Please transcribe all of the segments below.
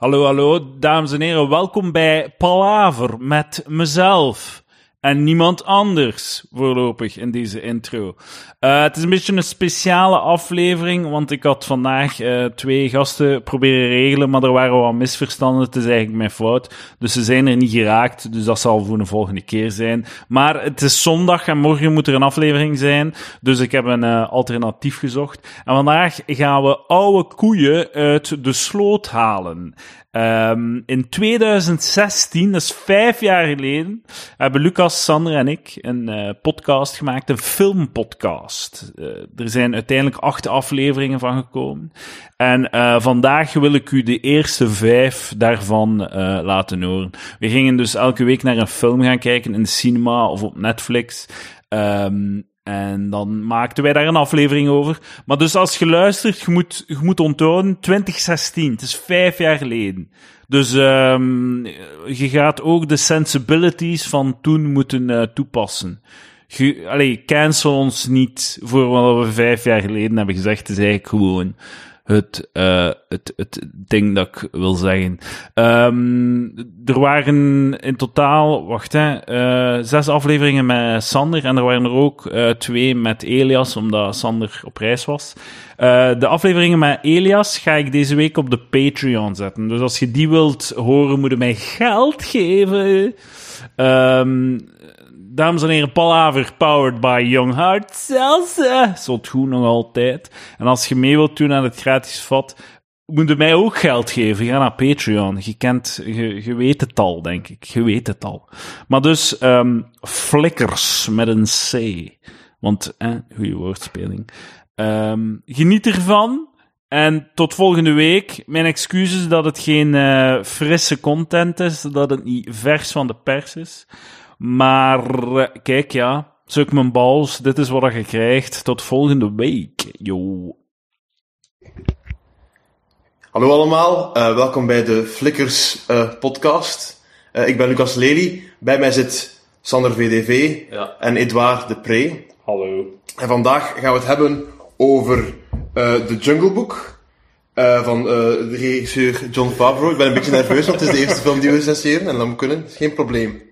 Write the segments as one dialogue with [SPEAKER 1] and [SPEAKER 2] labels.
[SPEAKER 1] Hallo, hallo, dames en heren. Welkom bij Palaver met mezelf. En niemand anders voorlopig in deze intro. Eh, het is een beetje een speciale aflevering, want ik had vandaag eh, twee gasten proberen regelen, maar er waren wat misverstanden. Het is eigenlijk mijn fout. Dus ze zijn er niet geraakt, dus dat zal voor de volgende keer zijn. Maar het is zondag en morgen moet er een aflevering zijn, dus ik heb een eh, alternatief gezocht. En vandaag gaan we oude koeien uit de sloot halen. Ehm, in 2016, dat is vijf jaar geleden, hebben Lucas, Sander en ik een eh, podcast gemaakt, een filmpodcast. Eh, er zijn uiteindelijk acht afleveringen van gekomen. En eh, vandaag wil ik u de eerste vijf daarvan eh, laten horen. We gingen dus elke week naar een film gaan kijken in de cinema of op Netflix. Ehm, en dan maakten wij daar een aflevering over. Maar dus als je luistert, je moet, je moet onthouden, 2016, het is vijf jaar geleden. Dus ehm, je gaat ook de sensibilities van toen moeten eh, toepassen. Je, allee, cancel ons niet voor wat we vijf jaar geleden hebben gezegd. Het is eigenlijk gewoon het, eh, het, het ding dat ik wil zeggen. Ehm, er waren in totaal, wacht hè, eh, zes afleveringen met Sander en er waren er ook eh, twee met Elias, omdat Sander op reis was. Eh, de afleveringen met Elias ga ik deze week op de Patreon zetten. Dus als je die wilt horen, moet je mij geld geven. Ehm Dames en heren, Palaver, powered by Young Heart. Zelfs, eh, zot goed nog altijd. En als je mee wilt doen aan het gratis vat, moet je mij ook geld geven. Ga naar Patreon. Je kent, je, je weet het al, denk ik. Je weet het al. Maar dus, ehm flikkers met een C. Want, eh, goede woordspeling. Ehm, geniet ervan. En tot volgende week. Mijn excuses dat het geen eh, frisse content is, dat het niet vers van de pers is. Maar eh, kijk, ja, zoek mijn bals. Dit is wat je krijgt. Tot volgende week. Yo.
[SPEAKER 2] Hallo allemaal, eh, welkom bij de Flickers eh, podcast. Eh, ik ben Lucas Lely, bij mij zit Sander VDV
[SPEAKER 3] Ja.
[SPEAKER 2] en Edouard Depree.
[SPEAKER 3] Hallo.
[SPEAKER 2] En vandaag gaan we het hebben over eh The Jungle Book eh, van eh, de regisseur John Favreau. Ik ben een beetje nerveus, want het is de eerste film die we recenseren en dat moet kunnen, is geen probleem.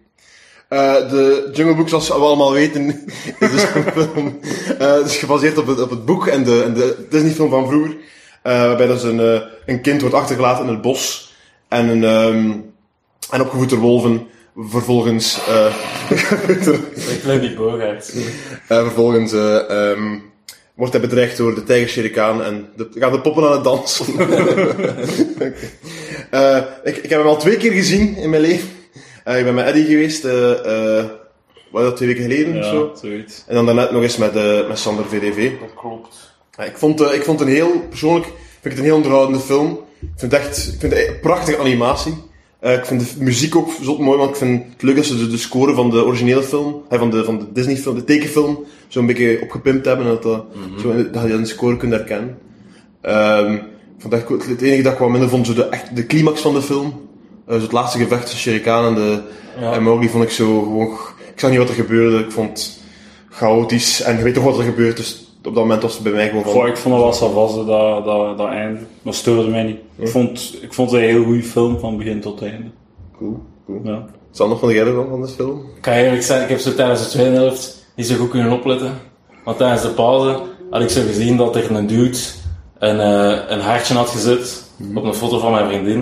[SPEAKER 2] Eh, de Jungle Book, zoals we allemaal weten, is dus een film. eh, het is gebaseerd op het, op het boek en de, en de Disney-film van vroeger. eh, waarbij dus een, eh, een kind wordt achtergelaten in het bos. En, een, ehm, en opgevoed door wolven. Vervolgens eh,
[SPEAKER 3] Ik ben die Bogaerts.
[SPEAKER 2] en vervolgens eh, ehm, wordt hij bedreigd door de tijgershirikaan en de, gaan de poppen aan het dansen. Eh, ik, ik heb hem al twee keer gezien in mijn leven. Eh, ik ben met Eddie geweest, eh, eh, wat is dat, twee weken geleden of zo.
[SPEAKER 3] Ja, zoiets.
[SPEAKER 2] En dan daarnet nog eens met, eh, met Sander VDV.
[SPEAKER 3] Dat klopt.
[SPEAKER 2] Ja, ik, vond, eh, ik vond het een heel, persoonlijk, vind ik het een heel onderhoudende film. Ik vind het echt, ik vind het een prachtige animatie. Eh, ik vind de muziek ook zot mooi, want ik vind het leuk dat ze de, de score van de originele film, eh, van de, van de Disney film, de tekenfilm, zo'n beetje opgepimpt hebben. en Dat, dat, zo, in- dat je een score kunt herkennen. Ehm, ik vond het, echt goed. het enige dat ik wat minder vond, zo de, echt, de climax van de film. Eh, zo het laatste gevecht tussen Shere Khan en, de,
[SPEAKER 3] Ja.
[SPEAKER 2] en Mowgli vond ik zo gewoon... Ik zag niet wat er gebeurde, ik vond het chaotisch. En je weet toch wat er gebeurt, dus op dat moment was het bij mij gewoon van...
[SPEAKER 3] Goh, ik vond dat wel savas, dat, dat, dat einde. Maar stoorde mij niet.
[SPEAKER 4] Hm.
[SPEAKER 3] Ik, vond, ik vond het een heel goede film van begin tot einde.
[SPEAKER 2] Cool, cool.
[SPEAKER 3] Ja.
[SPEAKER 2] Sander, van de jij ervan van de film?
[SPEAKER 4] Ik kan eerlijk zijn, ik heb zo tijdens de tweede helft niet zo goed kunnen opletten. Want tijdens de pauze had ik zo gezien dat er een dude een, eh, een hartje had gezet
[SPEAKER 3] Hm.
[SPEAKER 4] op een foto van mijn vriendin.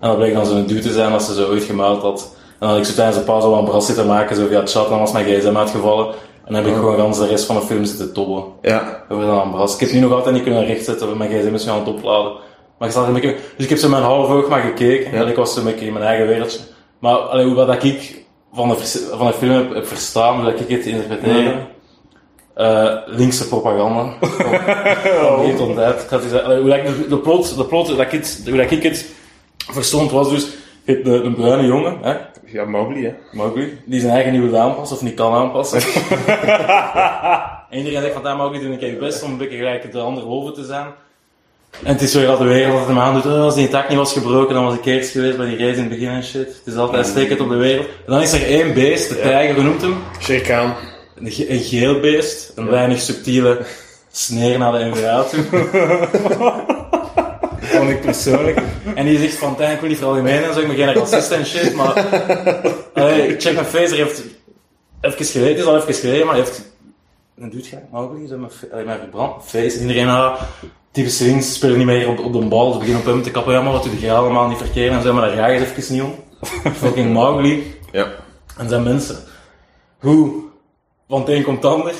[SPEAKER 4] En dat bleek dan zo'n dude te zijn als ze zo ooit gemeld had. En dan had ik zo tijdens de pauze wel een bras zitten maken, zo via chat, dan was mijn gsm uitgevallen. En dan heb ik
[SPEAKER 3] Oh.
[SPEAKER 4] gewoon gans de rest van de film zitten tobben.
[SPEAKER 2] Ja.
[SPEAKER 4] Over dan een bras. Ik heb nu nog altijd niet kunnen rechtzetten, want mijn gsm is nu aan het opladen. Maar ik zat er een beetje... Dus ik heb zo mijn half oog maar gekeken. En ik was zo een beetje in mijn eigen wereldje. Maar allee, hoe dat ik van de, vers- van de film heb, heb verstaan, hoe dat ik het interpreteerde... eh, linkse propaganda. Van hier tot dat. Ik had gezegd, allee, hoe dat ik de, de plot, de plot hoe dat ik het, hoe dat ik het verstond was dus... Je hebt een, een bruine jongen, hè,
[SPEAKER 2] Ja, Mowgli, hè.
[SPEAKER 4] Mowgli, die zijn eigen nieuwe aanpassen of niet kan aanpassen. en iedereen zegt van daar Mowgli doe ik je best om een beetje gelijk de andere wolven te zijn. En het is zo dat de wereld dat hem aandoet. Oh, als die tak niet was gebroken, dan was ik eerst geweest bij die race in het begin en shit. Het is altijd stekend op de wereld. En dan is er één beest, de tijger, hoe noemt hem?
[SPEAKER 2] Shere Khan.
[SPEAKER 4] Een, ge- een geel beest, een weinig subtiele sneer naar de NVA toe. vond ik persoonlijk. En die zegt van, Tijn, ik wil niet veralgemenen en zo, ik ben geen racist en shit, maar... Allee, Check My Phaser heeft... Even geleden, het is al even geleden, maar hij heeft... Een dude gelijk mogelijk, is mijn, allee, mijn verbrand. Face, iedereen had... Typische wings spelen niet meer op, op de bal, ze beginnen op hem te kappen, ja, maar wat doe je allemaal niet verkeerd en zo, maar daar ga je even niet om. Fucking Mowgli.
[SPEAKER 2] Ja,
[SPEAKER 4] En zijn mensen. Hoe? Want het een komt het ander.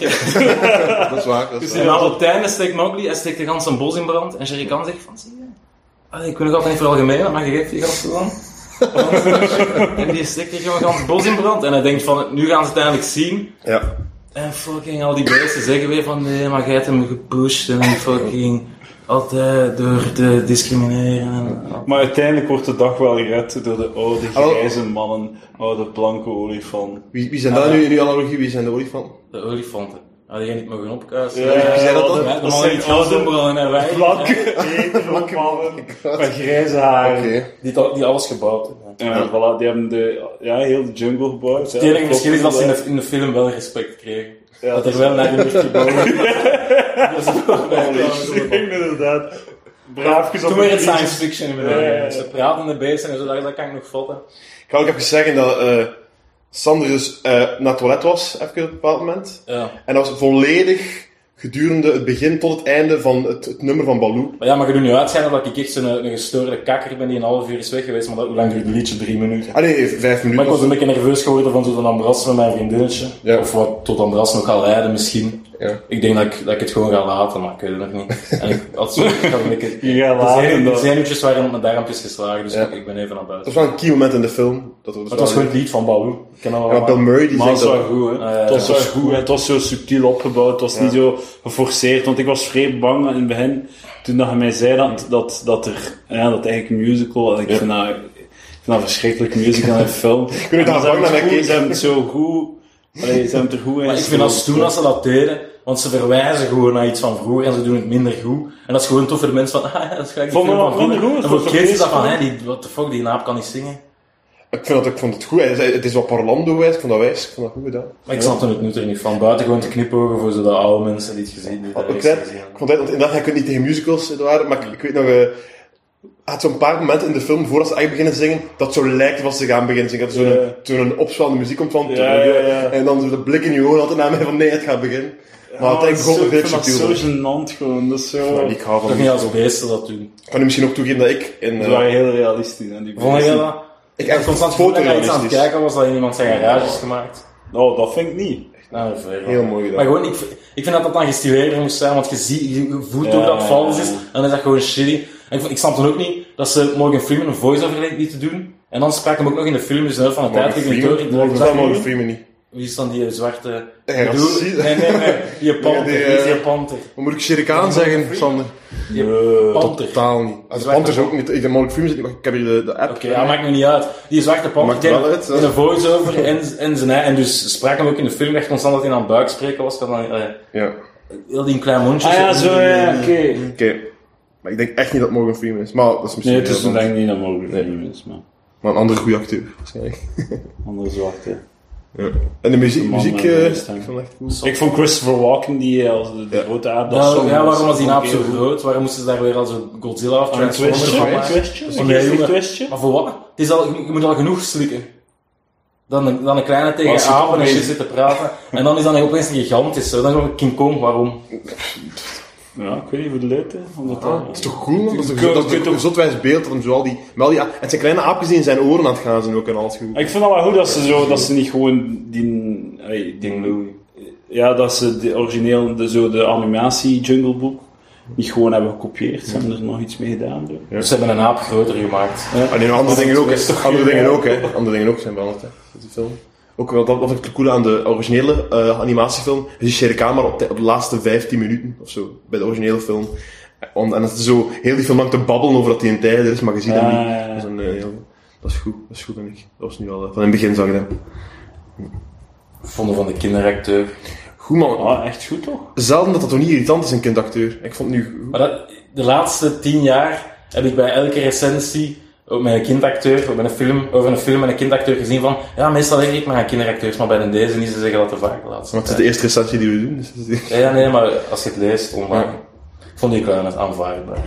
[SPEAKER 2] dat is waar. Dat is waar.
[SPEAKER 4] Dus in op het einde steekt Mowgli en steekt de gans een bos in brand. En Shere Khan zegt van, zie je, allee, ik wil nog altijd niet veralgemenen, maar je geeft die gasten dan. en die steekt er gewoon een gans bos in brand. En hij denkt van, nu gaan ze het eindelijk zien.
[SPEAKER 2] Ja.
[SPEAKER 4] En fucking al die beesten zeggen weer van, nee, maar jij hebt hem gepusht en fucking altijd door te discrimineren. En,
[SPEAKER 5] Maar uiteindelijk wordt de dag wel gered door de oude
[SPEAKER 2] Hallo.
[SPEAKER 5] grijze mannen, oude blanke olifant.
[SPEAKER 2] Wie, wie zijn daar nu in uw analogie? Wie zijn de olifanten?
[SPEAKER 4] de olifanten. Ah, die gaan niet mogen opkuisen.
[SPEAKER 2] wie zei dat dan?
[SPEAKER 4] De mannen
[SPEAKER 5] dat
[SPEAKER 4] in
[SPEAKER 5] zijn
[SPEAKER 4] het
[SPEAKER 5] oude
[SPEAKER 4] Gazembrand en wij.
[SPEAKER 5] Eh, blanke etere mannen met grijze haren.
[SPEAKER 2] Oké.
[SPEAKER 4] Die, to- die alles gebouwd hebben.
[SPEAKER 5] Ja, voilà, die hebben de, ja, heel de jungle gebouwd.
[SPEAKER 4] Het enige verschil is dat ze in de, in de film wel respect kregen.
[SPEAKER 5] Ja, dus-
[SPEAKER 4] dat er wel naar die werd gebogen. Dat is wel-
[SPEAKER 5] Inderdaad. Braafjes dus- op
[SPEAKER 4] Toen weer
[SPEAKER 5] een
[SPEAKER 4] het
[SPEAKER 5] knieën.
[SPEAKER 4] science fiction in de
[SPEAKER 5] Ja, ja, ja.
[SPEAKER 4] Ze pratende beesten en zo, dat, dat kan ik nog vatten.
[SPEAKER 2] Ik ga ook even zeggen dat eh Sander dus eh, naar het toilet was, even op een bepaald moment.
[SPEAKER 4] Ja.
[SPEAKER 2] En dat was volledig gedurende het begin tot het einde van het, het nummer van Baloo.
[SPEAKER 4] Maar ja, maar je doet nu uitschijnen dat ik echt zo'n eh, een gestoorde kakker ben die een half uur is weg geweest, maar dat, hoe lang duurt het liedje? Drie minuten.
[SPEAKER 2] Ah nee, even vijf minuten.
[SPEAKER 4] Maar ik
[SPEAKER 2] was
[SPEAKER 4] was een
[SPEAKER 2] het.
[SPEAKER 4] beetje nerveus geworden van zo'n ambras met mijn vriendinnetje.
[SPEAKER 2] Ja.
[SPEAKER 4] Of wat tot ambras nog gaan rijden misschien.
[SPEAKER 2] Ja.
[SPEAKER 4] Ik denk dat ik, dat ik het gewoon ga laten, maar ik weet het nog niet. En ik had zo, ik had een beetje...
[SPEAKER 5] Je gaat
[SPEAKER 4] De
[SPEAKER 5] laten
[SPEAKER 4] zenuw- De
[SPEAKER 5] dan.
[SPEAKER 4] zenuwtjes waren op mijn darmpjes geslagen, dus
[SPEAKER 2] Ja.
[SPEAKER 4] ik, ik ben even naar buiten.
[SPEAKER 2] Dat was wel een key moment in de film. Dat was,
[SPEAKER 4] Maar het was gewoon het lied van Baloo. Ik ken dat wel.
[SPEAKER 2] Ja, Bill Murray die
[SPEAKER 5] Maar het
[SPEAKER 2] zegt
[SPEAKER 5] was wel
[SPEAKER 2] dat...
[SPEAKER 5] goed, hè.
[SPEAKER 4] ja,
[SPEAKER 5] het was
[SPEAKER 4] ja.
[SPEAKER 5] wel goed, hè. Het was zo subtiel opgebouwd. Het was niet zo geforceerd. Want ik was vrij bang in het begin, toen dat je mij zei dat, dat, dat er, ja, dat eigenlijk een musical, en ik vind dat, ik vind dat een verschrikkelijke musical en een film. Ik
[SPEAKER 2] weet dat bang naar mij keek.
[SPEAKER 5] Ze hebben het zo goed, allee, ze hebben het er goed in
[SPEAKER 4] Maar ik vind dat
[SPEAKER 5] gestoken.
[SPEAKER 4] stoer als ze dat deden, want ze verwijzen gewoon naar iets van vroeger en ze doen het minder goed. En dat is gewoon tof voor de mensen van, ah, ja, dat is gelijk die
[SPEAKER 5] Vond
[SPEAKER 4] film
[SPEAKER 5] je
[SPEAKER 4] van
[SPEAKER 5] dat minder
[SPEAKER 4] vroeger.
[SPEAKER 5] goed?
[SPEAKER 4] En voor
[SPEAKER 5] Dat is
[SPEAKER 4] kids is
[SPEAKER 5] oké,
[SPEAKER 4] dat van,
[SPEAKER 5] is
[SPEAKER 4] hè, die, what the fuck, die naap kan niet zingen.
[SPEAKER 2] Ik, vind dat, ik vond het goed. Hij zei, Het is wat Parlando-wijs. Ik vond dat wijs. Ik vond dat goed gedaan.
[SPEAKER 4] Maar ik snapte het nu er niet van. Buiten gewoon te knipogen voor zodat oude mensen die het gezien die het
[SPEAKER 2] Oh, Ik,
[SPEAKER 4] reeks
[SPEAKER 2] zei,
[SPEAKER 4] gezien
[SPEAKER 2] ik
[SPEAKER 4] hebben.
[SPEAKER 2] vond het, want inderdaad, je kunt niet tegen musicals, het waren, maar ik, ik weet nog... eh had zo'n paar momenten in de film, voordat ze eigenlijk beginnen te zingen, dat zo lijkt wat ze gaan beginnen te zingen. Dat er zo'n
[SPEAKER 5] Ja.
[SPEAKER 2] zo'n opzwellende muziek komt van... eh,
[SPEAKER 5] Ja, ja, ja.
[SPEAKER 2] En dan zo de blik in je ogen altijd naar mij van nee, het gaat beginnen. Maar
[SPEAKER 5] Maar
[SPEAKER 2] uiteindelijk begon het
[SPEAKER 5] ik
[SPEAKER 2] heel
[SPEAKER 5] vind dat zo
[SPEAKER 2] subtiel.
[SPEAKER 5] gênant gewoon. Dat is zo...
[SPEAKER 2] Maar Ik hou van
[SPEAKER 4] Toch niet
[SPEAKER 2] musicals.
[SPEAKER 4] als beesten dat doen.
[SPEAKER 2] Ik kan nu misschien ook toegeven dat ik... In,
[SPEAKER 5] Ze
[SPEAKER 2] eh,
[SPEAKER 5] waren heel realistisch. Hè, die
[SPEAKER 4] Vond je
[SPEAKER 5] beesten.
[SPEAKER 4] dat?
[SPEAKER 2] ik
[SPEAKER 4] Ik had
[SPEAKER 2] echt
[SPEAKER 4] constant gevoel dat je iets aan het
[SPEAKER 2] fotorealistisch.
[SPEAKER 4] kijken was dat in iemand zijn garage is gemaakt.
[SPEAKER 5] Nou, dat vind ik niet.
[SPEAKER 4] Nou, dat is wel-
[SPEAKER 2] Heel mooi gedaan.
[SPEAKER 4] Maar gewoon, ik, ik vind dat dat dan gestileerder moest zijn, want je, ziet, je voelt ook
[SPEAKER 5] Ja,
[SPEAKER 4] dat het vals is,
[SPEAKER 5] ja.
[SPEAKER 4] en dan is dat gewoon shitty. En ik, vond- ik snap dan ook niet dat ze Morgan Freeman een voice-over leek niet te doen. En dan sprak hem ook nog in de film, dus de helft van de tijd
[SPEAKER 2] Morgan
[SPEAKER 4] ging het door. Ik
[SPEAKER 2] Freeman.
[SPEAKER 4] dacht,
[SPEAKER 2] Dat is Morgan
[SPEAKER 4] dat-
[SPEAKER 2] Freeman niet.
[SPEAKER 4] Wie is dan die eh, zwarte...
[SPEAKER 2] Ja,
[SPEAKER 4] Ik bedoel-
[SPEAKER 2] zie-
[SPEAKER 4] Nee, nee, nee, die panter.
[SPEAKER 2] die, eh,
[SPEAKER 4] Wie is die panter?
[SPEAKER 2] Wat moet ik Sherikaan zeggen, Sander?
[SPEAKER 5] Eh,
[SPEAKER 4] Panter. Oké,
[SPEAKER 2] Totaal niet. Als
[SPEAKER 4] Zwarte
[SPEAKER 2] Panthers ook niet. Ik denk Morgan Freeman zit niet, maar ik heb hier de, de app.
[SPEAKER 4] ja, maakt me niet uit. Die zwarte panter,
[SPEAKER 2] Maakt wel uit, hè.
[SPEAKER 4] in een voice-over en, en zijn ei. En dus sprak hem ook in de film echt constant dat hij aan het buik spreken was. Ik had dan, eh,
[SPEAKER 2] Ja.
[SPEAKER 4] heel die klein mondje.
[SPEAKER 5] Ah ja, zo ja, oké.
[SPEAKER 2] Oké. Maar ik denk echt niet dat Morgan Freeman is. Maar dat is misschien...
[SPEAKER 5] Nee, het is
[SPEAKER 2] heel
[SPEAKER 5] denk
[SPEAKER 2] dan-
[SPEAKER 5] ik niet dat mogelijk is, maar
[SPEAKER 2] Maar een andere goede acteur, waarschijnlijk.
[SPEAKER 5] andere zwarte.
[SPEAKER 2] En de muziek,
[SPEAKER 5] man
[SPEAKER 2] muziek
[SPEAKER 5] met de
[SPEAKER 2] eh,
[SPEAKER 5] stem.
[SPEAKER 2] ik vond het echt cool.
[SPEAKER 5] Ik vond Christopher Walken die eh, als de, de grote aap.
[SPEAKER 4] Nou, ja, waarom was die naap
[SPEAKER 5] naap
[SPEAKER 4] zo groot? Waarom moesten ze daar weer als een Godzilla of
[SPEAKER 5] Een
[SPEAKER 4] Transformers
[SPEAKER 5] twistje?
[SPEAKER 4] van
[SPEAKER 5] Een
[SPEAKER 4] maken?
[SPEAKER 5] twistje?
[SPEAKER 4] is
[SPEAKER 5] Een
[SPEAKER 4] een
[SPEAKER 5] geestig
[SPEAKER 4] jongen.
[SPEAKER 5] twistje?
[SPEAKER 4] Maar voor wat? Het is al, je moet al genoeg slikken. Dan een, dan een kleine tegen
[SPEAKER 5] Als je
[SPEAKER 4] apen en
[SPEAKER 5] opeens-
[SPEAKER 4] shit zit te praten. En dan is dan opeens een gigantisch. Zo. Dan is het King Kong, waarom?
[SPEAKER 5] Ja, ik weet niet hoe het leuk is. Omdat
[SPEAKER 2] Dat is
[SPEAKER 5] dat...
[SPEAKER 2] toch cool, man? Dat is
[SPEAKER 5] Kun-
[SPEAKER 2] toch dat is
[SPEAKER 5] kun-
[SPEAKER 2] een zotwijs beeld dat hem zo al die... Met al die a- en zijn kleine aapjes die in zijn oren aan het gaan zijn ook en alles goed.
[SPEAKER 5] Ik vind het wel goed dat ze, zo, dat ze niet gewoon die... Hey,
[SPEAKER 4] Ding Louis.
[SPEAKER 5] ja, dat ze de origineel, de, zo de animatie Jungle Book, niet gewoon hebben gekopieerd. Ze hebben er nog iets mee gedaan. Zo.
[SPEAKER 4] Dus ze hebben een aap groter gemaakt.
[SPEAKER 2] Alleen Ah, andere dingen ook,
[SPEAKER 4] is
[SPEAKER 2] hè. Andere dingen ook, hè. Andere dingen ook zijn veranderd, hè. Dat is de film. Ook wel, dat wat ik het coole aan de originele eh, animatiefilm. Je ziet Shere Khan maar op de, op de laatste 15 minuten of zo. Bij de originele film. En, en dat is zo heel die film lang te babbelen over dat hij een tijger is, maar je ziet hem
[SPEAKER 5] Ah,
[SPEAKER 2] niet.
[SPEAKER 5] ja, ja.
[SPEAKER 2] Dat is, een, eh, heel, dat is goed, dat is goed, vind ik. Dat was nu al, eh, van in het begin zag ik dat.
[SPEAKER 4] Vonden van de kinderacteur.
[SPEAKER 2] Goed man,
[SPEAKER 5] Ah, echt goed toch?
[SPEAKER 2] zelden dat dat toch niet irritant is, een kindacteur. Ik vond het nu goed.
[SPEAKER 4] Maar dat, de laatste tien jaar heb ik bij elke recensie ook met een kindacteur, ook met een film, over een film en een kindacteur gezien van, ja, meestal denk ik maar aan kinderacteurs, maar bij de deze niet, ze zeggen dat te vaak de laatste
[SPEAKER 2] Want het
[SPEAKER 4] tijd.
[SPEAKER 2] is de eerste recensie die we doen. Dus het is-
[SPEAKER 4] Ja, ja, nee, maar als je het leest, online. Ik vond die klein aanvaardbaar.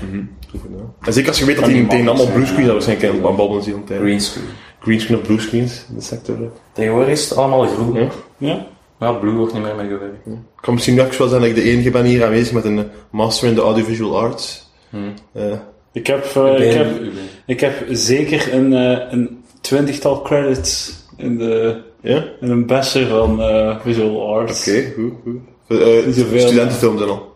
[SPEAKER 2] En zeker als je weet dat die
[SPEAKER 5] die
[SPEAKER 2] meteen
[SPEAKER 5] man-
[SPEAKER 2] allemaal bluescreens hadden zijn, kijk, aan babbelen zien tijd.
[SPEAKER 4] Greenscreen.
[SPEAKER 2] Greenscreen of bluescreens, in de sector. eh. hè.
[SPEAKER 4] Tegenwoordig is het allemaal groen.
[SPEAKER 2] Ja.
[SPEAKER 5] Ja?
[SPEAKER 4] Maar blue wordt niet meer mee gewerkt.
[SPEAKER 2] Ik kan misschien straks wel zijn dat ik de enige ben hier aanwezig met een eh, master in de audiovisual arts. Eh,
[SPEAKER 5] Ik heb, eh, ik heb, ik heb zeker een, eh, een twintigtal credits in, de,
[SPEAKER 2] Ja?
[SPEAKER 5] in een bachelor van eh, visual arts.
[SPEAKER 2] Oké, goed, goed. Eh, eh,
[SPEAKER 5] Zoveel.
[SPEAKER 2] studentenfilms en al.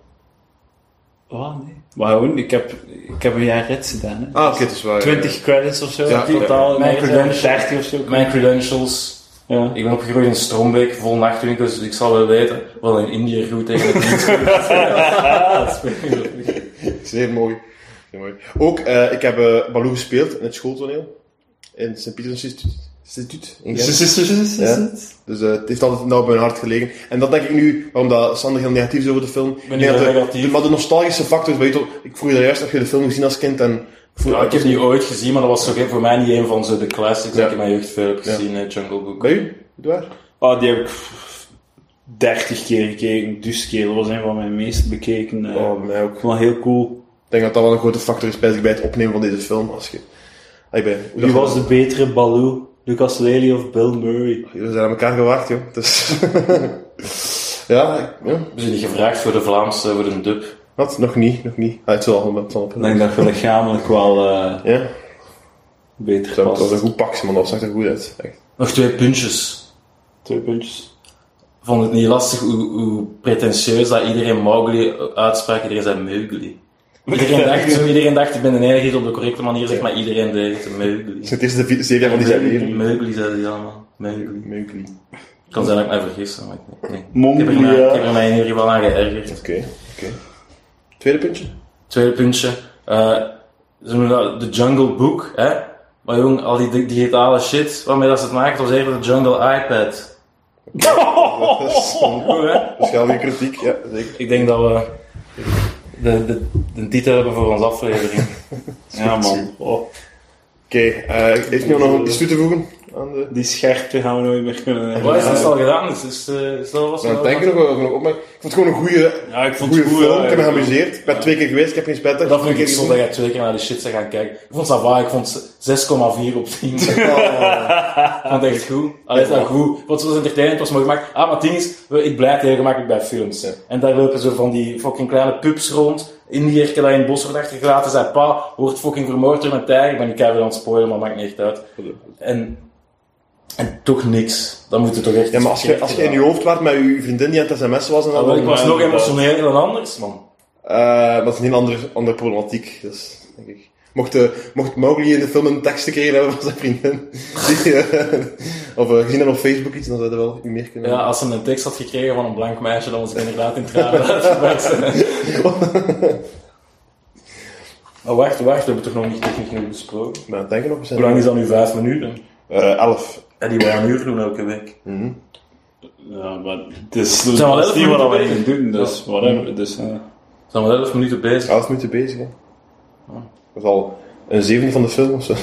[SPEAKER 5] Oh, nee. Maar gewoon, ik heb, ik heb een jaar rit gedaan. Hè.
[SPEAKER 2] Ah, oké, dat is waar.
[SPEAKER 5] 20 credits of zo,
[SPEAKER 2] Ja,
[SPEAKER 5] in totaal.
[SPEAKER 4] ja. Mijn
[SPEAKER 5] Mijn
[SPEAKER 4] credentials-
[SPEAKER 5] 30 of zo.
[SPEAKER 4] Mijn credentials.
[SPEAKER 5] Ja.
[SPEAKER 4] Ik ben opgegroeid in Strombeek, vol nachtwinkels, dus ik zal wel weten wat in Indië groeit tegen het dienst. Dat speelt niet op.
[SPEAKER 2] Zeer mooi. Zeer mooi. Ook, eh, ik heb eh Baloo gespeeld in het schooltoneel. In het Sint-Pieters Instituut. Instituut. in Gent. Ja. Dus eh, het heeft altijd nauw bij mijn hart gelegen. En dat denk ik nu, waarom dat Sander heel negatief is over de film. Ik
[SPEAKER 4] ben
[SPEAKER 2] denk
[SPEAKER 4] niet
[SPEAKER 2] dat de-
[SPEAKER 4] negatief.
[SPEAKER 2] de- maar de nostalgische factor, weet je, toch, ik vroeg je daar juist, heb je de film gezien als kind? En vroeg,
[SPEAKER 4] Ja, ik heb die ooit gezien, maar dat was toch voor mij niet een van zo de classics die
[SPEAKER 2] Ja.
[SPEAKER 4] ik in mijn jeugd veel heb gezien, eh, Jungle Book.
[SPEAKER 2] Bij u, Edouard?
[SPEAKER 5] Oh, die heb ik 30 keer gekeken. Dus keer, dat was een van mijn meest bekeken. eh.
[SPEAKER 2] Oh, mij ook.
[SPEAKER 5] Ik vond dat heel cool.
[SPEAKER 2] Ik denk dat dat wel een grote factor is bij het- bij het opnemen van deze film. Als je... Ah, ik ben... hoe
[SPEAKER 5] Wie
[SPEAKER 2] dat-
[SPEAKER 5] was de betere Baloo? Lucas Lely of Bill Murray?
[SPEAKER 2] We zijn aan elkaar gewaagd, joh. Dus... ja, ik- ja,
[SPEAKER 4] We zijn niet gevraagd voor de Vlaamse, voor de dub.
[SPEAKER 2] wat? Nog niet, nog niet. Ah, het zal wel, het zal op.
[SPEAKER 5] Ik denk dat je lichamelijk wel eh,
[SPEAKER 2] Ja,
[SPEAKER 5] beter
[SPEAKER 2] dat was een
[SPEAKER 5] past.
[SPEAKER 2] goed pakje, man. Dat zag er goed uit. Echt.
[SPEAKER 4] Nog twee puntjes.
[SPEAKER 5] Twee puntjes.
[SPEAKER 4] Vond het niet lastig hoe, hoe pretentieus dat iedereen Mowgli uitsprak, iedereen zei Mowgli. Iedereen dacht, zo, iedereen dacht, ik ben de enige die het op de correcte manier zegt, maar iedereen deed het Mowgli.
[SPEAKER 2] Het is de vi- serie van die zijn leven.
[SPEAKER 4] Mowgli zeiden die allemaal. Mowgli.
[SPEAKER 2] Mowgli.
[SPEAKER 4] Kan zijn dat ik mij vergis, maar ik, nee. ik, heb er mij, ik heb
[SPEAKER 5] Monglia.
[SPEAKER 4] er mij in ieder geval aan geërgerd.
[SPEAKER 2] Oké, oké. Tweede puntje?
[SPEAKER 4] Tweede puntje. eh, ze noemen dat de Jungle Book, hè? Maar jong, al die di- digitale shit waarmee dat ze het maken, het was eerder de Jungle iPad.
[SPEAKER 2] Dat is een
[SPEAKER 4] Goed, hè?
[SPEAKER 2] scheldige kritiek, ja, zeker.
[SPEAKER 4] Ik denk dat we de, de, de titel hebben voor onze aflevering.
[SPEAKER 5] Ja, man. Oh,
[SPEAKER 2] Oké, eh heeft iemand nog iets toe te voegen aan de...
[SPEAKER 5] die scherpte gaan we nooit meer kunnen.
[SPEAKER 4] Wat is dat al gedaan? Is, is, eh, is dat was
[SPEAKER 2] Nou, denk ik nog wel over een opmerking. Ik vond het gewoon een goede
[SPEAKER 5] Ja, ik vond
[SPEAKER 2] goede
[SPEAKER 5] het goed.
[SPEAKER 2] film.
[SPEAKER 5] hè.
[SPEAKER 2] Ik heb me geamuseerd. Ik ben twee keer geweest, ik heb geen spijt.
[SPEAKER 4] Dat vind ik zo dat jij twee keer naar de shit zou gaan kijken. Ik vond het waar, ik vond 6,4 op 10. Ik vond het echt goed. Allee, is dat goed. Want het was entertainend, het was mooi gemaakt. Ah, maar het ding is, we- ik blijf heel gemakkelijk bij films. En daar lopen zo van die fucking kleine pups rond. Indierken dat in het bos wordt achtergelaten. Zijn pa wordt fucking vermoord door een tijger. Ik ben niet keihard aan het spoilen, maar maakt niet echt uit. En, en toch niks. Dan moet het toch echt
[SPEAKER 2] Ja, maar als je, als je in je hoofd waart met je vriendin die aan het sms'en was en
[SPEAKER 4] Ah, wel,
[SPEAKER 2] dan...
[SPEAKER 4] Ik was nog emotioneler dan anders, man.
[SPEAKER 2] Eh, maar dat is een heel andere, andere problematiek, dus, denk ik. Mocht, eh, mocht Mowgli in de film een tekst gekregen hebben van zijn vriendin, die, eh, of eh, gezien hebben op Facebook iets, dan zou dat wel u meer kunnen
[SPEAKER 4] Ja, als ze een tekst had gekregen van een blank meisje, dan was ik inderdaad in tranen uitgebarsten. Maar wacht, wacht, we hebben toch nog niet technisch genoeg besproken?
[SPEAKER 2] Nou, denk ik nog, we zijn
[SPEAKER 4] Hoe lang is dat nu? Vijf minuten?
[SPEAKER 2] Eh, elf.
[SPEAKER 4] En die wij een uur doen elke week.
[SPEAKER 5] Ja, maar het is,
[SPEAKER 4] zijn wel
[SPEAKER 5] dat is
[SPEAKER 4] elf
[SPEAKER 5] niet wat we
[SPEAKER 4] minuten
[SPEAKER 5] kunnen doen, dus whatever. Dus, eh,
[SPEAKER 4] We zijn wel elf minuten bezig.
[SPEAKER 2] Elf minuten bezig, hè. Dat is al een zevende van de film, of zo.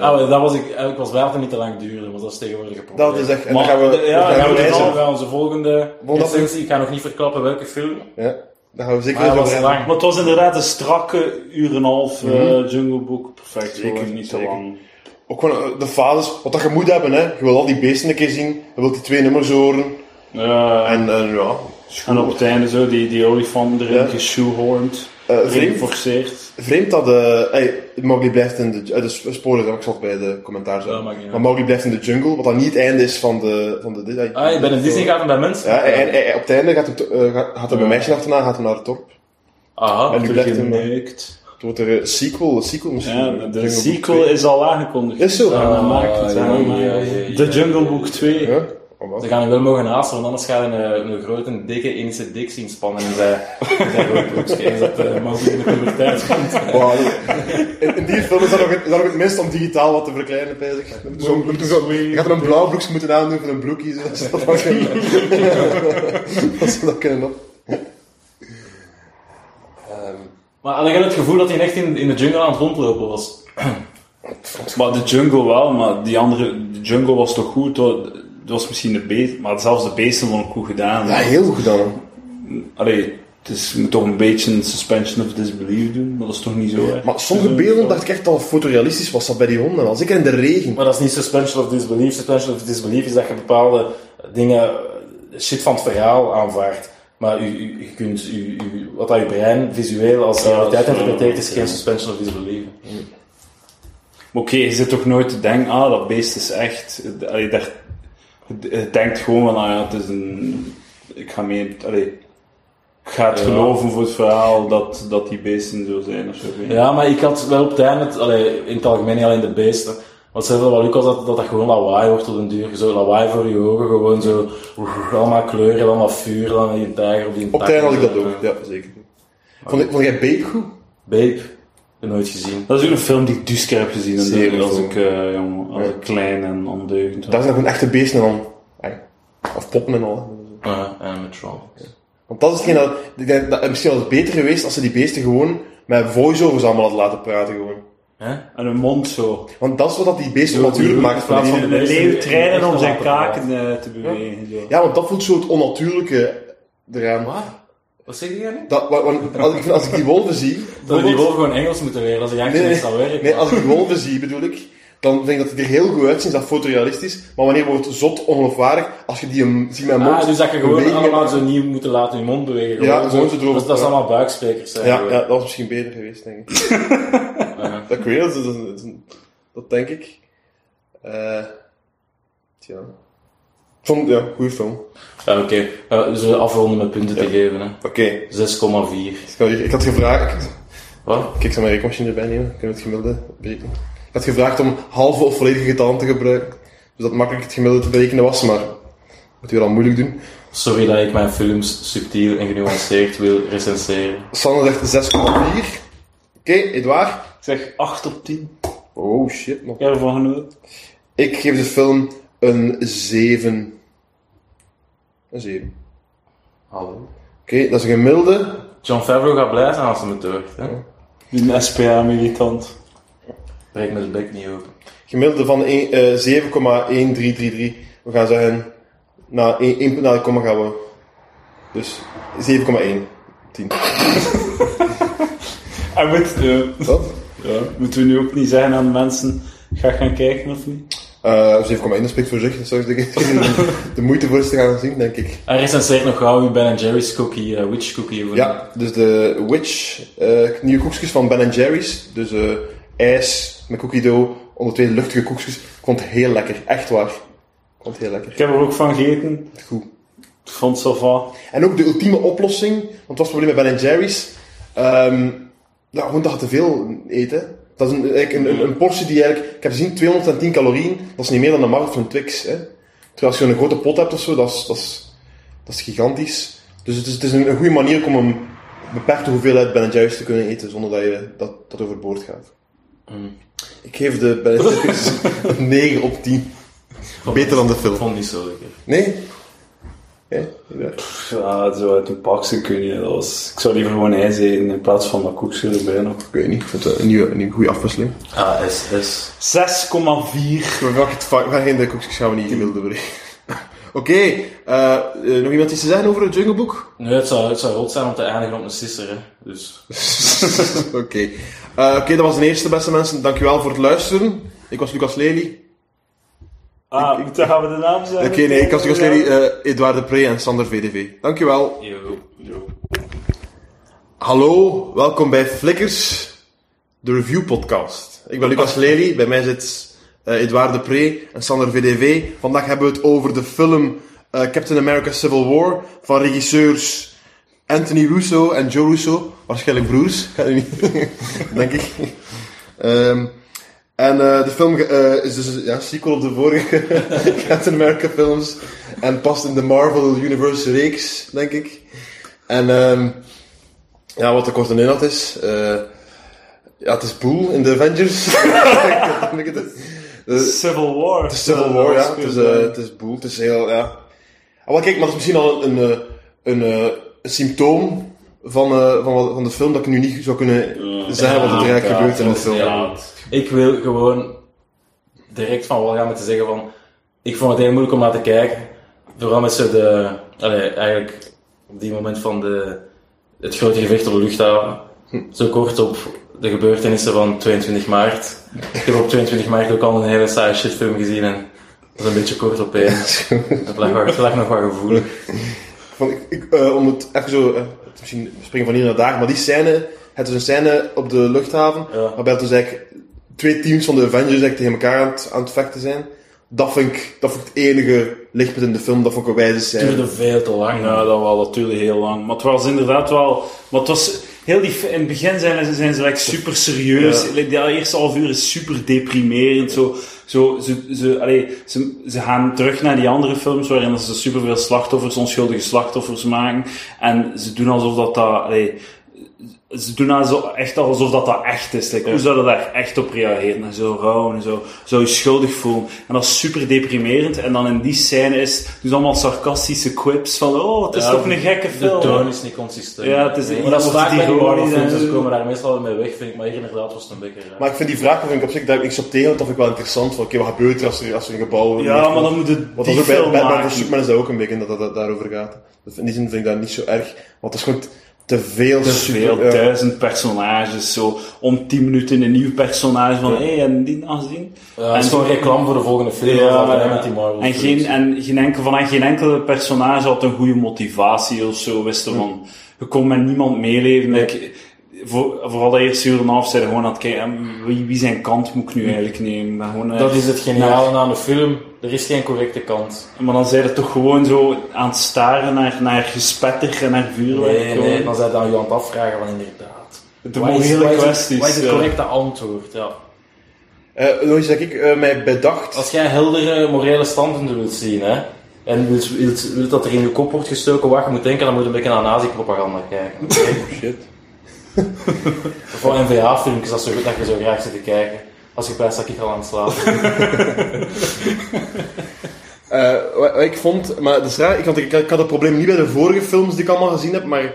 [SPEAKER 4] Ah, maar dat was ik, ik was blij dat het niet te lang duurde, want dat is tegenwoordig een probleem.
[SPEAKER 2] Dat is echt, en
[SPEAKER 5] Maar,
[SPEAKER 2] dan gaan we,
[SPEAKER 5] ja,
[SPEAKER 2] dan gaan
[SPEAKER 4] We gaan
[SPEAKER 2] we
[SPEAKER 4] het
[SPEAKER 2] reizen.
[SPEAKER 4] al bij onze volgende
[SPEAKER 2] Volgende
[SPEAKER 4] recensie. Ik ga nog niet verklappen welke film. Ah,
[SPEAKER 2] Ja, dan gaan we zeker
[SPEAKER 4] Maar
[SPEAKER 2] over
[SPEAKER 4] dat was
[SPEAKER 2] reizen.
[SPEAKER 5] Maar
[SPEAKER 4] lang.
[SPEAKER 5] het was inderdaad een strakke uur en een half eh,
[SPEAKER 4] Mhm.
[SPEAKER 5] Jungle Book. Perfect,
[SPEAKER 2] Zeker,
[SPEAKER 5] zeker niet te
[SPEAKER 2] zeker.
[SPEAKER 5] lang.
[SPEAKER 2] Ook gewoon eh, de fases, wat dat je moet hebben, hè. Je wil al die beesten een keer zien, je wilt die twee nummers horen,
[SPEAKER 5] Ja,
[SPEAKER 2] en, eh, ja.
[SPEAKER 5] en op het einde zo, die, die olifant erin
[SPEAKER 2] Ja.
[SPEAKER 5] geshoehorned,
[SPEAKER 2] Eh,
[SPEAKER 5] erin
[SPEAKER 2] vreemd.
[SPEAKER 5] geforceerd.
[SPEAKER 2] Vreemd dat eh hey, Mowgli blijft in de... eh, de sp- spoiler, hè, ik zal het bij de commentaar
[SPEAKER 4] Ja,
[SPEAKER 2] zeggen.
[SPEAKER 4] maakt niet uit.
[SPEAKER 2] maar Mowgli blijft in de jungle, wat dan niet het einde is van de... Van de dit-
[SPEAKER 4] Ah, je bent in Disney gaat bij mensen.
[SPEAKER 2] Ja, en, en- en op het einde gaat hij to- eh, gaat- gaat hij een meisje achterna, gaat hij naar het dorp.
[SPEAKER 4] Aha.
[SPEAKER 2] En nu blijft hem... eh,
[SPEAKER 5] Geneukt.
[SPEAKER 2] Het wordt er een sequel, een sequel misschien.
[SPEAKER 5] Ja,
[SPEAKER 2] Jungle
[SPEAKER 5] de
[SPEAKER 2] Book
[SPEAKER 5] sequel
[SPEAKER 2] 2.
[SPEAKER 5] is al aangekondigd.
[SPEAKER 2] Is zo?
[SPEAKER 5] Aan de
[SPEAKER 4] Ah,
[SPEAKER 5] markt,
[SPEAKER 4] ja,
[SPEAKER 5] aan de
[SPEAKER 4] ja,
[SPEAKER 5] markt.
[SPEAKER 4] ja, ja.
[SPEAKER 5] De Jungle Book 2.
[SPEAKER 2] Ja? Oh, wat?
[SPEAKER 4] Ze gaan je wel mogen haasten, want anders ga je een, een grote, dikke Indische dik zien spannen en zij zijn dat eh mogelijk in de puberteit komt.
[SPEAKER 2] Wauw. In, in die film is dat, nog het, is dat nog het minst om digitaal wat te verkleinen, pijs ik. Zo, zo, je gaat er een blauw broekje moeten aandoen voor een broekje. Zodat ze dat, dan kunnen- dat ze dat kunnen op.
[SPEAKER 4] Maar had ik had het gevoel dat hij echt in, in de jungle aan het rondlopen was.
[SPEAKER 5] Maar de jungle wel, maar die andere, de jungle was toch goed hoor. Het was misschien de beest, maar zelfs de beesten waren ook goed gedaan.
[SPEAKER 2] Ja, heel goed dan.
[SPEAKER 5] Allee, het is, je moet toch een beetje een suspension of disbelief doen, maar dat is toch niet zo erg.
[SPEAKER 2] Maar sommige beelden dacht ik echt al fotorealistisch was dat bij die honden. Als ik in de regen.
[SPEAKER 4] Maar dat is niet suspension of disbelief. Suspension of disbelief is dat je bepaalde dingen, eh, shit van het verhaal aanvaardt. Maar u, u, je kunt u, u, wat dat je brein visueel als realiteit
[SPEAKER 5] dat is wel-
[SPEAKER 4] interpreteert, is geen suspension of disbelief.
[SPEAKER 5] Maar Oké, je zit toch nooit te denken, ah, dat beest is echt... Allee, daar, je- je denkt gewoon van, ah ja, het is een... Ik ga mee... Allee, ik ga het
[SPEAKER 4] Ja.
[SPEAKER 5] geloven voor het verhaal dat, dat die beesten zo zijn of zo. ik weet niet.
[SPEAKER 4] Ja, maar ik had wel op het einde, het- allee, in het algemeen niet alleen de beesten, want ze hebben wel Lucas dat, dat dat gewoon lawaai wordt op een duur. Zo lawaai voor je ogen, gewoon zo oeh, allemaal kleuren, allemaal vuur, dan die tijger op die
[SPEAKER 2] Op het
[SPEAKER 4] tak
[SPEAKER 2] einde had ik
[SPEAKER 4] en
[SPEAKER 2] dat
[SPEAKER 4] zo.
[SPEAKER 2] ook, ja, zeker. Vond, ik- vond jij Babe goed?
[SPEAKER 4] Babe, heb nooit gezien.
[SPEAKER 5] Dat is ook een film die ik dus keer heb gezien. En
[SPEAKER 2] Zeer
[SPEAKER 5] dat- als
[SPEAKER 2] goed.
[SPEAKER 5] ik, eh, jong, als
[SPEAKER 2] Ja.
[SPEAKER 5] ik klein en ondeugend was.
[SPEAKER 2] Daar zijn gewoon echte beesten dan. Ja, Of poppen en al.
[SPEAKER 4] Ja, animatronics.
[SPEAKER 2] Want dat is hetgeen dat, ik denk, dat, misschien was het beter geweest als ze die beesten gewoon met voice-overs allemaal hadden laten praten gewoon.
[SPEAKER 4] Hè?
[SPEAKER 5] En een mond zo.
[SPEAKER 2] Want dat is wat dat die beesten
[SPEAKER 4] Zo,
[SPEAKER 2] natuurlijk
[SPEAKER 4] die
[SPEAKER 2] maakt in plaats van...
[SPEAKER 4] doen
[SPEAKER 5] Een
[SPEAKER 4] de beesten
[SPEAKER 5] leeuw
[SPEAKER 4] die
[SPEAKER 5] trainen
[SPEAKER 4] echt
[SPEAKER 5] om
[SPEAKER 4] nog
[SPEAKER 5] zijn
[SPEAKER 4] laten praten.
[SPEAKER 5] kaken eh, te bewegen. Zo.
[SPEAKER 2] Ja, want dat voelt zo het onnatuurlijke eraan.
[SPEAKER 4] Wat? Wat zeg je nu?
[SPEAKER 2] Dat, wa- want als, ik, als ik die wolven zie...
[SPEAKER 4] Dat die wolven gewoon Engels moeten leren, als een jankje
[SPEAKER 2] Nee, nee,
[SPEAKER 4] niet zal werken.
[SPEAKER 2] nee, als ik die wolven zie, bedoel ik, dan denk ik dat die er heel goed uitzien, is dat fotorealistisch. Maar wanneer wordt het zot ongeloofwaardig als je die hem- ziet met een mond...
[SPEAKER 4] Ah, dus dat je gewoon
[SPEAKER 2] bewegen-
[SPEAKER 4] allemaal zo niet moet laten je mond bewegen.
[SPEAKER 2] Ja,
[SPEAKER 4] Gewoon
[SPEAKER 2] gewoon zo erover
[SPEAKER 4] dat, dat is allemaal buiksprekers. Zijn,
[SPEAKER 2] Ja,
[SPEAKER 4] gewoon.
[SPEAKER 2] ja, dat was misschien beter geweest, denk ik.
[SPEAKER 4] Ja.
[SPEAKER 2] Dat ik weet, dat, is een- dat is een- dat denk ik. Eh tja. Ik vond- ja, goede film. Oké,
[SPEAKER 4] Ja, oké. Ja, dus we afronden met punten te geven. Hè. 6,4.
[SPEAKER 2] ik had hier- ik had gevraagd...
[SPEAKER 4] Wat?
[SPEAKER 2] Kijk, ik zal mijn rekenmachine erbij nemen. Kunnen we het gemiddelde berekenen? Ik had gevraagd om halve of volledige getallen te gebruiken. Dus dat makkelijk het gemiddelde te berekenen was, maar... Dat weer al moeilijk doen.
[SPEAKER 4] Sorry dat ik mijn films subtiel en genuanceerd wil recenseren.
[SPEAKER 2] Sanne zegt 6,4. Oké, Edouard.
[SPEAKER 5] Ik zeg 8 op 10.
[SPEAKER 2] Oh shit, nog.
[SPEAKER 5] Ik heb ervan genoten.
[SPEAKER 2] Ik geef de film een 7. Een 7.
[SPEAKER 4] Hallo.
[SPEAKER 2] Oké, dat is een gemiddelde.
[SPEAKER 4] John Favreau gaat blij zijn als hij me durft. Hè.
[SPEAKER 5] Een SPA-militant.
[SPEAKER 4] Breek me de bek niet open.
[SPEAKER 2] Gemiddelde van een- eh, 7,1333. We gaan zeggen, na 1 punt na de komma gaan we. Dus 7,1. 10.
[SPEAKER 5] En moet, eh,
[SPEAKER 2] Wat?
[SPEAKER 5] ja, moeten we nu ook niet zeggen aan de mensen, ga gaan kijken of niet?
[SPEAKER 2] Eh 7,1 dat spreekt voor zich. Dat is de, de moeite voor eens te gaan zien, denk ik.
[SPEAKER 4] Hij recenseert nog gauw uw Ben Jerry's cookie, eh, witch cookie. voor mij.
[SPEAKER 2] Ja, dus de Witch, eh, nieuwe koekjes van Ben Jerry's. Dus eh, ijs met cookie dough, onder twee luchtige koekjes. Ik vond het heel lekker, echt waar. Ik vond het heel lekker.
[SPEAKER 5] Ik heb er ook van gegeten.
[SPEAKER 2] Goed.
[SPEAKER 5] Ik vond het zo
[SPEAKER 2] En ook de ultieme oplossing, want het was het probleem met Ben Jerry's. Ehm ja, gewoon dat je te veel eet. Hè. Dat is een, eigenlijk een, een, een portie die eigenlijk, ik heb gezien 210 calorieën, dat is niet meer dan een markt van Twix. Hè. Terwijl als je een grote pot hebt of zo, dat is, dat is, dat is gigantisch. Dus het is, het is een, een goede manier om een beperkte hoeveelheid Ben Jerry's te kunnen eten zonder dat je dat, dat overboord gaat. Mm. Ik geef de Ben Jerry's 9 op 10. Beter dan de film.
[SPEAKER 4] Ik vond het niet zo lekker.
[SPEAKER 2] Nee? Oké, ja.
[SPEAKER 5] Ja, zo uit een pakje kun je. Dat was, ik zou liever gewoon ijs eten in plaats van dat koekje erbij nog. 6,4.
[SPEAKER 2] Ik weet niet, ik vind het een nieuwe, een goede afwisseling.
[SPEAKER 4] Ah, S, S.
[SPEAKER 2] We gaan het vaak, we gaan geen de koekjes gaan we niet gemiddelde brengen. Oké, eh, eh, nog iemand iets te zeggen over het Jungle Book?
[SPEAKER 4] Nee, het zou, het zou rot zijn om te eindigen op een sisser, hè. Dus...
[SPEAKER 2] Oké, Eh, oké, dat was de eerste, beste mensen. Dankjewel voor het luisteren. Ik was Lucas Lely.
[SPEAKER 5] Ah, moeten gaan we de naam zeggen?
[SPEAKER 2] Oké, nee, ik was Lucas Lely, eh Edouard de Pre en Sander VDV. Dankjewel.
[SPEAKER 4] Yo. Yo.
[SPEAKER 2] Hallo, welkom bij Flickers, de review podcast. Ik ben Lucas Lely, bij mij zit eh Edouard de Pre en Sander VDV. Vandaag hebben we het over de film eh, Captain America Civil War van regisseurs Anthony Russo en Joe Russo. Waarschijnlijk broers, ik weet het niet. denk ik. Ehm, en eh, de film eh, is dus een ja, sequel op de vorige Captain America films. En past in de Marvel Universe reeks, denk ik. En... ehm ja, wat de korte inhoud is. eh, ja, het is Pool in de Avengers. Ik denk het is. Eh,
[SPEAKER 5] Civil War.
[SPEAKER 2] het is Civil War, ja. Het is, eh, het is boel, het is heel, ja. Ah, wel, kijk, maar dat is misschien al een, eh, een, eh, een symptoom van, eh, van, wat- van de film dat ik nu niet zou kunnen zeggen wat er eigenlijk
[SPEAKER 4] Ja,
[SPEAKER 2] gebeurt in de
[SPEAKER 4] dat is
[SPEAKER 2] film.
[SPEAKER 4] heel goed. Ik wil gewoon direct van wal gaan met te zeggen van... Ik vond het heel moeilijk om naar te kijken. Vooral met zo de... Allee, eigenlijk op die moment van de, het grote gevecht op de luchthaven. Zo kort op de gebeurtenissen van 22 maart. Ik heb op 22 maart ook al een hele saaie shitfilm gezien en dat is een beetje kort op één. Het lag, wel- het lag nog wel gevoelig.
[SPEAKER 2] Van, ik, ik, eh, om het even zo, eh, misschien springen van hier naar daar, maar die scène, het is een scène op de luchthaven,
[SPEAKER 4] Ja.
[SPEAKER 2] waarbij dus eigenlijk twee teams van de Avengers eigenlijk tegen elkaar aan het, aan het vechten zijn. Dat vind, ik, dat vind ik het enige lichtpunt in de film, dat vond ik een wijze
[SPEAKER 4] Het
[SPEAKER 2] scène.
[SPEAKER 4] duurde veel te lang.
[SPEAKER 5] Ja, dat wel, dat duurde heel lang. Maar het was inderdaad wel... Maar het was... Heel die, in het begin zijn, ze- zijn ze like, super serieus.
[SPEAKER 2] Ja.
[SPEAKER 5] Like, dat eerste half uur is super deprimerend. Zo, zo, ze, ze, allee, ze, ze gaan terug naar die andere films waarin ze super veel slachtoffers, onschuldige slachtoffers maken. En ze doen alsof dat dat... allee, ze doen alsof, echt alsof dat, dat echt is. Like, Hoe zou dat daar echt op reageren? En zo rouw en zo. Zou je schuldig voelen? En dat is super deprimerend. En dan in die scène is dus allemaal sarcastische quips van oh, het is
[SPEAKER 4] Ja,
[SPEAKER 5] toch een gekke
[SPEAKER 4] De
[SPEAKER 5] film.
[SPEAKER 4] toon is niet consistent.
[SPEAKER 5] Ja, het is-
[SPEAKER 4] maar dat is vaak bij die
[SPEAKER 5] iemand die
[SPEAKER 4] Marvel-films,
[SPEAKER 5] dan-
[SPEAKER 4] dus ze komen daar meestal wel mee weg, vind ik. Maar hier inderdaad was het een beetje raar.
[SPEAKER 2] Maar ik vind die vraag, dat vind ik op zich, dat ik zat tegen, dat vind ik wel interessant, van oké, wat gebeurt er als er, als er een gebouw...
[SPEAKER 5] Ja, maar dan moet het
[SPEAKER 2] Want dat
[SPEAKER 5] die
[SPEAKER 2] is ook bij
[SPEAKER 5] film
[SPEAKER 2] Batman
[SPEAKER 5] maken.
[SPEAKER 2] vs Superman is dat ook een beetje, dat dat, dat daarover gaat. Dus in die zin vind ik dat niet zo erg, want dat is gewoon te veel...
[SPEAKER 5] Te
[SPEAKER 2] super-
[SPEAKER 5] veel,
[SPEAKER 2] ja.
[SPEAKER 5] duizend personages, zo om tien minuten een nieuw personage van hé, hey, en die aangezien.
[SPEAKER 4] Ja, het is gewoon reclame voor de volgende film.
[SPEAKER 5] Ja,
[SPEAKER 4] dat is
[SPEAKER 5] ja.
[SPEAKER 4] met die Marvel
[SPEAKER 5] En geen, en geen enkel, van geen enkele personage had een goede motivatie of zo. Wist er van, je kon met niemand meeleven. Ik, voor, vooral de eerste uur en een half zeiden gewoon aan het kijken, en wie, wie zijn kant moet ik nu eigenlijk nemen? Maar, gewoon, eh,
[SPEAKER 4] Dat is het geniale aan de film. Er is geen correcte kant.
[SPEAKER 5] eh, maar dan zijn ze toch gewoon zo aan het staren naar, naar gespetter en naar vuurwerk.
[SPEAKER 4] Nee,
[SPEAKER 5] gewoon.
[SPEAKER 4] nee, dan zijn dan je aan het afvragen van inderdaad.
[SPEAKER 5] De
[SPEAKER 4] Wat is-
[SPEAKER 5] morele
[SPEAKER 4] wat is het-
[SPEAKER 5] kwesties,
[SPEAKER 4] Wat is het
[SPEAKER 5] ja.
[SPEAKER 4] correcte antwoord? Ja.
[SPEAKER 2] Eh, nog iets dat ik eh, mij bedacht...
[SPEAKER 5] Oh,
[SPEAKER 4] Als jij heldere morele standpunten wilt zien, hè, en wilt, wilt, wilt dat er in je kop wordt gestoken wat je moet denken, dan moet je een beetje naar nazi-propaganda kijken.
[SPEAKER 2] Shit.
[SPEAKER 4] Of wel NVA-filmpjes, dat is zo goed dat je zo graag zit te kijken. Als je pijst dat ik al aan het slapen. ben.
[SPEAKER 2] Eh, wat, wat ik vond, maar dat is raar, ik had, ik, ik had het probleem niet bij de vorige films die ik allemaal gezien heb, maar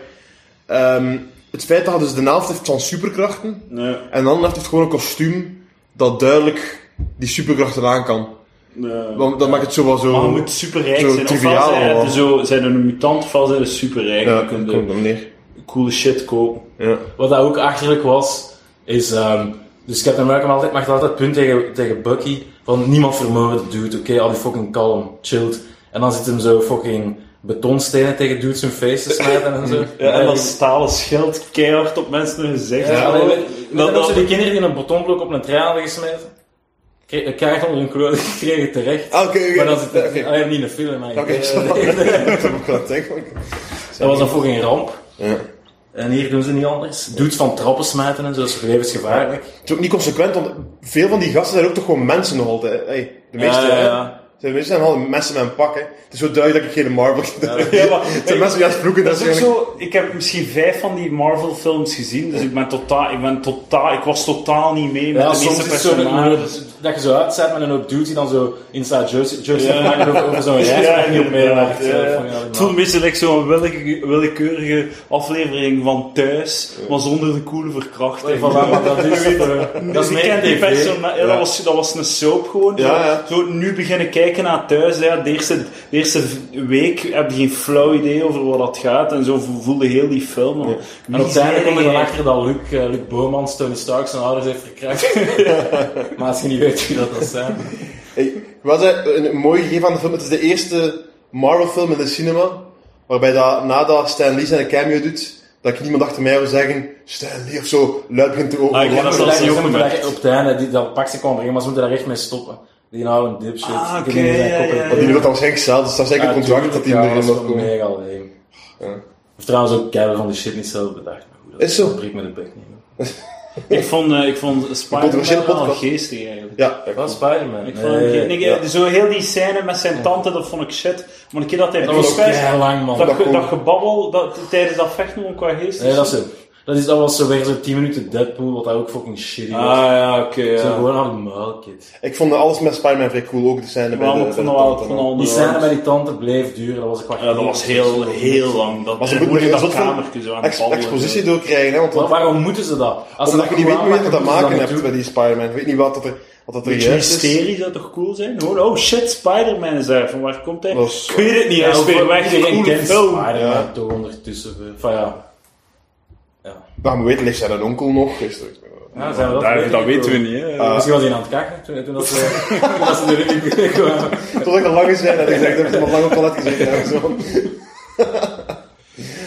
[SPEAKER 2] ehm, het feit dat hij dus de helft heeft van superkrachten
[SPEAKER 5] Nee,
[SPEAKER 2] en de andere helft heeft gewoon een kostuum dat duidelijk die superkrachten aan kan.
[SPEAKER 5] nee.
[SPEAKER 2] Dan, dat maakt het zo wel zo.
[SPEAKER 5] Maar je moet superrijk
[SPEAKER 2] Zo
[SPEAKER 5] zijn. Ofwel
[SPEAKER 2] triviaal
[SPEAKER 5] zijn
[SPEAKER 2] allemaal.
[SPEAKER 5] het zo, zijn er een mutant, ofwel zijn er superrijk.
[SPEAKER 2] ja,
[SPEAKER 5] dan kun
[SPEAKER 2] komt
[SPEAKER 5] je
[SPEAKER 2] er neer.
[SPEAKER 5] coole shit kopen.
[SPEAKER 2] Ja.
[SPEAKER 4] Wat dat ook achterlijk was, is... ehm, dus Captain America maakt altijd, maakt altijd punt tegen, tegen Bucky van niemand vermoorden, dude. Oké, al die fucking kalm, chilled. En dan zit hem zo fucking betonstenen tegen dudes hun face te smijten en zo.
[SPEAKER 5] Ja, en dat stalen schild keihard op mensen hun gezicht.
[SPEAKER 4] Ja,
[SPEAKER 5] Allee,
[SPEAKER 4] alleen,
[SPEAKER 5] we- dat-
[SPEAKER 4] dat,
[SPEAKER 5] dat-
[SPEAKER 4] ze die kinderen die een betonblok op een trein hadden gesmeten, kre- keihard onder hun kloot gekregen terecht.
[SPEAKER 2] Ah, Oké, oké.
[SPEAKER 4] Maar dat is het,
[SPEAKER 2] Oké.
[SPEAKER 4] alleen niet in een film. maar-
[SPEAKER 2] Oké,
[SPEAKER 4] eh,
[SPEAKER 2] zo. Dat heb ik wel aan het denken.
[SPEAKER 4] dat was een fucking ramp.
[SPEAKER 2] Ja.
[SPEAKER 4] En hier doen ze niet anders. Dudes van trappen smijten en zo, dat is levensgevaarlijk.
[SPEAKER 2] Het is ook niet consequent, want veel van die gasten zijn ook toch gewoon mensen nog altijd. Hey, de meeste,
[SPEAKER 4] Ja, ja,
[SPEAKER 2] hè.
[SPEAKER 4] ja.
[SPEAKER 2] De meeste zijn al mensen met een pak. Hè. Het is zo duidelijk dat ik geen Marvel
[SPEAKER 5] Ja, maar-
[SPEAKER 2] Het zijn mensen die aan het vloeken.
[SPEAKER 5] Dat is ook
[SPEAKER 2] eigenlijk-
[SPEAKER 5] zo, ik heb misschien vijf van die Marvel films gezien, dus ik ben totaal, ik ben totaal, ik was totaal niet mee met
[SPEAKER 4] Ja,
[SPEAKER 5] de
[SPEAKER 4] soms
[SPEAKER 5] meeste
[SPEAKER 4] is het zo dat,
[SPEAKER 5] personages.
[SPEAKER 4] dat je zo uitzet met een hoop dudes die dan zo inside jersey, jersey
[SPEAKER 5] Ja.
[SPEAKER 4] maken over, over zo'n reis,
[SPEAKER 5] Ja,
[SPEAKER 4] waar je niet op
[SPEAKER 5] inderdaad,
[SPEAKER 4] meewerkt.
[SPEAKER 5] ja,
[SPEAKER 4] Eh,
[SPEAKER 5] ja.
[SPEAKER 4] van, ja,
[SPEAKER 5] Het voelt een beetje like zo'n willeke- willekeurige aflevering van thuis, maar zonder de coole verkrachting.
[SPEAKER 4] Voilà, maar dat is, eh, dat is
[SPEAKER 5] Je
[SPEAKER 4] meer
[SPEAKER 5] kent Dus die
[SPEAKER 4] TV.
[SPEAKER 5] persona- ja,
[SPEAKER 2] Ja.
[SPEAKER 5] dat, was, dat was een soap gewoon. Zo-
[SPEAKER 2] Ja, ja.
[SPEAKER 5] Zo nu beginnen kijken naar thuis. Ja, de, eerste, de eerste week heb je geen flauw idee over waar dat gaat. En zo vo- voelde heel die film. Maar
[SPEAKER 4] En
[SPEAKER 5] wie
[SPEAKER 4] uiteindelijk
[SPEAKER 5] zijn
[SPEAKER 4] kom je dan
[SPEAKER 5] jij?
[SPEAKER 4] achter dat Luc, eh, Luc Boomans Tony Stark zijn ouders heeft verkracht. maar als je niet weet wie dat dat zijn.
[SPEAKER 2] Hey, wat een, een mooi gegeven aan de film. Het is de eerste Marvel-film in de cinema. Waarbij dat, nadat Stan Lee zijn cameo doet, dat ik niemand achter mij wil zeggen: Stan Lee of zo, luid begint te over.
[SPEAKER 5] Ah, ik heb dat
[SPEAKER 4] Ze
[SPEAKER 5] zelfs
[SPEAKER 4] moeten
[SPEAKER 5] niet
[SPEAKER 4] daar- ze moeten
[SPEAKER 5] opgemerkt.
[SPEAKER 4] daar op het einde, die, dat pak ze kwam brengen, maar ze moeten daar echt mee stoppen. Die houden een dipshit.
[SPEAKER 5] Ah,
[SPEAKER 4] Die
[SPEAKER 5] oké,
[SPEAKER 4] dingen zijn
[SPEAKER 5] ja,
[SPEAKER 4] kop in
[SPEAKER 5] ja,
[SPEAKER 4] de
[SPEAKER 2] Want die wil dat waarschijnlijk zelf, dus dat is
[SPEAKER 4] Ja,
[SPEAKER 2] eigenlijk een contract dat
[SPEAKER 4] tuurlijk,
[SPEAKER 2] hij
[SPEAKER 4] ja,
[SPEAKER 2] erin
[SPEAKER 4] dat is
[SPEAKER 2] mag
[SPEAKER 4] wel
[SPEAKER 2] komen.
[SPEAKER 4] mega leem.
[SPEAKER 2] Ja.
[SPEAKER 4] Of trouwens ook keihard van die shit niet zelf bedacht. Maar goed, dat
[SPEAKER 2] Is zo.
[SPEAKER 4] dat breekt me de bek niet.
[SPEAKER 5] Ik vond, eh, ik vond
[SPEAKER 2] controversiële
[SPEAKER 5] Spider-Man wel
[SPEAKER 2] podcast.
[SPEAKER 5] geestig eigenlijk.
[SPEAKER 2] Ja,
[SPEAKER 4] Dat was Spider-Man.
[SPEAKER 5] Ik vond hem ge- nee,
[SPEAKER 2] ja.
[SPEAKER 5] Zo heel die scène met zijn tante, dat vond ik shit. Maar een keer dat hij
[SPEAKER 4] dat was
[SPEAKER 5] bloed werd,
[SPEAKER 4] keihard lang, man.
[SPEAKER 5] dat,
[SPEAKER 2] dat
[SPEAKER 5] ge-
[SPEAKER 2] kon-
[SPEAKER 5] dat gebabbel dat, tijdens dat vechten gewoon qua geest.
[SPEAKER 4] Nee, dat is zo. Dat, is, dat was zo weer zo'n 10 minuten Deadpool, wat dat ook fucking shitty was.
[SPEAKER 5] Ah ja, oké.
[SPEAKER 4] Zo
[SPEAKER 5] ja.
[SPEAKER 4] gewoon aan de muil, kid.
[SPEAKER 2] ik vond alles met Spider-Man vrij cool. Ook de scène bij
[SPEAKER 5] Maar
[SPEAKER 2] de,
[SPEAKER 5] ik
[SPEAKER 2] bij
[SPEAKER 5] vond
[SPEAKER 2] de
[SPEAKER 5] dat wel- ik
[SPEAKER 2] tante.
[SPEAKER 5] vond dat wel
[SPEAKER 4] Die
[SPEAKER 5] onderhoud.
[SPEAKER 4] scène met die tante bleef duren, dat was een kwartier.
[SPEAKER 5] Ja, Eh, dat was heel, heel lang. Dat
[SPEAKER 2] Maar ze moeten
[SPEAKER 5] en hoe
[SPEAKER 2] er
[SPEAKER 5] die
[SPEAKER 2] een
[SPEAKER 5] dat
[SPEAKER 2] soort van
[SPEAKER 5] kamertje zo aan dus,
[SPEAKER 2] ex-
[SPEAKER 5] het babbelen.
[SPEAKER 2] expositie door krijgen. Hè, want
[SPEAKER 4] Maar waarom moeten ze dat? Als ze
[SPEAKER 2] omdat je niet weet
[SPEAKER 4] goed
[SPEAKER 2] hoe je
[SPEAKER 4] aanpakken,
[SPEAKER 2] dat te
[SPEAKER 4] moeten ze
[SPEAKER 2] maken
[SPEAKER 4] niet
[SPEAKER 2] hebt
[SPEAKER 4] doen.
[SPEAKER 2] bij die Spider-Man. Ik weet niet wat dat er... Wat dat er
[SPEAKER 5] Beetje
[SPEAKER 2] juist is.
[SPEAKER 5] mysterie zou toch cool zijn? Gewoon, oh shit, Spider-Man is daar. Van waar komt hij?
[SPEAKER 2] Was-
[SPEAKER 5] Kun je dit niet uitspelen? Waar is die
[SPEAKER 4] iedereen
[SPEAKER 5] coole
[SPEAKER 4] kent
[SPEAKER 5] film?
[SPEAKER 4] Spider-Man
[SPEAKER 2] Ja.
[SPEAKER 4] toch ondertussen. eh, Van ja. Ja,
[SPEAKER 2] Nou, maar weet, ligt zijn onkel nog? Is er...
[SPEAKER 4] ja zijn we dat,
[SPEAKER 5] Daar- Dat weten we niet, hè.
[SPEAKER 2] Eh,
[SPEAKER 4] Misschien was hij aan het kakken toen, toen, dat ze, toen dat ze de ring kwamen.
[SPEAKER 2] Tot ik al lang is zijn en ik zeg dat ik nog lang op toilet gezeten heb. Zo.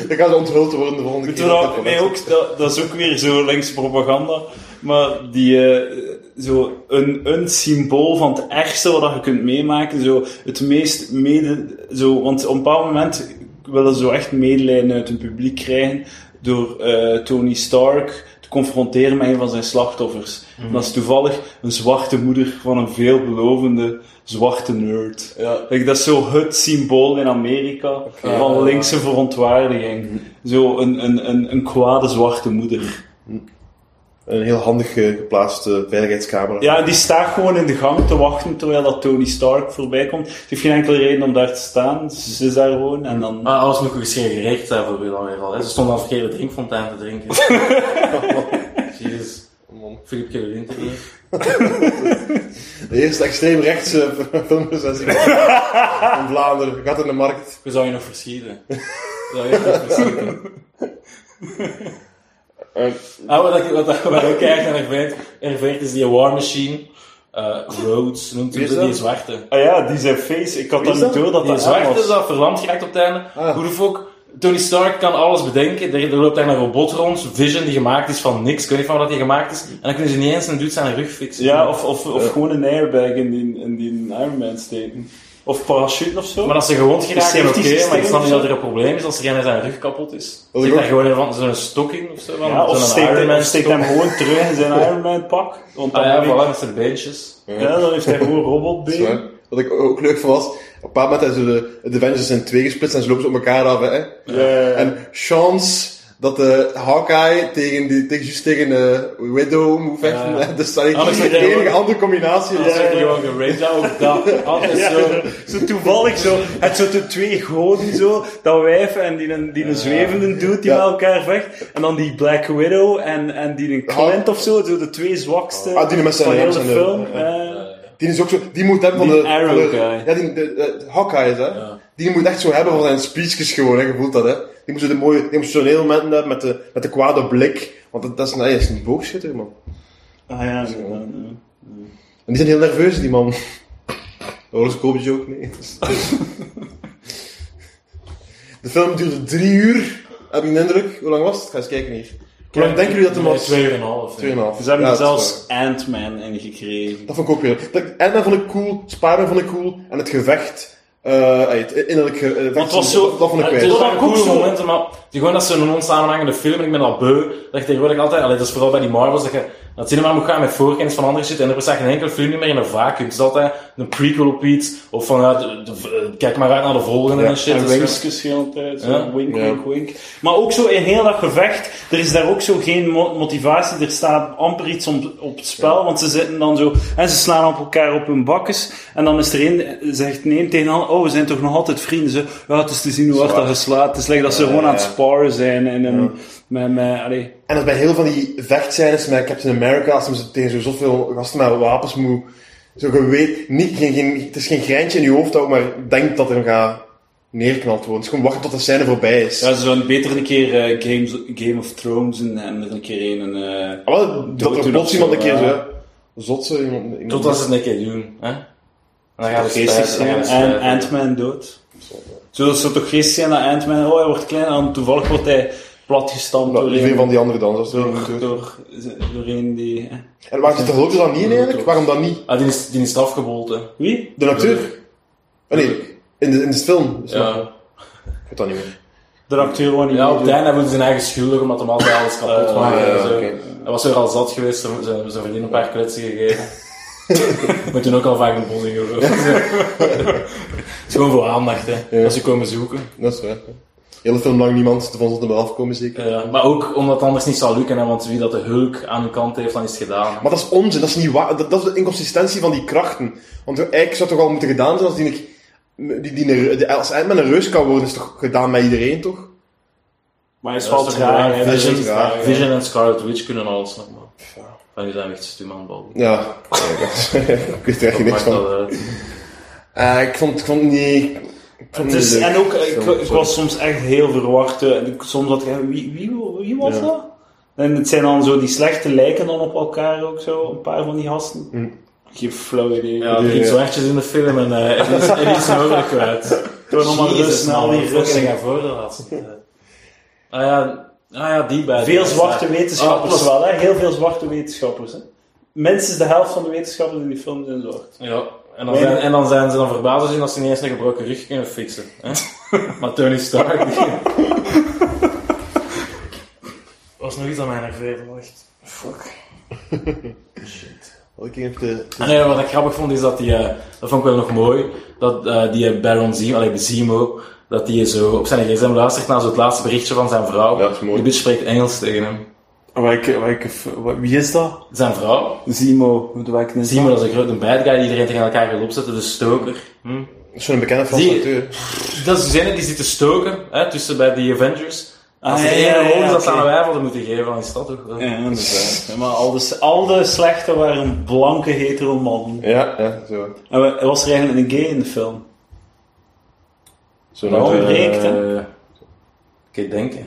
[SPEAKER 2] Dan gaat ze onthuld worden de volgende
[SPEAKER 5] Moeten
[SPEAKER 2] keer. op
[SPEAKER 5] we nou,
[SPEAKER 2] het
[SPEAKER 5] nee,
[SPEAKER 2] toilet.
[SPEAKER 5] ook, dat, dat is ook weer zo links propaganda. Maar die, eh, zo een, een symbool van het ergste wat je kunt meemaken. Zo het meest mede... Zo, want op een bepaald moment willen ze zo echt medelijden uit het publiek krijgen door eh, Tony Stark te confronteren met een van zijn slachtoffers.
[SPEAKER 4] Mhm.
[SPEAKER 5] En dat is toevallig een zwarte moeder van een veelbelovende zwarte nerd.
[SPEAKER 4] Ja.
[SPEAKER 5] Like, dat is zo het symbool in Amerika
[SPEAKER 4] Ja.
[SPEAKER 5] van linkse verontwaardiging. Zo een, een, een, een kwade zwarte moeder.
[SPEAKER 2] Een heel handig eh, geplaatste veiligheidscamera.
[SPEAKER 5] Ja, en die staat gewoon in de gang te wachten terwijl dat Tony Stark voorbij komt. Ze heeft geen enkele reden om daar te staan. Ze is daar gewoon en dan...
[SPEAKER 4] Maar Ah, alles moet misschien gerecht zijn voor u dan weer al. Hè. Ze stonden aan het verkeerde drinkfontein te drinken. Oh, Jezus.
[SPEAKER 2] Man.
[SPEAKER 4] Filip Kellerin te doen.
[SPEAKER 2] De eerste extreemrechtse filmrecensie van Vlaanderen. Gaat in de markt.
[SPEAKER 4] Hoe zou je nog verschieten? Zou je nog verschieten?
[SPEAKER 2] Eh,
[SPEAKER 4] Ah, wat ik, wat, ik- wat ik ook erg aan ervaart, ervaart is die War Machine. eh Rhodes noemt
[SPEAKER 2] Wie
[SPEAKER 4] hem
[SPEAKER 2] is
[SPEAKER 4] zo,
[SPEAKER 2] dat?
[SPEAKER 4] die zwarte.
[SPEAKER 5] Ah ja, die zijn face. Ik had
[SPEAKER 2] Wie
[SPEAKER 5] dat
[SPEAKER 2] is
[SPEAKER 5] niet
[SPEAKER 2] dat?
[SPEAKER 5] door dat
[SPEAKER 4] Die
[SPEAKER 5] dat aan
[SPEAKER 4] zwarte is
[SPEAKER 5] was.
[SPEAKER 4] dat verlamd geraakt op het einde.
[SPEAKER 2] Ah.
[SPEAKER 4] Hoe de fuck? Tony Stark kan alles bedenken. Er, er loopt daar een robot rond. Vision die gemaakt is van niks. Ik weet niet van wat die gemaakt is. En dan kunnen ze niet eens een dude zijn rug fixen.
[SPEAKER 5] Ja, of, of, of gewoon een airbag in die, in die Iron Man steken. Of parachute of zo.
[SPEAKER 4] Maar als ze gewond geraken, oké,
[SPEAKER 5] safety systeem
[SPEAKER 4] maar ik snap
[SPEAKER 5] of
[SPEAKER 4] niet
[SPEAKER 5] zo?
[SPEAKER 4] dat er een probleem is als er een zijn rug kapot is.
[SPEAKER 2] Dat
[SPEAKER 4] Zit
[SPEAKER 2] ik
[SPEAKER 4] daar
[SPEAKER 2] ook-
[SPEAKER 4] gewoon een van zo'n stok in of zo? Van,
[SPEAKER 5] ja, of
[SPEAKER 4] zo'n
[SPEAKER 5] steekt
[SPEAKER 4] Iron
[SPEAKER 5] hem,
[SPEAKER 4] Man
[SPEAKER 5] of steekt
[SPEAKER 4] stok.
[SPEAKER 5] hem gewoon terug in zijn Iron Man pak. Want dan
[SPEAKER 4] Ah ja,
[SPEAKER 5] weet ik-
[SPEAKER 4] voilà, met zijn beentjes.
[SPEAKER 5] Ja, dan heeft hij gewoon robotbeen.
[SPEAKER 2] Ja. Wat ik ook leuk vond was, op een bepaald moment hebben ze de, de Avengers in twee gesplitst en ze lopen ze op elkaar af. Hè? En chance dat de Hawkeye tegen, die, tegen, juist tegen eh, Widow moet vechten.
[SPEAKER 4] Ja.
[SPEAKER 2] Dus dat is
[SPEAKER 4] Ah, maar ze
[SPEAKER 2] de
[SPEAKER 4] zijn
[SPEAKER 2] enige
[SPEAKER 4] gewoon-
[SPEAKER 2] andere combinatie.
[SPEAKER 4] Dan zit hij gewoon geraged, ja, ook dat. Altijd zo.
[SPEAKER 5] Zo toevallig zo. Het zo de twee goden zo. Dat wijf en die, een- die een zwevende dude die
[SPEAKER 2] Ja.
[SPEAKER 5] met elkaar vecht. En dan die Black Widow en, en die een Clint of zo. Zo de twee zwakste
[SPEAKER 2] Ah, die met zijn
[SPEAKER 5] van heel de
[SPEAKER 2] rems en de-
[SPEAKER 5] film.
[SPEAKER 2] ja.
[SPEAKER 5] eh.
[SPEAKER 2] Die is ook zo, die moet hebben van
[SPEAKER 5] Die
[SPEAKER 2] de...
[SPEAKER 5] Arrow
[SPEAKER 2] van de-
[SPEAKER 5] guy.
[SPEAKER 2] Ja, die, de, eh, de- Hawkeye, hè.
[SPEAKER 4] Ja.
[SPEAKER 2] Die moet echt zo hebben van zijn speeches gewoon, hè. Je voelt dat, hè. Die moet zo de mooie emotionele momenten hebben met de, met de kwade blik. Want dat, dat is, een, nee, dat is een boogschutter, man.
[SPEAKER 5] Ah ja, inderdaad, ja.
[SPEAKER 2] En die zijn heel nerveus, die man. Oh, De horoscoopje ook, nee. de film duurde drie uur, heb ik de indruk. Hoe lang was het? Ga eens kijken hier. Hoe lang denken jullie dat het
[SPEAKER 4] Nee,
[SPEAKER 2] was?
[SPEAKER 4] Twee uur en een half.
[SPEAKER 2] Twee en een half.
[SPEAKER 5] Ze hebben
[SPEAKER 2] Ja,
[SPEAKER 5] er
[SPEAKER 2] dat is waar.
[SPEAKER 5] zelfs Ant-Man in gekregen.
[SPEAKER 2] Dat vond ik ook weer. Dat, Ant-Man vond ik cool, Spider-Man vond ik cool, en het gevecht, eh, ey, het innerlijk ge- eh, vecht-
[SPEAKER 5] het was zo-
[SPEAKER 2] dat, dat vond ik
[SPEAKER 4] Het is
[SPEAKER 2] kwijt.
[SPEAKER 5] was-
[SPEAKER 4] wel een
[SPEAKER 5] Dat ook
[SPEAKER 4] coole
[SPEAKER 5] zo.
[SPEAKER 4] momenten, maar het is gewoon dat zo'n onsamenhangende film, en ik ben al beu, dat je tegenwoordig altijd, allee, dat is vooral bij die Marvels, dat je naar het cinema moet gaan met voorkennis van andere shit, en er bestaat geen enkele film niet meer in een vacuüm. Het is altijd een prequel op iets, of van, ja, de- de- eh, kijk maar uit naar de volgende
[SPEAKER 2] Ja,
[SPEAKER 4] en shit.
[SPEAKER 5] en
[SPEAKER 4] Dat is
[SPEAKER 5] winkjes de hele tijd, zo,
[SPEAKER 4] Ja.
[SPEAKER 5] wink,
[SPEAKER 2] Ja.
[SPEAKER 5] wink, wink. Maar ook zo in heel dat gevecht, er is daar ook zo geen mo- motivatie, er staat amper iets om, op het spel, want ze zitten dan zo, en ze slaan op elkaar op hun bakkes, en dan is er een, zegt nee tegen de ander, oh, we zijn toch nog altijd vrienden, ze, ja, het is te zien hoe hard dat geslaat, het is lekker dat ze gewoon aan het
[SPEAKER 2] ja.
[SPEAKER 5] sparren zijn, en, en met, met, allee.
[SPEAKER 2] En dat bij heel van die vechtscènes met Captain America, als hij tegen zo zoveel gasten met wapens moet, zo je weet, niet, geen, geen, het is geen greintje in je hoofd dat ook maar denkt dat er gaat neerknald worden. Het is gewoon wachten tot de scène voorbij is.
[SPEAKER 5] Ja, ze zouden beter een keer eh, Games, Game of Thrones en, en er een keer een... eh,
[SPEAKER 2] Ah, wel, dat
[SPEAKER 5] Doe-
[SPEAKER 2] er
[SPEAKER 5] doe
[SPEAKER 2] plots
[SPEAKER 5] dat
[SPEAKER 2] iemand
[SPEAKER 5] zo,
[SPEAKER 2] een keer
[SPEAKER 5] ja.
[SPEAKER 2] zo, zotse iemand... iemand-
[SPEAKER 4] Totdat ze het een keer doen, hè. En dan gaat het
[SPEAKER 5] geestig
[SPEAKER 4] spijt- dan gaat
[SPEAKER 5] zijn
[SPEAKER 4] het spijt-
[SPEAKER 5] en Ant-Man dood. Zo, dat zou toch geestig zijn dat Ant-Man, oh hij wordt klein, en dan toevallig wordt hij platgestampt
[SPEAKER 2] Ja,
[SPEAKER 5] door
[SPEAKER 2] Veel
[SPEAKER 5] een,
[SPEAKER 2] van die andere dansers.
[SPEAKER 5] door, door, door een die... hè.
[SPEAKER 2] En waarom zit de hulk er dan niet in eigenlijk? Waarom dan niet?
[SPEAKER 4] Ah, die is, die is strafgebold, hè.
[SPEAKER 5] Wie?
[SPEAKER 2] De acteur? Ah, nee, in de, in de film. Is nog-
[SPEAKER 4] Ja.
[SPEAKER 2] Ik weet dat niet meer.
[SPEAKER 5] De acteur wou niet
[SPEAKER 4] Ja, op
[SPEAKER 5] meedoen.
[SPEAKER 4] het einde hebben ze zijn eigen schuldig, omdat hem altijd alles kapot
[SPEAKER 5] Eh,
[SPEAKER 4] maakte. en
[SPEAKER 2] Ah, ja,
[SPEAKER 4] zo.
[SPEAKER 2] oké.
[SPEAKER 4] Hij was weer al zat geweest, ze ze hebben zijn vriendin een paar kletsen gegeven. Maar toen ook al vaak een bonding over. Het is gewoon voor aandacht, hè. Als ze komen zoeken.
[SPEAKER 2] Dat is waar. Hele film lang niemand ervan zonder me afkomen, zeker.
[SPEAKER 4] Eh, maar ook omdat het anders niet zou lukken, hè, want wie dat de hulk aan hun kant heeft, dan is het gedaan.
[SPEAKER 2] Maar dat is onzin, dat is niet waar. Dat, dat is de inconsistentie van die krachten. Want eigenlijk zou het toch al moeten gedaan zijn als die... een- Die, die, een- die, als Ant-Man een reus kan worden, is toch gedaan met iedereen, toch?
[SPEAKER 5] Maar hij is
[SPEAKER 4] Dat
[SPEAKER 5] wel
[SPEAKER 4] is
[SPEAKER 5] traag.
[SPEAKER 4] toch
[SPEAKER 5] hè.
[SPEAKER 4] raar,
[SPEAKER 2] Vision-
[SPEAKER 4] Vision,
[SPEAKER 2] raar, ja.
[SPEAKER 4] Vision en Scarlet Witch kunnen alles nog, maar... Maar nu zijn we echt stum aan het babbelen.
[SPEAKER 2] Ja, ik weet er echt niks
[SPEAKER 4] Maakt
[SPEAKER 2] van.
[SPEAKER 4] dat uit.
[SPEAKER 2] Eh, ik, vond, ik vond het niet... Ik vond het
[SPEAKER 5] Het is,
[SPEAKER 2] niet leuk.
[SPEAKER 5] en ook, eh, ik,
[SPEAKER 2] Zo,
[SPEAKER 5] ik
[SPEAKER 2] zo.
[SPEAKER 5] was soms echt heel verward. eh, en ik- Soms had ik, eh, wie, wie, wie was
[SPEAKER 2] Ja.
[SPEAKER 5] dat? En het zijn dan zo die slechte lijken dan op elkaar ook zo, een paar van die gasten.
[SPEAKER 2] Hm.
[SPEAKER 5] Geen flauw idee.
[SPEAKER 4] Ja, er
[SPEAKER 2] ja.
[SPEAKER 4] ging zo eventjes in de film en eh, er is- er is nodig kwijt.
[SPEAKER 5] Toen nog maar
[SPEAKER 4] Jezus, nou,
[SPEAKER 5] rust, snel
[SPEAKER 4] man,
[SPEAKER 5] die
[SPEAKER 4] fucking
[SPEAKER 5] rust.
[SPEAKER 4] en voordeel had. Eh, Ah ja, ah ja, die bij.
[SPEAKER 5] Veel zwarte wetenschappers
[SPEAKER 4] Ah, plus-
[SPEAKER 5] wel, hè? Heel veel zwarte wetenschappers. Hè? Minstens de helft van de wetenschappers in die film zijn zwart.
[SPEAKER 4] Ja, en dan, zijn, en dan zijn ze dan verbaasd als je- als ze niet eens een gebroken rug kunnen fietsen. Hè? maar Tony Stark. Die... was nog iets aan mij nerveerde, echt. Fuck.
[SPEAKER 2] Oh, Ik ging even de...
[SPEAKER 4] Ah, nee, wat ik grappig vond is dat die, eh, dat vond ik wel nog mooi, dat eh, die eh, Baron Zemo, allee, Zemo, dat die zo op zijn gsm luistert naar zo het laatste berichtje van zijn vrouw.
[SPEAKER 2] Ja, dat is mooi.
[SPEAKER 4] Die bitch spreekt Engels tegen hem.
[SPEAKER 5] Welke, welke, wie is dat?
[SPEAKER 4] Zijn vrouw,
[SPEAKER 5] Zimo. Welke is
[SPEAKER 4] Zemo, dat is een grote bad guy die iedereen tegen elkaar wil opzetten, de stoker. Hm?
[SPEAKER 2] Dat is een bekende Franse
[SPEAKER 4] Zie-
[SPEAKER 2] acteur.
[SPEAKER 4] Dat is degene die zit te stoken, hè, tussen bij de Avengers. Als
[SPEAKER 5] Ah,
[SPEAKER 4] er
[SPEAKER 5] ja, ja,
[SPEAKER 4] één rol
[SPEAKER 5] ja,
[SPEAKER 4] is dat ze
[SPEAKER 5] oké.
[SPEAKER 4] aan wij hadden moeten geven, dan is dat toch wel.
[SPEAKER 5] Ja, inderdaad. Ja, maar al de, al de slechte waren blanke hetero mannen.
[SPEAKER 2] Ja, ja, zo.
[SPEAKER 5] En wa- was er eigenlijk een gay in de film?
[SPEAKER 2] Zo
[SPEAKER 5] Ja.
[SPEAKER 2] nou.
[SPEAKER 5] ontbreekt, hè?
[SPEAKER 4] Eh, Oké, denken.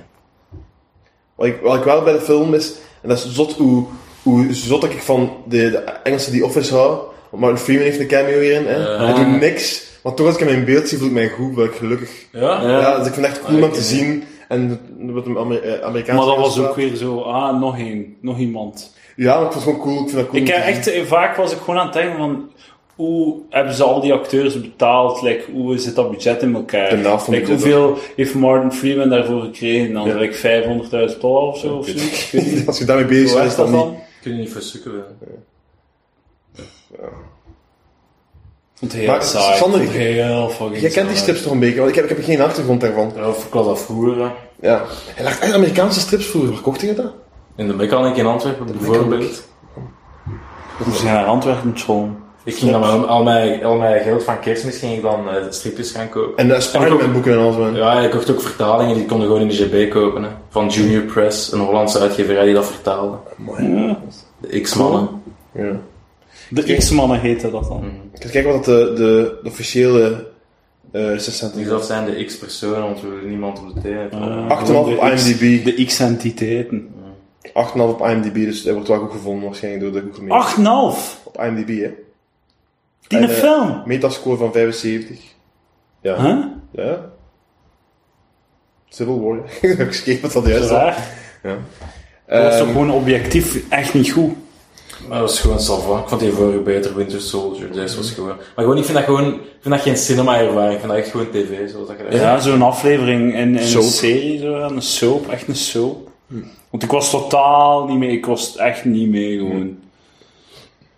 [SPEAKER 2] Wat ik, wat ik wel bij de film is, en dat is zot hoe, hoe zot dat ik van de, de Engelsen die Office hou. Want Martin Freeman heeft een cameo hierin. Hè.
[SPEAKER 4] Ja.
[SPEAKER 2] Hij doet niks, maar toch als ik hem in beeld zie, voel ik mij goed, ben ik gelukkig.
[SPEAKER 4] Ja?
[SPEAKER 2] Ja. dus ik vind het echt cool om hem te zien. En wat hem Amer eh, Amerikaans
[SPEAKER 5] Maar dat was
[SPEAKER 2] is.
[SPEAKER 5] ook weer zo, ah, nog één, nog iemand.
[SPEAKER 2] Ja, maar ik vond het gewoon cool. Ik vind dat cool
[SPEAKER 5] Ik
[SPEAKER 2] om
[SPEAKER 5] heb
[SPEAKER 2] te zien.
[SPEAKER 5] echt, eh, vaak was ik gewoon aan het denken van, hoe hebben ze al die acteurs betaald? Like, hoe zit dat budget in elkaar?
[SPEAKER 2] De naaf van
[SPEAKER 5] Like,
[SPEAKER 2] budget
[SPEAKER 5] hoeveel heeft Martin Freeman daarvoor gekregen? Dan
[SPEAKER 2] Ja.
[SPEAKER 5] like 500.000 dollar of zo? Of zo?
[SPEAKER 2] weet
[SPEAKER 5] Ik weet niet.
[SPEAKER 2] Als je daarmee bezig
[SPEAKER 5] Hoe
[SPEAKER 2] bent,
[SPEAKER 5] is
[SPEAKER 2] is dat
[SPEAKER 5] dat
[SPEAKER 2] niet.
[SPEAKER 5] dan?
[SPEAKER 4] Kun je niet verzoeken. hè.
[SPEAKER 5] Ik vond het heel
[SPEAKER 2] Maar,
[SPEAKER 5] saai.
[SPEAKER 2] Sander,
[SPEAKER 5] Ik vond het heel fucking
[SPEAKER 2] Jij kent die
[SPEAKER 5] saai.
[SPEAKER 2] strips toch een beetje, want ik heb, ik heb geen achtergrond daarvan.
[SPEAKER 4] Ja, Of ik was dat vroeger. hè.
[SPEAKER 2] Ja. Hij lag echt Amerikaanse strips vroeger. Waar kocht je dat?
[SPEAKER 4] In de mechanic in Antwerpen bijvoorbeeld.
[SPEAKER 5] Hoe zijn naar Antwerpen schoon?
[SPEAKER 4] Ik ging dan al, al, mijn, al mijn geld van kerstmis ging ik dan eh, stripjes gaan kopen.
[SPEAKER 2] En uh, Spider-Man boeken en alles. man.
[SPEAKER 4] Ja, ik kocht ook vertalingen, die konden gewoon in de GB kopen. Hè. Van Junior Press, een Hollandse uitgeverij die dat vertaalde.
[SPEAKER 2] Mooi.
[SPEAKER 4] De X-mannen.
[SPEAKER 2] Ja.
[SPEAKER 5] De X-mannen heette dat dan.
[SPEAKER 2] Ik ga kijken wat de, de, de officiële eh recensenten
[SPEAKER 4] Die dat zijn de X-personen, want we willen niemand op de thee hebben.
[SPEAKER 5] Ah.
[SPEAKER 2] 8,5 op
[SPEAKER 5] de X-
[SPEAKER 2] IMDb. 8,5
[SPEAKER 5] De X-entiteiten.
[SPEAKER 2] op IMDb, dus dat wordt wel goed gevonden waarschijnlijk door de Google Media.
[SPEAKER 5] 8,5!
[SPEAKER 2] Op IMDb, hè.
[SPEAKER 5] Die een
[SPEAKER 2] En, eh,
[SPEAKER 5] film!
[SPEAKER 2] Metascore van 75. Ja.
[SPEAKER 5] Huh?
[SPEAKER 2] Ja. Civil War. ik schreef wat dat juist
[SPEAKER 5] Dat
[SPEAKER 2] was.
[SPEAKER 5] Dat was
[SPEAKER 2] Ehm,
[SPEAKER 5] toch gewoon objectief echt niet goed?
[SPEAKER 4] Maar dat was gewoon salva. Ik vond die vorige beter, Winter Soldier. Deze
[SPEAKER 5] Mm.
[SPEAKER 4] was gewoon... Maar gewoon, ik vind dat gewoon... Ik vind dat geen cinema-ervaring. Ik vind dat echt gewoon tv, zoals dat je dat...
[SPEAKER 5] Ja, zo'n aflevering in, in een
[SPEAKER 2] Soap. Hm.
[SPEAKER 5] serie, zo, ja, een soap, echt een soap. Want ik was totaal niet mee, ik was echt niet mee gewoon.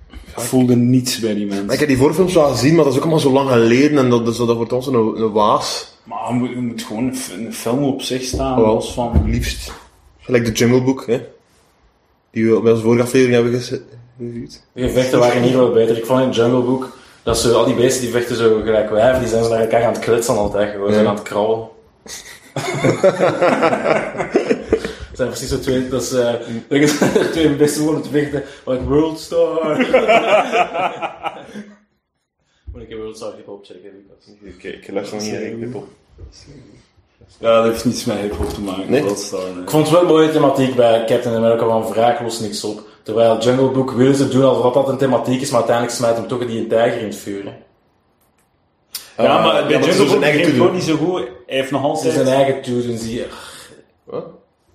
[SPEAKER 5] Ik voelde niets bij die
[SPEAKER 2] Maar
[SPEAKER 5] mensen.
[SPEAKER 2] Ik heb die voorfilms wel gezien, maar dat is ook allemaal zo lang geleden en dat, dus dat wordt ons een, een waas.
[SPEAKER 5] Maar je moet, je moet gewoon een, f- een film op zich staan,
[SPEAKER 2] Wel.
[SPEAKER 5] los van...
[SPEAKER 2] Liefst. Gelijk de Jungle Book, hè. Die we bij onze vorige aflevering hebben gese- gereviewd.
[SPEAKER 4] De gevechten waren hier wel beter. Ik vond in Jungle Book dat ze al die beesten die vechten zo gelijk wijven, die zijn ze naar elkaar aan het kletsen altijd, gewoon zijn aan het krabben. Dat zijn precies zo twee, dat is, eh, dat is twee beste woorden te vechten, like World Star. Moet ik een World Star hip-hop checken, Lucas?
[SPEAKER 2] Oké, ik luister nog niet naar Hip-Hop.
[SPEAKER 5] Ja, dat heeft niets met hip-hop te maken.
[SPEAKER 2] Nee.
[SPEAKER 5] Dat staan, nee.
[SPEAKER 4] Ik vond het wel een mooie thematiek bij Captain America, van wraak lost niks op. Terwijl Jungle Book willen ze doen alsof dat een thematiek is, maar uiteindelijk smijt hem toch die een tijger in het vuur. hè.
[SPEAKER 5] Ja, maar bij
[SPEAKER 2] dus
[SPEAKER 5] Jungle Book ging het gewoon
[SPEAKER 2] doen.
[SPEAKER 5] niet zo goed. Hij heeft nog
[SPEAKER 4] Het is
[SPEAKER 5] altijd...
[SPEAKER 4] zijn eigen toedoen, zie je.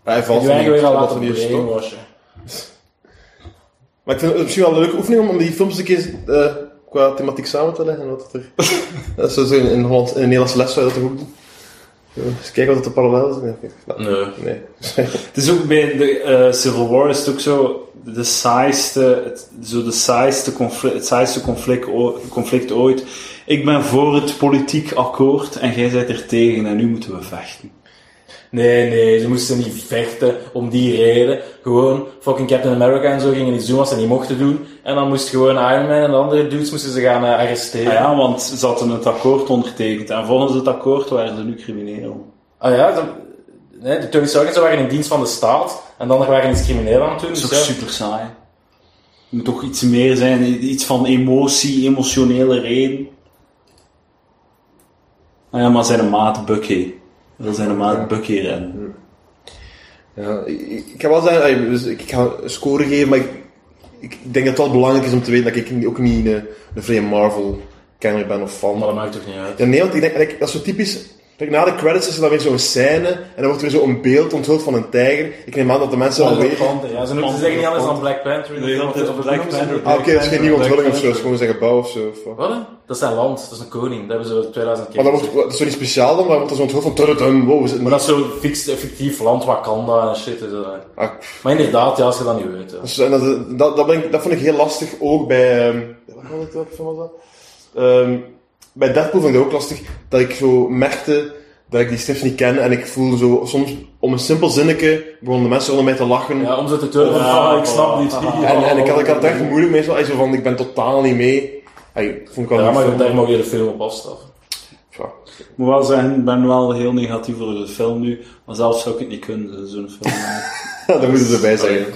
[SPEAKER 2] Hij valt
[SPEAKER 4] Je eigen
[SPEAKER 2] niet,
[SPEAKER 4] weer al
[SPEAKER 2] valt
[SPEAKER 4] laten
[SPEAKER 2] niet, stop.
[SPEAKER 4] brainwashen.
[SPEAKER 2] Maar ik vind het misschien wel een leuke oefening om, om die films een keer eh, qua thematiek samen te leggen. Wat het er... dat zou zo in, in, Holland, in de Nederlandse les zou je dat toch ook doen? Eh, Eens kijken wat het de parallel is. Nee. Nou,
[SPEAKER 4] Nee.
[SPEAKER 2] nee.
[SPEAKER 5] Het is ook bij de eh, Civil War is het ook zo de saaiste, het, zo de saaiste conflict, het saaiste conflict, o- conflict ooit. Ik ben voor het politiek akkoord en jij bent er tegen en nu moeten we vechten.
[SPEAKER 4] Nee, nee, ze moesten niet vechten om die reden. Gewoon fucking Captain America en zo gingen iets doen wat ze niet mochten doen. En dan moest gewoon Iron Man en de andere dudes moesten ze gaan eh, arresteren.
[SPEAKER 5] Ja, Ah ja want ze hadden het akkoord ondertekend en volgens het akkoord waren ze nu crimineel.
[SPEAKER 4] Ah ja, de, nee, de Tony Stark en zo waren in dienst van de staat. En de anderen waren iets crimineel aan het doen.
[SPEAKER 5] Dat is
[SPEAKER 4] Dus
[SPEAKER 5] ook
[SPEAKER 4] ja,
[SPEAKER 5] super saai. moet toch iets meer zijn, iets van emotie, emotionele reden. Ah ja, maar zijn maat Bucky. Dat is zijn maat Bucky rennen.
[SPEAKER 2] Ja, ik, ik- ik ga wel zeggen, ey, dus ik ga een score geven, maar ik, ik denk dat het wel belangrijk is om te weten dat ik niet- ook niet een, een vrije Marvel-kenner ben of fan.
[SPEAKER 4] Maar dat maakt toch niet uit.
[SPEAKER 2] Ja, nee, want ik denk, ik- dat is zo typisch. Kijk, na de credits is er dan weer zo'n scène en dan wordt er weer zo'n beeld onthuld van een tijger. Ik neem aan Oh, dat de mensen al weten.
[SPEAKER 4] Panther, ja. Ze noemen- ze zeggen niet anders dan Black Panther.
[SPEAKER 5] Nee, dat is Black Panther.
[SPEAKER 2] Ah, oké, dat is geen nieuwe
[SPEAKER 4] Black
[SPEAKER 2] onthulling of zo,
[SPEAKER 4] Panther.
[SPEAKER 2] dat is gewoon zijn gebouw of zo. of wat.
[SPEAKER 4] Wat? hè? Dat is zijn land, dat is een koning. Dat hebben ze 2000 keer
[SPEAKER 2] Maar dat,
[SPEAKER 4] gezien.
[SPEAKER 2] wordt, dat is zo niet speciaal dan, maar dat is onthuld van tududum, wow, we zitten
[SPEAKER 4] Maar dat is zo'n fix- fictief land, Wakanda en shit. Dus, eh.
[SPEAKER 2] Ah, pff.
[SPEAKER 4] Maar inderdaad, ja, als je dat niet weet. Ja.
[SPEAKER 2] Dus, en dat, dat, dat, ben ik, dat vond ik heel lastig ook bij. ehm, wat was het, welke film was dat? Ehm, bij Deadpool vond ik dat ook lastig dat ik zo merkte dat ik die strips niet ken en ik voel zo soms om een simpel zinnetje begonnen de mensen onder mij te lachen.
[SPEAKER 4] Ja, om ze te turven
[SPEAKER 5] Ja,
[SPEAKER 4] van, ik snap
[SPEAKER 5] voilà.
[SPEAKER 4] niet.
[SPEAKER 2] En, en ik had, ik had het echt moeilijk mee, zo ey, zo van ik ben totaal niet mee. Ey, vond ik wel
[SPEAKER 4] Ja,
[SPEAKER 2] een
[SPEAKER 4] maar
[SPEAKER 2] film.
[SPEAKER 4] daar mag je de film op afstaffen.
[SPEAKER 2] Ja.
[SPEAKER 5] Ik moet wel zeggen, ik ben wel heel negatief over de film nu, maar zelf zou ik het niet kunnen, zo'n film.
[SPEAKER 2] dat moeten ze erbij zeggen.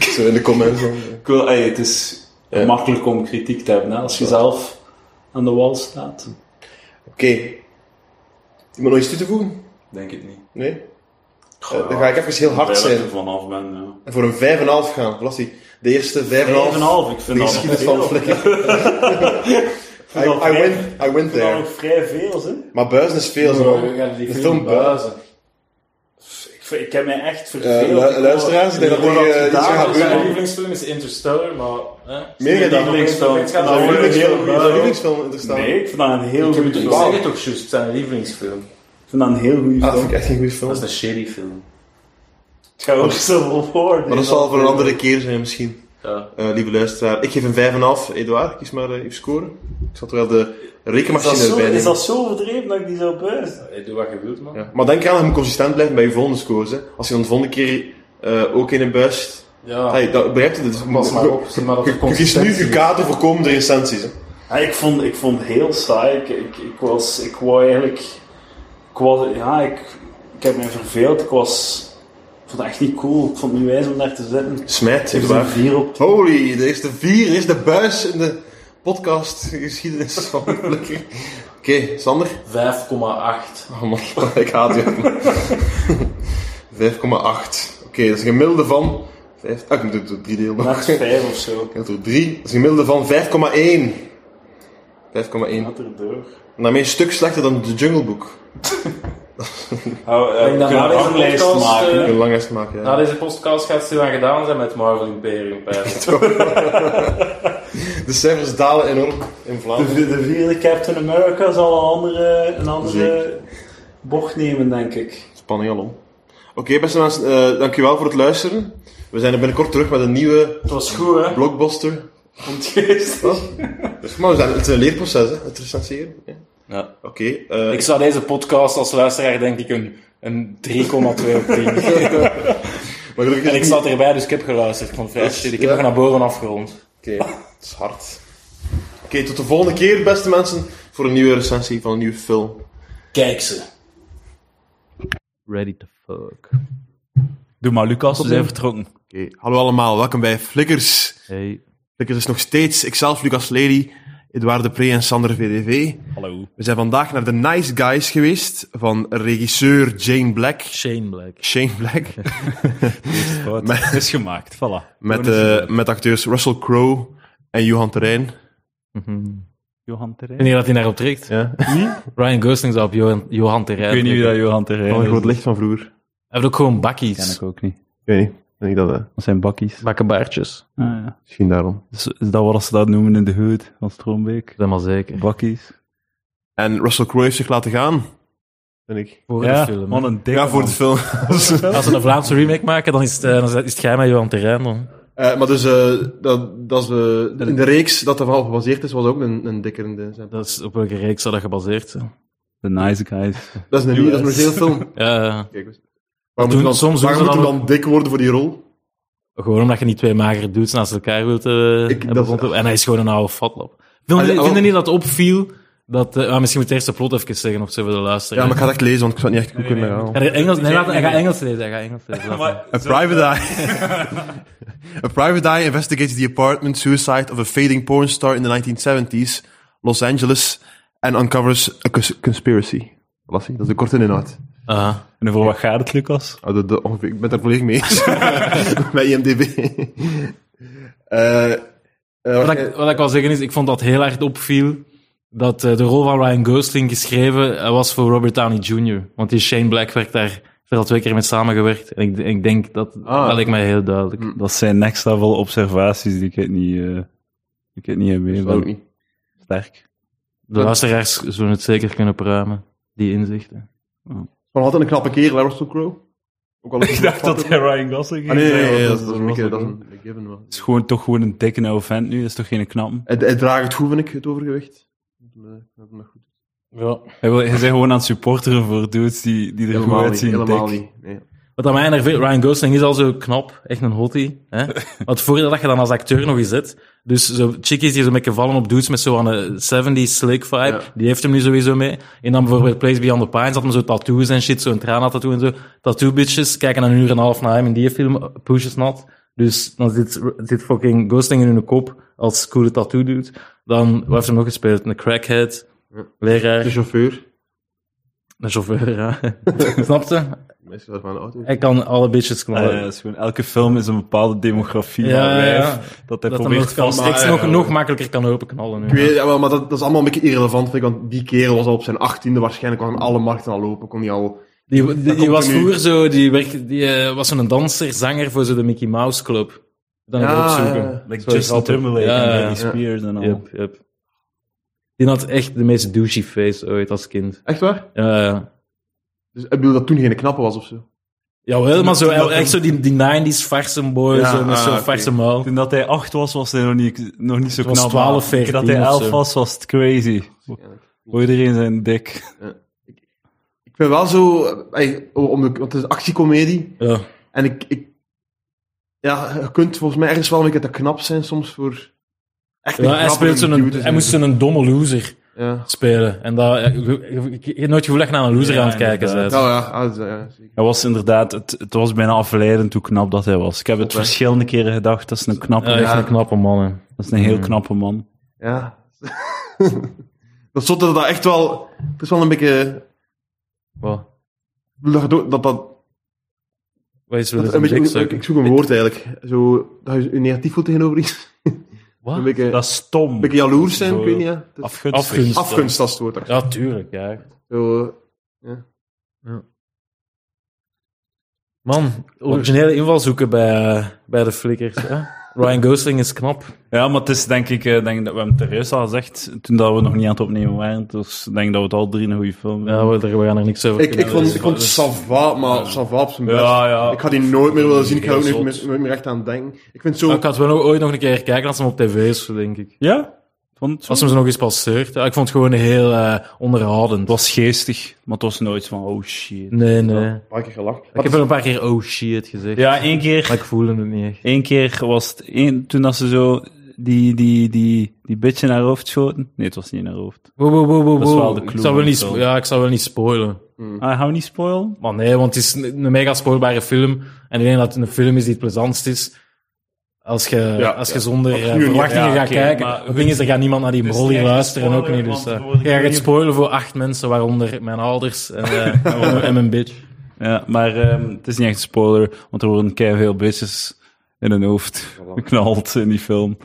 [SPEAKER 2] Zo in de comments. dan.
[SPEAKER 5] ik wil, ey, het is eh, makkelijk om kritiek te hebben, hè, als je zelf aan de wal staat.
[SPEAKER 2] Oké. Iemand nog iets toe te voegen?
[SPEAKER 4] Denk ik niet.
[SPEAKER 2] Nee? Eh, dan ga ik even heel hard
[SPEAKER 5] Blij dat
[SPEAKER 2] zijn.
[SPEAKER 5] ik er vanaf ben, ja.
[SPEAKER 2] En voor een 5,5 gaan. Lassie. De eerste 5,5.
[SPEAKER 5] Vijf ik
[SPEAKER 2] Die
[SPEAKER 5] vind dat nog
[SPEAKER 2] geschiedenis
[SPEAKER 5] veel.
[SPEAKER 2] van Flikker. I,
[SPEAKER 5] dat
[SPEAKER 2] I,
[SPEAKER 5] vrij-
[SPEAKER 2] win, I win
[SPEAKER 5] Ik vind dat
[SPEAKER 2] there.
[SPEAKER 5] nog vrij veel, hè.
[SPEAKER 2] Maar buizen is veel, zo. De film buizen.
[SPEAKER 5] Ik, vind- ik heb mij echt
[SPEAKER 2] Eh,
[SPEAKER 5] verveeld.
[SPEAKER 2] lu-
[SPEAKER 5] Ik wil-
[SPEAKER 2] luisteraars, ik denk dat
[SPEAKER 5] wil
[SPEAKER 2] die, eh,
[SPEAKER 5] gedaan
[SPEAKER 2] iets gaan
[SPEAKER 5] is.
[SPEAKER 2] doen.
[SPEAKER 4] Mijn lievelingsfilm is Interstellar, maar... Hè?
[SPEAKER 2] Meer
[SPEAKER 5] Nee,
[SPEAKER 2] dan
[SPEAKER 5] die lievelingsfilm.
[SPEAKER 4] Ik ga dat
[SPEAKER 5] Nou,
[SPEAKER 2] Zijn
[SPEAKER 4] Zijn
[SPEAKER 2] lievelingsfilm.
[SPEAKER 5] heel
[SPEAKER 2] Zijn
[SPEAKER 5] goed.
[SPEAKER 2] lievelingsfilm interessant.
[SPEAKER 5] Nee, ik vind dat een heel
[SPEAKER 4] Ik
[SPEAKER 5] goede
[SPEAKER 4] zeg
[SPEAKER 5] film.
[SPEAKER 2] wou-
[SPEAKER 5] Ik
[SPEAKER 4] het toch juist, zijn lievelingsfilm.
[SPEAKER 5] vind dat een heel goede
[SPEAKER 2] Ah, dat
[SPEAKER 5] film.
[SPEAKER 2] vind ik echt een goede film.
[SPEAKER 4] Dat is een shitty film.
[SPEAKER 5] Het gaat ook zo voor.
[SPEAKER 2] Maar dat zal voor een andere keer zijn, misschien.
[SPEAKER 4] Ja.
[SPEAKER 2] Eh, lieve luisteraar, ik geef een 5,5. Eduard, kies maar eh, je score. Ik zat er wel de
[SPEAKER 5] Is dat,
[SPEAKER 2] rekenmachine
[SPEAKER 5] zo,
[SPEAKER 2] erbij
[SPEAKER 5] is
[SPEAKER 2] nemen.
[SPEAKER 5] dat zo verdreven dat ik die zou buizen?
[SPEAKER 4] Hey, doe wat je wilt, man.
[SPEAKER 2] Ja. Maar denk aan, je moet consistent blijven bij je volgende scores. Hè. Als je dan de volgende keer eh, ook in een buist...
[SPEAKER 4] Ja.
[SPEAKER 2] Ah. Hey, dat begrijpt het. Dus,
[SPEAKER 4] Pas maar op, zie maar dat
[SPEAKER 2] Je-
[SPEAKER 4] er
[SPEAKER 2] je kiest nu je
[SPEAKER 4] consistentie is.
[SPEAKER 2] kaarten voor komende recensies. Hè.
[SPEAKER 5] Ja, ik, vond, ik vond het heel saai. Ik, ik, ik, was, ik wou eigenlijk... Ik, was, ja, ik, ik heb mij verveeld. Ik was... Ik vond het echt niet cool. Ik vond het niet wijs om daar te zitten. Ik
[SPEAKER 2] Smijt,
[SPEAKER 5] heb er een
[SPEAKER 2] Eduard.
[SPEAKER 5] vier op.
[SPEAKER 2] Holy, de eerste vier is de buis in de podcast geschiedenis van Flikker. Oké, Sander.
[SPEAKER 4] 5,8.
[SPEAKER 2] Oh man, ik haat je. 5,8. Oké, dat is een gemiddelde van... Vijf, ah, ik moet het door drie delen.
[SPEAKER 5] Net
[SPEAKER 2] Ik
[SPEAKER 5] vijf of zo.
[SPEAKER 2] had door drie. Dat is een gemiddelde van 5,1. 5,1.
[SPEAKER 5] Net erdoor.
[SPEAKER 2] En daarmee een stuk slechter dan de Jungle Book.
[SPEAKER 5] Oh,
[SPEAKER 4] Ik
[SPEAKER 5] eh,
[SPEAKER 4] denk
[SPEAKER 5] we
[SPEAKER 4] dat
[SPEAKER 5] kunnen
[SPEAKER 4] na
[SPEAKER 5] een
[SPEAKER 4] deze
[SPEAKER 5] ranglijst
[SPEAKER 4] podcast,
[SPEAKER 5] maken.
[SPEAKER 2] Ik
[SPEAKER 4] eh,
[SPEAKER 2] wil lang eens maken,
[SPEAKER 4] Na
[SPEAKER 2] ja.
[SPEAKER 4] deze podcast gaat het hier aan gedaan zijn met Marvel Imperium. pijs.
[SPEAKER 2] De cijfers dalen enorm in Vlaanderen.
[SPEAKER 5] De, de vierde Captain America zal een andere, een andere bocht nemen, denk ik.
[SPEAKER 2] Spanning alom. Oké, beste mensen, eh, dankjewel voor het luisteren. We zijn er binnenkort terug met een nieuwe
[SPEAKER 4] Het was goed, hè?
[SPEAKER 2] blockbuster.
[SPEAKER 4] Komt geest.
[SPEAKER 2] Wat? Maar we zijn, het is een leerproces, hè, het recenseren. Ja.
[SPEAKER 4] Ja.
[SPEAKER 2] Oké, eh,
[SPEAKER 4] Ik zou deze podcast als luisteraar denk ik een, een 3,2 op 10.
[SPEAKER 2] maar gelukkig is
[SPEAKER 4] En ik
[SPEAKER 2] het
[SPEAKER 4] zat erbij, dus ik heb geluisterd. Ik vond het vrij shit. Ik heb
[SPEAKER 2] Ja.
[SPEAKER 4] nog naar boven afgerond.
[SPEAKER 2] niet- Oké, het is hard. Oké, tot de volgende keer, beste mensen, voor een nieuwe recensie van een nieuwe film.
[SPEAKER 4] Kijk ze.
[SPEAKER 6] ready to fuck. Doe maar, Lucas, we zijn vertrokken.
[SPEAKER 2] Oké, hallo allemaal, welkom bij Flikkers.
[SPEAKER 6] Hey,
[SPEAKER 2] Flikkers is nog steeds ikzelf, Lucas Lely, Edouard de Pre en Sander VDV.
[SPEAKER 6] hallo.
[SPEAKER 2] We zijn vandaag naar The Nice Guys geweest, van regisseur Jane Black.
[SPEAKER 6] Shane Black.
[SPEAKER 2] Shane Black.
[SPEAKER 6] Fout.
[SPEAKER 2] Met-
[SPEAKER 6] Is gemaakt, voilà.
[SPEAKER 2] Met,
[SPEAKER 6] Gewoon eens
[SPEAKER 2] eh, met acteurs Russell Crowe en Johan Terijn.
[SPEAKER 6] Mhm. Johan Terrein.
[SPEAKER 4] Wanneer dat hij daarop trekt?
[SPEAKER 2] Ja.
[SPEAKER 4] Ryan Gosling zou op Johan, Johan Terrein
[SPEAKER 6] Ik weet niet wie
[SPEAKER 4] trekken.
[SPEAKER 6] dat Johan Terrein
[SPEAKER 2] Van
[SPEAKER 6] is.
[SPEAKER 2] een groot licht van vroeger.
[SPEAKER 4] Hij heeft ook gewoon
[SPEAKER 6] ken
[SPEAKER 4] bakkies.
[SPEAKER 6] ik ook niet.
[SPEAKER 2] Ik weet niet. Ik Denk dat, eh,
[SPEAKER 6] Dat zijn bakkies.
[SPEAKER 4] Bakkenbaardjes.
[SPEAKER 6] Ah, ja.
[SPEAKER 2] misschien daarom.
[SPEAKER 6] is, is dat wat ze dat noemen in de hood van Stroombeek?
[SPEAKER 4] Dat maar zeker.
[SPEAKER 6] Bakkies.
[SPEAKER 2] En Russell Crowe heeft zich laten gaan. Vind ik.
[SPEAKER 4] Voor de film. hè.
[SPEAKER 6] man, een dikke
[SPEAKER 2] Ja, voor de
[SPEAKER 6] man.
[SPEAKER 2] film.
[SPEAKER 4] Als ze een Vlaamse remake maken, dan is het, eh, dan is het geheim met Johan Terrein. Dan.
[SPEAKER 2] Eh, maar dus, eh, dat, dat is, eh, in de reeks dat ervan gebaseerd is, was ook een, een dikker in de zet.
[SPEAKER 4] Dat is op welke reeks zou dat gebaseerd zijn?
[SPEAKER 6] The nice guys.
[SPEAKER 2] Dat is een nieuwe, dat is een heel film.
[SPEAKER 4] Ja, ja.
[SPEAKER 2] Kijk eens. Waarom
[SPEAKER 4] Toen-
[SPEAKER 2] moet dan,
[SPEAKER 4] soms
[SPEAKER 2] waarom
[SPEAKER 4] doen ze
[SPEAKER 2] moet
[SPEAKER 4] dan
[SPEAKER 2] hem dan dik worden voor die rol?
[SPEAKER 4] gewoon omdat je niet twee magere dudes naast elkaar wilt eh,
[SPEAKER 2] Ik-
[SPEAKER 4] hebben
[SPEAKER 2] dat is-
[SPEAKER 4] rondlopen. En hij is gewoon een oude fatlap. Vind,
[SPEAKER 2] Ah, ja,
[SPEAKER 4] vind je
[SPEAKER 2] oh.
[SPEAKER 4] niet dat het opviel Dat, eh, ah, misschien moet je eerst de plot even zeggen of zo voor de luisteraar.
[SPEAKER 2] Ja, maar ik ga het echt lezen, want ik zou het niet echt goed kunnen herhalen.
[SPEAKER 4] Hij gaat Engels, nee, laat- hij gaat Engels lezen, hij gaat Engels lezen. laat maar.
[SPEAKER 2] A private eye. a private eye investigates the apartment suicide of a fading porn star in the 1970s, Los Angeles, and uncovers a cons- conspiracy. Lassie, dat is de korte inhoud.
[SPEAKER 4] Ah.
[SPEAKER 5] En voor wat gaat het, Lucas?
[SPEAKER 2] Oh, dat- dat- ongeveer- ik ben daar volledig mee eens. Met IMDb. Eh, eh,
[SPEAKER 4] Wat ik, wat ik wil zeggen is, ik vond dat heel erg opviel dat eh, de rol van Ryan Gosling geschreven eh, was voor Robert Downey Jr. Want die Shane Black werd daar heeft er al twee keer mee samengewerkt. En ik, ik denk dat,
[SPEAKER 2] Ah. Mm.
[SPEAKER 4] dat lijkt mij heel duidelijk.
[SPEAKER 5] Dat zijn next level observaties die ik het niet, eh ik het niet heb
[SPEAKER 2] dat ook
[SPEAKER 5] meegemaakt.
[SPEAKER 2] niet.
[SPEAKER 5] Sterk.
[SPEAKER 4] De luisteraars zullen het zeker kunnen pruimen, die inzichten.
[SPEAKER 2] Maar altijd een knappe kerel, hè, Russell Crowe. Ook al ik dacht dat...
[SPEAKER 5] Ryan Gosling
[SPEAKER 2] Ah, nee, nee, nee, dat is dat is een keer- dat is een een given wel.
[SPEAKER 5] is gewoon, toch gewoon een dikke oude vent nu, dat is toch geen knappen?
[SPEAKER 2] Hij hij draagt het goed, vind ik, het overgewicht. Eh, dat is nog goed.
[SPEAKER 4] Ja.
[SPEAKER 5] Hij wil- hij is gewoon aan het supporteren voor dudes die, die er goed
[SPEAKER 2] Helemaal niet,
[SPEAKER 5] uitzien.
[SPEAKER 2] helemaal
[SPEAKER 5] dik.
[SPEAKER 2] niet. Nee.
[SPEAKER 4] Wat aan mij enerveert, Ryan Gosling is al zo knap, echt een hottie. Hè? Wat voordeel dat je dan als acteur nog eens zit. Dus zo chickies die zo'n beetje vallen op dudes met zo'n eh, 70s slick vibe,
[SPEAKER 2] Ja.
[SPEAKER 4] die heeft hem nu sowieso mee. En dan bijvoorbeeld Place Beyond the Pines had hem zo tattoos en shit, zo'n tattoo en zo. Tattoo bitches kijken dan een uur en een half naar hem in die film, eh, Push is Not. Dus dan zit, zit fucking Ghosting in hun kop als coole tattoo doet. Dan, wat heeft hem nog gespeeld? Een crackhead,
[SPEAKER 2] De
[SPEAKER 4] leraar,
[SPEAKER 2] chauffeur.
[SPEAKER 4] een chauffeur, ja. Snapte?
[SPEAKER 2] Mensen waren van de auto.
[SPEAKER 4] Hij kan alle bitches
[SPEAKER 5] Ah,
[SPEAKER 4] knallen.
[SPEAKER 5] ja, dat is gewoon, elke film is een bepaalde demografie
[SPEAKER 4] Ja,
[SPEAKER 5] aan
[SPEAKER 4] ja, ja.
[SPEAKER 5] wijf, dat hij
[SPEAKER 4] dat hem
[SPEAKER 5] probeert
[SPEAKER 4] nog, kan,
[SPEAKER 5] vast te
[SPEAKER 4] maar, nog,
[SPEAKER 5] stellen.
[SPEAKER 4] nog makkelijker kan openknallen nu.
[SPEAKER 2] Ik weet, ja, wel, maar dat, dat is allemaal een beetje irrelevant, vind ik, want die kerel was al op zijn achttiende waarschijnlijk al aan alle markten al lopen, kon hij al...
[SPEAKER 4] Die, die, die
[SPEAKER 2] komt
[SPEAKER 4] was
[SPEAKER 2] er nu.
[SPEAKER 4] vroeger zo, die, werk, die eh, was zo'n danser, zanger voor zo de Mickey Mouse Club. Dan
[SPEAKER 2] Ja,
[SPEAKER 4] ja, opzoeken.
[SPEAKER 2] Ah, ja.
[SPEAKER 5] Like
[SPEAKER 4] Zo is
[SPEAKER 5] Justin
[SPEAKER 4] altijd-
[SPEAKER 5] Timberlake
[SPEAKER 4] Ja,
[SPEAKER 5] en
[SPEAKER 4] ja,
[SPEAKER 5] Britney
[SPEAKER 2] ja.
[SPEAKER 5] Spears en al.
[SPEAKER 4] Yep, yep. Die had echt de meest douchey face ooit als kind.
[SPEAKER 2] Echt waar?
[SPEAKER 4] Ja, ja.
[SPEAKER 2] Dus ik bedoel dat toen geen knappe was of zo.
[SPEAKER 4] Jawel, maar zo,
[SPEAKER 5] dat-
[SPEAKER 4] echt zo die, die 90s farsen boy,
[SPEAKER 2] Ja,
[SPEAKER 4] zo, met
[SPEAKER 2] ah,
[SPEAKER 4] zo'n
[SPEAKER 2] oké.
[SPEAKER 4] farse muil.
[SPEAKER 5] Toen dat hij acht was, was hij nog niet, nog niet zo
[SPEAKER 4] was
[SPEAKER 5] knap.
[SPEAKER 4] 12,
[SPEAKER 5] maar toen
[SPEAKER 4] 14
[SPEAKER 5] dat hij
[SPEAKER 4] of
[SPEAKER 5] elf
[SPEAKER 4] zo.
[SPEAKER 5] was, was het crazy. Voor iedereen zijn dik.
[SPEAKER 2] Ik ben wel zo... eh, ey, om de, want het is een actiecomedie,
[SPEAKER 4] Ja.
[SPEAKER 2] en ik, ik... Ja, je kunt volgens mij ergens wel een beetje te knap zijn soms voor... Echt een
[SPEAKER 4] Ja, hij,
[SPEAKER 2] knappe
[SPEAKER 4] speelt zo'n,
[SPEAKER 2] dude te
[SPEAKER 4] hij
[SPEAKER 2] zijn.
[SPEAKER 4] moest zo'n domme loser
[SPEAKER 2] Ja,
[SPEAKER 4] spelen. En dat, eh, je, je- je hebt nooit het gevoel dat je naar een loser
[SPEAKER 5] Ja,
[SPEAKER 4] aan het kijken
[SPEAKER 5] inderdaad.
[SPEAKER 4] bent.
[SPEAKER 2] ja, ja, ah, dat is- ja, zeker.
[SPEAKER 5] Hij was inderdaad, het, het was bijna afleidend hoe knap dat hij was. Ik heb het
[SPEAKER 2] Klopt, hè?
[SPEAKER 5] verschillende keren gedacht, dat is een knappe,
[SPEAKER 4] Ja, echt
[SPEAKER 2] Ja.
[SPEAKER 4] een knappe man, hè.
[SPEAKER 5] dat is een heel knappe man.
[SPEAKER 2] Ja. dat is zot dat dat echt wel... Het is wel een beetje...
[SPEAKER 4] Wat,
[SPEAKER 2] Dat, dat, dat
[SPEAKER 4] wat is
[SPEAKER 2] Dat
[SPEAKER 4] wel
[SPEAKER 2] een beetje-
[SPEAKER 4] eens
[SPEAKER 2] ik,
[SPEAKER 4] een
[SPEAKER 2] ik zoek een woord eigenlijk. Zo, dat je je negatief voelt tegenover iets.
[SPEAKER 4] Wat?
[SPEAKER 2] Een beetje,
[SPEAKER 5] Dat is stom.
[SPEAKER 2] een beetje jaloers zijn,
[SPEAKER 5] Zo
[SPEAKER 2] ik weet niet. Ja. Dat is-
[SPEAKER 5] Afgunstig.
[SPEAKER 4] Afgunst.
[SPEAKER 2] afgunst, dat is het woord. daar.
[SPEAKER 4] Ja, tuurlijk, ja.
[SPEAKER 2] Zo, eh,
[SPEAKER 4] Man, originele invalshoeken bij, eh, bij de flikkers. Hè? Ryan Gosling is knap.
[SPEAKER 5] Ja, maar het is denk ik, eh, denk dat we hem ter al gezegd, toen dat we nog niet aan het opnemen waren. Dus ik denk dat we het al drie een goede film
[SPEAKER 4] Ja, we, daar- we gaan er niks over
[SPEAKER 2] ik, ik,
[SPEAKER 4] kunnen
[SPEAKER 2] vond,
[SPEAKER 4] zeggen.
[SPEAKER 2] ik vond Sava, maar Sava op zijn best.
[SPEAKER 5] Ja, ja.
[SPEAKER 2] Ik ga die nooit meer willen zien. Ik ga er ook
[SPEAKER 4] Heel
[SPEAKER 2] nooit meer,
[SPEAKER 4] zot.
[SPEAKER 2] nooit meer echt aan denken. Ik vind
[SPEAKER 4] Maar
[SPEAKER 2] zo...
[SPEAKER 4] ik had wel nog, ooit nog een keer kijken als hem op tv is, denk ik.
[SPEAKER 5] Ja? Vond het,
[SPEAKER 4] Als
[SPEAKER 5] zo?
[SPEAKER 4] hem ze nog eens passeert. Ja, ik vond het gewoon heel eh, onderhoudend.
[SPEAKER 5] het was geestig, maar het was nooit van, oh shit.
[SPEAKER 4] Nee, nee.
[SPEAKER 2] Een paar keer gelacht.
[SPEAKER 4] Ik heb wel een paar keer oh shit gezegd.
[SPEAKER 5] Ja, één keer
[SPEAKER 4] Maar ik voelde het niet echt.
[SPEAKER 5] Eén keer was het, één, toen dat ze zo die, die, die, die bitch in haar hoofd schoten. Nee, het was niet in haar hoofd.
[SPEAKER 4] Wow, wow, wow, wow,
[SPEAKER 5] Dat is wel
[SPEAKER 4] wow.
[SPEAKER 5] de clue
[SPEAKER 4] Ik zou wel
[SPEAKER 5] van
[SPEAKER 4] niet,
[SPEAKER 5] de
[SPEAKER 4] spo-
[SPEAKER 5] film.
[SPEAKER 4] ja, ik zou wel niet spoilen.
[SPEAKER 2] Hm.
[SPEAKER 5] Ah, gaan we niet spoilen?
[SPEAKER 4] Maar nee, want het is een, een mega spoilbare film. En ik denk dat het een film is die het plezantst is. Als je, als je zonder eh,
[SPEAKER 2] niet.
[SPEAKER 4] verwachtingen
[SPEAKER 5] Ja,
[SPEAKER 4] gaat
[SPEAKER 5] oké,
[SPEAKER 4] kijken.
[SPEAKER 5] maar
[SPEAKER 4] Het ding is, er gaat niemand naar die
[SPEAKER 5] is
[SPEAKER 4] brol
[SPEAKER 5] niet echt een
[SPEAKER 4] luisteren. En ook
[SPEAKER 5] spoiler,
[SPEAKER 4] niet. Dus,
[SPEAKER 5] want
[SPEAKER 4] eh,
[SPEAKER 5] voor de
[SPEAKER 4] jij gaat
[SPEAKER 5] jullie-
[SPEAKER 4] spoilen voor acht mensen, waaronder mijn ouders en, eh, en- en mijn bitch.
[SPEAKER 5] Ja, maar ehm, het is niet echt een spoiler, want er worden keihard veel bitches in hun hoofd geknald in die film.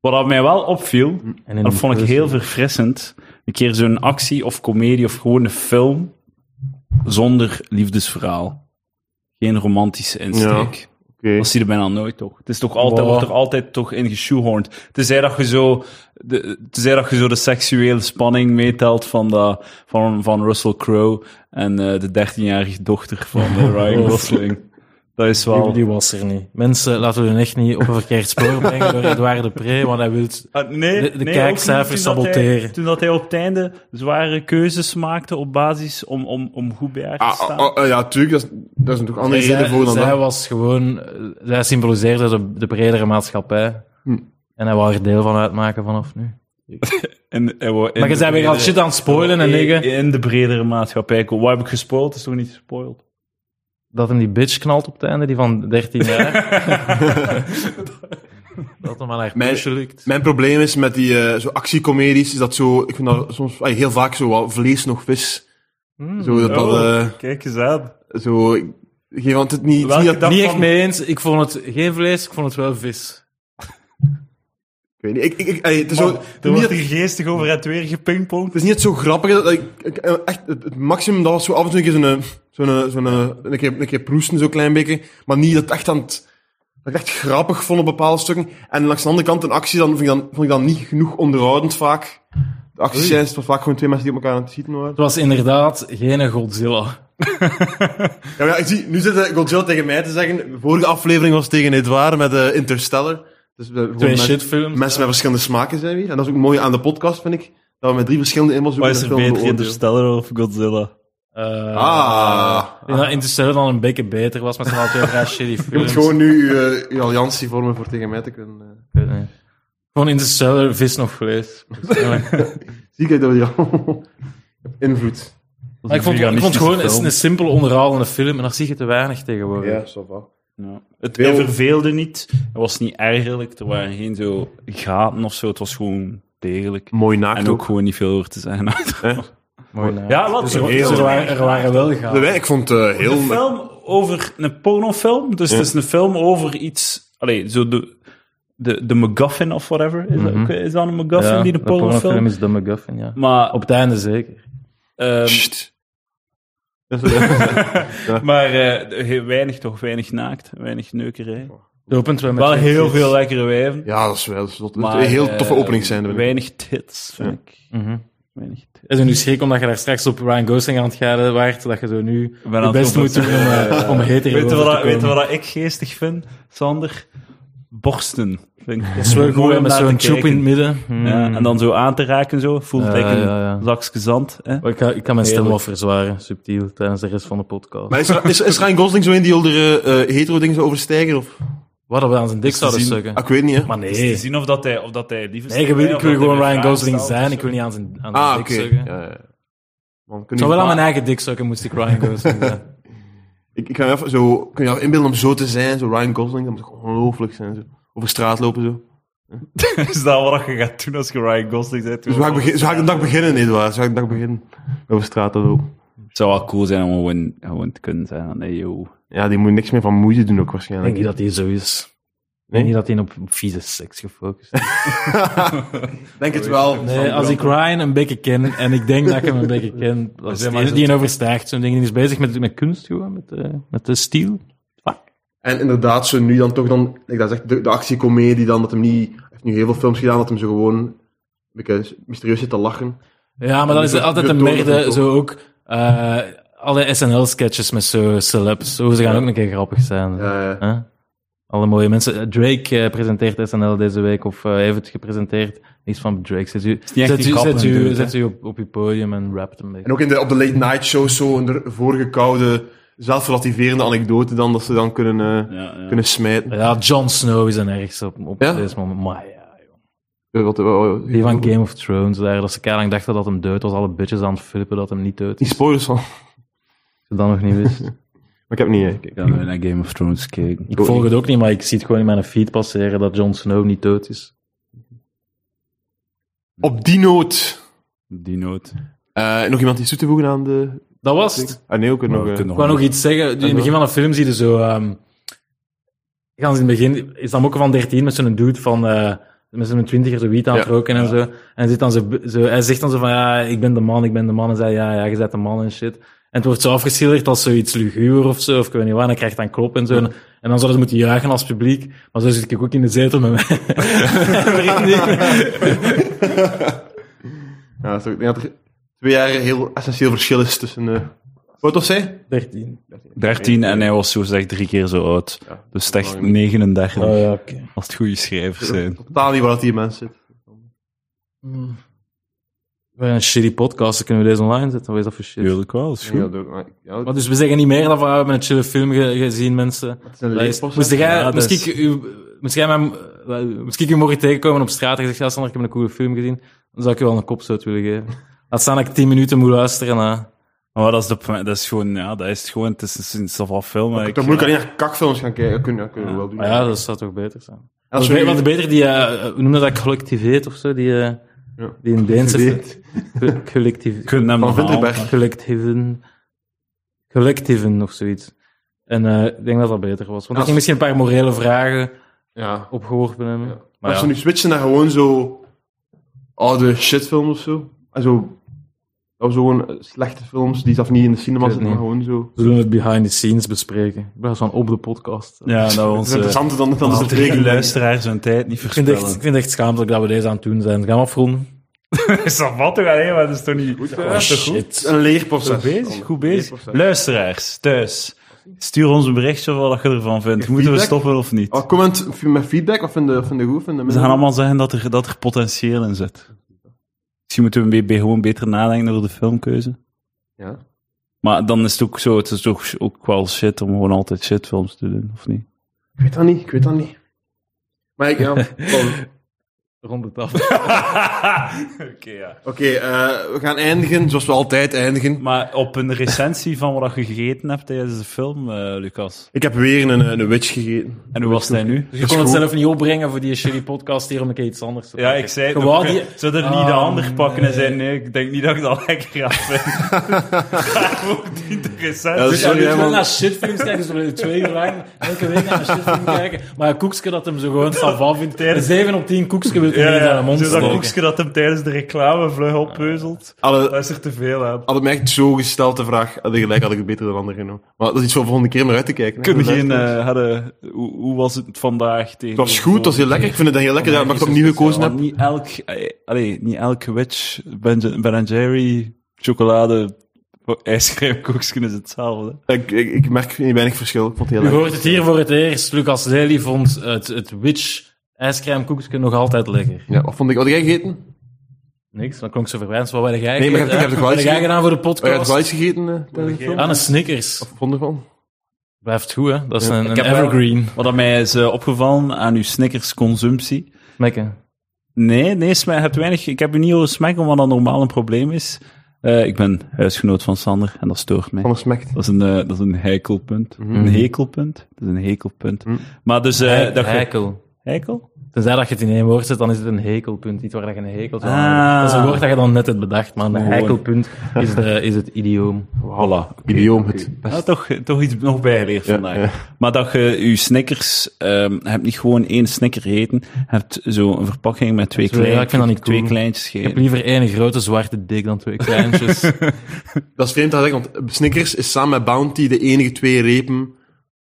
[SPEAKER 5] Wat dat mij wel opviel,
[SPEAKER 2] Hm.
[SPEAKER 4] En dus, eh,
[SPEAKER 5] en dat vond ik heel verfrissend, een keer zo'n actie of komedie of gewoon een film zonder liefdesverhaal. Geen romantische insteek.
[SPEAKER 2] Oké.
[SPEAKER 5] Dat zie je bijna nooit, toch? Het is toch altijd,
[SPEAKER 4] Wow.
[SPEAKER 5] wordt er altijd toch in geshoehorned. Tenzij dat je zo de, tenzij dat je zo de seksuele spanning meetelt van, dat van, van Russell Crowe en eh, de 13-jarige dochter van eh, Ryan Gosling. Dat is
[SPEAKER 4] Die,
[SPEAKER 5] wel...
[SPEAKER 4] die was er niet. Mensen, laten we hun echt niet op een verkeerd spoor brengen door Edouard de Pre, want hij wil...
[SPEAKER 5] Ah, nee,
[SPEAKER 4] De- de
[SPEAKER 5] nee,
[SPEAKER 4] kijkcijfers
[SPEAKER 5] ook niet toen dat hij-
[SPEAKER 4] saboteren.
[SPEAKER 5] toen dat hij op het einde zware keuzes maakte op basis om, om, om goed bij haar te
[SPEAKER 2] Ah,
[SPEAKER 5] staan.
[SPEAKER 2] ah, ah, ja, tuurlijk. Dat is, dat is natuurlijk andere reden voor dan
[SPEAKER 4] zij
[SPEAKER 2] dat.
[SPEAKER 4] was gewoon... eh, Zij
[SPEAKER 5] Hm.
[SPEAKER 4] symboliseerde de, de bredere maatschappij. En hij wou er deel van uitmaken vanaf nu.
[SPEAKER 5] In, in, in
[SPEAKER 4] Maar je
[SPEAKER 5] de
[SPEAKER 4] bent weer al
[SPEAKER 5] bredere-
[SPEAKER 4] shit aan het spoilen en
[SPEAKER 5] in,
[SPEAKER 4] nigga.
[SPEAKER 5] in de bredere maatschappij. Wat heb ik gespoild? is toch niet gespoild?
[SPEAKER 4] Dat hem die bitch knalt op het einde, die van 13 jaar. dat hem aan haar
[SPEAKER 2] Mijn-
[SPEAKER 4] kusje lukt.
[SPEAKER 2] Mijn probleem is met die eh, zo actiecomedies, is dat zo, ik vind dat soms ay, heel vaak zo wat vlees nog vis.
[SPEAKER 4] Hmm.
[SPEAKER 5] Mm.
[SPEAKER 2] Zo, dat dat,
[SPEAKER 5] Oh.
[SPEAKER 2] eh,
[SPEAKER 5] Kijk eens aan.
[SPEAKER 2] zo, ik- geen, want het niet, het is
[SPEAKER 5] Welke
[SPEAKER 2] niet dat,
[SPEAKER 5] dag
[SPEAKER 4] Niet echt
[SPEAKER 5] van-
[SPEAKER 4] mee eens. Ik vond het geen vlees, ik vond het wel vis.
[SPEAKER 2] ik weet niet, ik, ik, ik- ay, het is zo,
[SPEAKER 5] Man,
[SPEAKER 2] het
[SPEAKER 5] Oh, er
[SPEAKER 2] is niet
[SPEAKER 5] wordt
[SPEAKER 2] dat-
[SPEAKER 5] hier geestig over het weer gepingpongd.
[SPEAKER 2] het is niet zo grappig, dat ik, ik- eh, echt, het, het maximum, dat was zo af en toe een keer zo'n, zo'n, zo'n, een keer, een keer proesten, zo'n klein beetje, maar niet dat het echt aan het, dat ik het echt grappig vond op bepaalde stukken. En langs de andere kant, een actie, dan vond ik dan, vond ik dan niet genoeg onderhoudend vaak. De actiescènes, het was vaak gewoon twee mensen die op elkaar aan het schieten waren.
[SPEAKER 4] Het was inderdaad geen Godzilla.
[SPEAKER 2] Ja, maar ja, ik zie, nu zit eh, Godzilla tegen mij te zeggen. De vorige aflevering was tegen Edouard met eh, Interstellar. Dus we- gewoon
[SPEAKER 4] Twee
[SPEAKER 2] men-
[SPEAKER 4] shitfilms.
[SPEAKER 2] Mensen met verschillende smaken zijn we hier. En dat is ook mooi aan de podcast, vind ik. Dat we met drie verschillende
[SPEAKER 5] Wat
[SPEAKER 2] invalshoeken
[SPEAKER 5] is
[SPEAKER 2] de
[SPEAKER 5] er
[SPEAKER 2] film
[SPEAKER 5] beter,
[SPEAKER 2] beoordelen.
[SPEAKER 5] Interstellar of Godzilla?
[SPEAKER 4] Eh,
[SPEAKER 2] Ah.
[SPEAKER 4] Ik denk dat Interstellar dan een beetje beter was met z'n allen twee vrij shitty
[SPEAKER 2] Je moet
[SPEAKER 4] films.
[SPEAKER 2] gewoon nu eh, je alliantie vormen voor tegen mij te kunnen... eh.
[SPEAKER 4] Ik weet niet. Gewoon Interstellar, vis nog vlees. maar
[SPEAKER 2] Zie ik dat we hier al... Invloed.
[SPEAKER 4] ik vond, ik vond het gewoon het is een simpel onderhalende film en daar zie je te weinig tegenwoordig.
[SPEAKER 2] zo wel.
[SPEAKER 5] Ja. Het
[SPEAKER 2] Veel-
[SPEAKER 5] verveelde niet. Het was niet ergerlijk. Er waren geen zo gaten of zo. Het was gewoon degelijk.
[SPEAKER 2] Mooi naakt
[SPEAKER 5] En ook
[SPEAKER 2] ook.
[SPEAKER 5] gewoon niet veel over te zeggen.
[SPEAKER 4] Mooi, nou.
[SPEAKER 5] Ja, wat
[SPEAKER 4] er, er waren, er waren wel gaten.
[SPEAKER 2] De wijn, ik vond eh heel...
[SPEAKER 5] Een film over een pornofilm. Dus het is een film over iets. Allee, zo de, de, de MacGuffin of whatever. Is,
[SPEAKER 2] Mhm.
[SPEAKER 5] dat, ook- is dat een MacGuffin die de
[SPEAKER 4] de pornofilm
[SPEAKER 5] pornofilm?
[SPEAKER 4] is de MacGuffin, ja.
[SPEAKER 5] Maar,
[SPEAKER 4] Op het einde zeker.
[SPEAKER 5] ehm,
[SPEAKER 2] Sst. Dat is- eh,
[SPEAKER 5] maar eh, weinig toch, weinig naakt, weinig neukerij.
[SPEAKER 4] Je opent wel met
[SPEAKER 5] Wel
[SPEAKER 4] twee
[SPEAKER 5] heel
[SPEAKER 4] tits.
[SPEAKER 5] veel lekkere wijven.
[SPEAKER 2] ja, dat is wel... Dat is wel-
[SPEAKER 5] Maar,
[SPEAKER 2] een heel toffe
[SPEAKER 5] eh,
[SPEAKER 2] opening zijn. dat vind ik.
[SPEAKER 5] Weinig tits, vind ik.
[SPEAKER 4] Mhm.
[SPEAKER 5] Weinig tits.
[SPEAKER 4] Is er nu schrik omdat je daar straks op Ryan Gosling aan het gaan waart, dat je zo nu
[SPEAKER 5] ben
[SPEAKER 4] je
[SPEAKER 5] aan het
[SPEAKER 4] best moet doen om, eh, om heter
[SPEAKER 5] Weet je
[SPEAKER 4] over te
[SPEAKER 5] wat, weet je
[SPEAKER 4] komen.
[SPEAKER 5] wat ik geestig vind, Sander? Borsten. Vind ik.
[SPEAKER 4] Dat is wel goed,
[SPEAKER 5] Mooi
[SPEAKER 4] hè,
[SPEAKER 5] om
[SPEAKER 4] met
[SPEAKER 5] naar
[SPEAKER 4] zo'n
[SPEAKER 5] te
[SPEAKER 4] tube in het
[SPEAKER 5] kijken. Mhm.
[SPEAKER 4] midden. Mm.
[SPEAKER 5] Ja, en dan zo aan te raken, zo. Voelt
[SPEAKER 4] Ja,
[SPEAKER 5] het like een
[SPEAKER 4] ja, ja.
[SPEAKER 5] zakje zand. Hè?
[SPEAKER 4] Maar Oh, Ik, kan, ik kan mijn stem
[SPEAKER 5] Heerlijk.
[SPEAKER 4] wel verzwaren, subtiel, tijdens de rest van de podcast.
[SPEAKER 2] Maar is, is, is Ryan Gosling zo in die oudere eh hetero-dingen zou overstijgen? Of?
[SPEAKER 4] Wat dat we aan zijn dik zouden sukken.
[SPEAKER 2] Ah, ik weet niet, hè.
[SPEAKER 4] Maar
[SPEAKER 5] Dus te
[SPEAKER 4] nee.
[SPEAKER 5] zien of dat hij, of dat hij lief is.
[SPEAKER 4] nee ik wil, ik wil gewoon Ryan Gosling zijn, ik wil niet aan zijn, aan zijn
[SPEAKER 2] Ah,
[SPEAKER 4] dik
[SPEAKER 2] oké.
[SPEAKER 4] sukken.
[SPEAKER 2] Ja, ja, ja. Man, kun
[SPEAKER 4] Ik
[SPEAKER 2] je-
[SPEAKER 4] zou wel aan mijn eigen dik sukken, moest ik Ryan Gosling zijn.
[SPEAKER 2] ik, ik ga me even zo... Kun je je inbeelden om zo te zijn, zo Ryan Gosling? Dat moet toch ongelooflijk zijn, zo. Over straat lopen, zo.
[SPEAKER 5] Is dat wat je gaat doen als je Ryan Gosling bent?
[SPEAKER 2] Zo ga ik, Dus begin, zo ga ik een dag beginnen, Edouard. Zo ga ik een dag beginnen. Over straat te lopen.
[SPEAKER 5] Het zou wel cool zijn om gewoon, gewoon te kunnen zijn. Nee, joh.
[SPEAKER 2] Ja, die moet niks meer van moeite doen ook
[SPEAKER 4] Ik denk
[SPEAKER 2] waarschijnlijk.
[SPEAKER 4] niet dat hij zo is. Ik
[SPEAKER 2] Nee?
[SPEAKER 4] denk niet dat hij op, op vieze seks gefocust is.
[SPEAKER 2] Denk het wel.
[SPEAKER 4] Nee, Eh, als ik Ryan een beetje ken, en ik denk dat ik hem een beetje ken, dat is die, die een overstijgt zo'n ding. Die is bezig met, met kunst gewoon, met, eh, met de stiel.
[SPEAKER 2] En inderdaad, zo nu dan toch dan... Ik dat zegt, de, de actiecomedie dan, dat hem niet... Hij heeft nu heel veel films gedaan, dat hem zo gewoon... Een beetje mysterieus zit te lachen.
[SPEAKER 4] Ja, maar dat is
[SPEAKER 2] Die
[SPEAKER 4] altijd
[SPEAKER 2] duurt
[SPEAKER 4] een
[SPEAKER 2] door, dat
[SPEAKER 4] merde.
[SPEAKER 2] duurt
[SPEAKER 4] Zo ook eh, alle SNL-sketches met zo celebs. Zo, ze gaan ook een keer grappig zijn.
[SPEAKER 2] Ja, ja.
[SPEAKER 4] Hè? Alle mooie mensen. Eh, Drake eh, presenteert SNL deze week, of eh, heeft het gepresenteerd. Niks van Drake. Zet u,
[SPEAKER 5] niet echt
[SPEAKER 4] zet
[SPEAKER 5] die
[SPEAKER 4] u,
[SPEAKER 5] grappen
[SPEAKER 4] zet u,
[SPEAKER 5] natuurlijk,
[SPEAKER 4] zet u op, op uw podium en rapt een
[SPEAKER 2] En
[SPEAKER 4] beetje.
[SPEAKER 2] ook in de, op de late night show zo een voorgekoude, zelfrelativerende anekdote dan, dat ze dan kunnen, eh,
[SPEAKER 5] Ja, ja.
[SPEAKER 2] kunnen smijten.
[SPEAKER 4] Ja, Jon Snow is een ergste op, op
[SPEAKER 2] Ja?
[SPEAKER 4] deze moment. Maar ja,
[SPEAKER 2] Eh, Wat, wat- wat-
[SPEAKER 4] die van Game of Thrones, daar, dat ze keilang dachten dat hem dood was. Alle bitches aan het flippen dat hem niet dood
[SPEAKER 2] Die
[SPEAKER 4] is.
[SPEAKER 2] spoilers van.
[SPEAKER 4] Ze dat nog niet wist.
[SPEAKER 2] Maar ik heb niet gekeken.
[SPEAKER 5] Dan weer naar Game of Thrones kijken.
[SPEAKER 4] Ik volg het ook niet, maar ik zie het gewoon in mijn feed passeren dat Jon Snow niet dood is.
[SPEAKER 2] Op die noot.
[SPEAKER 5] Die noot.
[SPEAKER 2] eh, nog iemand iets toe te voegen aan de...
[SPEAKER 4] Dat was het.
[SPEAKER 2] Ah nee, ook nog...
[SPEAKER 5] Maar we
[SPEAKER 2] eh,
[SPEAKER 5] kunnen
[SPEAKER 4] Ik wou nog iets zeggen. In het begin van een film zie je zo... ehm gaan ze in het begin... Is dat ook van 13 met zo'n dude van... eh, met zo'n twintiger zo wiet aan het
[SPEAKER 2] Ja.
[SPEAKER 4] roken en zo. En hij, zit dan zo, zo, hij zegt dan zo van... Ja, ik ben de man, ik ben de man. En zei ja, ja, je bent de man en shit. En het wordt zo afgeschilderd als zoiets luguur of zo. Of ik weet niet wat. En hij krijgt dan klop en zo. En, en dan zouden ze moeten juichen als publiek. Maar zo zit ik ook in de zetel met mij.
[SPEAKER 2] ja, zo- ik denk dat er twee jaar een heel essentieel verschil is tussen... eh wat was zij?
[SPEAKER 4] 13.
[SPEAKER 5] 13 en hij was zo gezegd drie keer zo oud. dus het is echt 39.
[SPEAKER 4] Oh ja, oké.
[SPEAKER 5] Als het goede schrijvers zijn.
[SPEAKER 2] Totaal niet waar dat die mens zit.
[SPEAKER 4] We hebben een shitty podcast. Dan kunnen we deze online zetten. Wat is dat voor shit?
[SPEAKER 5] Tuurlijk wel, is goed.
[SPEAKER 2] Ja, dat- maar- ja,
[SPEAKER 4] Maar dus we zeggen niet meer dan van, ah, we hebben een chille film ge- gezien, mensen.
[SPEAKER 2] is een
[SPEAKER 4] Dat is-
[SPEAKER 2] leefpost,
[SPEAKER 4] Moest
[SPEAKER 2] hè?
[SPEAKER 4] jij,
[SPEAKER 5] Ja, dat
[SPEAKER 4] misschien,
[SPEAKER 5] is-
[SPEAKER 4] u, misschien, mijn, eh, misschien u morgen tegenkomen op straat en je zegt, ja, Sander, ik heb een coole film gezien. dan zou ik je wel een kopstoot willen geven. Laat staan dat ik tien minuten moet luisteren naar...
[SPEAKER 5] Maar dat is, de, dat is gewoon, ja, dat is het gewoon, het is een sava film. maar ik-
[SPEAKER 2] Dan moet ik alleen naar kakfilms gaan kijken. Dat kunnen, dat kunnen we wel doen.
[SPEAKER 4] Maar ja, dat zou toch beter zijn.
[SPEAKER 2] En
[SPEAKER 4] Als
[SPEAKER 2] als
[SPEAKER 4] we,
[SPEAKER 2] we-
[SPEAKER 4] wat beter die, eh, hoe noem je dat, collectiveert of zo? Die, eh,
[SPEAKER 2] Ja.
[SPEAKER 4] die in Deense...
[SPEAKER 2] Weet.
[SPEAKER 4] Ge- Collectief...
[SPEAKER 5] Ik vind hem
[SPEAKER 2] Van
[SPEAKER 5] verhaal-
[SPEAKER 2] Vinterberg.
[SPEAKER 4] Collectiven. Collectiven of zoiets. En eh, ik denk dat dat beter was. Want ik ging misschien een paar morele vragen
[SPEAKER 2] Ja.
[SPEAKER 4] opgeworpen hebben. Ja.
[SPEAKER 5] Maar
[SPEAKER 2] als
[SPEAKER 5] ja.
[SPEAKER 2] ze nu switchen naar gewoon zo oude shitfilm of zo. En zo, of zo gewoon eh, slechte films die zelf niet in de cinema
[SPEAKER 4] Ik weet
[SPEAKER 2] zitten,
[SPEAKER 4] het
[SPEAKER 2] maar gewoon zo.
[SPEAKER 4] We zullen het behind the scenes bespreken. Ik ben zo'n op de podcast.
[SPEAKER 5] Ja, dat we
[SPEAKER 2] Dat is
[SPEAKER 5] onze,
[SPEAKER 2] interessanter dan, dan
[SPEAKER 5] onze
[SPEAKER 2] de
[SPEAKER 5] drie
[SPEAKER 2] regelen.
[SPEAKER 5] luisteraars hun tijd niet
[SPEAKER 4] Ik vind, het echt,
[SPEAKER 5] verspillen.
[SPEAKER 4] ik vind het echt schaamelijk dat we deze aan het doen zijn. Gaan we afronden?
[SPEAKER 5] Is dat wat toch alleen, maar dat is toch niet goed?
[SPEAKER 2] eh, Een leerproces.
[SPEAKER 5] bezig, goed bezig.
[SPEAKER 2] Leerproces.
[SPEAKER 5] Luisteraars, thuis, stuur ons een berichtje over wat je ervan vindt. Moeten we
[SPEAKER 2] feedback?
[SPEAKER 5] stoppen of niet?
[SPEAKER 2] Oh, comment f- met feedback of in de, of in de groef, in de
[SPEAKER 5] Ze gaan allemaal zeggen dat er, dat er potentieel in zit. Misschien moeten we een be- gewoon beter nadenken over de filmkeuze.
[SPEAKER 2] Ja.
[SPEAKER 5] Maar dan is het ook zo, het is toch ook wel shit om gewoon altijd shitfilms te doen, of niet?
[SPEAKER 2] Ik weet dat niet, ik weet dat niet. Maar ik, ja. wel.
[SPEAKER 4] Rond het af.
[SPEAKER 5] Oké, ja.
[SPEAKER 2] Oké, eh, we gaan eindigen zoals we altijd eindigen.
[SPEAKER 5] Maar op een recensie van wat je gegeten hebt tijdens de film, eh, Lucas.
[SPEAKER 2] Ik heb weer een, eh, een witch gegeten.
[SPEAKER 5] En hoe was dat nu?
[SPEAKER 4] Dus je kon het zelf niet opbrengen voor die shitty podcast hier om een keer iets anders te
[SPEAKER 5] Ja,
[SPEAKER 4] maken.
[SPEAKER 5] ik zei het
[SPEAKER 4] Je wou
[SPEAKER 5] ook.
[SPEAKER 4] die-
[SPEAKER 5] Zou er niet de
[SPEAKER 4] Ah,
[SPEAKER 5] ander pakken en zeggen, nee, ik denk niet dat ik dat lekker ga vinden. Daarvoor dient de recensie.
[SPEAKER 2] Ja, dat
[SPEAKER 4] Dus
[SPEAKER 2] is-
[SPEAKER 4] ja,
[SPEAKER 2] Sorry,
[SPEAKER 4] nu
[SPEAKER 2] hè,
[SPEAKER 4] gewoon
[SPEAKER 2] man.
[SPEAKER 4] naar shitfilms kijken, zullen we twee uur lang elke week naar een shitfilm kijken. Maar een koekske dat hem zo gewoon savant vindt. Een 7 op 10 koekske wil hij
[SPEAKER 5] Ja,
[SPEAKER 4] niet aan hem
[SPEAKER 5] ja. Zo dat
[SPEAKER 4] ontsteken.
[SPEAKER 5] koekje dat hem tijdens de reclame vlug oppeuzelt.
[SPEAKER 2] Alle,
[SPEAKER 5] Dat is er te veel aan.
[SPEAKER 2] Had het me echt zo gesteld, de vraag, had ik gelijk had ik het beter dan anderen genomen. Maar dat is iets voor de volgende keer om uit te kijken. hè.
[SPEAKER 5] Kunnen
[SPEAKER 2] Voor de
[SPEAKER 5] geen,
[SPEAKER 2] luisteraars.
[SPEAKER 5] eh, hadden, hoe, hoe was het vandaag? Tegen
[SPEAKER 2] Het was goed, het was heel lekker. Ik vind het heel lekker dat ik het opnieuw gekozen heb.
[SPEAKER 5] Want Niet elk, eh, allee, niet elke witch, Ben, ben Jerry, chocolade, ijscream, koekje is hetzelfde.
[SPEAKER 2] Ik, ik, ik merk niet weinig verschil. Ik vond het heel
[SPEAKER 4] U
[SPEAKER 2] lekker.
[SPEAKER 4] hoort het hier voor het eerst. Lucas Lely vond het, het witch ijscrème koekske nog altijd lekker.
[SPEAKER 2] Ja, wat vond ik, wat had jij gegeten?
[SPEAKER 4] Niks, dan klonk ze verwijnd. Wat ben jij
[SPEAKER 2] Nee, maar je hebt- je hebt toch wel
[SPEAKER 4] Wat
[SPEAKER 2] iets
[SPEAKER 4] heb jij
[SPEAKER 2] ge-
[SPEAKER 4] gedaan voor de
[SPEAKER 2] Had jij het
[SPEAKER 4] podcast?
[SPEAKER 2] wel iets gegeten eh, tijdens de film?
[SPEAKER 4] Aan een Snickers.
[SPEAKER 2] Wat vond je ervan?
[SPEAKER 4] Blijft goed, hè? Dat is een,
[SPEAKER 5] Ik
[SPEAKER 4] een
[SPEAKER 5] heb wel-
[SPEAKER 4] evergreen.
[SPEAKER 5] Wat aan mij is eh, opgevallen aan uw Snickers consumptie,
[SPEAKER 4] Mekken.
[SPEAKER 5] Nee, nee, sma- je hebt weinig. Ik heb u niet horen smaken, wat dan normaal een probleem is. Eh, ik ben huisgenoot van Sander en dat stoort mij.
[SPEAKER 2] Anders smaakt.
[SPEAKER 5] Dat is een, eh, dat is een heikelpunt. Een hekelpunt. Dat is een hekelpunt. Maar dus, eh, dat je-
[SPEAKER 4] Hekel.
[SPEAKER 5] heikel?
[SPEAKER 4] Tenzij dat je het in één woord zet, dan is het een hekelpunt. Iets waar dat je een hekel aan
[SPEAKER 5] Ah.
[SPEAKER 4] hebt. Dat is een woord dat je dan net hebt bedacht, maar een
[SPEAKER 5] Gewoon.
[SPEAKER 4] hekelpunt is, de, is het idioom.
[SPEAKER 5] Voilà.
[SPEAKER 2] Idioom, het
[SPEAKER 5] Ja,
[SPEAKER 2] beste.
[SPEAKER 5] toch, toch iets nog bijgeleerd vandaag. Maar dat je je Snickers, ehm hebt niet gewoon één Snicker eten, hebt zo'n verpakking met twee,
[SPEAKER 4] Dat is wel- ja, ik
[SPEAKER 5] kleintjes,
[SPEAKER 4] vind dat niet
[SPEAKER 5] twee
[SPEAKER 4] cool.
[SPEAKER 5] kleintjes
[SPEAKER 4] Ik heb
[SPEAKER 5] gegeten.
[SPEAKER 4] liever één grote zwarte dik dan twee kleintjes.
[SPEAKER 2] Dat is vreemd dat ik, want Snickers is samen met Bounty de enige twee repen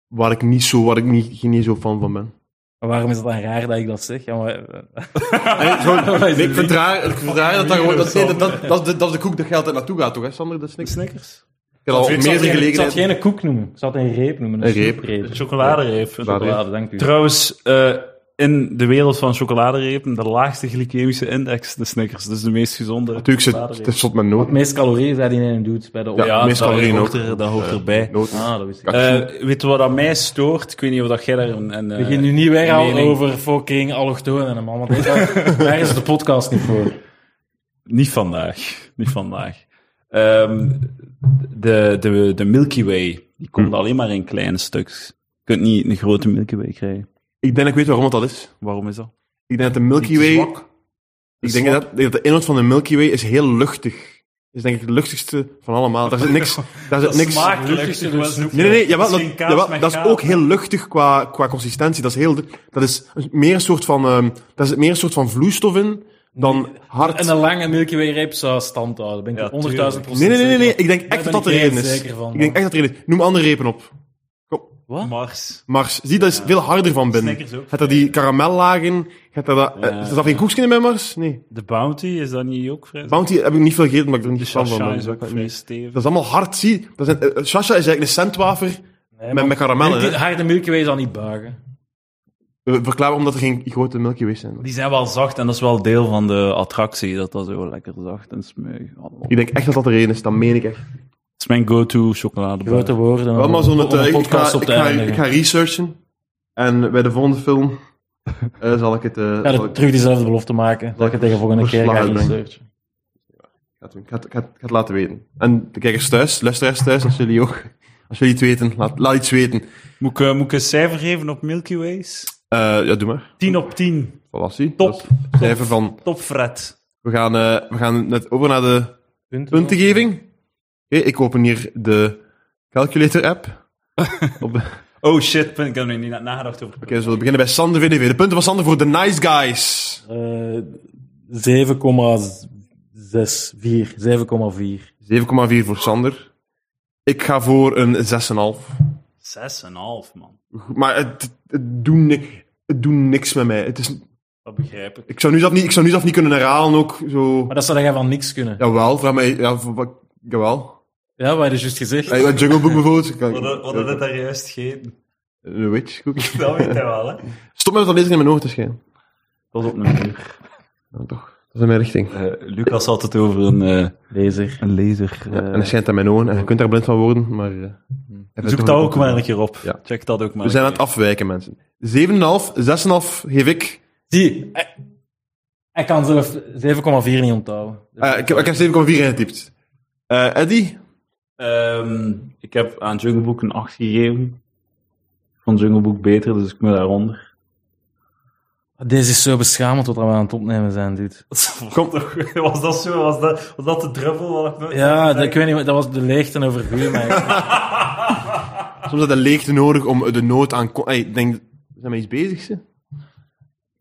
[SPEAKER 2] waar ik niet zo, waar ik niet, geen zo fan van ben.
[SPEAKER 4] Maar waarom is het dan raar dat ik dat zeg? Ja, maar, eh,
[SPEAKER 2] En gewoon,
[SPEAKER 4] Wij zijn
[SPEAKER 2] nee, ik verdraai, ik verdraai dat dat gewoon, dat, nee, dat, dat, dat, is de- dat is de koek dat je altijd naartoe gaat, toch, hè, Sander, de Snickers?
[SPEAKER 5] Snickers?
[SPEAKER 2] Ik heb al
[SPEAKER 4] ik, zou
[SPEAKER 2] meerdere
[SPEAKER 4] het, ik zou het
[SPEAKER 2] gelegenheden.
[SPEAKER 4] geen koek noemen. Ik zou het een reep noemen. Een,
[SPEAKER 2] Een reep.
[SPEAKER 4] snoepreep.
[SPEAKER 5] Chocoladereep.
[SPEAKER 4] Chocolade, dank u.
[SPEAKER 5] Trouwens, eh, in de wereld van chocoladerepen, de laagste glycemische index, de Snickers. Dus de meest gezonde.
[SPEAKER 2] Natuurlijk, zit- het is tot mijn nood.
[SPEAKER 4] Het meest calorieën zijn die in een doet bij de
[SPEAKER 2] Ja,
[SPEAKER 4] ja.
[SPEAKER 2] meest
[SPEAKER 5] dat
[SPEAKER 2] calorieën
[SPEAKER 5] hoort
[SPEAKER 2] ook.
[SPEAKER 5] er- dat hoort erbij.
[SPEAKER 2] Nood.
[SPEAKER 4] Ah, dat wist ik.
[SPEAKER 5] Eh, weet je wat aan mij stoort? Ik weet niet of dat jij daar een... een eh,
[SPEAKER 4] We beginnen nu niet weer al
[SPEAKER 5] mening.
[SPEAKER 4] over fucking allochtonen en man. Daar is de podcast niet voor.
[SPEAKER 5] Niet vandaag. Niet vandaag. Ehm, de, de, de Milky Way, die komt alleen maar in kleine stukjes. Je kunt niet een grote Milky Way krijgen.
[SPEAKER 2] Ik denk dat ik weet waarom dat is.
[SPEAKER 5] Waarom is dat?
[SPEAKER 2] Ik denk dat de Milky Way. Ik denk dat, ik denk dat de inhoud van de Milky Way is heel luchtig. Is denk ik het luchtigste van allemaal. Daar zit niks. Daar zit niks.
[SPEAKER 5] luchtig, maar het is ook-
[SPEAKER 2] Nee, nee, nee. Jawel,
[SPEAKER 5] het
[SPEAKER 2] dat,
[SPEAKER 5] is geen kaas
[SPEAKER 2] jawel,
[SPEAKER 5] met
[SPEAKER 2] dat is
[SPEAKER 5] kaas.
[SPEAKER 2] ook heel luchtig qua, qua consistentie. Dat is, heel, dat is meer een soort van, ehm daar zit meer een soort van vloeistof in dan hard.
[SPEAKER 4] En een lange Milky Way reep zou stand houden. Ben ik
[SPEAKER 5] Ja,
[SPEAKER 4] er 100.000
[SPEAKER 5] tuurlijk.
[SPEAKER 2] Nee, nee, nee, nee, nee. Ik denk echt dat
[SPEAKER 4] ben
[SPEAKER 2] dat de
[SPEAKER 4] ik echt
[SPEAKER 2] reden is.
[SPEAKER 4] zeker van,
[SPEAKER 2] ik denk
[SPEAKER 4] man.
[SPEAKER 2] echt dat de reden is. Noem andere repen op.
[SPEAKER 5] Mars.
[SPEAKER 2] Mars. Zie, dat is veel harder van binnen.
[SPEAKER 5] Snickers ook.
[SPEAKER 2] Gaat er die karamellagen? Gaat er dat, eh,
[SPEAKER 5] Ja.
[SPEAKER 2] Is er geen koekjes in bij Mars? Nee.
[SPEAKER 5] De Bounty, is dat niet ook vrij?
[SPEAKER 2] Bounty heb ik niet veel gegeten, maar ik ben er
[SPEAKER 5] De
[SPEAKER 2] niet fan van.
[SPEAKER 5] Shasha
[SPEAKER 2] ben.
[SPEAKER 5] is ook vrij stevig.
[SPEAKER 2] Dat is allemaal hard, zie. Dat zijn, eh, eh, Sasha is eigenlijk een centwafer met, met karamellen.
[SPEAKER 4] Milky,
[SPEAKER 2] hè.
[SPEAKER 4] harde Milky Way zal niet buigen.
[SPEAKER 2] We verklaren omdat er geen grote Milky Ways zijn.
[SPEAKER 5] Die zijn wel zacht en dat is wel deel van de attractie, dat dat zo lekker zacht en smeug. Oh,
[SPEAKER 2] Ik denk echt dat dat de reden is, dat meen ik echt.
[SPEAKER 4] Oh,
[SPEAKER 5] Het is mijn go-to chocoladebar.
[SPEAKER 4] Grote woorden.
[SPEAKER 2] Wel maar zo'n...
[SPEAKER 4] om
[SPEAKER 2] eh,
[SPEAKER 4] een
[SPEAKER 2] ik, ga,
[SPEAKER 4] podcast op
[SPEAKER 2] ik,
[SPEAKER 4] te
[SPEAKER 2] ga,
[SPEAKER 4] eindigen.
[SPEAKER 2] ik ga researchen. En bij de volgende film Eh, zal ik het, eh,
[SPEAKER 4] Ja,
[SPEAKER 2] zal
[SPEAKER 4] de-
[SPEAKER 2] ik
[SPEAKER 4] terug diezelfde belofte maken. Dat ik het tegen volgende keer ga
[SPEAKER 2] Verslagen
[SPEAKER 4] doen.
[SPEAKER 2] brengen. ik ga het doen. Ik ga, het- ik ga het- ik ga het laten weten. En de kijkers thuis, luisteraars thuis, als jullie ook. Als jullie het weten, laat, laat iets weten.
[SPEAKER 5] Moet ik, eh, moet ik een cijfer geven op Milky Ways?
[SPEAKER 2] Eh, ja, doe maar.
[SPEAKER 5] 10 op 10.
[SPEAKER 2] Wat was die?
[SPEAKER 5] Top.
[SPEAKER 2] Dat is het Cijfer van.
[SPEAKER 5] Top Fred.
[SPEAKER 2] We gaan, eh, we gaan net over naar de puntengeving. Oké, ik open hier de calculator app. Op- Oké,
[SPEAKER 5] Oh shit, punt. ik heb er niet na- nagedacht over.
[SPEAKER 2] dus we zullen beginnen bij Sander VDV. De punten van Sander voor de nice guys.
[SPEAKER 4] Eh,
[SPEAKER 2] 7,4
[SPEAKER 4] 7,64. 7,4.
[SPEAKER 2] voor Sander. Ik ga voor een 6,5.
[SPEAKER 5] 6,5 man.
[SPEAKER 2] Maar het, het, doet ni- het doet niks met mij. Het is,
[SPEAKER 5] Dat begrijp ik.
[SPEAKER 2] ik, zou nu zelf niet, ik zou nu zelf niet kunnen herhalen ook. Zo.
[SPEAKER 4] Maar dat zou jij van niks kunnen. Ja,
[SPEAKER 2] Jawel, vraag mij. Ja, voor wat- jawel.
[SPEAKER 4] wat
[SPEAKER 5] dus
[SPEAKER 4] heb je juist gezegd?
[SPEAKER 2] Eh, eh, Jungle Book bijvoorbeeld. Ik Kan,
[SPEAKER 5] dat daar juist gegeten?
[SPEAKER 2] Een witch cookie.
[SPEAKER 5] Dat weet hij wel, hè?
[SPEAKER 2] Stop met dat lezen in mijn ogen te schijnen.
[SPEAKER 5] Pas op, nummer.
[SPEAKER 2] Nou, toch. Dat is in mijn richting.
[SPEAKER 5] Eh, Lucas had het over een, eh,
[SPEAKER 4] Lezer.
[SPEAKER 5] een laser.
[SPEAKER 2] Ja, en het schijnt aan mijn ogen. En je kunt daar blind van worden, maar... eh, even
[SPEAKER 5] Zoek
[SPEAKER 2] toch
[SPEAKER 5] dat
[SPEAKER 2] een
[SPEAKER 5] ook
[SPEAKER 2] kopie.
[SPEAKER 5] maar een keer op.
[SPEAKER 2] Ja.
[SPEAKER 5] Check dat ook maar.
[SPEAKER 2] We zijn aan het afwijken, mensen. 7,5, 6,5 geef ik.
[SPEAKER 4] Zie, hij, hij kan zelf 7,4 niet onthouden.
[SPEAKER 2] Eh, ik, heb, ik heb 7,4 ingetypt. Eh Eddie?
[SPEAKER 5] Ehm, ik heb aan Jungle Book een 8 gegeven. Ik vond Jungle Book beter, dus ik moet daaronder.
[SPEAKER 4] Deze is zo beschamend wat we aan het opnemen zijn, dude.
[SPEAKER 5] Kom toch, was dat zo? Was dat, was dat de druppel? Wat ik nooit-
[SPEAKER 4] Ja, dat, ik weet niet, dat was de leegte over vuur, maar
[SPEAKER 2] Soms is dat leegte nodig om de nood aan... ko- Hey, ik denk, zijn we iets bezig, ze?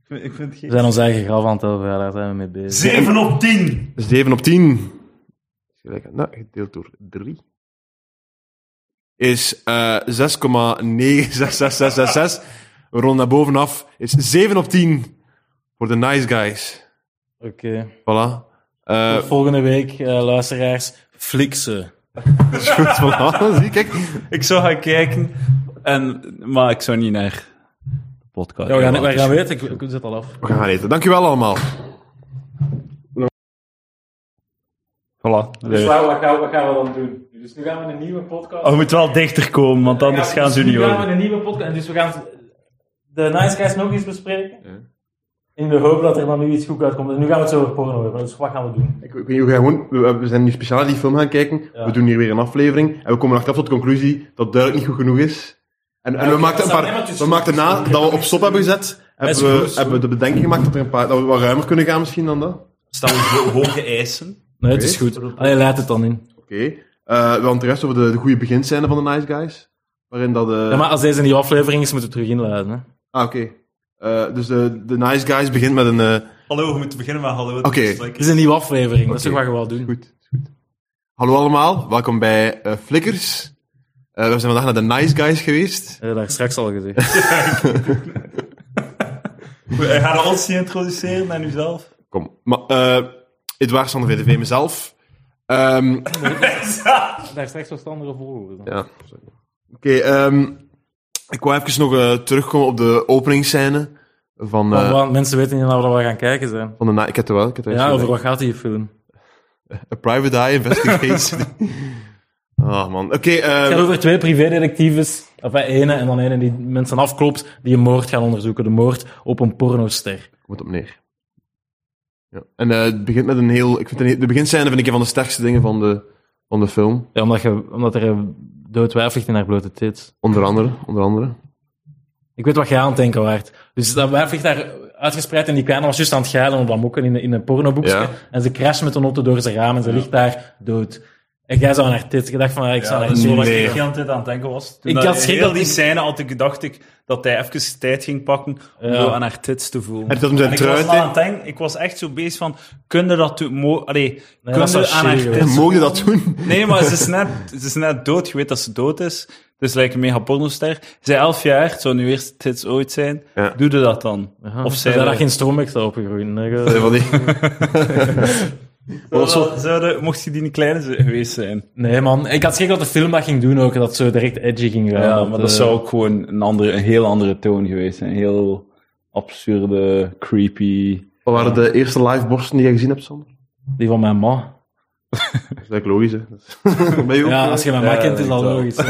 [SPEAKER 5] Ik vind het
[SPEAKER 4] we
[SPEAKER 5] geen...
[SPEAKER 4] zijn ons eigen graf aan het helpen, ja, daar zijn we mee bezig.
[SPEAKER 5] 7 op 10!
[SPEAKER 2] 7 op 10. Is gelijk aan- Nou, gedeeld door 3. Is eh 6,96666. We ronden naar bovenaf. Is 7 op 10 voor de nice guys.
[SPEAKER 4] Oké.
[SPEAKER 2] Voilà. Eh
[SPEAKER 4] Tot Volgende week, eh, luisteraars, fliksen.
[SPEAKER 2] is goed, voilà. Zie, kijk.
[SPEAKER 5] Ik zou gaan kijken, en, maar ik zou niet naar de podcast.
[SPEAKER 4] Ja, we gaan, we gaan weten, ik, ik zet al af.
[SPEAKER 2] We gaan gaan eten. Dankjewel allemaal.
[SPEAKER 5] Voilà.
[SPEAKER 7] Dus waar- wat, gaan, we- wat gaan we dan doen? Dus nu gaan we een nieuwe podcast.
[SPEAKER 5] Oh, je moet wel dichter komen, want anders gaan ze
[SPEAKER 4] dus
[SPEAKER 5] niet
[SPEAKER 4] nu gaan we
[SPEAKER 5] horen.
[SPEAKER 4] een nieuwe podcast, en dus we gaan de Nice Guys nog eens bespreken. In de hoop dat er dan nu iets goed uitkomt. En nu gaan we het zo over porno hebben, dus wat gaan we doen?
[SPEAKER 2] Ik, ik weet niet, we, gaan gewoon, we, we zijn nu speciaal naar die film gaan kijken.
[SPEAKER 4] Ja.
[SPEAKER 2] We doen hier weer een aflevering. En we komen achteraf tot de conclusie dat duidelijk niet goed genoeg is. En, en we,
[SPEAKER 4] oké,
[SPEAKER 2] maakten een
[SPEAKER 4] dat
[SPEAKER 2] paar,
[SPEAKER 4] zou- nee, maar het is
[SPEAKER 2] we maakten na dat we op stop hebben gezet,
[SPEAKER 4] is
[SPEAKER 2] hebben we,
[SPEAKER 4] goed, zo.
[SPEAKER 2] hebben we de bedenking gemaakt dat, er een paar, dat we wat ruimer kunnen gaan misschien dan dat.
[SPEAKER 5] Stel ho- hoge eisen.
[SPEAKER 4] Nee, het is goed. Allee, laat het dan in.
[SPEAKER 2] Oké. Eh, we hadden het rest over de, de goede beginscène van de Nice Guys. Waarin dat... eh,
[SPEAKER 4] Ja, maar als deze een nieuwe aflevering is, moeten we terug inluiden. Hè?
[SPEAKER 2] Ah, oké. Eh, dus de, de Nice Guys begint met een... eh,
[SPEAKER 5] Hallo, we moeten beginnen met hallo.
[SPEAKER 2] Oké.
[SPEAKER 4] Het is een nieuwe aflevering, dat is toch
[SPEAKER 2] Oké.
[SPEAKER 4] wat we wel doen.
[SPEAKER 2] Goed, is goed. Hallo allemaal, welkom bij eh Flickers. Eh, we zijn vandaag naar de Nice Guys geweest.
[SPEAKER 4] Eh, daar straks al gezegd.
[SPEAKER 5] We gaan ons niet introduceren en uzelf.
[SPEAKER 2] Kom. Maar, eh Edouard van de VDV, mezelf. Ehm,
[SPEAKER 4] daar straks was het andere volgorde. dan.
[SPEAKER 2] ja, sorry. Oké, ehm, ik wou even nog eh, terugkomen op de openingsscène van, eh,
[SPEAKER 4] Maar wat- mensen weten niet naar wat we gaan kijken zijn.
[SPEAKER 2] van de Ni- Ik heb het wel, ik heb het wel
[SPEAKER 4] Ja,
[SPEAKER 2] eens
[SPEAKER 4] over
[SPEAKER 2] gezien.
[SPEAKER 4] wat gaat die film?
[SPEAKER 2] A Private Eye Investigation. Ah, man. Oké, ehm,
[SPEAKER 4] Het gaat over twee privédetectives, of eh, ene en dan ene die mensen afklopt, die een moord gaan onderzoeken. De moord op een pornoster.
[SPEAKER 2] komt op neer. Ja. En eh, het begint met een heel... Ik vind een heel- de beginscène vind ik een van de sterkste dingen van de, van de film.
[SPEAKER 4] Ja, omdat, je, omdat er eh, doodwijf ligt in haar blote tits.
[SPEAKER 2] Onder andere, onder andere.
[SPEAKER 4] Ik weet wat jij aan het denken waart. Dus dat wijf ligt daar uitgespreid en die kleine was juist aan het geilen op dat mokken in, een- in een pornoboekje.
[SPEAKER 2] Ja.
[SPEAKER 4] En ze crasht met een auto door zijn raam en ze ligt daar dood. En jij zou aan haar tits. Ik dacht van, ja, ik zou naar haar tits.
[SPEAKER 5] Zoals ik de hele tijd aan het denken was. Toen
[SPEAKER 4] Ik
[SPEAKER 5] dat-
[SPEAKER 4] had schrik
[SPEAKER 5] heel
[SPEAKER 4] dat
[SPEAKER 5] die
[SPEAKER 4] ik-
[SPEAKER 5] scène had ik gedacht ik, dat hij even tijd ging pakken om
[SPEAKER 4] Ja.
[SPEAKER 5] zo aan haar tits te voelen.
[SPEAKER 2] En dat hem
[SPEAKER 5] En
[SPEAKER 2] zijn
[SPEAKER 5] ik was
[SPEAKER 2] trui...
[SPEAKER 5] al aan het denken, ik was echt zo bezig van, kunnen dat doen? Mo- Allee, kunnen
[SPEAKER 4] zou
[SPEAKER 5] aan haar
[SPEAKER 4] shitty geweest.
[SPEAKER 5] tits
[SPEAKER 2] Mogen dat doen?
[SPEAKER 5] Nee, maar ze is, net, ze is net dood. Je weet dat ze dood is. Dus lijkt een mega pornoster. Ze is elf jaar. Het zou nu eerst tits ooit zijn.
[SPEAKER 2] Ja.
[SPEAKER 5] Doe je dat dan? Of zij
[SPEAKER 4] daar
[SPEAKER 5] dat-
[SPEAKER 4] geen stroomweg zou opgroeien. hè.
[SPEAKER 2] Nee, van die-
[SPEAKER 5] Zou dat- zou dat- mocht je die een kleine z- geweest zijn?
[SPEAKER 4] Nee, man. Ik had schrik dat de film dat ging doen ook. Dat zo direct edgy ging gaan.
[SPEAKER 5] Ja, maar dat
[SPEAKER 4] eh,
[SPEAKER 5] zou ook gewoon een, andere, een heel andere toon geweest zijn. Een heel absurde, creepy...
[SPEAKER 2] Wat waren de eerste live borsten die jij gezien hebt, Sander?
[SPEAKER 4] Die van mijn ma.
[SPEAKER 2] Dat is eigenlijk logisch, hè? ben je ook,
[SPEAKER 4] Ja,
[SPEAKER 2] eh,
[SPEAKER 4] als je mijn ma
[SPEAKER 5] Ja,
[SPEAKER 4] kent, is
[SPEAKER 5] denk
[SPEAKER 4] dat
[SPEAKER 5] ik wel.
[SPEAKER 4] logisch. hè.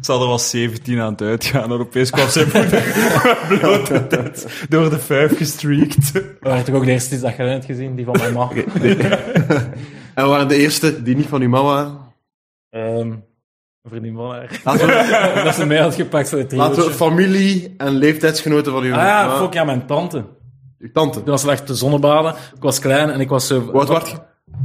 [SPEAKER 5] Sander was 17 aan het uitgaan en opeens kwam zijn moeder met blote tent door de vijf gestreakt.
[SPEAKER 4] Dat werd toch ook de eerste dat je hebt gezien, die van mijn ma.
[SPEAKER 2] En we waren de eerste die niet van uw mama waren.
[SPEAKER 4] Ehm, een vriendin van haar.
[SPEAKER 2] Laten we,
[SPEAKER 4] dat ze mij had gepakt voor het
[SPEAKER 2] laten we
[SPEAKER 4] triootje.
[SPEAKER 2] familie en leeftijdsgenoten van uw
[SPEAKER 4] Ah ja,
[SPEAKER 2] mama-
[SPEAKER 4] fuck, ja, mijn tante.
[SPEAKER 2] uw tante.
[SPEAKER 4] Toen was ze echt te zonnebaden. Ik was klein en ik was zo...
[SPEAKER 2] Wat was je?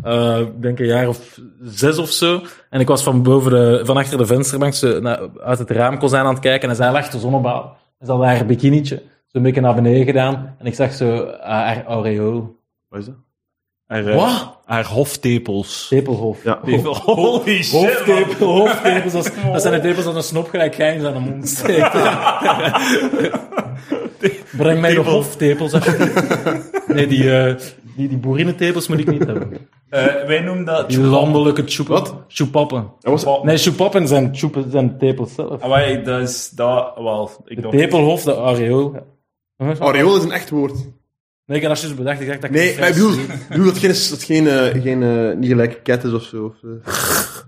[SPEAKER 4] Eh, ik denk een jaar of zes of zo. En ik was van, boven de, van achter de vensterbank zo naar, uit het raamkozijn aan het kijken. En zij lag te zonnebaal. En ze had haar bikinietje zo'n beetje naar beneden gedaan. En ik zag zo haar aureool.
[SPEAKER 5] Wat is dat? Haar, eh,
[SPEAKER 4] Wat?
[SPEAKER 5] haar hoftepels.
[SPEAKER 4] Tepelhoofd.
[SPEAKER 2] Ja.
[SPEAKER 5] Holy shit,
[SPEAKER 4] Hoofdtepel, hoofdtepels. Dat,
[SPEAKER 2] Oh.
[SPEAKER 4] is- dat zijn de tepels dat een snop gelijk geins aan de mond steekt. Breng mij de hoftepels. alsjeblieft. Nee, die, eh, die, die boerinnentepels moet ik niet hebben.
[SPEAKER 5] Eh, wij noemen dat...
[SPEAKER 4] Die landelijke tjoepappen. Tjoepappen. Nee, tjoepappen zijn, tjoepen, zijn tepels zelf.
[SPEAKER 5] Ah, wij, dat is... Dat, wel, ik dacht-
[SPEAKER 4] Tepelhof, de Areool.
[SPEAKER 2] Aureool is een echt woord.
[SPEAKER 4] Nee, ik had dat juist bedacht. Ik dacht dat ik
[SPEAKER 2] Nee,
[SPEAKER 4] het
[SPEAKER 2] maar ik
[SPEAKER 4] vijf-
[SPEAKER 2] bedoel, ik bedoel dat geen, dat geen, eh, geen eh, niet gelijke cat is of zo. Of, eh,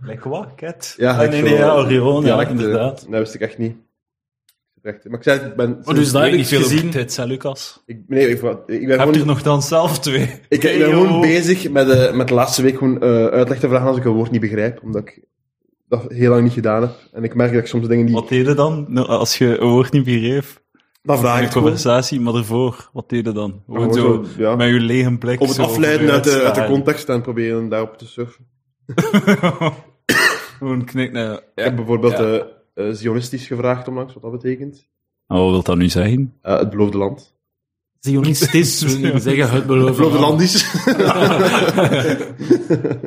[SPEAKER 5] Like what, cat?
[SPEAKER 2] Ja,
[SPEAKER 5] Ah,
[SPEAKER 2] like
[SPEAKER 5] nee,
[SPEAKER 2] zo,
[SPEAKER 5] nee, ja,
[SPEAKER 2] eh,
[SPEAKER 5] Orion, ja,
[SPEAKER 2] dialecten.
[SPEAKER 5] inderdaad.
[SPEAKER 2] Dat wist ik echt niet. Echt, Maar ik zei, het, ik ben...
[SPEAKER 4] Oh, dus dat heb ik gezien.
[SPEAKER 5] dit, zei Lucas.
[SPEAKER 2] Ik, nee, ik, ik ben
[SPEAKER 5] Heb
[SPEAKER 2] gewoon,
[SPEAKER 5] je er nog dan zelf twee?
[SPEAKER 2] ik, ik ben gewoon bezig met, eh, met de laatste week gewoon eh, uitleg te vragen als ik een woord niet begrijp. Omdat ik dat heel lang niet gedaan heb. En ik merk dat ik soms dingen die...
[SPEAKER 5] Wat deed je dan? Nou, als je een woord niet begreep?
[SPEAKER 2] Dan vraag
[SPEAKER 5] in
[SPEAKER 2] ik
[SPEAKER 5] een
[SPEAKER 2] het gewoon.
[SPEAKER 5] conversatie, maar daarvoor, wat deed je dan? Gewoon zo,
[SPEAKER 2] gewoon zo, ja.
[SPEAKER 5] met je lege blik.
[SPEAKER 2] Op het
[SPEAKER 5] zo
[SPEAKER 2] afleiden
[SPEAKER 5] over
[SPEAKER 2] uit de, uit de
[SPEAKER 5] uitstralen.
[SPEAKER 2] context en proberen daarop te surfen.
[SPEAKER 5] Gewoon knik naar...
[SPEAKER 2] Ik heb
[SPEAKER 5] Ja.
[SPEAKER 2] bijvoorbeeld
[SPEAKER 5] Ja.
[SPEAKER 2] eh eh, zionistisch gevraagd onlangs, wat dat betekent.
[SPEAKER 5] En wat wil dat nu zeggen?
[SPEAKER 2] Eh, het beloofde land.
[SPEAKER 4] Zionistisch, wil niet zeggen het
[SPEAKER 2] Het beloofde
[SPEAKER 4] beloofde land.
[SPEAKER 2] land is...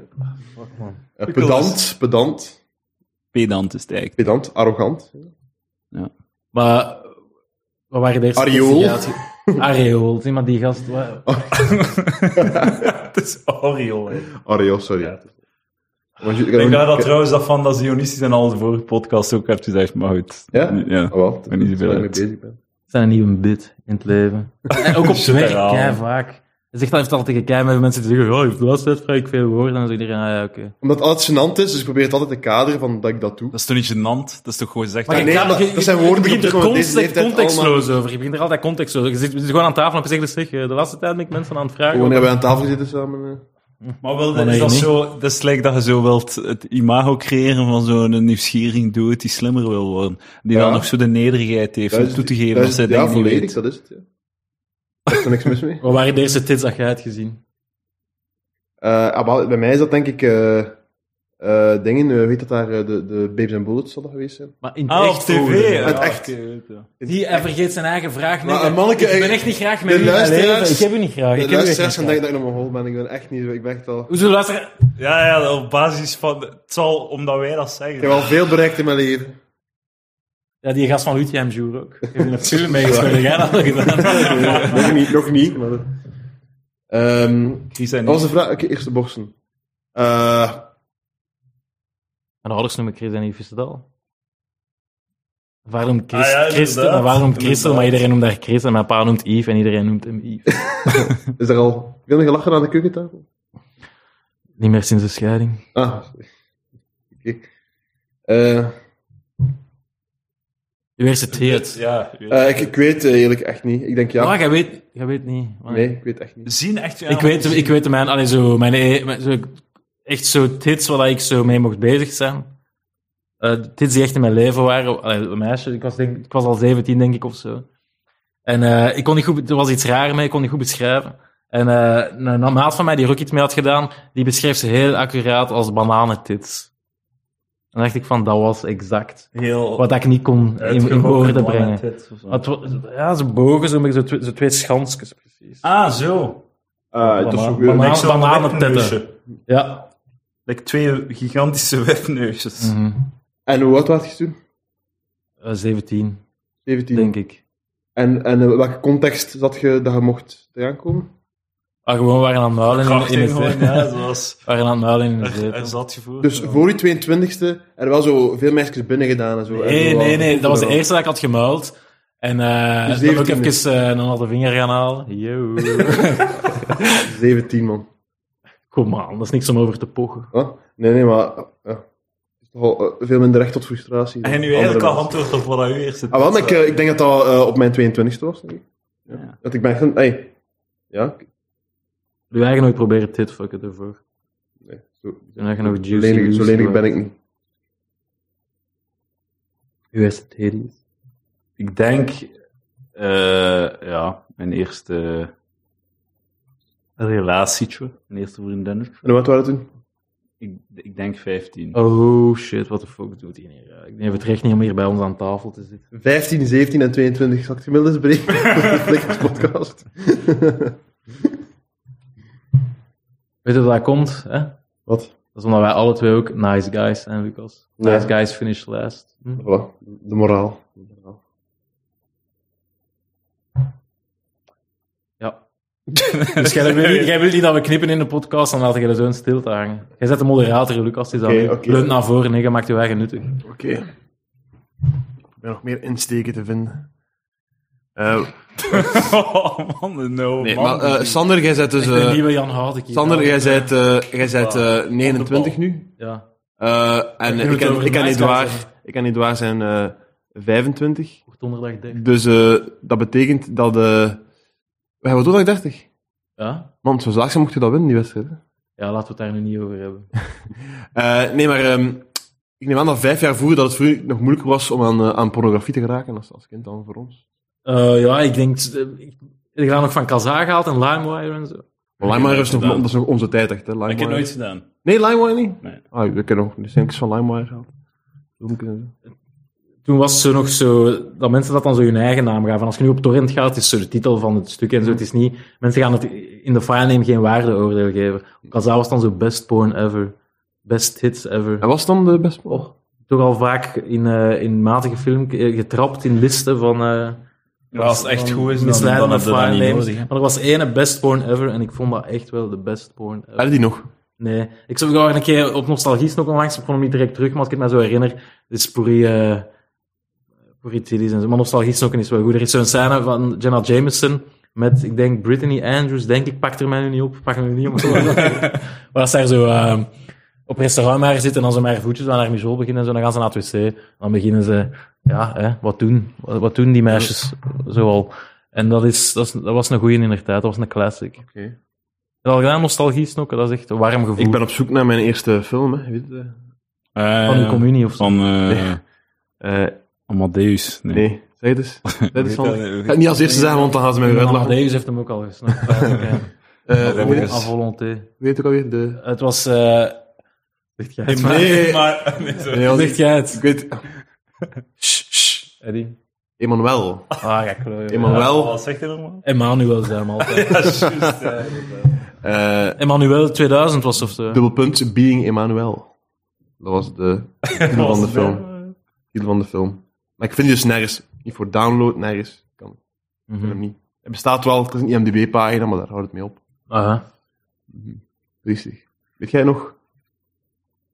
[SPEAKER 2] Eh, pedant, pedant.
[SPEAKER 5] Pedant is het eigenlijk.
[SPEAKER 2] pedant, arrogant.
[SPEAKER 4] Maar, wat waren de eerste...
[SPEAKER 2] Areool.
[SPEAKER 4] associatie- Areool, zie maar die gast. wa-
[SPEAKER 5] Het is Orion, hè.
[SPEAKER 2] Ariel, sorry. Want je-
[SPEAKER 5] Ik denk dat, dat
[SPEAKER 2] ik-
[SPEAKER 5] trouwens dat van dat Zionistisch en al de vorige podcast ook hebt gezegd, maar goed.
[SPEAKER 2] Ja?
[SPEAKER 5] Ja.
[SPEAKER 2] Ah, wel, dat
[SPEAKER 5] ben niet
[SPEAKER 2] is
[SPEAKER 5] zoveel
[SPEAKER 2] waar ik mee
[SPEAKER 5] uit.
[SPEAKER 2] bezig ben.
[SPEAKER 4] zijn een nieuwe bit in het leven. En ook op het werk,
[SPEAKER 5] Generaal.
[SPEAKER 4] kei vaak. Hij zegt dat heeft altijd tegen kei mensen die zeggen, oh, je hebt de laatste tijd vrij ik veel woorden. En dan zegt iedereen, ah ja, oké.
[SPEAKER 2] Omdat het altijd gênant is, dus ik probeer het altijd te kaderen van dat ik dat doe.
[SPEAKER 5] Dat is toch niet gênant? Dat is toch gewoon gezegd?
[SPEAKER 2] Maar
[SPEAKER 5] dat-
[SPEAKER 2] nee, maar dat zijn woorden
[SPEAKER 4] Je begint
[SPEAKER 2] die
[SPEAKER 4] er
[SPEAKER 2] op de- deze
[SPEAKER 4] constant
[SPEAKER 2] leeftijd
[SPEAKER 4] contextloos over. Je begint er altijd contextloos over. Je zit, je zit gewoon aan tafel en je zegt, zeg, eh, de laatste tijd ben ik mensen aan het vragen.
[SPEAKER 2] Wanneer we aan tafel zitten samen. eh.
[SPEAKER 5] Maar wel,
[SPEAKER 4] Maar nee,
[SPEAKER 5] is dat
[SPEAKER 4] niet.
[SPEAKER 5] zo, dat is like dat je zo wilt het imago creëren van zo'n nieuwsgierig dood die slimmer wil worden. Die
[SPEAKER 2] Ja.
[SPEAKER 5] dan nog zo de nederigheid heeft om
[SPEAKER 2] Duizend-
[SPEAKER 5] toe te geven dat
[SPEAKER 2] duizend-
[SPEAKER 5] zij
[SPEAKER 2] Ja,
[SPEAKER 5] dingen niet
[SPEAKER 2] volledig,
[SPEAKER 5] weet.
[SPEAKER 2] dat is het. Ja. Daar is er niks mis mee.
[SPEAKER 4] Wat waren de eerste tits dat jij had gezien?
[SPEAKER 2] Eh, ah, wel, bij mij is dat denk ik. eh, eh, dingen, eh, weet dat daar eh, de, de Babes and Bullets zal dat geweest zijn?
[SPEAKER 4] Maar in het
[SPEAKER 5] Ah,
[SPEAKER 4] echt
[SPEAKER 5] op tv.
[SPEAKER 4] vroeger.
[SPEAKER 5] ja. Ah,
[SPEAKER 2] Het echt.
[SPEAKER 4] Die, hij vergeet zijn eigen vraag. Nee,
[SPEAKER 2] Maar, eh, manneke,
[SPEAKER 4] ik ben
[SPEAKER 2] eh,
[SPEAKER 4] echt niet graag
[SPEAKER 2] de
[SPEAKER 4] met u.
[SPEAKER 2] luisteraars-
[SPEAKER 4] Allee, Ik heb u niet graag.
[SPEAKER 2] De
[SPEAKER 4] Ik heb u echt niet
[SPEAKER 2] luisteraars gaan
[SPEAKER 4] graag.
[SPEAKER 2] denken dat ik nog een hol ben. Ik ben echt niet. zo- Ik ben echt al. Ik
[SPEAKER 4] Hoezo luisteren?
[SPEAKER 5] Ja, ja, op basis van, het zal omdat wij dat zeggen.
[SPEAKER 2] heb al veel bereikt in mijn leven.
[SPEAKER 4] Ja, die gast van Lutje Jour ook. Ik heb je nog film meegespeeld. Jij dat al gedaan.
[SPEAKER 2] nog niet, nog niet. Maar... Ehm,
[SPEAKER 5] Die zijn
[SPEAKER 2] dat was de vraag. Oké, eerste boksen. Eh,
[SPEAKER 4] Mijn ouders noemen Chris en Yves Vissedal. Waarom Chris,
[SPEAKER 5] Ah ja,
[SPEAKER 4] Christen
[SPEAKER 5] inderdaad.
[SPEAKER 4] en waarom Christel?
[SPEAKER 5] Inderdaad.
[SPEAKER 4] Maar iedereen noemt haar Chris en mijn pa noemt Yves en iedereen noemt hem Yves.
[SPEAKER 2] is er al veel gelachen aan de keukentafel?
[SPEAKER 4] Niet meer sinds de scheiding.
[SPEAKER 2] Ah, sorry. Oké. Eh,
[SPEAKER 4] U eerste teert.
[SPEAKER 5] ja,
[SPEAKER 2] eh, ik, ik weet eh, eerlijk echt niet. Ik denk ja.
[SPEAKER 4] Maar jij weet, jij weet niet. Maar-
[SPEAKER 2] Nee, ik weet echt niet.
[SPEAKER 5] zien echt... Ja,
[SPEAKER 4] Ik weet, ik weet mijn, allee, zo, mijn, e- mijn- zo, echt zo tits waar ik zo mee mocht bezig zijn. Eh tits die echt in mijn leven waren. Allee, een meisje, ik was, denk, ik was al 17 denk ik of zo. En eh, ik kon niet goed, er was iets raar mee, ik kon niet goed beschrijven. En eh, een een maat van mij die er ook iets mee had gedaan, die beschreef ze heel accuraat als bananentits. En dan dacht ik van, dat was exact.
[SPEAKER 5] heel...
[SPEAKER 4] Wat ik niet kon in, in woorden brengen.
[SPEAKER 5] Wat-
[SPEAKER 4] Want het wa- ja, ze bogen zo met zo, tw- zo twee schansjes precies.
[SPEAKER 5] Ah, zo.
[SPEAKER 2] Ah, het was
[SPEAKER 4] Bana-
[SPEAKER 2] ook weer-
[SPEAKER 4] bana-
[SPEAKER 5] Like zo'n
[SPEAKER 4] bananentetten.
[SPEAKER 5] wipneusje.
[SPEAKER 4] Ja,
[SPEAKER 5] Like twee gigantische wipneusjes.
[SPEAKER 4] Mm.
[SPEAKER 2] En hoe oud was je toen?
[SPEAKER 4] Eh, 17,
[SPEAKER 2] 17.
[SPEAKER 4] denk ik.
[SPEAKER 2] En, en in welke context zat je dat je mocht eraan komen?
[SPEAKER 4] Ah, gewoon we waren aan het muilen in, in
[SPEAKER 5] Krachtig
[SPEAKER 4] de
[SPEAKER 5] gewoon,
[SPEAKER 4] zetel.
[SPEAKER 5] ja, dat was...
[SPEAKER 4] We waren aan het muilen in de
[SPEAKER 5] Er
[SPEAKER 4] zetel.
[SPEAKER 5] zat gevoerd.
[SPEAKER 2] Dus voor je 22e er wel zo veel meisjes binnen gedaan en zo. En zo
[SPEAKER 4] Nee,
[SPEAKER 2] ah,
[SPEAKER 4] nee,
[SPEAKER 2] wel-
[SPEAKER 4] nee. Dat was de eerste dat ik had gemuild. En eh
[SPEAKER 2] Dus
[SPEAKER 4] dan ook
[SPEAKER 2] 17e.
[SPEAKER 4] even eh, een natte vinger gaan halen. Yo.
[SPEAKER 2] 17 man.
[SPEAKER 4] Kom aan, dat is niks om over te pochen.
[SPEAKER 2] Huh? Nee, nee, maar. ah, Ja. Het is
[SPEAKER 8] Toch wel, eh, veel minder recht tot frustratie. dan
[SPEAKER 9] En nu
[SPEAKER 8] andere
[SPEAKER 9] eigenlijk al
[SPEAKER 8] mensen.
[SPEAKER 9] antwoord op wat u eerst
[SPEAKER 8] Ah, wel, maar ik, eh, ik denk dat dat eh, op mijn 22e was. Denk ik. Ja. Dat ik ben echt een... Hey. Ja,
[SPEAKER 4] Doe eigenlijk nooit proberen titfucken ervoor.
[SPEAKER 8] Nee, zo-
[SPEAKER 4] Doe eigenlijk nog
[SPEAKER 8] zo
[SPEAKER 4] juicy.
[SPEAKER 8] lenig, zo
[SPEAKER 4] juicy
[SPEAKER 8] lenig
[SPEAKER 4] work.
[SPEAKER 8] ben ik niet.
[SPEAKER 4] Uw eerste titties.
[SPEAKER 5] Ik denk, eh, ja, mijn eerste relatietje, mijn eerste vriendinnetje.
[SPEAKER 8] En wat waren het toen?
[SPEAKER 5] Ik, ik denk 15.
[SPEAKER 4] Oh shit, what the fuck doet hij hier? Ik neem het recht niet om hier bij ons aan tafel te zitten.
[SPEAKER 8] 15, 17 en 22 zal ik het gemiddeld eens berekenen. Flikkers podcast.
[SPEAKER 4] Weet je dat dat komt? Hè?
[SPEAKER 8] Wat?
[SPEAKER 4] Dat is omdat wij alle twee ook nice guys zijn, Lucas. Nice
[SPEAKER 8] Ja.
[SPEAKER 4] guys finish last. Hm?
[SPEAKER 8] Voilà, de moraal.
[SPEAKER 4] Ja. dus jij wil, niet, jij wil niet dat we knippen in de podcast, dan laat ik je zo'n stilte hangen. Jij zet de moderator, Lucas. Die is
[SPEAKER 8] Oké,
[SPEAKER 4] okay,
[SPEAKER 8] oké.
[SPEAKER 4] leunt naar voren en je maakt je eigen nuttig.
[SPEAKER 8] Oké. Ik ben nog meer insteken te vinden. Eh,
[SPEAKER 5] Oh man, no
[SPEAKER 2] Nee,
[SPEAKER 5] man.
[SPEAKER 2] maar eh, Sander, jij zet dus...
[SPEAKER 4] Ik ben
[SPEAKER 2] eh,
[SPEAKER 4] nieuwe Jan Houdek hier.
[SPEAKER 2] Sander, jij zet, eh, jij zet eh, 29 nu.
[SPEAKER 4] Ja.
[SPEAKER 2] Eh, en
[SPEAKER 4] het
[SPEAKER 2] ik ken,
[SPEAKER 4] over
[SPEAKER 2] ik ken
[SPEAKER 4] de
[SPEAKER 2] Edouard,
[SPEAKER 4] meisjes.
[SPEAKER 2] ik ken Edouard zijn eh 25.
[SPEAKER 4] Wordt donderdag dicht.
[SPEAKER 2] Dus eh, dat betekent dat... eh we hebben donderdag 30.
[SPEAKER 4] Ja?
[SPEAKER 2] Want zo zaak zijn mocht je dat winnen, die wedstrijd. hè.
[SPEAKER 4] Ja, laten we het daar nu niet over hebben.
[SPEAKER 2] Eh, nee, maar ehm, ik neem aan dat vijf jaar vroeger dat het voor u nog moeilijker was om aan, eh, aan pornografie te geraken als, als kind dan voor ons.
[SPEAKER 4] Eh, ja, ik denk... eh, Ik, ik ga nog van Kazaa gehaald en LimeWire en zo.
[SPEAKER 2] Maar LimeWire is nog, dat is nog onze tijd echt, hè.
[SPEAKER 3] Ik heb
[SPEAKER 2] LimeWire.
[SPEAKER 3] nooit gedaan.
[SPEAKER 2] Nee, LimeWire niet?
[SPEAKER 3] Nee.
[SPEAKER 2] Ah, we kunnen nog de filmpjes van LimeWire gehaald. Filmpjes en zo.
[SPEAKER 4] Toen was ze nog zo... Dat mensen dat dan zo hun eigen naam gaven. Als je nu op Torrent gaat, is zo de titel van het stuk en zo. Het is niet... Mensen gaan het in de filename geen waardeoordeel geven. Op Kazaa was dan zo best porn ever. Best hits ever.
[SPEAKER 2] En was dan de best oh.
[SPEAKER 4] Toch al vaak in, eh, in matige film eh, getrapt in listen van... eh,
[SPEAKER 5] Ja, als het echt
[SPEAKER 4] van
[SPEAKER 5] goed is, dan, dan,
[SPEAKER 4] misleidende
[SPEAKER 5] heb je dat niet
[SPEAKER 4] filenames.
[SPEAKER 5] nodig. hè.
[SPEAKER 4] Maar er was ene best porn ever en ik vond dat echt wel de best porn ever.
[SPEAKER 2] Hadden die nog?
[SPEAKER 4] Nee, ik zou graag een keer op nostalgie nog onlangs. Ik kon hem niet direct terug, maar als ik het me zo herinner, dit is Puri, eh Puri Tiddies en zo. Maar nostalgie snokken is wel goed. Er is zo'n scène van Jenna Jameson met, ik denk, Brittany Andrews. Denk ik, pakt er mij nu niet op. Pak hem nu niet op. maar als zij zo eh, op restaurant maar zit en dan zo met haar voetjes aan haar mijzool beginnen en zo, dan gaan ze naar het wc. Dan beginnen ze, ja, hè, wat doen? Wat, wat doen die meisjes zoal? En dat, is, dat, is, dat was een goeie in haar tijd. Dat was een classic.
[SPEAKER 8] Oké.
[SPEAKER 4] En al gedaan nostalgie snokken, dat is echt een warm gevoel.
[SPEAKER 8] ik ben op zoek naar mijn eerste film, hè. Je Weet het, eh.
[SPEAKER 5] Eh,
[SPEAKER 4] Van de communie of zo.
[SPEAKER 5] Van eh,
[SPEAKER 8] Eh,
[SPEAKER 5] Amadeus. Nee.
[SPEAKER 8] nee, zeg het eens. Zeg het eens, Sander.
[SPEAKER 5] Eh,
[SPEAKER 2] Ga het niet als eerste zeggen, want dan gaan ze mij weer uitlachen.
[SPEAKER 4] Amadeus heeft hem ook al gesnapt. Ja, oké.
[SPEAKER 2] Eh, hoe heet
[SPEAKER 4] À volonté.
[SPEAKER 2] weet ook alweer? De...
[SPEAKER 4] Het was... eh Zegt jij het? maar?
[SPEAKER 2] Nee,
[SPEAKER 5] Maar, nee, sorry.
[SPEAKER 2] nee, als ik-
[SPEAKER 4] Zegt jij het?
[SPEAKER 2] ik weet... Shh, shh.
[SPEAKER 4] Eddie.
[SPEAKER 2] Emmanuel.
[SPEAKER 4] Ah, ja, klooien.
[SPEAKER 2] Emmanuel.
[SPEAKER 9] Wat zegt hij normaal?
[SPEAKER 4] Emmanuel zei hem altijd.
[SPEAKER 2] eh
[SPEAKER 4] Emmanuel 2000 was of zo.
[SPEAKER 2] dubbelpunt, Being Emmanuel. Dat was de titel van de film. Titel van de film. Maar ik vind die dus nergens. Niet voor download, nergens. Kan, ik
[SPEAKER 4] Mhm.
[SPEAKER 2] vind hem niet. Het bestaat wel, het is een IMDb-pagina, maar daar houdt het mee op.
[SPEAKER 4] Aha.
[SPEAKER 2] Triestig. Weet jij nog?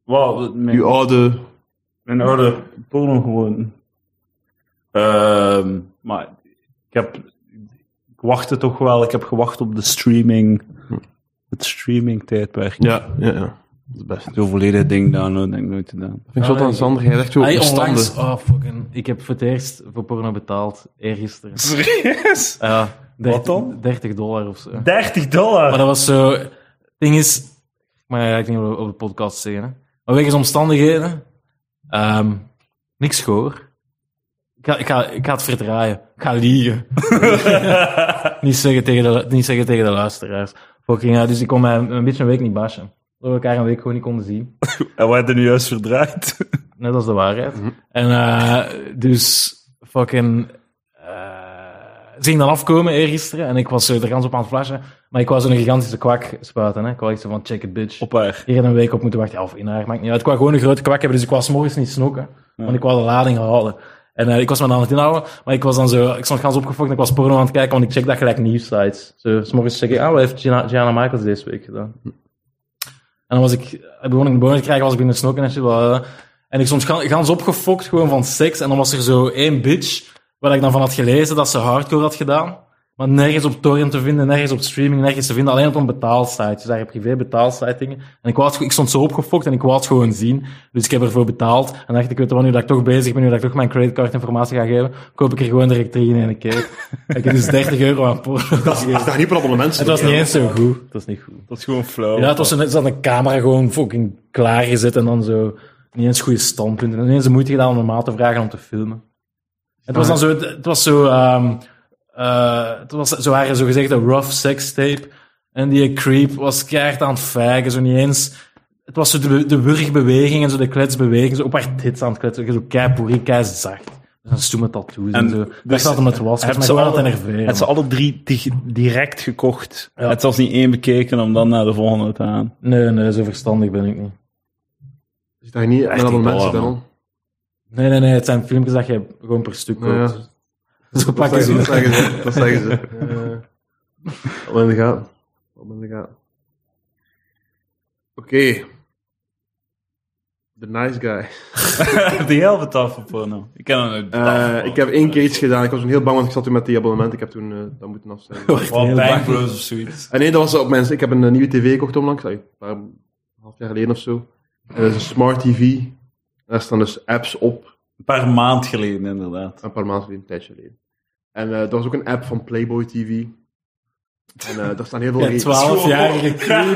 [SPEAKER 9] Wow, mijn,
[SPEAKER 2] Uw oude...
[SPEAKER 9] mijn oude porno gewoon.
[SPEAKER 5] Ehm,
[SPEAKER 9] Maar ik heb... Ik wachtte toch wel. Ik heb gewacht op de streaming. Het streaming tijdperk.
[SPEAKER 2] Ja, ja, ja. Dat is best.
[SPEAKER 5] Zo volledig ding downloaden, denk ik nooit gedaan.
[SPEAKER 2] Ik vind het zo aan Sander, jij zegt zo
[SPEAKER 4] Ah, Hij
[SPEAKER 2] bestanden.
[SPEAKER 4] onlangs... Oh, fucking... Ik heb voor het eerst voor porno betaald. Eergisteren. Serieus? Ja. 30,
[SPEAKER 9] Wat dan?
[SPEAKER 4] 30 dollar of zo.
[SPEAKER 9] 30 dollar!
[SPEAKER 4] Maar dat was zo... Het ding is... Maar ja, ik denk dat we op de podcast zeggen. Hè. Maar wegens omstandigheden... ehm, niks gehoor. Ik ga, ik, ga, ik ga het verdraaien. Ik ga liegen. niet, zeggen tegen de, niet zeggen tegen de luisteraars. Fucking, ja, dus ik kon mij een beetje een week niet bashen. Dat we elkaar een week gewoon niet konden zien.
[SPEAKER 9] En we hebben nu juist verdraaid.
[SPEAKER 4] Net als de waarheid. En eh, dus fucking. eh, ze ging dan afkomen eergisteren en ik was zo er gans op aan het flashen. Maar ik was een gigantische kwak spuiten. Hè. Ik was echt zo van check it bitch.
[SPEAKER 5] Op haar.
[SPEAKER 4] Hier een week op moeten wachten. Ja, of in haar, maakt niet uit. Ik wou gewoon een grote kwak hebben, dus ik was 's morgens niet snoeken. Want ik wou de lading halen. En eh, ik was me dan aan het inhouden, maar ik was dan zo, ik stond gans opgefokt en ik was porno aan het kijken, want ik check dat gelijk nieuwsites. Zo, 's morgens check ik, ah, wat heeft Gianna, Gianna Michaels deze week gedaan? En dan was ik, eh, begon ik een bonus te krijgen, was ik binnen snokken en shit. bla, bla, bla. En ik soms ga- gans opgefokt gewoon van seks. En dan was er zo één bitch, waar ik dan van had gelezen dat ze hardcore had gedaan. Maar nergens op torrent te vinden, nergens op streaming, nergens te vinden. Alleen op een betaalsite. Dus daar heb je privé betaalsite dingen. En ik, wou het ge- ik stond zo opgefokt en ik wou het gewoon zien. Dus ik heb ervoor betaald. En dacht ik, weet je wat, nu dat ik toch bezig ben, nu dat ik toch mijn creditcard informatie ga geven, koop ik er gewoon direct drie in één keer. En ik heb dus 30 euro aan porno gegeven.
[SPEAKER 2] Daar niet per abonnement.
[SPEAKER 4] Het was niet eens zo goed. Het was niet goed.
[SPEAKER 5] Dat is gewoon flauw.
[SPEAKER 4] Ja, het was een, ze hadden een camera gewoon fucking klaargezet en dan zo niet eens goede standpunten. En ineens de moeite gedaan om normaal te vragen om te filmen. Het was dan zo, het was zo, ehm eh, het was, zo waren zo gezegd een rough sex tape. En die creep was keihard aan het vijgen, zo niet eens. Het was zo de, de wurgbeweging en zo de kletsbeweging, zo op haar tits aan het kletsen. Zo kei poerie, kei zacht. Dus een stoeme tattoos en,
[SPEAKER 5] En
[SPEAKER 4] zo. Daar
[SPEAKER 5] dus
[SPEAKER 4] staat hem het was. Het
[SPEAKER 5] hebben
[SPEAKER 4] is
[SPEAKER 5] ze
[SPEAKER 4] gewoon aan
[SPEAKER 5] al-
[SPEAKER 4] het enerveren.
[SPEAKER 5] Het ze alle drie dig- direct gekocht. Het was niet één bekeken om dan naar de volgende te gaan.
[SPEAKER 4] Nee, nee, zo verstandig ben ik niet.
[SPEAKER 2] Zit daar niet per abonnement? Zit daar dan?
[SPEAKER 4] Nee, nee, nee, het zijn filmpjes dat je gewoon per stuk
[SPEAKER 2] Ja, ja.
[SPEAKER 4] koopt. Zo pakken ze
[SPEAKER 2] Dat
[SPEAKER 4] het.
[SPEAKER 2] zeggen ze. Dat zeggen ze. Op in de gaten. Op in de gaten. Oké. The nice guy.
[SPEAKER 5] Die helft af van porno. Ik ken hem uit.
[SPEAKER 2] Eh, ik heb één keer iets gedaan. Ik was toen heel bang, want ik zat toen met die abonnement. Ik heb toen eh, dat moeten afzeggen.
[SPEAKER 5] Wel Bang Bros of zoiets.
[SPEAKER 2] En nee, dat was op mijn... Ik heb een eh, nieuwe tv gekocht onlangs. Een paar een half jaar geleden of zo. En dat is een smart tv. En Daar staan dus apps op.
[SPEAKER 5] Een paar maand geleden, inderdaad.
[SPEAKER 2] Een paar maanden geleden, een tijdje geleden. En eh, er was ook een app van Playboy TV. En eh, daar staan heel veel... re-
[SPEAKER 4] 12-jarige creep.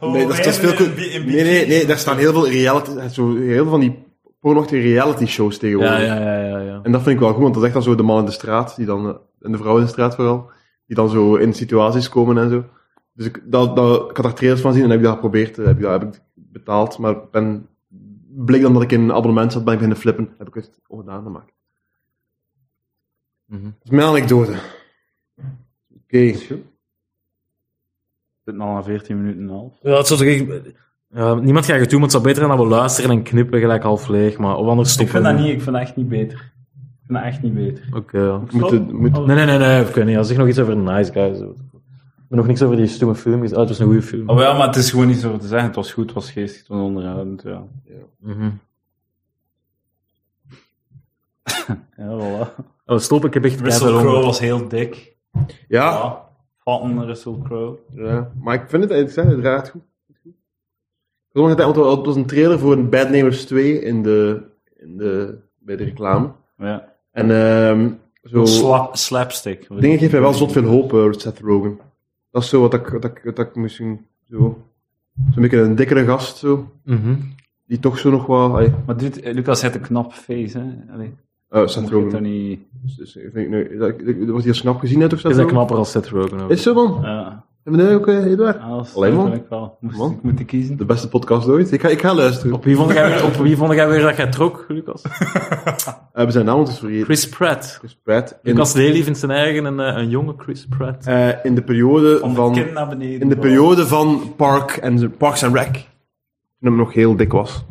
[SPEAKER 2] Nee, dat is, dat is veel cool. Oh, Nee, nee, nee, daar staan heel veel reality, zo, heel veel van die pornoachtige reality shows tegenwoordig.
[SPEAKER 4] Ja, ja, ja, ja, ja.
[SPEAKER 2] En dat vind ik wel goed, want dat is echt dan zo de man in de straat, die dan, eh, en de vrouw in de straat vooral, die dan zo in situaties komen en zo. Dus ik, dat, dat, ik had daar trailers van zien en heb ik dat geprobeerd, eh, heb ik, dat heb ik betaald, maar ben, bleek dan dat ik in een abonnement zat, ben ik beginnen flippen, heb ik het ongedaan gemaakt.
[SPEAKER 4] Mhm.
[SPEAKER 2] Dat is mijn anekdote. Oké.
[SPEAKER 5] Het zit al na 14 minuten en een half.
[SPEAKER 4] Ja, het zou toch echt- ja, niemand gaat het doen, want het zou beter zijn dat we luisteren en knippen gelijk half leeg, maar of anders
[SPEAKER 5] Ik
[SPEAKER 4] stoppen
[SPEAKER 5] vind dat
[SPEAKER 4] we.
[SPEAKER 5] niet, ik vind dat echt niet beter. Ik vind dat echt niet beter.
[SPEAKER 4] Oké, ja.
[SPEAKER 2] Moet, de- moet,
[SPEAKER 5] Oh.
[SPEAKER 4] Nee, nee, nee, nee, ik weet niet. Ja, Zeg nog iets over Nice Guys. Ik heb nog niks over die stomme film gezegd. Oh, het was een goede film.
[SPEAKER 5] Oh ja, maar het is gewoon niet zo te zeggen. Het was goed, het was geestig, het was onderhoudend, ja.
[SPEAKER 4] Mhm.
[SPEAKER 5] Ja, voilà.
[SPEAKER 4] Oh, stop, ik heb echt
[SPEAKER 5] Russell
[SPEAKER 4] keihard
[SPEAKER 5] Crowe
[SPEAKER 4] honger.
[SPEAKER 5] was heel dik.
[SPEAKER 2] ja,
[SPEAKER 5] Ja. Fatten Russell Crowe.
[SPEAKER 2] Ja, maar ik vind het interessant, het draait goed. Ik wil nog net- want Het was een trailer voor een Bad Neighbors 2 in de, in de, bij de reclame.
[SPEAKER 5] Ja.
[SPEAKER 2] En ehm zo,
[SPEAKER 5] Slap, slapstick.
[SPEAKER 2] dingen geeft mij wel zot veel hoop, eh, Seth Rogen. Dat is zo wat ik, wat ik, wat ik misschien zo, zo'n beetje een dikkere gast zo,
[SPEAKER 4] Mhm.
[SPEAKER 2] die toch zo nog wel, allee,
[SPEAKER 5] Maar dit, eh, Lucas heeft een knap face, hè. Allee,
[SPEAKER 2] eh, Seth
[SPEAKER 5] moet je het dan
[SPEAKER 2] Rogen.
[SPEAKER 5] niet...
[SPEAKER 2] Dus- dus ik denk, nee, dat- ik- ik- was die als knap gezien uit of Seth
[SPEAKER 4] Is dat
[SPEAKER 2] Rogen?
[SPEAKER 4] knapper als Seth Rogen? ook.
[SPEAKER 2] Is zo man?
[SPEAKER 5] Ja,
[SPEAKER 2] Hebben jullie ook eh, Eduard?
[SPEAKER 5] ah, dat is-
[SPEAKER 2] Alleen
[SPEAKER 5] dat
[SPEAKER 2] man.
[SPEAKER 5] vind ik wel. Moest
[SPEAKER 2] Man.
[SPEAKER 5] ik moeten kiezen.
[SPEAKER 2] De beste podcast ooit. Ik ga, ik ga luisteren.
[SPEAKER 4] Op wie vond jij weer, op wie vond jij weer dat jij trok, Lucas?
[SPEAKER 2] Eh, we zijn namelijk dus vergeten.
[SPEAKER 4] Chris Pratt.
[SPEAKER 2] Chris Pratt. In,
[SPEAKER 4] Lucas Lely vindt zijn eigen een, eh, een jonge Chris Pratt.
[SPEAKER 2] eh, in de periode
[SPEAKER 5] Van de
[SPEAKER 2] van...
[SPEAKER 5] kin naar beneden.
[SPEAKER 2] In de periode van Park en, Parks and Rec. Toen hem nog heel dik was.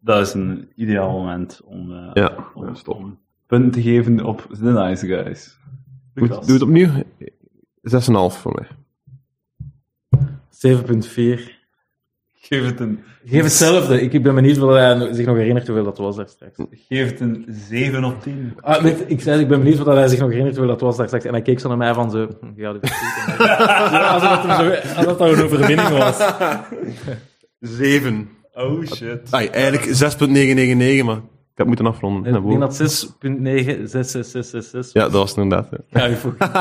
[SPEAKER 5] Dat is een ideaal moment om, eh,
[SPEAKER 2] Ja,
[SPEAKER 5] om,
[SPEAKER 2] ja, stop.
[SPEAKER 5] om punt te geven op The Nice Guys.
[SPEAKER 2] Goed,
[SPEAKER 5] Lucas.
[SPEAKER 2] doe het opnieuw. 6,5 voor mij.
[SPEAKER 4] 7.4.
[SPEAKER 5] Geef het een,
[SPEAKER 4] Geef hetzelfde. Ik ben benieuwd of hij zich nog herinnert hoeveel dat was daar straks.
[SPEAKER 5] geef het een 7 op 10.
[SPEAKER 4] Ah, weet, ik zei, ik ben benieuwd of hij zich nog herinnert hoeveel dat was daar straks. En hij keek zo naar mij van zo... hm, Ja, dit is goed. Ja, alsof, het hem zo, alsof dat een overwinning was.
[SPEAKER 2] 7.
[SPEAKER 5] Oh shit.
[SPEAKER 2] Ai, Ah, eigenlijk 6,999, maar ik had moeten afronden. naar
[SPEAKER 4] Ik
[SPEAKER 2] boven.
[SPEAKER 4] denk dat 6.96666
[SPEAKER 2] Ja, dat was het inderdaad. ja.
[SPEAKER 4] ja, je voelt-
[SPEAKER 2] Dat,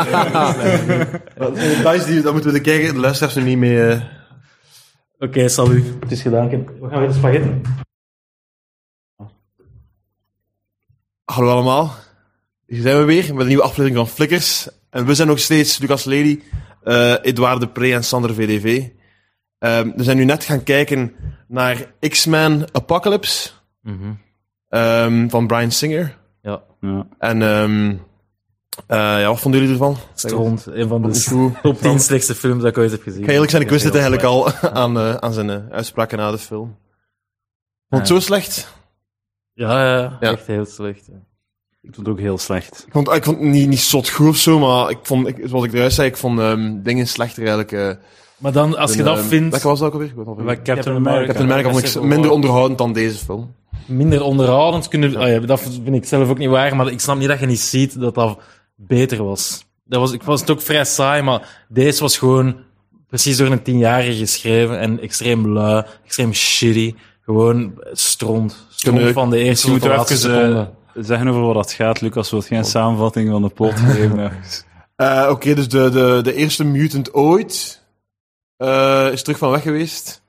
[SPEAKER 2] details eh, die, dat moeten we de kijken. De luisteraars er niet mee... eh,
[SPEAKER 4] Oké, salut. Het is gedaan. Ik heb- We gaan weer de spaghetti.
[SPEAKER 2] Hallo allemaal. Hier zijn we weer met een nieuwe aflevering van Flikkers. En we zijn nog steeds Lucas Lely, eh Edouard de Pre en Sander VDV. Ehm, we zijn nu net gaan kijken naar X-Men Apocalypse ehm, van Brian Singer.
[SPEAKER 4] Ja.
[SPEAKER 5] Ja.
[SPEAKER 2] En ehm, eh, ja, wat vonden jullie ervan?
[SPEAKER 4] Stront. Een van
[SPEAKER 2] Vond ik
[SPEAKER 4] de
[SPEAKER 2] goed.
[SPEAKER 4] top 10 slechtste films dat ik ooit heb gezien.
[SPEAKER 2] Ik ga eerlijk zijn, ik wist het eigenlijk al aan, eh, aan zijn eh, uitspraken na de film. Vond het zo slecht?
[SPEAKER 4] Ja, ja,
[SPEAKER 2] Ja.
[SPEAKER 4] echt heel slecht. ja.
[SPEAKER 5] Ik vond het ook heel slecht.
[SPEAKER 2] Ik vond, ah, ik vond het niet, niet zot goed of zo, maar ik vond, ik, zoals ik eruit zei, ik vond ehm, dingen slechter eigenlijk. eh,
[SPEAKER 4] Maar dan, als je
[SPEAKER 2] dan,
[SPEAKER 4] dat
[SPEAKER 2] ehm,
[SPEAKER 4] vindt...
[SPEAKER 2] Welke was dat ook alweer? Ik weet het alweer.
[SPEAKER 5] eh, Captain America.
[SPEAKER 2] Captain America vond ik minder onderhoudend dan deze film.
[SPEAKER 4] minder onderhoudend kunnen... Ah ja, dat vind ik zelf ook niet waar, maar ik snap niet dat je niet ziet dat dat beter was. Dat was ik was het ook vrij saai, maar deze was gewoon precies door een tienjarige geschreven en extreem lui, extreem shitty. Gewoon stront. Stront
[SPEAKER 2] Kunnen-
[SPEAKER 4] van de eerste tot
[SPEAKER 5] Je moet
[SPEAKER 4] de
[SPEAKER 5] er
[SPEAKER 4] laatste
[SPEAKER 5] even
[SPEAKER 4] seconde.
[SPEAKER 5] eh, zeggen over wat dat gaat, Lucas. Wilt geen samenvatting van de plot geven? ergens?
[SPEAKER 2] Eh, Oké, dus de, de, de eerste mutant ooit eh, is terug van weg geweest.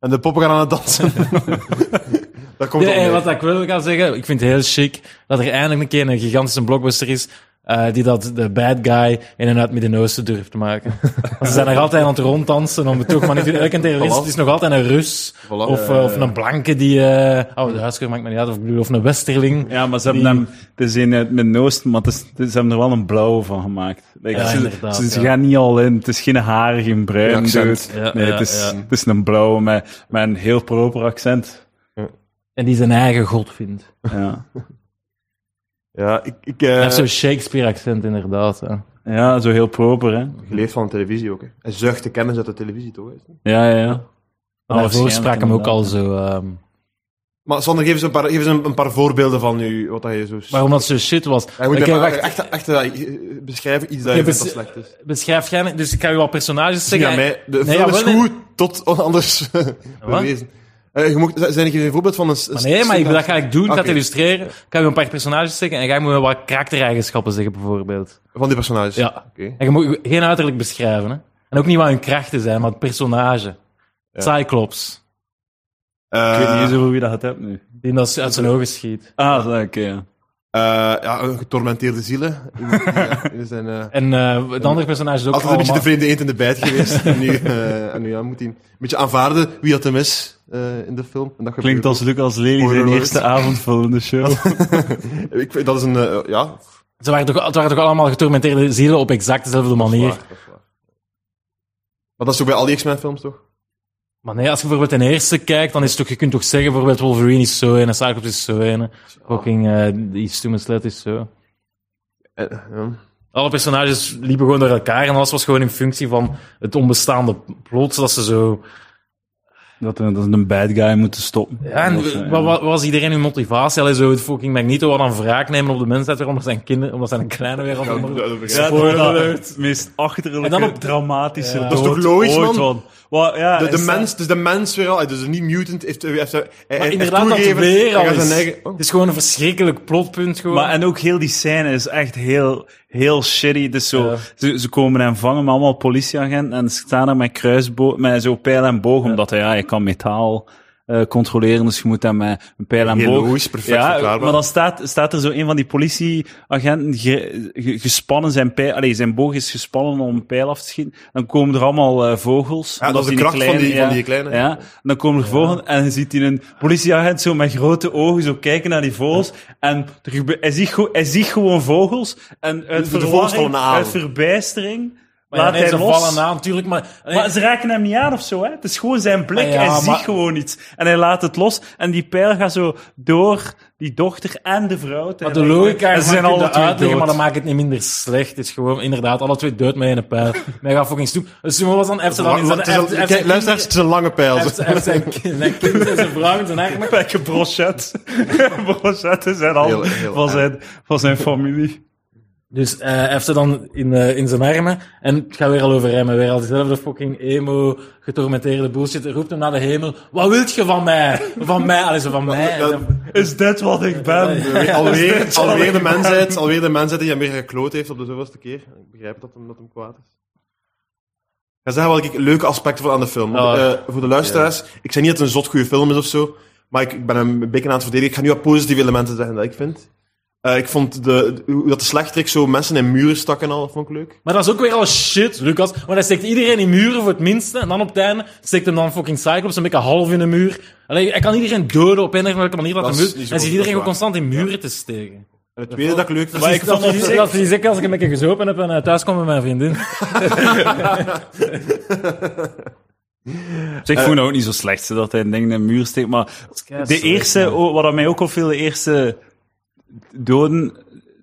[SPEAKER 2] En de poppen gaan aan het dansen. dat komt
[SPEAKER 4] Ja,
[SPEAKER 2] op
[SPEAKER 4] en
[SPEAKER 2] neer.
[SPEAKER 4] wat ik wil gaan zeggen, ik vind het heel chic dat er eindelijk een keer een gigantische blockbuster is eh, die dat de bad guy in en uit het Midden-Oosten durft te maken. Want ze zijn er altijd aan het ronddansen om het toch, maar natuurlijk, elke terrorist
[SPEAKER 2] Voilà.
[SPEAKER 4] is nog altijd een Rus
[SPEAKER 2] Voilà.
[SPEAKER 4] of, eh, of een blanke die, eh, oh, de huiskeur maakt me niet uit, of, ik bedoel, of een Westerling.
[SPEAKER 5] Ja, maar ze hebben hem... Het is in het Midden-Oosten, maar het is, het is- ze hebben er wel een blauwe van gemaakt. Like,
[SPEAKER 4] Ja,
[SPEAKER 5] ze
[SPEAKER 4] inderdaad,
[SPEAKER 5] ze, ze
[SPEAKER 4] ja.
[SPEAKER 5] gaan niet al in. Het is geen haar, geen
[SPEAKER 2] Een
[SPEAKER 5] bruin.
[SPEAKER 2] accent.
[SPEAKER 5] dude.
[SPEAKER 4] Ja,
[SPEAKER 5] nee,
[SPEAKER 4] ja,
[SPEAKER 5] het, is,
[SPEAKER 4] ja.
[SPEAKER 5] het is een blauwe met, met een heel proper accent.
[SPEAKER 4] En die zijn eigen god vindt.
[SPEAKER 5] Ja,
[SPEAKER 2] Ja, ik, ik
[SPEAKER 4] Hij
[SPEAKER 2] eh
[SPEAKER 4] heeft zo'n Shakespeare-accent, inderdaad. hè.
[SPEAKER 5] ja zo heel proper, hè.
[SPEAKER 2] geleefd van de televisie ook. Hè. Hij zuigt de kennis uit de televisie, toch? hè?
[SPEAKER 5] Ja, ja, ja.
[SPEAKER 4] Maar Daarvoor
[SPEAKER 5] waarschijnlijk
[SPEAKER 4] sprak hem ook al
[SPEAKER 5] inderdaad.
[SPEAKER 4] zo... ehm,
[SPEAKER 2] Maar Sander, geef eens een paar, geef eens een, een paar voorbeelden van nu, wat dat je zo...
[SPEAKER 4] maar omdat het zo shit was.
[SPEAKER 2] Hij moet
[SPEAKER 4] Oké,
[SPEAKER 2] even-
[SPEAKER 4] wacht.
[SPEAKER 2] echt, echt, eh, beschrijven iets dat
[SPEAKER 4] Ja,
[SPEAKER 2] je vindt dat
[SPEAKER 4] bes-
[SPEAKER 2] slecht is.
[SPEAKER 4] Beschrijf jij... Dus ik ga je wel personages
[SPEAKER 2] Zeg
[SPEAKER 4] zeggen.
[SPEAKER 2] aan mij, de
[SPEAKER 4] Nee,
[SPEAKER 2] film is
[SPEAKER 4] jawel, nee.
[SPEAKER 2] goed tot anders bewezen. Eh, je mocht, zijn Dus ik een voorbeeld van een... s-
[SPEAKER 4] Maar nee, maar ik, dat ga ik doen. Ik ga het
[SPEAKER 2] Oké.
[SPEAKER 4] illustreren. Ik ga je een paar personages zeggen en ga je me wat karaktereigenschappen zeggen, bijvoorbeeld.
[SPEAKER 2] Van die personages.
[SPEAKER 4] Ja.
[SPEAKER 2] Oké.
[SPEAKER 4] En je moet geen uiterlijk beschrijven, hè. En ook niet wat hun krachten zijn, maar het personage. Cyclops.
[SPEAKER 2] Eh,
[SPEAKER 5] Ik weet niet eens over wie dat het hebt nu.
[SPEAKER 4] Die dat uit zijn ogen schiet.
[SPEAKER 5] Ah, zo, oké, ja.
[SPEAKER 2] eh, ja, een getormenteerde zielen. Iemand die, ja, die zijn, eh,
[SPEAKER 4] En eh het andere personage is ook
[SPEAKER 2] altijd een beetje de
[SPEAKER 4] allemaal-
[SPEAKER 2] vreemde eend in de bijt geweest. en, nu, eh, en nu ja, moet hij een beetje aanvaarden wie dat hem is eh, in de film. En dat
[SPEAKER 5] Klinkt
[SPEAKER 2] gebeurt
[SPEAKER 5] als Lucas Lely zijn
[SPEAKER 2] Spoiler
[SPEAKER 5] eerste avondvullende show.
[SPEAKER 2] ook. Ik, vind- dat is een... eh, ja,
[SPEAKER 4] Ze waren toch, het waren toch allemaal getormenteerde zielen op exact dezelfde manier.
[SPEAKER 2] waar, dat is waar. Maar dat is toch bij al die X-Men films, toch?
[SPEAKER 4] Maar nee, als je bijvoorbeeld ten eerste kijkt, dan is het toch, je kunt toch zeggen, bijvoorbeeld Wolverine is zo een, en Cyclops is zo een, en fucking eh die stomme slet is zo.
[SPEAKER 2] Eh, ja.
[SPEAKER 4] Alle personages liepen gewoon door elkaar en alles was gewoon in functie van het onbestaande plot. Dat ze zo.
[SPEAKER 5] Dat, we- dat ze een bad guy moeten stoppen.
[SPEAKER 4] Ja, en
[SPEAKER 5] Dat eh, ze-
[SPEAKER 4] wat, wat was iedereen hun motivatie? Allee, zo het fucking Magneto wat aan wraak nemen op de mensheid weer onder zijn kinderen, omdat zijn kleine weer aan onder.
[SPEAKER 5] Ja, dat is het meest achterlijke,
[SPEAKER 4] En dan op-
[SPEAKER 5] dramatische
[SPEAKER 4] Ja.
[SPEAKER 5] dood
[SPEAKER 2] Dat is toch logisch,
[SPEAKER 5] ooit,
[SPEAKER 2] man?
[SPEAKER 5] want- Wa- ja,
[SPEAKER 2] De, de
[SPEAKER 5] is-
[SPEAKER 2] mens, dus de mens weer al, dus de niet-mutant, heeft, heeft, heeft,
[SPEAKER 4] Maar
[SPEAKER 2] heeft
[SPEAKER 4] inderdaad, dat
[SPEAKER 2] toegegeven,
[SPEAKER 4] weer
[SPEAKER 2] hij
[SPEAKER 4] al
[SPEAKER 2] gaat
[SPEAKER 4] is.
[SPEAKER 2] zijn eigen- oh.
[SPEAKER 4] Het is gewoon een verschrikkelijk plotpunt. Gewoon.
[SPEAKER 5] Maar, en ook heel die scène is echt heel, heel shitty. Dus zo,
[SPEAKER 4] Ja.
[SPEAKER 5] ze, ze komen hem vangen met allemaal politieagenten en ze staan er met kruisbo, met zo pijl en boog, omdat hij, ja, je kan metaal eh, controleren, dus je moet hem met een pijl en
[SPEAKER 2] Heel
[SPEAKER 5] boog.
[SPEAKER 2] logisch, perfect
[SPEAKER 5] ja,
[SPEAKER 2] verklaarbaar.
[SPEAKER 5] maar dan staat, staat er zo een van die politieagenten ge- ge- gespannen, zijn pijl, allee, zijn boog is gespannen om een pijl af te schieten. Dan komen er allemaal eh, vogels.
[SPEAKER 2] Ja, Ah, dat
[SPEAKER 5] omdat
[SPEAKER 2] is de
[SPEAKER 5] die
[SPEAKER 2] kracht van die- van die kleine.
[SPEAKER 5] Ja, en dan komen er vogels en je ziet hij een politieagent zo met grote ogen zo kijken naar die vogels. En er gebe- hij, ziet, go- hij ziet gewoon vogels. En uit,
[SPEAKER 2] De vogels
[SPEAKER 5] verwarring,
[SPEAKER 2] vallen aan.
[SPEAKER 5] uit verbijstering
[SPEAKER 4] Maar ja,
[SPEAKER 5] laat
[SPEAKER 4] nee,
[SPEAKER 5] hij
[SPEAKER 4] ze
[SPEAKER 5] los.
[SPEAKER 4] vallen aan, natuurlijk. Maar,
[SPEAKER 5] Maar ze raken hem niet aan of zo, hè? Het is gewoon zijn blik.
[SPEAKER 4] Maar ja,
[SPEAKER 5] hij
[SPEAKER 4] maar-
[SPEAKER 5] ziet gewoon iets. En hij laat het los. En die pijl gaat zo door die dochter en de vrouw.
[SPEAKER 4] Maar de logica
[SPEAKER 5] en
[SPEAKER 4] ze
[SPEAKER 5] ze zijn alle twee
[SPEAKER 4] uitleggen,
[SPEAKER 5] dood.
[SPEAKER 4] maar dat maakt het niet minder slecht. Het is gewoon inderdaad alle twee dood met een pijl. Maar hij gaat fucking stoep. Dus toen was dan heeft ze dan in zijn
[SPEAKER 2] Het is een-
[SPEAKER 4] heeft- heeft
[SPEAKER 2] Kijk,
[SPEAKER 4] zijn
[SPEAKER 2] Luisteraars,
[SPEAKER 4] kinderen-
[SPEAKER 2] het is een lange pijl.
[SPEAKER 4] heeft- heeft zijn kind- zijn kind en zijn vrouw en zijn eigen.
[SPEAKER 5] Pekke brochet. Brochette zijn al
[SPEAKER 2] Heel- heel
[SPEAKER 5] van,
[SPEAKER 2] erg.
[SPEAKER 5] zijn, van zijn familie.
[SPEAKER 4] Dus eh, hij heeft ze dan in, eh, in zijn armen. En het gaat weer al over hem. en Weer al diezelfde fucking emo, getormenteerde bullshit. Hij roept hem naar de hemel. Wat wilt je van mij? Van mij? Allee, zo van mij.
[SPEAKER 2] Dat-
[SPEAKER 5] Is dit wat ik ben?
[SPEAKER 2] Alweer, alweer, de mensheid, alweer de mensheid die Amerika gekloot heeft op de zoveelste keer. Ik begrijp dat hem, dat hem kwaad is. Ik ga zeggen wat ik leuke aspecten van aan de film. Want,
[SPEAKER 4] Ah.
[SPEAKER 2] eh, voor de luisteraars, ik zeg niet dat het een zot goede film is of zo, maar ik, ik ben hem een beetje aan het verdedigen. Ik ga nu wat positieve elementen zeggen dat ik vind. Eh, ik vond de, de- hoe dat de slechterik zo mensen in muren stak en al, vond ik leuk.
[SPEAKER 4] Maar dat is ook weer al shit, Lucas. Want hij steekt iedereen in muren voor het minste. En dan op het einde steekt hem dan fucking Cyclops een beetje half in de muur. Allee, hij kan iedereen doden op een of andere manier. Dat
[SPEAKER 2] Dat
[SPEAKER 4] hij
[SPEAKER 2] is
[SPEAKER 4] moet.
[SPEAKER 2] niet zo goed, dat
[SPEAKER 4] Hij zit iedereen
[SPEAKER 2] is
[SPEAKER 4] gewoon
[SPEAKER 2] waar.
[SPEAKER 4] constant in muren te steken.
[SPEAKER 2] En het tweede dat ik leuk vond...
[SPEAKER 5] Maar ik vond
[SPEAKER 4] dat,
[SPEAKER 5] op
[SPEAKER 4] is,
[SPEAKER 5] zich-
[SPEAKER 4] dat is zeker als ik een beetje gezopen heb en eh, thuis kom met mijn vriendin.
[SPEAKER 5] Zeg, ik vond het ook niet zo slecht hè, dat hij een ding in de muur steekt. Maar de eerste, o- wat aan mij ook opviel, de eerste doden.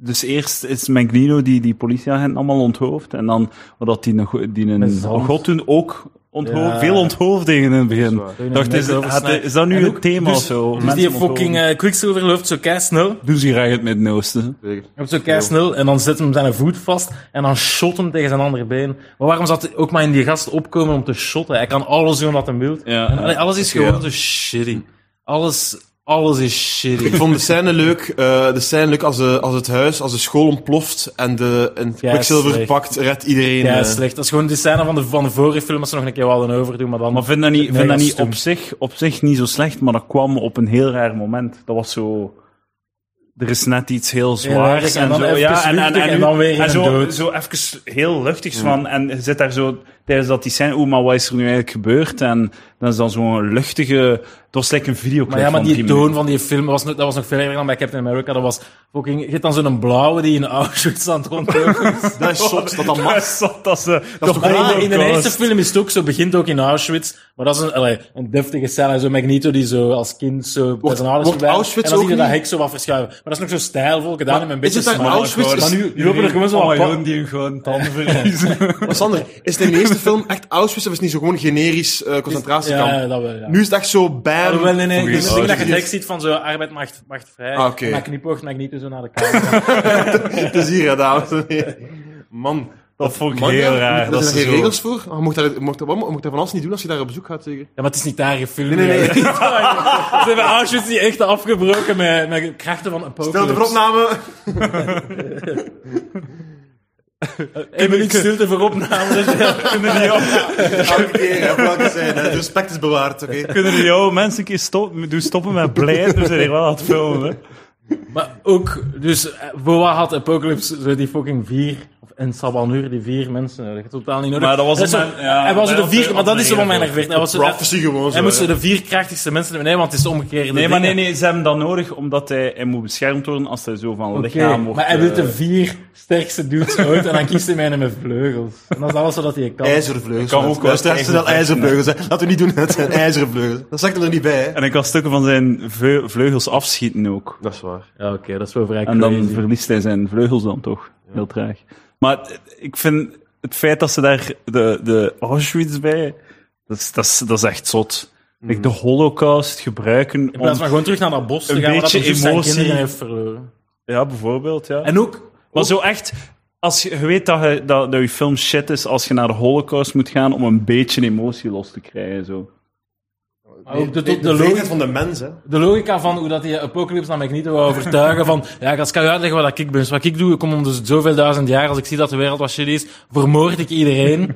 [SPEAKER 5] Dus eerst is Magneto die die politieagent allemaal onthoofd. En dan wat dat die, een go- die een
[SPEAKER 4] zand.
[SPEAKER 5] god toen ook Onthoofd,
[SPEAKER 4] Ja.
[SPEAKER 5] Veel onthoofdingen in het begin.
[SPEAKER 4] waar.
[SPEAKER 5] Ik Dacht, is,
[SPEAKER 4] Mensen
[SPEAKER 5] had-
[SPEAKER 4] oversnijden.
[SPEAKER 5] is dat nu
[SPEAKER 4] En
[SPEAKER 5] het
[SPEAKER 4] ook-
[SPEAKER 5] thema
[SPEAKER 4] dus-
[SPEAKER 5] of zo?
[SPEAKER 4] Dus die fucking eh, Quicksilver loopt zo kei snel.
[SPEAKER 5] Doe ze graag het Midden-Oosten.
[SPEAKER 4] Op zo kei snel. En dan zet hem zijn voet vast. En dan shot hem tegen zijn andere been. Maar waarom zou hij ook maar in die gast opkomen om te shotten? Hij kan alles doen wat hij wil.
[SPEAKER 5] Ja,
[SPEAKER 4] En,
[SPEAKER 5] ja.
[SPEAKER 4] allee, alles is gewoon zo shitty. Alles, alles is shitty.
[SPEAKER 2] Ik vond de scène leuk, eh, de scène leuk als, de, als het huis, als de school ontploft en de en
[SPEAKER 4] Ja,
[SPEAKER 2] Quicksilver
[SPEAKER 4] slecht.
[SPEAKER 2] pakt, redt iedereen.
[SPEAKER 4] Ja,
[SPEAKER 2] eh.
[SPEAKER 4] slecht. Dat is gewoon de scène van de, van de vorige film, dat ze nog een keer wilden overdoen, maar dan...
[SPEAKER 5] Maar vind dat niet,
[SPEAKER 4] Nee,
[SPEAKER 5] vind dat
[SPEAKER 4] dat is
[SPEAKER 5] niet op,
[SPEAKER 4] stom.
[SPEAKER 5] zich, op zich niet zo slecht, maar dat kwam op een heel raar moment. Dat was zo... Er is net iets heel zwaars
[SPEAKER 4] ja,
[SPEAKER 5] en,
[SPEAKER 4] en dan
[SPEAKER 5] zo.
[SPEAKER 4] even
[SPEAKER 5] Ja, en,
[SPEAKER 4] luchtig en
[SPEAKER 5] nu-
[SPEAKER 4] dan weer in
[SPEAKER 5] en
[SPEAKER 4] een
[SPEAKER 5] zo,
[SPEAKER 4] dood.
[SPEAKER 5] zo even heel luchtig van. En je zit daar zo tijdens dat die scène. Oeh, maar wat is er nu eigenlijk gebeurd? En dan is dan zo'n luchtige. Het was like een videoclip.
[SPEAKER 4] Maar ja, maar
[SPEAKER 5] van
[SPEAKER 4] die
[SPEAKER 5] drie
[SPEAKER 4] toon
[SPEAKER 5] minuten.
[SPEAKER 4] van die film, was, nog- dat was nog veel erger dan bij Captain America. Dat was fucking... Je hebt dan zo'n blauwe die in Auschwitz aan het rondlopen is.
[SPEAKER 2] Dat is zot, dat dan mag.
[SPEAKER 5] Dat is eh, zot, dat ze.
[SPEAKER 2] Dat is
[SPEAKER 4] Maar
[SPEAKER 2] toch
[SPEAKER 4] in, de, in de
[SPEAKER 5] Holocaust.
[SPEAKER 4] eerste film is het ook zo, begint ook in Auschwitz, maar dat is een, allee, een deftige scène, zo Magneto die zo als kind zo bij zijn ouders
[SPEAKER 2] wordt
[SPEAKER 4] verdwijnt,
[SPEAKER 2] Auschwitz
[SPEAKER 4] en dan zie
[SPEAKER 2] ook
[SPEAKER 4] je dat
[SPEAKER 2] niet-
[SPEAKER 4] hek zo wat verschuiven. Maar dat is nog zo stijlvol gedaan in een
[SPEAKER 2] Is
[SPEAKER 4] beetje
[SPEAKER 2] het daar
[SPEAKER 4] smaak.
[SPEAKER 2] Auschwitz?
[SPEAKER 4] Maar
[SPEAKER 2] Is,
[SPEAKER 4] nu nu lopen er gewoon zo wat pa-
[SPEAKER 5] die hem gewoon tanden verliezen.
[SPEAKER 2] maar Sander, is het in de eerste film echt Auschwitz of is het niet zo gewoon generisch eh, concentratiekamp?
[SPEAKER 4] Ja, ja, dat wel, ja.
[SPEAKER 2] Nu is het echt zo bam. Oh,
[SPEAKER 4] Alhoewel, Ah, nee, nee, ik
[SPEAKER 5] Fucking
[SPEAKER 4] denk dat je het
[SPEAKER 5] Auschwitz.
[SPEAKER 4] hek ziet van zo arbeid macht, macht vrij.
[SPEAKER 2] Ah, oké.
[SPEAKER 4] En dan knipoogt Magneto zo naar de kamer.
[SPEAKER 2] Het is hier, hè, dames en heren. Man.
[SPEAKER 5] Dat vond ik
[SPEAKER 2] man,
[SPEAKER 5] heel
[SPEAKER 2] ja,
[SPEAKER 5] raar.
[SPEAKER 2] Er
[SPEAKER 5] Dat
[SPEAKER 2] zijn
[SPEAKER 5] ze
[SPEAKER 2] geen
[SPEAKER 5] zo-
[SPEAKER 2] regels voor. Je mocht daar, mocht, daar, wat- mocht daar van alles niet doen als je daar op bezoek gaat, zeker?
[SPEAKER 4] Ja, maar het is niet daar gefilmd.
[SPEAKER 2] Nee, nee, nee.
[SPEAKER 4] hè. Ze hebben Auschwitz niet echt afgebroken met, met krachten van apocalypse.
[SPEAKER 2] Stel de opname.
[SPEAKER 4] Eén minuut stilte voor opname. dus
[SPEAKER 2] Elke keer, hè, op welke zijn. hè. Het respect is bewaard, oké?
[SPEAKER 5] Kunnen die jou mensen een keer stoppen, doen stoppen met blijven? We zijn hier wel aan het filmen. hè.
[SPEAKER 4] Maar ook, dus eh, Boa had Apocalypse, zo die fucking vier, of en Sabanur, die vier mensen nodig. Totaal niet nodig.
[SPEAKER 5] Maar dat was
[SPEAKER 4] Hij is
[SPEAKER 5] een
[SPEAKER 4] zo-
[SPEAKER 5] man- ja,
[SPEAKER 4] hij was zo
[SPEAKER 5] dat
[SPEAKER 4] de
[SPEAKER 5] was
[SPEAKER 4] vier,
[SPEAKER 5] een
[SPEAKER 4] maar dat is zo wat mij
[SPEAKER 5] andere
[SPEAKER 4] nerveert. Hij was zo, hij,
[SPEAKER 2] Prophecy gewoon
[SPEAKER 4] hij
[SPEAKER 2] zo.
[SPEAKER 4] moest
[SPEAKER 2] hè.
[SPEAKER 4] zo de vier krachtigste mensen hebben. eh. Nee, want het is omgekeerd.
[SPEAKER 5] Nee, maar nee, nee, ze hebben dat nodig omdat hij, hij moet beschermd worden als hij zo van lichaam wordt.
[SPEAKER 4] maar hij
[SPEAKER 5] eh,
[SPEAKER 4] wil de vier sterkste dudes ooit en dan kiest hij mij een met vleugels. En dat is alles wat hij kan.
[SPEAKER 2] IJzervleugels.
[SPEAKER 5] kan ook wel
[SPEAKER 2] Dat is
[SPEAKER 5] tegen-
[SPEAKER 2] wel ijzervleugels. hè. Laten we niet doen, het zijn ijzervleugels. Dat zegt hem er niet bij, hè?
[SPEAKER 5] En ik kan stukken van zijn vleu- vleugels afschieten ook.
[SPEAKER 2] Dat is waar.
[SPEAKER 4] Ja, oké, dat is wel vrij
[SPEAKER 5] En dan
[SPEAKER 4] crazy.
[SPEAKER 5] verliest hij zijn vleugels dan toch. Heel traag. Maar het- ik vind het feit dat ze daar de, de Auschwitz bij... Dat is, dat is, dat is echt zot. Like, de holocaust gebruiken
[SPEAKER 4] Mm. In
[SPEAKER 5] om...
[SPEAKER 4] plaats van gewoon terug naar dat bos te
[SPEAKER 5] Een
[SPEAKER 4] gaan, waar dat
[SPEAKER 5] beetje
[SPEAKER 4] hij zijn
[SPEAKER 5] emotie.
[SPEAKER 4] kinderen heeft verloren.
[SPEAKER 5] Ja, bijvoorbeeld, ja.
[SPEAKER 4] En ook,
[SPEAKER 5] maar zo echt... Als je, je weet dat je, dat, dat je film shit is als je naar de holocaust moet gaan om een beetje emotie los te krijgen. Zo.
[SPEAKER 4] ook de,
[SPEAKER 2] De,
[SPEAKER 4] de,
[SPEAKER 2] de
[SPEAKER 4] logica
[SPEAKER 2] van de mens, hè?
[SPEAKER 4] de logica van hoe dat die Apocalypse naar Magneto wou overtuigen van, ja, ik kan je uitleggen wat dat ik ben. Dus Wat ik doe, ik kom om dus zoveel duizend jaar, als ik zie dat de wereld wat shit is, vermoord ik iedereen.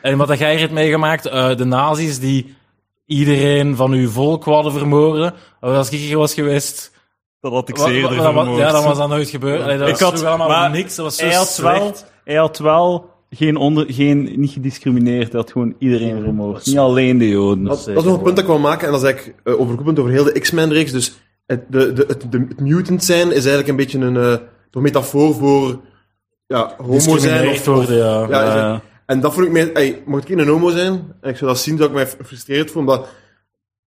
[SPEAKER 4] en wat dat jij hier hebt meegemaakt, eh, de nazi's die iedereen van uw volk hadden vermoorden. Maar als ik hier was geweest...
[SPEAKER 5] Dat had ik
[SPEAKER 4] wa- wa-
[SPEAKER 5] zeker
[SPEAKER 4] wa- wa- ja, dan was dat nooit gebeurd. Allee, dat
[SPEAKER 5] Ik
[SPEAKER 4] was
[SPEAKER 5] had-
[SPEAKER 4] toch allemaal
[SPEAKER 5] maar
[SPEAKER 4] niks. Dat was zo
[SPEAKER 5] hij had, wel,
[SPEAKER 4] slecht.
[SPEAKER 5] hij had wel geen, onder, geen niet gediscrimineerd, hij had gewoon iedereen vermoord. Niet alleen de Joden.
[SPEAKER 2] Dat, dat is nog een punt dat ik wil maken, en dat is eigenlijk eh, overkoepelend over heel de X-Men-reeks. Dus het, de, de, het, de, het mutant zijn is eigenlijk een beetje een eh, toch metafoor voor ja, homo zijn.
[SPEAKER 4] Discrimineerd
[SPEAKER 2] Of,
[SPEAKER 4] worden, ja.
[SPEAKER 2] ja, is
[SPEAKER 5] Eh,
[SPEAKER 2] het- en dat vond ik mij... Ey, mocht ik een homo zijn, en ik zou dat zien, dat ik mij gefrustreerd voel, omdat... er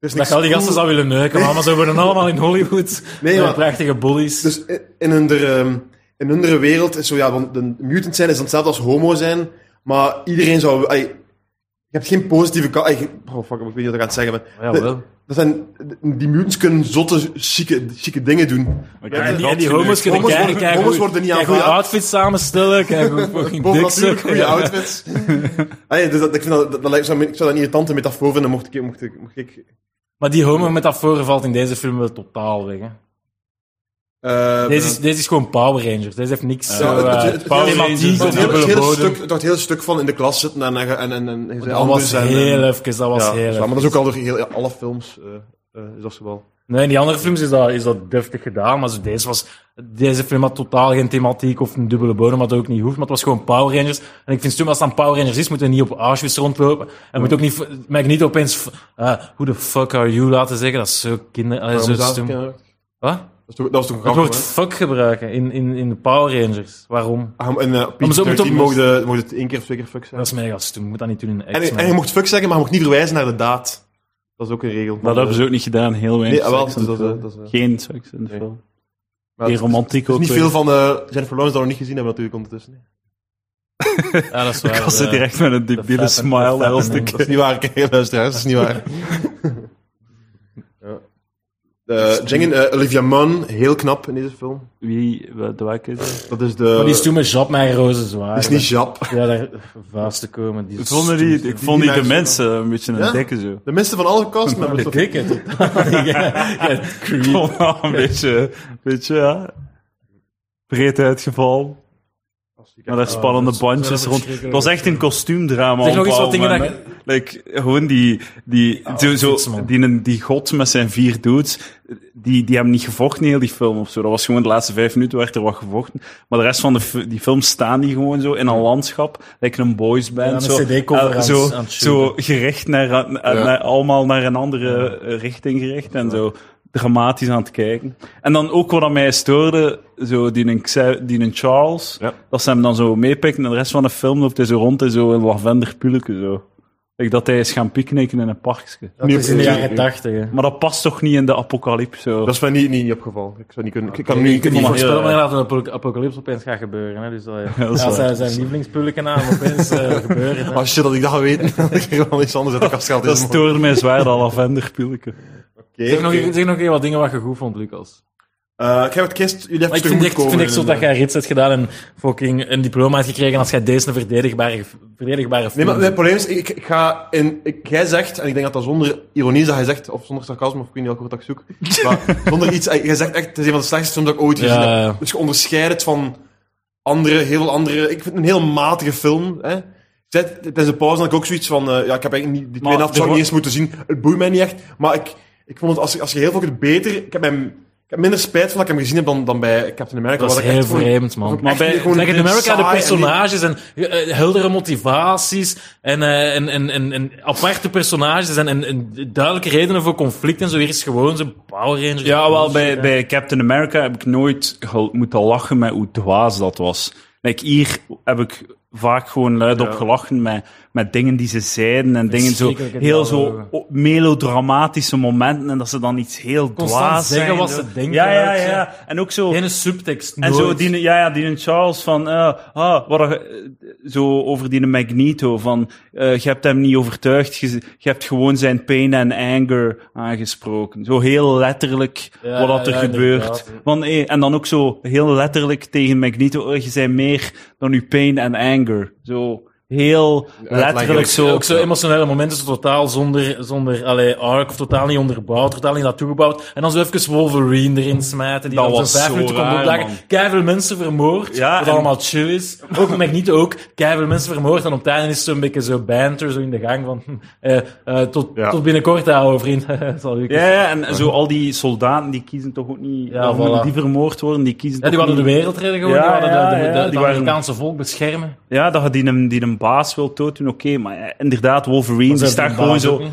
[SPEAKER 2] is
[SPEAKER 4] Dat
[SPEAKER 2] niks
[SPEAKER 4] je al die gasten
[SPEAKER 2] cool-
[SPEAKER 4] zou willen neuken, maar ze worden allemaal in Hollywood.
[SPEAKER 2] Nee,
[SPEAKER 4] met
[SPEAKER 2] maar-
[SPEAKER 4] prachtige bullies.
[SPEAKER 2] Dus i- in hun, ehm, in hun wereld is zo, ja, want de mutant zijn is dan hetzelfde als homo zijn, maar iedereen zou... ey, je hebt geen positieve... ka- ey, oh, fuck, ik weet niet wat ik aan het zeggen ben.
[SPEAKER 4] ja,
[SPEAKER 2] de-
[SPEAKER 4] wel.
[SPEAKER 2] Dat zijn, die mutants kunnen zotte, chique, chique dingen doen.
[SPEAKER 5] heb
[SPEAKER 4] En
[SPEAKER 5] het
[SPEAKER 4] die, en
[SPEAKER 5] rot
[SPEAKER 4] die
[SPEAKER 5] genoeg.
[SPEAKER 4] homo's kunnen
[SPEAKER 2] Homo's
[SPEAKER 4] kijken,
[SPEAKER 2] worden-
[SPEAKER 4] kijken
[SPEAKER 2] homo's
[SPEAKER 4] hoe-
[SPEAKER 2] worden niet
[SPEAKER 4] kijken hoe je
[SPEAKER 2] aanvaard.
[SPEAKER 4] outfits samenstellen, kijken hoe fucking
[SPEAKER 2] Boven
[SPEAKER 4] dik
[SPEAKER 2] natuurlijk
[SPEAKER 4] ze-
[SPEAKER 2] goede
[SPEAKER 4] ja.
[SPEAKER 2] outfits. Allee, dus dat, ik, vind dat, dat, dat lijkt- zou, me- ik zou dat een irritante metafoor vinden, mocht ik... Mocht ik, mocht ik
[SPEAKER 4] Maar die homo-metafoor valt in deze film wel totaal weg. Hè.
[SPEAKER 2] eh,
[SPEAKER 4] Deze, is, deze is gewoon Power Rangers. Deze heeft niks zo,
[SPEAKER 2] ja, het-
[SPEAKER 4] eh,
[SPEAKER 2] het- het-
[SPEAKER 4] thematiek
[SPEAKER 2] dat
[SPEAKER 4] of
[SPEAKER 2] heel, het
[SPEAKER 4] dubbele
[SPEAKER 2] hele
[SPEAKER 4] bodem.
[SPEAKER 2] stuk, dat hele stuk van in de klas zitten en... en, en, en, en
[SPEAKER 4] Dat was heel even, dat was
[SPEAKER 2] ja, zwaar, maar
[SPEAKER 4] heel even.
[SPEAKER 2] dat is ook al door heel, ja, alle films. eh eh, is dat zo wel.
[SPEAKER 4] Nee, in die andere films is dat, is dat deftig gedaan, maar zo, deze, was, deze film had totaal geen thematiek of een dubbele bodem, wat ook niet hoeft, maar het was gewoon Power Rangers. En ik vind het stom, als het dan Power Rangers is, moet je niet op Auschwitz rondlopen. En moet ook niet, Magneto opeens, eh who the fuck are you laten zeggen, dat is zo kinder, eh, zo
[SPEAKER 2] dat,
[SPEAKER 4] stom.
[SPEAKER 2] dat
[SPEAKER 4] Wat?
[SPEAKER 2] is toch, dat is toch
[SPEAKER 4] Het
[SPEAKER 2] grappig,
[SPEAKER 4] woord
[SPEAKER 2] hè?
[SPEAKER 4] fuck gebruiken in, in, in de Power Rangers. Waarom?
[SPEAKER 2] Ah, En uh,
[SPEAKER 4] Maar zo moet
[SPEAKER 2] PG-13
[SPEAKER 4] het-
[SPEAKER 2] mocht eh, mocht het één keer of twee keer fuck
[SPEAKER 4] Dat
[SPEAKER 2] zeggen.
[SPEAKER 4] is mijn gast, je moet dat niet doen in de
[SPEAKER 2] En,
[SPEAKER 4] X-Men.
[SPEAKER 2] en je mocht fuck zeggen, maar je mocht niet verwijzen naar de daad. Dat is ook een regel.
[SPEAKER 5] dat hebben ze ook niet gedaan, heel weinig.
[SPEAKER 2] Nee, ah, wel,
[SPEAKER 5] seks
[SPEAKER 2] dus
[SPEAKER 5] in
[SPEAKER 2] dat,
[SPEAKER 5] de film.
[SPEAKER 2] eh, dat is, eh,
[SPEAKER 5] Geen seks in de
[SPEAKER 2] Nee.
[SPEAKER 5] film.
[SPEAKER 2] maar het
[SPEAKER 5] Geen
[SPEAKER 2] is-
[SPEAKER 5] romantiek
[SPEAKER 2] het is
[SPEAKER 5] ook.
[SPEAKER 2] niet
[SPEAKER 5] weer.
[SPEAKER 2] veel van eh Jennifer Lawrence dat we nog niet gezien hebben natuurlijk ondertussen.
[SPEAKER 4] Ja, dat is waar.
[SPEAKER 5] Ik
[SPEAKER 2] eh,
[SPEAKER 5] was er direct met een debiele
[SPEAKER 4] fappen-
[SPEAKER 5] smile
[SPEAKER 4] de
[SPEAKER 5] naar ons te
[SPEAKER 4] fappen-
[SPEAKER 5] kijken.
[SPEAKER 2] Dat is niet waar, kijk, luisteraars, dat is niet waar. ja. Eh, Jengin, eh, Olivia Munn, heel knap in deze film.
[SPEAKER 5] Wie, wel, de welke is het?
[SPEAKER 2] Dat is de...
[SPEAKER 4] Maar die is toen met Jap mijn rozen zwaar.
[SPEAKER 2] is niet Jap.
[SPEAKER 4] Ja, daar vast te komen. Die
[SPEAKER 5] Ik vond die, ik vond die de
[SPEAKER 2] mensen-
[SPEAKER 5] mensen een beetje een
[SPEAKER 2] Ja?
[SPEAKER 5] dikke zo.
[SPEAKER 2] De minste van alle castmembers. of-
[SPEAKER 4] Dikke.
[SPEAKER 5] Ik vond dat een beetje, een beetje, ja. Breed uitgevallen. Maar daar spannende bandjes rond. Het was echt een kostuumdrama.
[SPEAKER 4] Zeg
[SPEAKER 5] op
[SPEAKER 4] nog eens
[SPEAKER 5] een
[SPEAKER 4] wat dingen dat...
[SPEAKER 5] bepaald moment, hè. Like, gewoon die, die, zo- zo,
[SPEAKER 4] fietsman.
[SPEAKER 5] die, die god met zijn vier dudes, die, die hebben niet gevochten in heel die film of zo. Dat was gewoon de laatste vijf minuten werd er wat gevochten. Maar de rest van de, f- die film staan die gewoon zo in een landschap, lijkt een
[SPEAKER 4] Ja, een
[SPEAKER 5] boysband. zo,
[SPEAKER 4] CD-cover
[SPEAKER 5] eh,
[SPEAKER 4] aan-
[SPEAKER 5] zo,
[SPEAKER 4] aan het
[SPEAKER 5] zo gericht naar, naar- naar- allemaal naar een andere eh, richting gericht en zo dramatisch aan het kijken. En dan ook wat aan mij stoorde, zo die een, Xe- die een Charles, dat ze hem dan zo meepikken en de rest van de film loopt hij zo rond in zo'n lavender pulke zo. Ik dat hij is gaan picknicken in een parkje.
[SPEAKER 4] Dat is in de jaren tachtig.
[SPEAKER 5] Maar dat past toch niet in de apocalypse zo.
[SPEAKER 2] Dat is mij niet, niet, niet opgevallen. Ik zou niet kunnen... Ik kan nu... Ik
[SPEAKER 4] Ik kan niet
[SPEAKER 5] vond dat
[SPEAKER 4] voorspellen
[SPEAKER 5] heel
[SPEAKER 4] wanneer dat een apo- apocalypse opeens gaat gebeuren. Hè? Dus, dat-
[SPEAKER 5] dat
[SPEAKER 4] ja,
[SPEAKER 5] is waar.
[SPEAKER 4] zijn, zijn lievelingspulleken aan opeens eh, gebeuren. hè.
[SPEAKER 2] Als shit dat ik dat had weten, dat ik er wel iets anders uit de kast gehaald.
[SPEAKER 5] Dat
[SPEAKER 2] is.
[SPEAKER 5] stoorde mij zwaar, dat lavender pulke.
[SPEAKER 4] Zeg nog, zeg nog even wat dingen wat je goed vond, Lucas.
[SPEAKER 2] Eh, ik heb het kerst... Jullie hebben
[SPEAKER 4] Maar ik
[SPEAKER 2] het tegemoet
[SPEAKER 4] vind echt, ik vind
[SPEAKER 2] komen. eh,
[SPEAKER 4] echt zo dat jij rits hebt gedaan en fucking een diploma hebt gekregen als jij deze een verdedigbare, verdedigbare
[SPEAKER 2] Nee,
[SPEAKER 4] film
[SPEAKER 2] maar het
[SPEAKER 4] doet.
[SPEAKER 2] probleem is, ik, ik ga in, ik, jij zegt, en ik denk dat dat zonder ironie is dat hij zegt, of zonder sarcasme, of ik weet niet welke woord dat ik zoek, maar zonder iets, eh, jij zegt echt, het is een van de slechtste films dat ik ooit gezien
[SPEAKER 4] Ja,
[SPEAKER 2] heb.
[SPEAKER 4] ja.
[SPEAKER 2] Dus je onderscheidt het van andere, heel veel andere, ik vind het een heel matige film, hè. Zet- Tijdens de pauze had ik ook zoiets van, eh, ja, ik heb eigenlijk niet, die tweede helft zou ik niet eens moeten zien, het boeit mij niet echt, maar ik, ik vond het, als, als je heel veel kunt beter, ik heb hem, ik heb minder spijt van dat ik hem gezien heb dan, dan bij Captain America.
[SPEAKER 4] Dat is
[SPEAKER 2] wat ik echt
[SPEAKER 4] heel
[SPEAKER 2] gewoon-
[SPEAKER 4] vreemd, man.
[SPEAKER 2] Maar bij-
[SPEAKER 4] Like in
[SPEAKER 2] gewoon
[SPEAKER 4] America, de
[SPEAKER 2] saai en niet-
[SPEAKER 4] personages en eh, heldere motivaties en, eh, en, en, en, en aparte personages en, en, en duidelijke redenen voor conflict en zo. Hier is gewoon zo'n Power Rangers.
[SPEAKER 5] Ja, wel,
[SPEAKER 4] eh,
[SPEAKER 5] bij, bij Captain America heb ik nooit gel- moeten lachen met hoe dwaas dat was. Like, hier heb ik vaak gewoon luidop gelachen met, met dingen die ze zeiden en dingen zo,
[SPEAKER 4] schrikkelijke
[SPEAKER 5] heel
[SPEAKER 4] dialogen.
[SPEAKER 5] zo o- melodramatische momenten en dat ze dan iets heel
[SPEAKER 4] Constant
[SPEAKER 5] dwaas
[SPEAKER 4] zeggen
[SPEAKER 5] zijn.
[SPEAKER 4] wat
[SPEAKER 5] zo.
[SPEAKER 4] ze denken
[SPEAKER 5] Ja, ja,
[SPEAKER 4] ook,
[SPEAKER 5] ja,
[SPEAKER 4] ja.
[SPEAKER 5] ja. En ook zo...
[SPEAKER 4] Geen subtekst,
[SPEAKER 5] En
[SPEAKER 4] nooit.
[SPEAKER 5] zo, die, ja, ja, die Charles van, eh, ah, wat, een- eh, zo over die Magneto, van, eh, je hebt hem niet overtuigd, je, je hebt gewoon zijn pain en anger aangesproken. Zo heel letterlijk
[SPEAKER 4] Ja,
[SPEAKER 5] wat dat er
[SPEAKER 4] ja,
[SPEAKER 5] gebeurt.
[SPEAKER 4] inderdaad.
[SPEAKER 5] Van, eh, en dan ook zo heel letterlijk tegen Magneto, eh, je bent meer dan je pain en anger. Zo heel letterlijk
[SPEAKER 4] Ja,
[SPEAKER 5] zo.
[SPEAKER 4] ook zo emotionele momenten, zo totaal zonder, zonder allee, arc, of totaal niet onderbouwd, totaal niet naartoe gebouwd. En dan zo even Wolverine erin smijten, die
[SPEAKER 5] Dat
[SPEAKER 4] dan
[SPEAKER 5] was
[SPEAKER 4] zo'n vijf
[SPEAKER 5] zo
[SPEAKER 4] minuten
[SPEAKER 5] raar,
[SPEAKER 4] komt opdagen.
[SPEAKER 5] man.
[SPEAKER 4] Keiveel mensen vermoord,
[SPEAKER 5] Ja,
[SPEAKER 4] wat
[SPEAKER 5] en-
[SPEAKER 4] allemaal chill is. Ook Magneto ook, keiveel mensen vermoord. En op het einde is het zo'n beetje zo banter, zo in de gang van, hm, eh, eh, tot, tot binnenkort, ouwe vriend. Zal u-
[SPEAKER 5] Ja, ja, en zo al die soldaten, die kiezen toch ook niet,
[SPEAKER 4] Ja,
[SPEAKER 5] of
[SPEAKER 4] voilà.
[SPEAKER 5] die vermoord worden, die kiezen
[SPEAKER 4] Ja, die
[SPEAKER 5] toch
[SPEAKER 4] wilden de
[SPEAKER 5] niet-
[SPEAKER 4] wereld redden gewoon, die
[SPEAKER 5] Ja,
[SPEAKER 4] wilden
[SPEAKER 5] ja,
[SPEAKER 4] de- de-
[SPEAKER 5] ja,
[SPEAKER 4] de-
[SPEAKER 5] die
[SPEAKER 4] het
[SPEAKER 5] waren-
[SPEAKER 4] Amerikaanse volk beschermen.
[SPEAKER 5] Ja, dat je die een, die een baas wil dooddoen, oké. maar ja, inderdaad, Wolverine die
[SPEAKER 4] Ze
[SPEAKER 5] staat
[SPEAKER 4] hebben
[SPEAKER 5] gewoon
[SPEAKER 4] baas
[SPEAKER 5] zo
[SPEAKER 4] ook niet.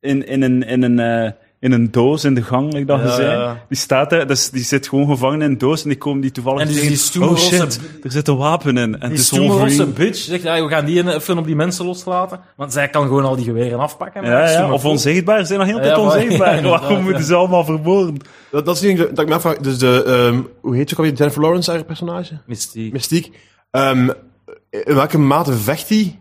[SPEAKER 5] in, in, een, in, een, eh, in een doos in de gang, like dat
[SPEAKER 4] Ja,
[SPEAKER 5] je zei.
[SPEAKER 4] ja.
[SPEAKER 5] Die staat daar, dus die zit gewoon gevangen in een doos en die komen die toevallig
[SPEAKER 4] En dus
[SPEAKER 5] tegen.
[SPEAKER 4] die stoere
[SPEAKER 5] oh
[SPEAKER 4] rosse-
[SPEAKER 5] shit, er zit een wapen in. En het
[SPEAKER 4] Die
[SPEAKER 5] is
[SPEAKER 4] stoelrosse
[SPEAKER 5] Wolverine.
[SPEAKER 4] bitch zegt, ja, we gaan die ene film op die mensen loslaten. Want zij kan gewoon al die geweren afpakken.
[SPEAKER 5] Ja, ja,
[SPEAKER 4] Stomme
[SPEAKER 5] of
[SPEAKER 4] vol.
[SPEAKER 5] onzichtbaar, ze zijn nog heel de tijd
[SPEAKER 4] Ja, maar- ja,
[SPEAKER 5] onzichtbaar.
[SPEAKER 4] inderdaad,
[SPEAKER 5] Waarom
[SPEAKER 4] ja.
[SPEAKER 5] moeten ze allemaal vermoorden?
[SPEAKER 2] Dat, dat is niet dat ik me afvraag. Dus de, ehm, hoe heet ze ook alweer? Jennifer Lawrence, haar personage?
[SPEAKER 4] Mystiek.
[SPEAKER 2] Mystiek. Ehm, in welke mate vecht die?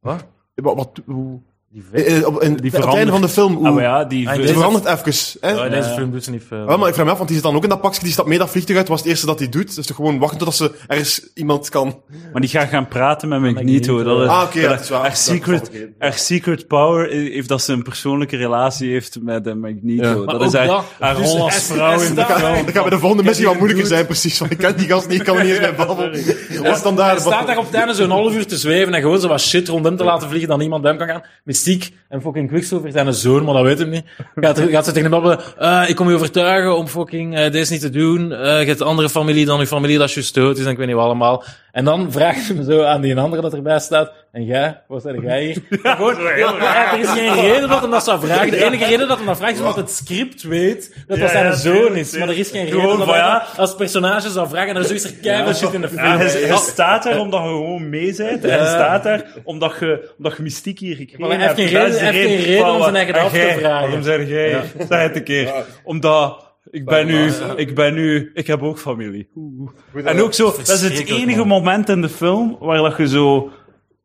[SPEAKER 2] Wat? wat hoe,
[SPEAKER 4] Die vet.
[SPEAKER 2] in, in- op, in- op het einde
[SPEAKER 5] verandert.
[SPEAKER 2] van de film, hoe,
[SPEAKER 5] Ah, maar ja, die...
[SPEAKER 4] Ah,
[SPEAKER 5] ver-
[SPEAKER 2] die
[SPEAKER 4] deze-
[SPEAKER 2] verandert even. Hè?
[SPEAKER 4] Ja, in deze
[SPEAKER 5] Ja.
[SPEAKER 4] film doet ze niet veel.
[SPEAKER 2] Wel, maar ik vraag me af, want die zit dan ook in dat pakje, die stapt mee dat vliegtuig uit, was het eerste dat hij doet. Dus toch gewoon wachten totdat ze ergens iemand kan...
[SPEAKER 5] Maar die gaat gaan praten met Magneto.
[SPEAKER 4] Magneto.
[SPEAKER 5] Dat is,
[SPEAKER 2] Ah, oké, ja, dat is waar.
[SPEAKER 5] haar,
[SPEAKER 2] Dat
[SPEAKER 5] secret,
[SPEAKER 2] is wel oké.
[SPEAKER 5] haar secret power i- heeft dat ze een persoonlijke relatie heeft met eh, Magneto.
[SPEAKER 4] Maar
[SPEAKER 5] Dat is
[SPEAKER 4] ook
[SPEAKER 5] haar,
[SPEAKER 4] dat-
[SPEAKER 5] haar
[SPEAKER 4] dus
[SPEAKER 5] rol als
[SPEAKER 4] is-
[SPEAKER 5] vrouw
[SPEAKER 4] is
[SPEAKER 5] in de
[SPEAKER 4] dat-
[SPEAKER 5] film.
[SPEAKER 2] Dan gaat bij de volgende missie wat moeilijker zijn, precies. Want ik ken die gast niet, ik kan er niet eens bij babbelen. Wat is dan
[SPEAKER 4] Hij
[SPEAKER 2] daar...
[SPEAKER 4] staat daar op het einde zo'n half uur te zweven en gewoon zo wat shit rond hem te laten vliegen dat niemand bij hem kan gaan. Mystiek en fucking Quicksilver zijn een zoon, maar dat weet hem niet. Gaat, er- gaat ze tegen hem babbelen, eh, ik kom je overtuigen om fucking eh, deze niet te doen. Eh, je hebt een andere familie dan uw familie dat je stoot is en ik weet niet wat allemaal. En dan vraagt hem zo aan die andere dat erbij staat, en jij, wat zijn jij hier? Gewoon, ja, er is geen reden dat hem dat zou vragen. De enige reden dat hem dat vraagt is omdat het script weet dat dat zijn
[SPEAKER 5] ja,
[SPEAKER 4] zoon
[SPEAKER 5] tuurlijk,
[SPEAKER 4] is. Maar er is geen reden
[SPEAKER 5] Gewoon
[SPEAKER 4] dat
[SPEAKER 5] van,
[SPEAKER 4] hij
[SPEAKER 5] ja.
[SPEAKER 4] dat als personage zou vragen. En dan is er keihard shit in de film. Oh,
[SPEAKER 5] Ja, hij, hij
[SPEAKER 4] Ja.
[SPEAKER 5] staat daar omdat je gewoon mee bent. Hij staat daar omdat je, omdat je mystiek hier gekregen
[SPEAKER 4] Maar hij heeft geen
[SPEAKER 5] Dat is
[SPEAKER 4] reden-
[SPEAKER 5] de
[SPEAKER 4] hij heeft geen reden om
[SPEAKER 5] Voilà.
[SPEAKER 4] zijn eigen
[SPEAKER 5] En
[SPEAKER 4] af te
[SPEAKER 5] jij,
[SPEAKER 4] vragen.
[SPEAKER 5] Waarom zeg jij? Zeg het een keer. Omdat Ik ben, nu, ik ben nu... Ik heb ook familie. Oeh.
[SPEAKER 2] eh,
[SPEAKER 5] En ook zo, dat is het
[SPEAKER 4] verschrikkelijk,
[SPEAKER 5] enige
[SPEAKER 4] man.
[SPEAKER 5] moment in de film waar dat je zo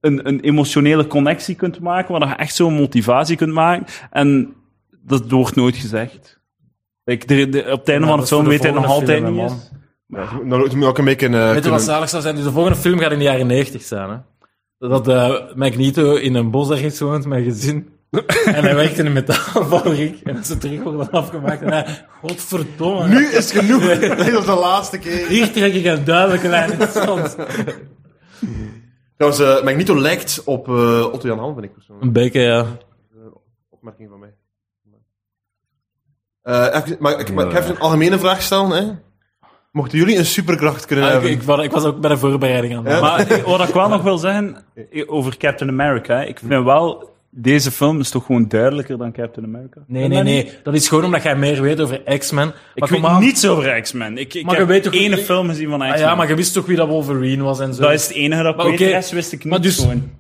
[SPEAKER 5] een, een emotionele connectie kunt maken, waar dat je echt zo'n motivatie kunt maken. En dat wordt nooit gezegd. Ik, de- de- op het einde
[SPEAKER 4] dat
[SPEAKER 5] van de
[SPEAKER 4] is
[SPEAKER 5] film
[SPEAKER 4] voor de
[SPEAKER 5] weet hij nog
[SPEAKER 4] volgende
[SPEAKER 5] altijd
[SPEAKER 4] film,
[SPEAKER 5] niet
[SPEAKER 4] hè,
[SPEAKER 5] eens.
[SPEAKER 4] man.
[SPEAKER 2] Nou, het moet ook een beetje... eh,
[SPEAKER 4] Weet je wat
[SPEAKER 2] kunnen-
[SPEAKER 4] zalig zou zijn? Dus de volgende film gaat in de jaren 90 zijn. Hè? Dat eh, Magneto in een bos ergens woont met gezin. en hij werkt in een metaalfabriek. En als ze terug worden afgemaakt. En hij, godverdomme.
[SPEAKER 2] Nu is het genoeg. Dit was de laatste keer.
[SPEAKER 4] Hier trek ik een duidelijke lijn in het zand.
[SPEAKER 2] Trouwens, eh, Magneto lijkt op eh, Otto Jan Ham, vind ik persoonlijk.
[SPEAKER 4] Een beetje, ja. Ah,
[SPEAKER 2] Opmerking van mij. Eh, even- maar ik maar ik heb even een algemene vraag stellen. Hè? Mochten jullie een superkracht kunnen
[SPEAKER 4] Ah, ik,
[SPEAKER 5] Ehm.
[SPEAKER 2] hebben?
[SPEAKER 4] ik, was, ik was ook bij de voorbereiding aan. het
[SPEAKER 2] Ja?
[SPEAKER 4] maken.
[SPEAKER 5] Maar ik- wat ik wel nog wil zeggen eh, over Captain America, hè, ik vind wel, deze film is toch gewoon duidelijker dan Captain America?
[SPEAKER 4] Nee, nee, nee. Dat is gewoon omdat jij meer weet over X-Men.
[SPEAKER 5] Ik
[SPEAKER 4] Maar
[SPEAKER 5] weet
[SPEAKER 4] kom aan.
[SPEAKER 5] niets over X-Men. Ik, ik
[SPEAKER 4] Maar je
[SPEAKER 5] heb
[SPEAKER 4] weet toch-
[SPEAKER 5] ene film gezien van X-Men.
[SPEAKER 4] Ah, ja, maar je wist toch wie dat Wolverine was en zo.
[SPEAKER 5] Dat is het enige dat ik
[SPEAKER 4] Maar
[SPEAKER 5] weet.
[SPEAKER 4] oké,
[SPEAKER 5] De rest wist ik niet
[SPEAKER 4] maar dus-
[SPEAKER 5] gewoon.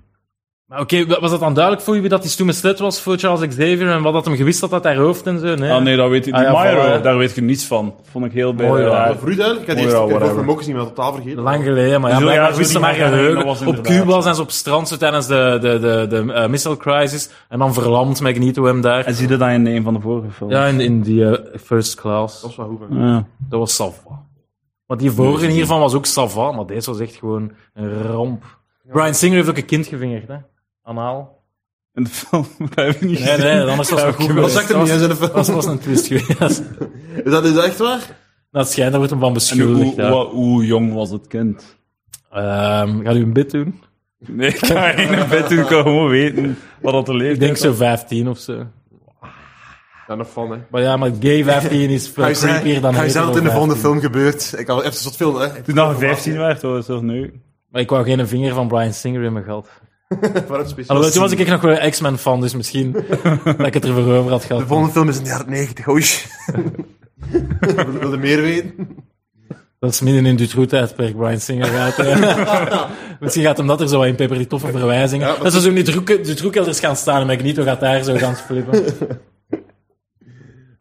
[SPEAKER 4] Maar oké, wa- was dat dan duidelijk voor je wie dat die stoeme slet was voor Charles Xavier en wat dat hem gewist had dat hij hoofd en zo? Nee.
[SPEAKER 5] Ah nee, dat weet ik
[SPEAKER 4] Ah, ja,
[SPEAKER 5] Myro,
[SPEAKER 4] voilà.
[SPEAKER 5] daar weet ik niets van. Vond ik heel bij.
[SPEAKER 4] Mooi, ja.
[SPEAKER 5] raar.
[SPEAKER 2] Dat vroeg duidelijk. Ik had de eerste
[SPEAKER 5] Oh ja,
[SPEAKER 2] keer
[SPEAKER 5] whatever.
[SPEAKER 2] over mogen zien, maar totaal vergeten.
[SPEAKER 4] Lang geleden, maar ja,
[SPEAKER 5] Dus ja,
[SPEAKER 4] blijkbaar
[SPEAKER 5] zo
[SPEAKER 4] wisten
[SPEAKER 5] die
[SPEAKER 4] maar
[SPEAKER 5] Magdalena
[SPEAKER 4] geheugen.
[SPEAKER 5] was
[SPEAKER 4] Op
[SPEAKER 5] inderdaad.
[SPEAKER 4] Cuba zijn ze op strand zo tijdens de, de, de, de eh, missile crisis. En dan verlamt Magneto hem daar.
[SPEAKER 5] En zie je dat in een van de vorige films?
[SPEAKER 4] Ja, in, in die eh, first class.
[SPEAKER 2] Dat was wel goed. hè.
[SPEAKER 5] Ja.
[SPEAKER 4] Dat was Sava. Maar die vorige hiervan was ook Sava, maar deze was echt gewoon een ramp. Brian Singer heeft ook een kind gevingerd, hè? Anaal.
[SPEAKER 5] In de film, dat heb ik niet
[SPEAKER 4] Nee,
[SPEAKER 5] gezien.
[SPEAKER 4] nee, anders was het goed
[SPEAKER 2] Dat
[SPEAKER 4] geweest.
[SPEAKER 2] zegt er
[SPEAKER 4] Dat
[SPEAKER 2] niet eens
[SPEAKER 4] was-
[SPEAKER 2] in de film.
[SPEAKER 4] Dat was een twist geweest.
[SPEAKER 2] Is dat, is dat echt waar?
[SPEAKER 4] Dat schijnt, daar wordt hem van
[SPEAKER 5] En hoe,
[SPEAKER 4] beschuldigd. ja.
[SPEAKER 5] hoe- hoe jong was het kind?
[SPEAKER 4] Ehm, gaat u een bid doen?
[SPEAKER 5] Nee, ik ga in bed doen, ik kan gewoon weten wat dat er leeft.
[SPEAKER 4] Ik denk zo 15 of zo.
[SPEAKER 2] Ja, nog van, hè.
[SPEAKER 4] Maar ja, maar gay 15 is veel creepier dan
[SPEAKER 2] Hij is
[SPEAKER 4] hetero
[SPEAKER 2] altijd in de
[SPEAKER 4] 15.
[SPEAKER 2] volgende film gebeurd. Ik had even een soort film, hè.
[SPEAKER 5] Toen dat je 15 werd, was dat nu.
[SPEAKER 4] Maar ik wou geen vinger van Brian Singer in mijn geld.
[SPEAKER 2] Waarom speciaal?
[SPEAKER 4] Alhoewel, toen was ik echt nog wel een X-Men fan, dus misschien dat ik het er voor over had gehad.
[SPEAKER 2] De volgende film is in de jaren 90, hoi. Wil je meer weten?
[SPEAKER 4] Dat is midden in Dutroux tijdperk, Brian Singer gaat. eh. misschien gaat hem dat er zo wat in peper, die toffe verwijzingen.
[SPEAKER 2] Ja, maar-
[SPEAKER 4] dat ze zo in Dutroux- Dutroux-kelders gaan staan en Magneto gaat daar zo gaan flippen.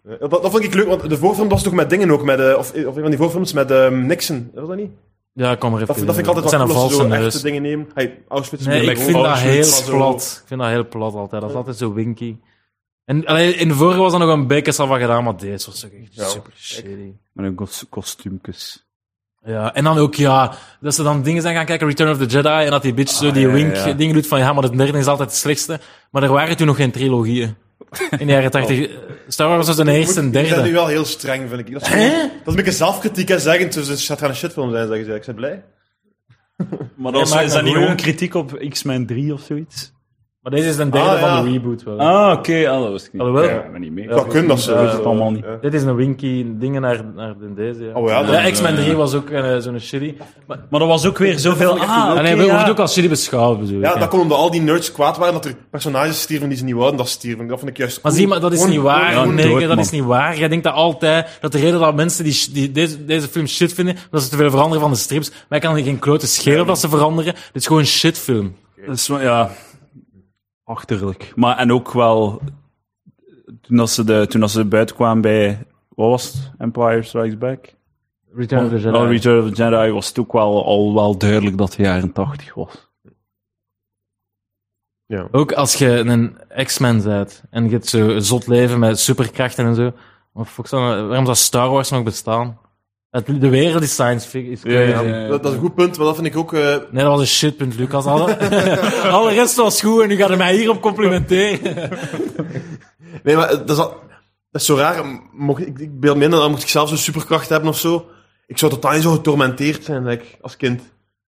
[SPEAKER 2] Ja, Dat, dat vond ik leuk, want de voorfilm was toch met dingen ook, met, eh, of, of een van die voorfilms met eh, Nixon, was dat niet?
[SPEAKER 4] Ja, kom maar even.
[SPEAKER 2] Dat, dat vind ik altijd
[SPEAKER 4] Het zijn
[SPEAKER 2] wel
[SPEAKER 4] een
[SPEAKER 2] cool, als ze
[SPEAKER 4] valse
[SPEAKER 2] zo
[SPEAKER 4] neus.
[SPEAKER 2] echte dingen nemen. Hey, Auschwitz
[SPEAKER 4] Nee, ik
[SPEAKER 2] Birkenau,
[SPEAKER 4] vind dat
[SPEAKER 2] Auschwitz,
[SPEAKER 4] heel
[SPEAKER 2] maar zo-
[SPEAKER 4] plat. Ik vind dat heel plat altijd. Dat is altijd zo winky. En allee, in de vorige was dat nog een beetje salva gedaan, maar deze was ook echt super shitty.
[SPEAKER 5] Met een kos- kostuumkes.
[SPEAKER 4] Ja, en dan ook, ja, dat ze dan dingen zijn gaan kijken, Return of the Jedi, en dat die bitch
[SPEAKER 2] Ah,
[SPEAKER 4] zo die wink-dingen doet van, ja, maar de derde is altijd het slechtste. Maar er waren toen nog geen trilogieën. In de
[SPEAKER 2] Oh.
[SPEAKER 4] jaren tachtig. Star Wars was een eerste en
[SPEAKER 2] Ik ben nu
[SPEAKER 4] derde.
[SPEAKER 2] wel heel streng, vind ik. Dat is, dat is een beetje zelfkritiek en zeggen, dus het gaat een shitfilm zijn, zeggen ze. Ik ben blij.
[SPEAKER 5] Maar dat is,
[SPEAKER 4] maakt
[SPEAKER 5] is
[SPEAKER 4] dat
[SPEAKER 5] dat niet
[SPEAKER 4] goeie.
[SPEAKER 5] gewoon kritiek op X-Men 3 of zoiets?
[SPEAKER 4] Maar deze is een derde
[SPEAKER 2] Ah, ja.
[SPEAKER 4] van de reboot wel.
[SPEAKER 5] Ah, oké, ah, dat was ik niet.
[SPEAKER 4] Alhoewel.
[SPEAKER 5] Ja, eh, ik ben niet mee.
[SPEAKER 2] dat kunnen dat ze.
[SPEAKER 5] Ik weet het allemaal niet.
[SPEAKER 4] Dit is een winky dingen naar, naar de- deze. Ja.
[SPEAKER 2] Oh ja, dat-
[SPEAKER 4] ja X-Men 3 was ook eh, zo'n shitty. Maar,
[SPEAKER 5] Maar dat was ook weer zoveel... Ah,
[SPEAKER 4] en hij
[SPEAKER 5] oké,
[SPEAKER 4] wordt
[SPEAKER 5] ja.
[SPEAKER 4] ook als shitty beschouwd, bedoel ik.
[SPEAKER 2] Ja,
[SPEAKER 4] ja.
[SPEAKER 2] dat komt omdat al die nerds kwaad waren dat er personages stierven die ze niet wouden dat ze stierven. Dat vond ik juist
[SPEAKER 4] Maar
[SPEAKER 2] cool.
[SPEAKER 4] zie, maar dat is
[SPEAKER 2] Gewoon-
[SPEAKER 4] niet waar.
[SPEAKER 5] gewoon
[SPEAKER 4] nee,
[SPEAKER 5] dood,
[SPEAKER 4] dat
[SPEAKER 5] man.
[SPEAKER 4] is niet waar. Jij denkt dat altijd, dat de reden dat mensen die, sh- die deze, deze film shit vinden, dat ze te veel veranderen van de strips. Maar ik kan er geen klote schelen dat ze veranderen. Dit is gewoon een shitfilm.
[SPEAKER 5] Dat is wel- ja, achterlijk. Maar en ook wel, toen, dat ze, de, toen dat ze buiten kwamen bij, wat was het? Empire Strikes Back?
[SPEAKER 4] Return of the
[SPEAKER 5] Nou, Return of the Jedi was het ook wel al wel duidelijk dat het jaren 80 was.
[SPEAKER 4] Ook als je een X-Men bent en je hebt zo'n zot leven met superkrachten en zo. Maar fuck, zou- nou- waarom zou Star Wars nog bestaan? Het, de wereld is science fiction. Is crazy.
[SPEAKER 5] Ja, ja, ja.
[SPEAKER 2] Dat, dat is een goed punt, maar dat vind ik ook... eh,
[SPEAKER 4] Nee, dat was een shitpunt, Lucas. Alle, alle rest was goed en nu gaat hij mij hierop complimenteren.
[SPEAKER 2] Nee, maar eh, dat is, al- dat is zo raar. M- Mocht, ik, ik beeld me in, dan mocht ik zelf zo'n superkracht hebben of zo. Ik zou totaal niet zo getormenteerd zijn like, als kind.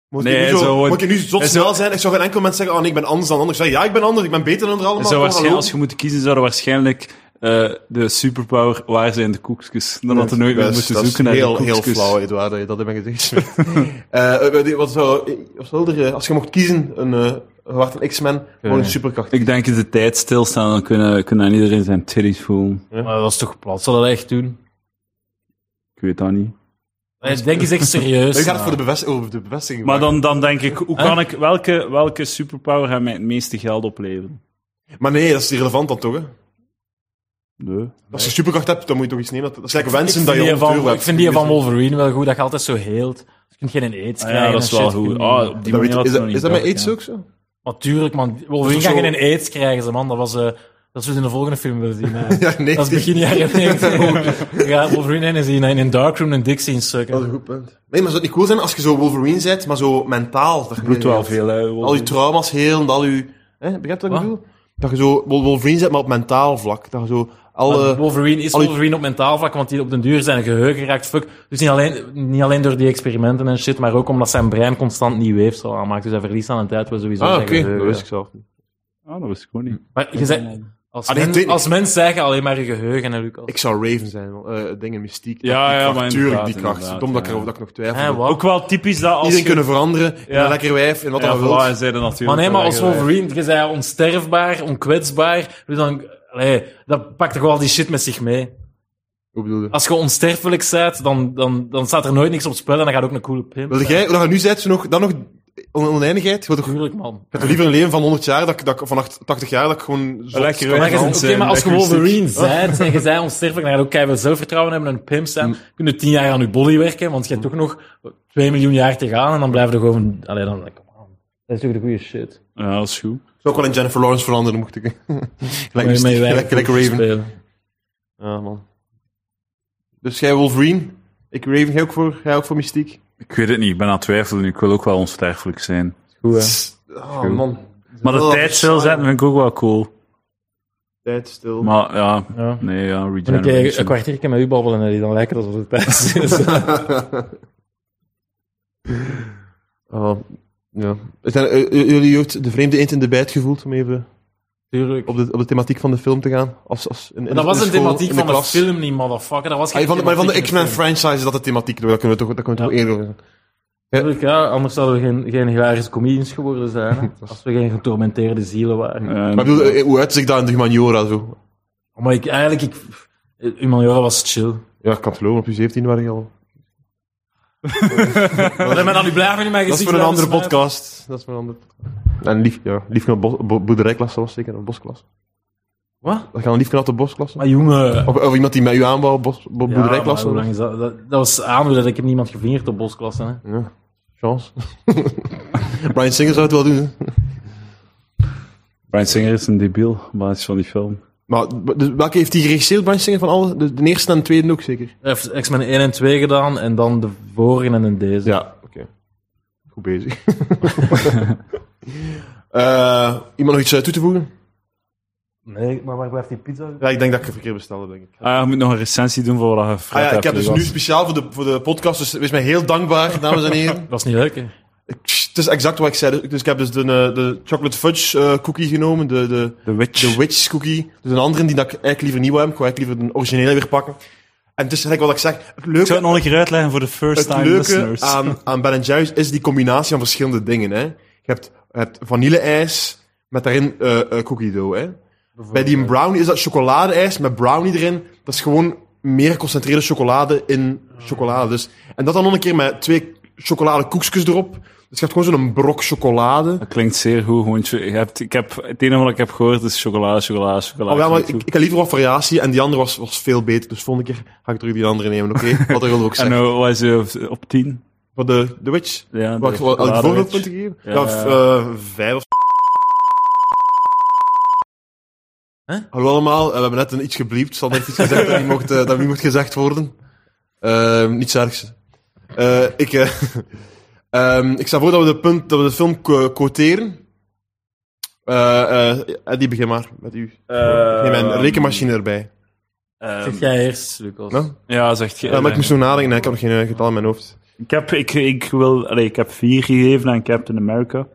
[SPEAKER 2] Mocht
[SPEAKER 5] Nee,
[SPEAKER 2] ik nu, zo,
[SPEAKER 5] zo wordt-
[SPEAKER 2] mocht ik nu zo snel zijn, ik zou geen enkel moment zeggen, oh nee, ik ben anders dan anders. Ik zou, ja, ik ben anders, ik ben beter dan er allemaal.
[SPEAKER 5] Zou
[SPEAKER 2] kom,
[SPEAKER 5] waarschijnlijk,
[SPEAKER 2] hallo.
[SPEAKER 5] als je moet kiezen, zou er waarschijnlijk eh, de superpower waar zijn de koekjes. Dan had er nooit meer
[SPEAKER 2] Dat is-
[SPEAKER 5] moeten
[SPEAKER 2] dat is
[SPEAKER 5] zoeken naar
[SPEAKER 2] heel,
[SPEAKER 5] de
[SPEAKER 2] heel
[SPEAKER 5] koekjes.
[SPEAKER 2] flauw, Edouard, dat je dat in mijn gezicht smijt. Eh, eh, die- wat zou, eh, wat zou er, eh, als je mocht kiezen, een, eh je wacht een X-Men, gewoon een superkracht.
[SPEAKER 5] Ik denk in de tijd stilstaan, dan kunnen, kunnen iedereen zijn titties voelen.
[SPEAKER 4] Maar dat is toch plat. Zal dat echt doen?
[SPEAKER 5] Ik weet dat niet.
[SPEAKER 4] Ik denk eens echt serieus.
[SPEAKER 2] Ik ga het
[SPEAKER 4] Ja.
[SPEAKER 2] voor de, bevest- over de bevestiging
[SPEAKER 5] Maar
[SPEAKER 2] maken.
[SPEAKER 5] dan, dan denk ik, hoe kan ik, welke, welke superpower gaat mij het meeste geld opleveren?
[SPEAKER 2] Maar nee, dat is irrelevant dan toch, hè?
[SPEAKER 5] Nee.
[SPEAKER 2] Als je superkracht hebt, dan moet je toch iets nemen. Dat, dat is lekker wensen dat je
[SPEAKER 4] die
[SPEAKER 2] een
[SPEAKER 4] van,
[SPEAKER 2] deur hebt.
[SPEAKER 4] ik vind die van Wolverine wel goed, dat je altijd zo heelt. Je kunt geen aids
[SPEAKER 5] Ah,
[SPEAKER 4] krijgen.
[SPEAKER 5] ja, dat is
[SPEAKER 4] en
[SPEAKER 5] wel
[SPEAKER 4] shit.
[SPEAKER 5] goed. Ah, op
[SPEAKER 2] Dat
[SPEAKER 5] die manier
[SPEAKER 2] weet-
[SPEAKER 5] had
[SPEAKER 2] is,
[SPEAKER 5] ik
[SPEAKER 2] dat,
[SPEAKER 5] nog
[SPEAKER 2] is
[SPEAKER 5] niet
[SPEAKER 2] dat met
[SPEAKER 5] gedacht,
[SPEAKER 2] aids
[SPEAKER 5] ja.
[SPEAKER 2] ook zo?
[SPEAKER 4] Natuurlijk, man. Wolverine
[SPEAKER 2] Dat is
[SPEAKER 4] gaat
[SPEAKER 2] zo-
[SPEAKER 4] geen aids krijgen, ze, man. Dat was... eh, dat zullen we in de volgende film willen zien. hè.
[SPEAKER 2] Ja, nee.
[SPEAKER 4] Dat is begin jaren 90 ook. Ja, Wolverine en zien in een darkroom een dik zien sukken.
[SPEAKER 2] Dat is een goed punt. Nee, maar zou het niet cool zijn als je zo Wolverine bent, maar zo mentaal? Dat je
[SPEAKER 5] Bloedt wel veel, hè. Wolverine.
[SPEAKER 2] Al je trauma's heel en al je... Hè, begrijp je wat ik
[SPEAKER 4] Wat?
[SPEAKER 2] bedoel? Dat je zo Wol- Wolverine bent, maar op mentaal vlak. Dat je zo alle...
[SPEAKER 4] Maar
[SPEAKER 5] Ah,
[SPEAKER 4] Wolverine is
[SPEAKER 2] eh, al die-
[SPEAKER 4] Wolverine op mentaal vlak, want die op den duur zijn geheugen raakt fuck. Dus niet alleen, niet alleen door die experimenten en shit, maar ook omdat zijn brein constant nieuw weefsel aanmaakt. Dus hij verliest aan een tijd waar
[SPEAKER 2] Ah,
[SPEAKER 4] sowieso zijn geheugen.
[SPEAKER 2] zelf niet.
[SPEAKER 5] Ah, dat wist ik gewoon niet.
[SPEAKER 4] Maar je zei, als,
[SPEAKER 2] Ah, nee, ik weet
[SPEAKER 4] men,
[SPEAKER 2] niet.
[SPEAKER 4] als mens zeg je alleen maar je geheugen, hè, Lucas.
[SPEAKER 2] Ik zou Raven zijn, eh dingen mystiek.
[SPEAKER 5] Ja,
[SPEAKER 2] die
[SPEAKER 5] ja,
[SPEAKER 2] kracht,
[SPEAKER 5] maar
[SPEAKER 2] Tuurlijk,
[SPEAKER 5] inderdaad,
[SPEAKER 2] die kracht.
[SPEAKER 5] inderdaad,
[SPEAKER 2] Dom dat, ik
[SPEAKER 5] ja.
[SPEAKER 2] erover- dat ik nog twijfel.
[SPEAKER 4] Hè, wat?
[SPEAKER 5] Ook wel typisch dat als
[SPEAKER 2] Iedereen
[SPEAKER 5] je...
[SPEAKER 2] kunnen veranderen, in
[SPEAKER 5] Ja.
[SPEAKER 2] een lekker wijf, en wat
[SPEAKER 5] Ja,
[SPEAKER 2] dan
[SPEAKER 5] voilà,
[SPEAKER 2] wilt.
[SPEAKER 5] en zij dat natuurlijk.
[SPEAKER 4] maar nee, maar als
[SPEAKER 5] wel gelijk.
[SPEAKER 4] Wolverine, je zei onsterfbaar, onkwetsbaar, dus dan, allee, dat pakt toch wel die shit met zich mee.
[SPEAKER 2] Hoe bedoel je?
[SPEAKER 4] Als je onsterfelijk bent, dan, dan, dan staat er nooit niks op spel en dan gaat ook een coole pimp.
[SPEAKER 2] Wil jij, dat je nu zegt, zo nog, dan nog on- oneindigheid? Je wilt toch-
[SPEAKER 4] Tuurlijk, man.
[SPEAKER 2] je hebt liever een leven van 100 jaar, dat, ik- dat, ik- van 8 80 jaar, dat ik gewoon... Zo
[SPEAKER 5] Lekker
[SPEAKER 4] Maar, je
[SPEAKER 5] wijf.
[SPEAKER 4] zegt,
[SPEAKER 5] Hans,
[SPEAKER 4] oké,
[SPEAKER 5] eh,
[SPEAKER 4] maar als je
[SPEAKER 5] lekker
[SPEAKER 4] Wolverine bent en je bent onsterfelijk, dan ga je ook keihard zelfvertrouwen hebben en een pimp zijn. Kun je tien jaar aan je body werken, want je hebt toch nog twee miljoen jaar te gaan en dan blijf je gewoon... Allee, dan... come on. Dat is toch de goede shit.
[SPEAKER 5] Ja, dat is goed.
[SPEAKER 2] zou ook wel in Jennifer Lawrence veranderen, mocht ik.
[SPEAKER 4] Waar
[SPEAKER 2] Gelijk
[SPEAKER 4] je
[SPEAKER 2] mystiek,
[SPEAKER 4] mee werkt
[SPEAKER 2] gelijk- gelijk
[SPEAKER 4] om te
[SPEAKER 2] Raven.
[SPEAKER 4] spelen.
[SPEAKER 2] Ja, man. Dus jij Wolverine, ik Raven, jij ook voor, jij ook voor mystiek?
[SPEAKER 5] Ik weet het niet, ik ben aan het twijfelen. Ik wil ook wel onsterfelijk zijn.
[SPEAKER 4] Goed, hè.
[SPEAKER 2] Oh, man.
[SPEAKER 5] Maar de
[SPEAKER 2] Oh,
[SPEAKER 5] tijd stilzetten vind ik ook wel cool.
[SPEAKER 2] Tijd stil.
[SPEAKER 5] Maar ja,
[SPEAKER 4] Ja.
[SPEAKER 5] nee, ja,
[SPEAKER 4] Dan moet ik een
[SPEAKER 5] regeneration.
[SPEAKER 4] kwartiertje met u babbelen en die dan lijkt het alsof het thuis is. Dus, eh,
[SPEAKER 2] Oh, ja. Is dat- eh, eh, jullie ooit de vreemde eend in de bijt gevoeld, om even
[SPEAKER 4] Tuurlijk.
[SPEAKER 2] op de, op de thematiek van de film te gaan? Als, als, in- in-
[SPEAKER 4] Dat
[SPEAKER 2] in
[SPEAKER 4] was
[SPEAKER 2] de
[SPEAKER 4] een
[SPEAKER 2] school,
[SPEAKER 4] thematiek
[SPEAKER 2] in de
[SPEAKER 4] van de
[SPEAKER 2] klas.
[SPEAKER 4] film niet, motherfucker. Dat was
[SPEAKER 2] Ah,
[SPEAKER 4] geen
[SPEAKER 2] van de, maar van de
[SPEAKER 4] thematiek in
[SPEAKER 2] X-Men franchise is dat de thematiek, dat kunnen we toch, dat kunnen we toch
[SPEAKER 4] Ja.
[SPEAKER 2] eerder zeggen.
[SPEAKER 4] Tuurlijk, ja. Anders zouden we geen, geen hilarische comedians geworden zijn. hè. Als we geen getormenteerde zielen waren. Oh,
[SPEAKER 5] Eh,
[SPEAKER 2] Maar ik bedoel, eh, hoe uitzicht dat in de humaniora zo?
[SPEAKER 4] Maar ik, eigenlijk, ik, humaniora was chill.
[SPEAKER 2] Ja, ik kan het geloven, op je 17 waren je al.
[SPEAKER 4] Maar dan nu blijven in mijn
[SPEAKER 2] Dat is
[SPEAKER 4] gezicht.
[SPEAKER 2] voor een andere
[SPEAKER 4] blijven smijten.
[SPEAKER 2] podcast. Dat is voor een andere En lief, ja, liefknap bo- bo- boerderijklasse was zeker, of bosklas.
[SPEAKER 4] Wat?
[SPEAKER 2] Dat gaan we liefknap de bosklasse.
[SPEAKER 4] Maar jongen.
[SPEAKER 2] Of, of iemand die met u aanbouwt, bos, bo-
[SPEAKER 4] Ja,
[SPEAKER 2] boerderijklasse.
[SPEAKER 4] maar hoe lang is dat? dat? Dat was aandoen dat ik heb niemand gevingerd op bosklassen. Hè.
[SPEAKER 2] Ja, chance. Brian Singer zou het wel doen. hè.
[SPEAKER 5] Brian Singer is een debiel, basis van die film.
[SPEAKER 2] Maar b- dus welke heeft hij geregisseerd, Brian Singer, van alle? De, de eerste en de tweede ook zeker?
[SPEAKER 4] Hij heeft X-Men 1 en 2 gedaan en dan de vorige en een deze.
[SPEAKER 2] Ja, oké. Goed bezig. Eh, iemand nog iets eh, toe te voegen?
[SPEAKER 4] Nee, maar waar blijft die pizza?
[SPEAKER 2] Ja, ik denk dat ik het verkeerd bestelde, denk ik.
[SPEAKER 5] Ah, je moet nog een recensie doen voor wat je
[SPEAKER 2] Ah
[SPEAKER 5] fret
[SPEAKER 2] ja, ik
[SPEAKER 5] hebt,
[SPEAKER 2] heb dus
[SPEAKER 5] dat
[SPEAKER 2] nu
[SPEAKER 5] is-
[SPEAKER 2] speciaal voor de, voor de podcast, dus wees mij heel dankbaar, dames en heren.
[SPEAKER 4] Dat is niet leuk, hè?
[SPEAKER 2] Ik- pst, Het is exact wat ik zei. Dus- Dus ik heb dus de, eh, de chocolate fudge eh, cookie genomen, de, de,
[SPEAKER 5] The Witch.
[SPEAKER 2] de witch cookie. Dus een andere die dat ik eigenlijk liever niet wil hebben. Ik wil eigenlijk liever de originele weer pakken. En het is eigenlijk wat ik zeg. Het
[SPEAKER 5] Ik zou
[SPEAKER 2] leuke,
[SPEAKER 5] het nog een keer uitleggen voor de first
[SPEAKER 2] het
[SPEAKER 5] time
[SPEAKER 2] leuke Ah.
[SPEAKER 5] listeners.
[SPEAKER 2] aan, aan Ben Jerry's is die combinatie van verschillende dingen. Hè. Je hebt, je hebt vanille-ijs met daarin eh eh, cookie dough. Hè. Bij die brownie is dat chocoladeijs met brownie erin. Dat is gewoon meer geconcentreerde chocolade in chocolade. Dus, en dat dan nog een keer met twee chocoladekoekjes erop. Dus je hebt gewoon zo'n brok chocolade.
[SPEAKER 5] Dat klinkt zeer goed. Gewoon, je hebt, ik heb, het enige wat ik heb gehoord is chocolade, chocolade, chocolade.
[SPEAKER 2] Oh, ja, maar ik,
[SPEAKER 5] Goed.
[SPEAKER 2] ik heb liever wat variatie en die andere was, was veel beter. Dus volgende keer ga ik terug die andere nemen, oké? Wat dat wilde ik
[SPEAKER 5] en
[SPEAKER 2] zeggen.
[SPEAKER 5] nou was je op 10?
[SPEAKER 2] Voor de, de Witch?
[SPEAKER 5] Ja,
[SPEAKER 2] Wat,
[SPEAKER 5] de
[SPEAKER 2] wat, had ik
[SPEAKER 5] chocolade
[SPEAKER 2] voorbeeldpunten
[SPEAKER 5] witch.
[SPEAKER 2] gegeven? Ja,
[SPEAKER 5] Ja.
[SPEAKER 2] v- eh, vijf of...
[SPEAKER 4] Hè?
[SPEAKER 2] Hallo allemaal, eh, we hebben net een iets gebliept. Zal net iets gezegd dat niet mocht, eh, dat niet mocht gezegd worden. Ehm, niets ergs. Eh, ik, eh, ehm, ik stel voor dat we de, punt, dat we de film co- quoteren. Eh, eh, Eddie, begin maar met u. Neem mijn rekenmachine erbij.
[SPEAKER 4] Zeg jij eerst, Lucas.
[SPEAKER 2] Nou?
[SPEAKER 5] Ja, zegt je.
[SPEAKER 2] Ja, maar ik moest nog nadenken, nee, ik heb nog geen eh, getal in mijn hoofd.
[SPEAKER 5] ik, heb, ik, ik, wil, allee, ik heb 4 gegeven aan Captain America.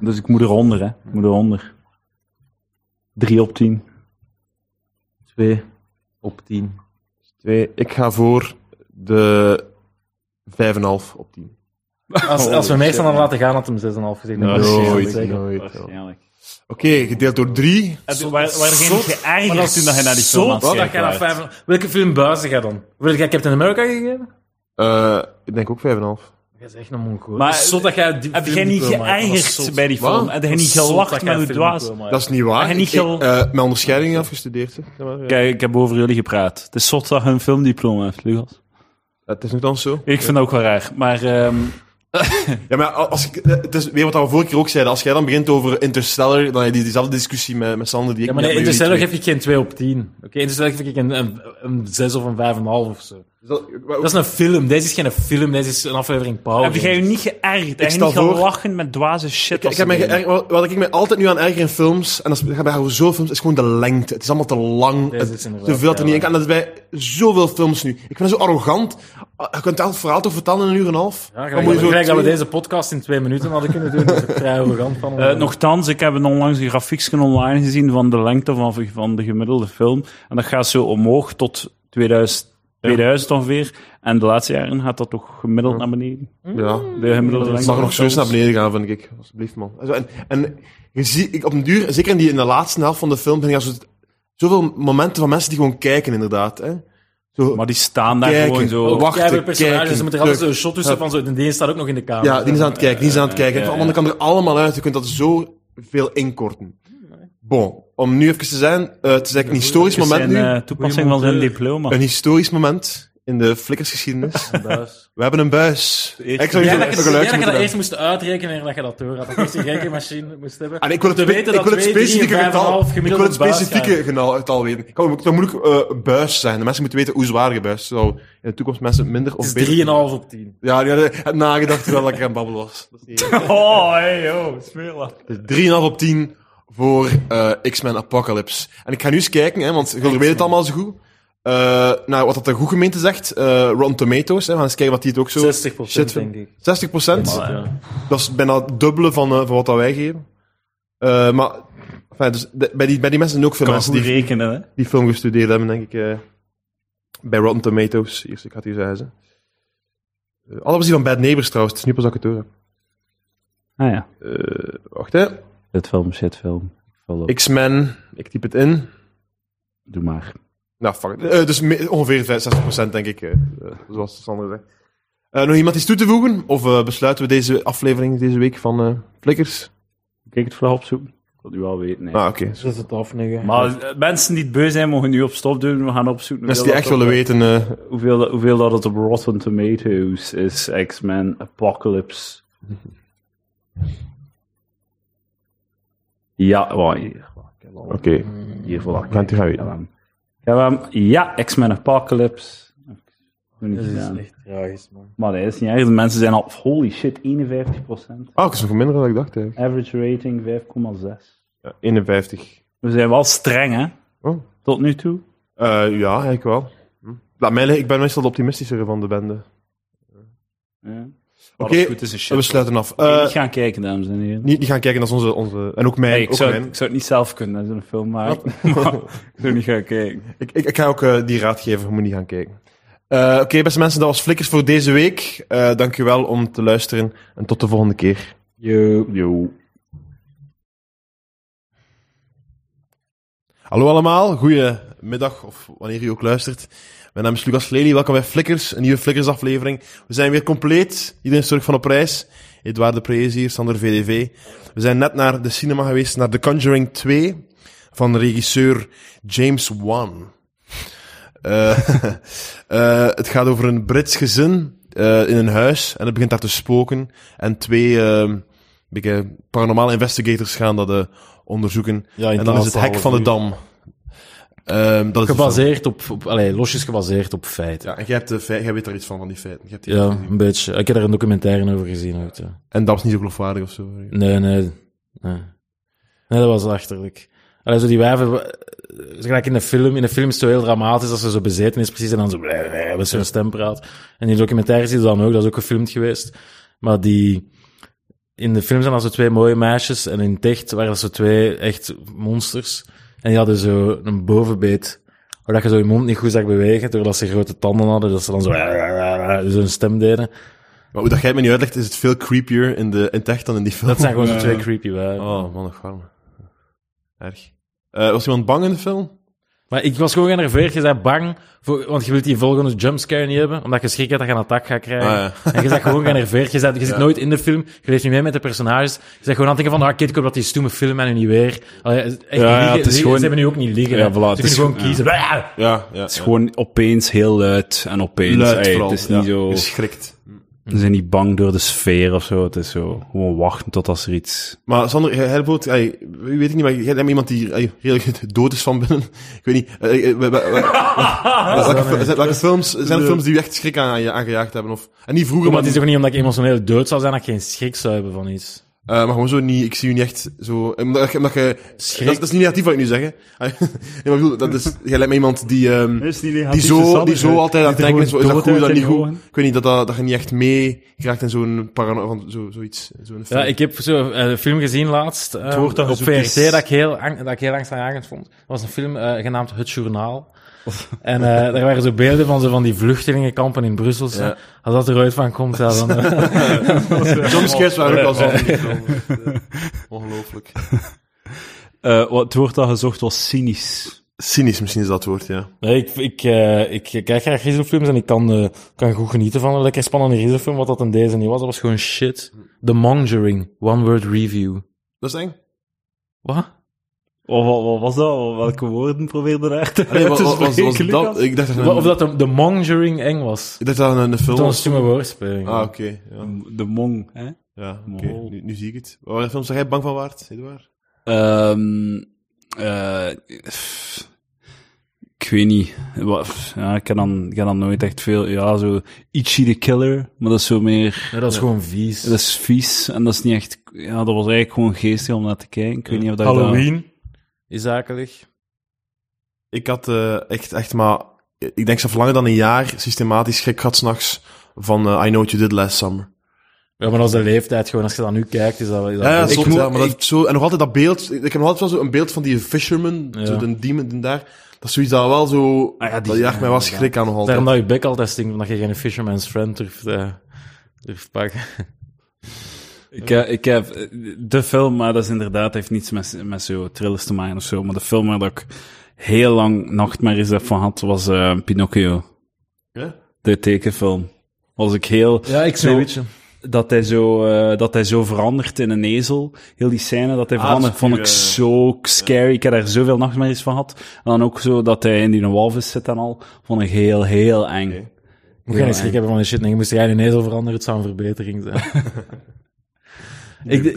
[SPEAKER 5] Dus ik moet eronder, hè. Ik moet eronder. 3 op 10.
[SPEAKER 4] 2 op 10.
[SPEAKER 2] Twee. Ik ga voor de 5,5 op 10.
[SPEAKER 4] Als, als we meestal dan laten gaan, had hem 6,5 gezegd.
[SPEAKER 5] Ja,
[SPEAKER 4] Dat is
[SPEAKER 5] nooit,
[SPEAKER 4] zeker zeker.
[SPEAKER 2] Nooit. Oké,
[SPEAKER 5] Waarschijnlijk.
[SPEAKER 2] gedeeld door 3.
[SPEAKER 5] Waar, waar geen geërgerd toen dat je naar die film aan
[SPEAKER 4] Zot
[SPEAKER 5] het
[SPEAKER 4] dat
[SPEAKER 5] kijken
[SPEAKER 4] jij naar
[SPEAKER 5] waart?
[SPEAKER 4] vijf- Welke film buizen jij dan? Wil jij Captain America gegeven?
[SPEAKER 2] ik Eh, denk ook 5,5.
[SPEAKER 4] Dat is echt een mongool.
[SPEAKER 1] Maar-
[SPEAKER 4] Maar zot dat jij die
[SPEAKER 1] Heb
[SPEAKER 4] film
[SPEAKER 1] jij niet
[SPEAKER 4] wil maken, dat is
[SPEAKER 1] geëigerd
[SPEAKER 4] zot.
[SPEAKER 1] bij die film?
[SPEAKER 2] Wat?
[SPEAKER 1] Heb jij niet
[SPEAKER 4] Dat is zot
[SPEAKER 1] gelacht
[SPEAKER 4] dat
[SPEAKER 1] met
[SPEAKER 4] jij
[SPEAKER 1] hoe
[SPEAKER 4] film wil
[SPEAKER 1] dwaas?
[SPEAKER 4] maken.
[SPEAKER 2] Dat is niet waar.
[SPEAKER 1] En niet
[SPEAKER 2] Ik- ik,
[SPEAKER 1] gel-
[SPEAKER 2] eh, mijn onderscheiding afgestudeerd. hè. Ja, maar, ja.
[SPEAKER 5] Kijk, ik heb over jullie gepraat. Het is zot dat je een filmdiploma hebt, Lucas.
[SPEAKER 2] Het is nogthans zo.
[SPEAKER 5] Ik vind dat ook wel raar. Maar ehm,
[SPEAKER 2] Ja, maar als ik, eh, het is weer wat we vorige keer ook zeiden. Als jij dan begint over Interstellar, dan heb je diezelfde discussie met, met Sander die ik
[SPEAKER 4] Ja, maar
[SPEAKER 2] net
[SPEAKER 4] nee,
[SPEAKER 2] met jullie
[SPEAKER 4] Interstellar
[SPEAKER 2] twee-
[SPEAKER 4] geef ik geen 2 op 10. Oké, Interstellar geef ik een, een, een 6 of een 5,5 of zo. Dat is een film. Deze is geen film. Deze is een aflevering Power.
[SPEAKER 1] Heb jij je
[SPEAKER 4] Rangers.
[SPEAKER 1] niet geërgerd? Heb je
[SPEAKER 2] stel
[SPEAKER 1] niet
[SPEAKER 2] voor-
[SPEAKER 1] gelachen met dwaze shit?
[SPEAKER 2] Ik, ik heb mij geërg- wat, wat ik me altijd nu aan erger in films, en dat is- gaat bij zoveel films, is gewoon de lengte. Het is allemaal te lang.
[SPEAKER 4] Deze
[SPEAKER 2] Het-
[SPEAKER 4] is inderdaad
[SPEAKER 2] te veel dat er
[SPEAKER 4] heel
[SPEAKER 2] niet in kan. En dat is bij zoveel films nu. Ik ben zo arrogant. Ah, Je kunt elk verhaal toch vertellen in een uur en een half?
[SPEAKER 4] Ja,
[SPEAKER 2] Dan
[SPEAKER 4] gelijk,
[SPEAKER 2] moet je zo
[SPEAKER 4] gelijk dat we
[SPEAKER 2] twee-
[SPEAKER 4] deze podcast in twee minuten hadden kunnen doen. dus Dat is ook vrij arrogant van ons.
[SPEAKER 5] eh, nochtans, ik heb een onlangs een grafiekje online gezien van de lengte van, van de gemiddelde film. En dat gaat zo omhoog tot 2000, 2000 ongeveer. En de laatste jaren gaat dat toch gemiddeld naar beneden.
[SPEAKER 2] Ja.
[SPEAKER 4] Mm.
[SPEAKER 5] De gemiddelde
[SPEAKER 2] Het
[SPEAKER 5] lengte.
[SPEAKER 2] mag nog zo eens naar beneden gaan, vind ik. Alsjeblieft, man. Zo, En, en je ziet, ik, op een duur, zeker in, die, in de laatste helft van de film, ben je zo, zoveel momenten van mensen die gewoon kijken, inderdaad. Hè? Zo,
[SPEAKER 5] Maar die staan daar
[SPEAKER 2] Kijken.
[SPEAKER 5] gewoon zo.
[SPEAKER 2] Oh, wachten,
[SPEAKER 4] Jij hebt personages,
[SPEAKER 2] kijken,
[SPEAKER 4] ze moeten er altijd
[SPEAKER 2] terug.
[SPEAKER 4] zo'n shot tussen van zo. En die staat ook nog in de kamer.
[SPEAKER 2] ja, die is aan het kijken, die is aan het kijken. Van, man, dat kan er allemaal uit. Je kunt dat zo veel inkorten. Bon, om nu even te zijn, eh, het is eigenlijk een historisch moment
[SPEAKER 5] zijn,
[SPEAKER 2] nu.
[SPEAKER 5] eh, toepassing van zijn diploma.
[SPEAKER 2] Een historisch moment in de flikkersgeschiedenis. We hebben een buis. Ik zou
[SPEAKER 4] Ja,
[SPEAKER 2] hier
[SPEAKER 4] dat,
[SPEAKER 2] een
[SPEAKER 4] je- ja,
[SPEAKER 2] geluidje
[SPEAKER 4] dat je
[SPEAKER 2] moeten
[SPEAKER 4] dat
[SPEAKER 2] hebben.
[SPEAKER 4] eerst moest uitrekenen en dat je dat door had. Dat je eerst die rekenmachine moest hebben.
[SPEAKER 2] En ik wil het,
[SPEAKER 4] Om te
[SPEAKER 2] spe-
[SPEAKER 4] weten
[SPEAKER 2] ik
[SPEAKER 4] dat
[SPEAKER 2] wil het
[SPEAKER 4] twee, drie,
[SPEAKER 2] specifieke
[SPEAKER 4] vijf en een
[SPEAKER 2] getal,
[SPEAKER 4] half
[SPEAKER 2] ik wil
[SPEAKER 4] gemiddeld
[SPEAKER 2] het specifieke getal het al weten. Ik kan ook- Dat moet ook eh, buis zijn. De mensen moeten weten hoe zwaar je buis zou in de toekomst mensen minder of
[SPEAKER 4] Het
[SPEAKER 2] beter.
[SPEAKER 4] is 3,5 op 10.
[SPEAKER 2] Ja, die hadden het nagedacht terwijl ik aan babbel was. Dat is niet eerlijk.
[SPEAKER 5] Oh, hey, yo, smeerlap.
[SPEAKER 2] Dus 3,5 op 10 voor eh, X-Men Apocalypse. En ik ga nu eens kijken, hè, want jullie weten het allemaal zo goed. Eh nou, wat dat de goed gemeente zegt, eh Rotten Tomatoes. Hè, we gaan eens kijken wat die het ook zo...
[SPEAKER 4] 60
[SPEAKER 2] Shit,
[SPEAKER 4] denk ik.
[SPEAKER 2] 60 Dat is bijna het dubbele van, eh, van wat dat wij geven. Eh, maar enfin, dus, de- bij, die, bij die mensen zijn ook veel
[SPEAKER 5] Kan
[SPEAKER 2] mensen
[SPEAKER 5] goed
[SPEAKER 2] die,
[SPEAKER 5] rekenen, hè.
[SPEAKER 2] die film gestudeerd hebben, denk ik. eh, bij Rotten Tomatoes. Eerst, ik had die zeggen. ze. Eh, allemaal die van Bad Neighbors trouwens. Het is nu pas dat ik het hoor heb.
[SPEAKER 5] Ah ja.
[SPEAKER 2] Eh, wacht hè.
[SPEAKER 5] Shitfilm, shitfilm. Follow.
[SPEAKER 2] X-Men. Ik typ het in.
[SPEAKER 5] Doe maar.
[SPEAKER 2] Nou, fuck it. Eh, dus me- ongeveer vijf- 60% denk ik, eh, eh, zoals Sander zei. Eh, nog iemand iets toe te voegen? Of eh, besluiten we deze aflevering deze week van eh Flikkers?
[SPEAKER 5] Kijk het vlag opzoeken. Ik wil u wel weten. nee.
[SPEAKER 2] Ah, oké.
[SPEAKER 4] Dat is het afneggen.
[SPEAKER 5] Maar eh, mensen die het beu zijn, mogen nu op stop doen. We gaan opzoeken
[SPEAKER 2] Mensen die
[SPEAKER 5] hoeveel
[SPEAKER 2] echt
[SPEAKER 5] dat
[SPEAKER 2] willen
[SPEAKER 5] op-
[SPEAKER 2] weten... eh,
[SPEAKER 5] Hoeveel, dat- hoeveel dat het op Rotten Tomatoes is. X-Men Apocalypse. Ja, wa- hier. wa- Ik heb al
[SPEAKER 2] Oké.
[SPEAKER 5] hier voilà.
[SPEAKER 2] Laat die gaan
[SPEAKER 5] Ik
[SPEAKER 2] weten.
[SPEAKER 5] heb hem. Ik heb hem. Ja, X-Men Apocalypse. Heb ik nog niet gedaan.
[SPEAKER 4] echt tragisch, man.
[SPEAKER 5] Maar dat is niet erg. De mensen zijn al, holy shit, 51%.
[SPEAKER 2] Ah, ik is nog minder dan ik dacht eigenlijk.
[SPEAKER 5] Average rating 5,6.
[SPEAKER 2] Ja, 51.
[SPEAKER 5] We zijn wel streng, hè?
[SPEAKER 2] Oh.
[SPEAKER 5] Tot nu toe.
[SPEAKER 2] Eh, ja, eigenlijk wel. Hm. Laat mij liggen, ik ben meestal de optimistischere van de bende.
[SPEAKER 5] Ja.
[SPEAKER 2] Oké,
[SPEAKER 5] is een shit.
[SPEAKER 2] we sluiten af.
[SPEAKER 5] Oké,
[SPEAKER 2] Eh,
[SPEAKER 5] niet gaan kijken, dames en heren.
[SPEAKER 2] niet, die gaan kijken, dat is onze... onze en ook mij.
[SPEAKER 5] Nee, ik,
[SPEAKER 2] ook Oh.
[SPEAKER 5] zou,
[SPEAKER 2] mijn.
[SPEAKER 5] ik zou het niet zelf kunnen, dat is een film maken. Maar ik zou niet gaan kijken.
[SPEAKER 2] Ik, ik, ik ga ook eh, die raad geven, je moet niet gaan kijken. Eh, Oké, beste mensen, dat was Flikkers voor deze week. Eh dankjewel om te luisteren en tot de volgende keer.
[SPEAKER 5] Yo. Yo.
[SPEAKER 2] Hallo allemaal, goedemiddag of wanneer u ook luistert. Mijn naam is Lucas Lely, welkom bij Flikkers, een nieuwe Flikkers aflevering. We zijn weer compleet, iedereen is terug van op reis. Edouard de Prees hier, Sander VDV. We zijn net naar de cinema geweest, naar The Conjuring 2 van regisseur James Wan. Eh, eh, het gaat over een Brits gezin eh, in een huis en het begint daar te spoken. En twee eh, beetje paranormale investigators gaan dat eh, onderzoeken.
[SPEAKER 4] Ja, in
[SPEAKER 2] En dan is het hek van de dam. Ehm, dat is de
[SPEAKER 4] Gebaseerd op, op allee, losjes gebaseerd op feiten.
[SPEAKER 2] film. Ja, en jij, hebt de fei- jij weet er iets van, van die feiten. Jij hebt die
[SPEAKER 4] Ja,
[SPEAKER 2] gezien.
[SPEAKER 4] een beetje. Ik heb er een documentaire over gezien ook. Ja.
[SPEAKER 2] En dat was niet zo geloofwaardig of zo.
[SPEAKER 4] Nee, nee, nee. Nee, dat was achterlijk. Allee, zo die wijven... eh, Zo gelijk in de film. In de film is het zo heel dramatisch als ze zo bezeten is precies. En dan zo... bleh, bleh, Met zo'n stem praat. En die documentaire zie je dan ook. Dat is ook gefilmd geweest. Maar die... In de film zijn dat zo twee mooie meisjes. En in het echt waren dat zo twee echt monsters. En die hadden zo een bovenbeet. Waar dat je zo je mond niet goed zag bewegen. Doordat ze grote tanden hadden. Dat ze dan zo... bleh, bleh, bleh, bleh, Zo'n stem deden.
[SPEAKER 2] Maar hoe dat jij het me nu uitlegt, is het veel creepier in, de, in het echt dan in die film.
[SPEAKER 4] Dat zijn gewoon zo twee creepy wijven.
[SPEAKER 2] Oh, man, nog warm. Erg. Eh, was iemand bang in de film?
[SPEAKER 4] Maar ik was gewoon generveerd. Je bent bang, voor, want je wilt die volgende jumpscare niet hebben, omdat je schrik hebt dat je een attack gaat krijgen.
[SPEAKER 5] Ah,
[SPEAKER 4] En je bent gewoon generveerd. Je, bent, je zit nooit in de film, je leeft niet mee met de personages. Je bent gewoon aan het denken van, ah, kid, ik hoop dat die stoeme film en nu niet weer. Allee, echt liggen,
[SPEAKER 5] ja, het is
[SPEAKER 4] liggen-
[SPEAKER 5] gewoon-
[SPEAKER 4] Ze hebben nu ook niet liggen.
[SPEAKER 5] Ja,
[SPEAKER 4] hè.
[SPEAKER 5] voilà,
[SPEAKER 4] Ze
[SPEAKER 5] het
[SPEAKER 4] kunnen
[SPEAKER 5] is
[SPEAKER 4] gewoon kiezen.
[SPEAKER 10] Ja, ja.
[SPEAKER 5] Het is gewoon opeens heel luid en opeens.
[SPEAKER 2] Luid
[SPEAKER 5] ey,
[SPEAKER 2] vooral,
[SPEAKER 5] het is niet
[SPEAKER 2] ja. Dus-
[SPEAKER 5] zo.
[SPEAKER 2] Geschrikt.
[SPEAKER 5] Ze zijn niet bang door de sfeer of zo. Het is zo. Gewoon wachten tot als er iets.
[SPEAKER 2] Maar Sander, jij- jij bijvoorbeeld, ey, weet ik niet, maar jij jij bent iemand die ey, redelijk dood is van binnen. Ik weet niet. eh, ey, ey, we- we- we- welke fil- zijn- welke films- Zijn er films die je echt schrik aan, aan- aangejaagd hebben? Of, en niet vroeger,
[SPEAKER 4] Maar
[SPEAKER 2] maar,
[SPEAKER 4] het is toch niet omdat ik emotioneel dood zou zijn dat ik geen schrik zou hebben van iets.
[SPEAKER 2] eh, maar gewoon zo niet, ik zie je niet echt zo... Omdat, je- omdat je, dat, is- dat is niet negatief wat ik nu zeg, hè. Ey, nee, maar ik bedoel, dat is, jij lijkt me iemand die... ehm, die zo, die
[SPEAKER 4] eh,
[SPEAKER 2] zo altijd aan het denken is, is dat goed, is dat niet goed? Ik weet niet, dat, dat, dat je niet echt mee krijgt in zo'n parano... van zo, zoiets. eh, Zo'n
[SPEAKER 4] Ja,
[SPEAKER 2] film.
[SPEAKER 4] ik heb zo eh, een film gezien laatst eh,
[SPEAKER 11] woord dat
[SPEAKER 4] op
[SPEAKER 11] gezocht
[SPEAKER 4] VRT
[SPEAKER 11] is-
[SPEAKER 4] dat ik heel, ang- dat ik heel angstaanjagend vond. Dat was een film eh, genaamd Het Journaal. En eh daar waren zo beelden van, zo van die vluchtelingenkampen in Brussel. zo. Als dat eruit van komt, ja, dan... eh,
[SPEAKER 2] Jumpscares waren ook al zo. Ongelooflijk.
[SPEAKER 5] Eh, wat, het woord dat gezocht was cynisch.
[SPEAKER 2] Cynisch misschien is dat het woord, ja.
[SPEAKER 4] Nee, ik, ik, eh, ik kijk graag riezelfilms en ik kan, eh, kan goed genieten van een lekker spannende riezelfilm, wat dat in deze niet was. Dat was gewoon shit. The Mongering, One Word Review.
[SPEAKER 2] Dat is eng.
[SPEAKER 4] Wat?
[SPEAKER 11] Wat, wat, wat was dat? Wat- Welke woorden probeerde daar te
[SPEAKER 2] Nee,
[SPEAKER 11] uit
[SPEAKER 2] was,
[SPEAKER 11] te
[SPEAKER 2] was, was
[SPEAKER 11] spreken, Lucas?
[SPEAKER 2] dat, ik dacht dat
[SPEAKER 4] Of
[SPEAKER 2] een,
[SPEAKER 4] dat de, de Mongering eng was.
[SPEAKER 2] ik dacht dat een, een film
[SPEAKER 4] Dat was een
[SPEAKER 2] was.
[SPEAKER 4] stomme woordspeling.
[SPEAKER 2] Ah, oké. Ja,
[SPEAKER 5] De mong, hè?
[SPEAKER 2] ja oké. Nu, nu zie ik het. Wat voor films zeg jij bang van waard, Edouard?
[SPEAKER 5] Ehm, eh, pff, ik weet niet. Wat- pff, Ja, ik, heb dan, ik heb dan nooit echt veel. Ja, zo. Ichi the Killer. Maar dat is zo meer.
[SPEAKER 4] Nee, dat is gewoon vies.
[SPEAKER 5] Dat is vies. En dat is niet echt. Ja, dat was eigenlijk gewoon geestig om naar te kijken. Ik weet niet of dat. ik dat-
[SPEAKER 4] Halloween is akelig.
[SPEAKER 2] Ik had eh, echt, echt maar... Ik denk zelfs langer dan een jaar systematisch schrik gehad s'nachts van eh, I Know What You Did Last Summer.
[SPEAKER 4] Ja, maar dat is de leeftijd gewoon. Als je dat nu kijkt, is dat... Is dat
[SPEAKER 2] Ja, ja,
[SPEAKER 4] ik,
[SPEAKER 2] soms,
[SPEAKER 5] moet-
[SPEAKER 2] ja, maar dat, zo, en nog altijd dat beeld. Ik heb nog altijd wel zo een beeld van die fisherman,
[SPEAKER 4] Ja.
[SPEAKER 2] zo de demon die daar. Dat is zoiets dat wel zo...
[SPEAKER 5] Ah ja, die-
[SPEAKER 2] dat jaagt mij wel schrik aan nog altijd.
[SPEAKER 4] daarom dat je bek altijd stinkt, omdat je geen Fisherman's Friend durft, eh, durft pakken.
[SPEAKER 5] Ik, heb- ik heb eh, de film, maar dat is inderdaad heeft niets met, met zo thrillers te maken of zo. Maar de film waar dat ik heel lang nachtmerries heb van had, was eh, Pinocchio.
[SPEAKER 2] Ja?
[SPEAKER 5] De tekenfilm. Was ik heel...
[SPEAKER 4] Ja, ik
[SPEAKER 5] snap het. Dat hij, zo, eh, dat hij zo verandert in een ezel. Heel die scène dat hij
[SPEAKER 4] Ah,
[SPEAKER 5] verandert, vond ik zo scary. Ik heb daar zoveel nachtmerries van gehad. En dan ook zo dat hij in die walvis zit en al. Vond ik heel, heel eng.
[SPEAKER 4] Moet geen schrik hebben van de shit. Nee, moest jij nu ezel veranderen, het zou een verbetering zijn. ik, de,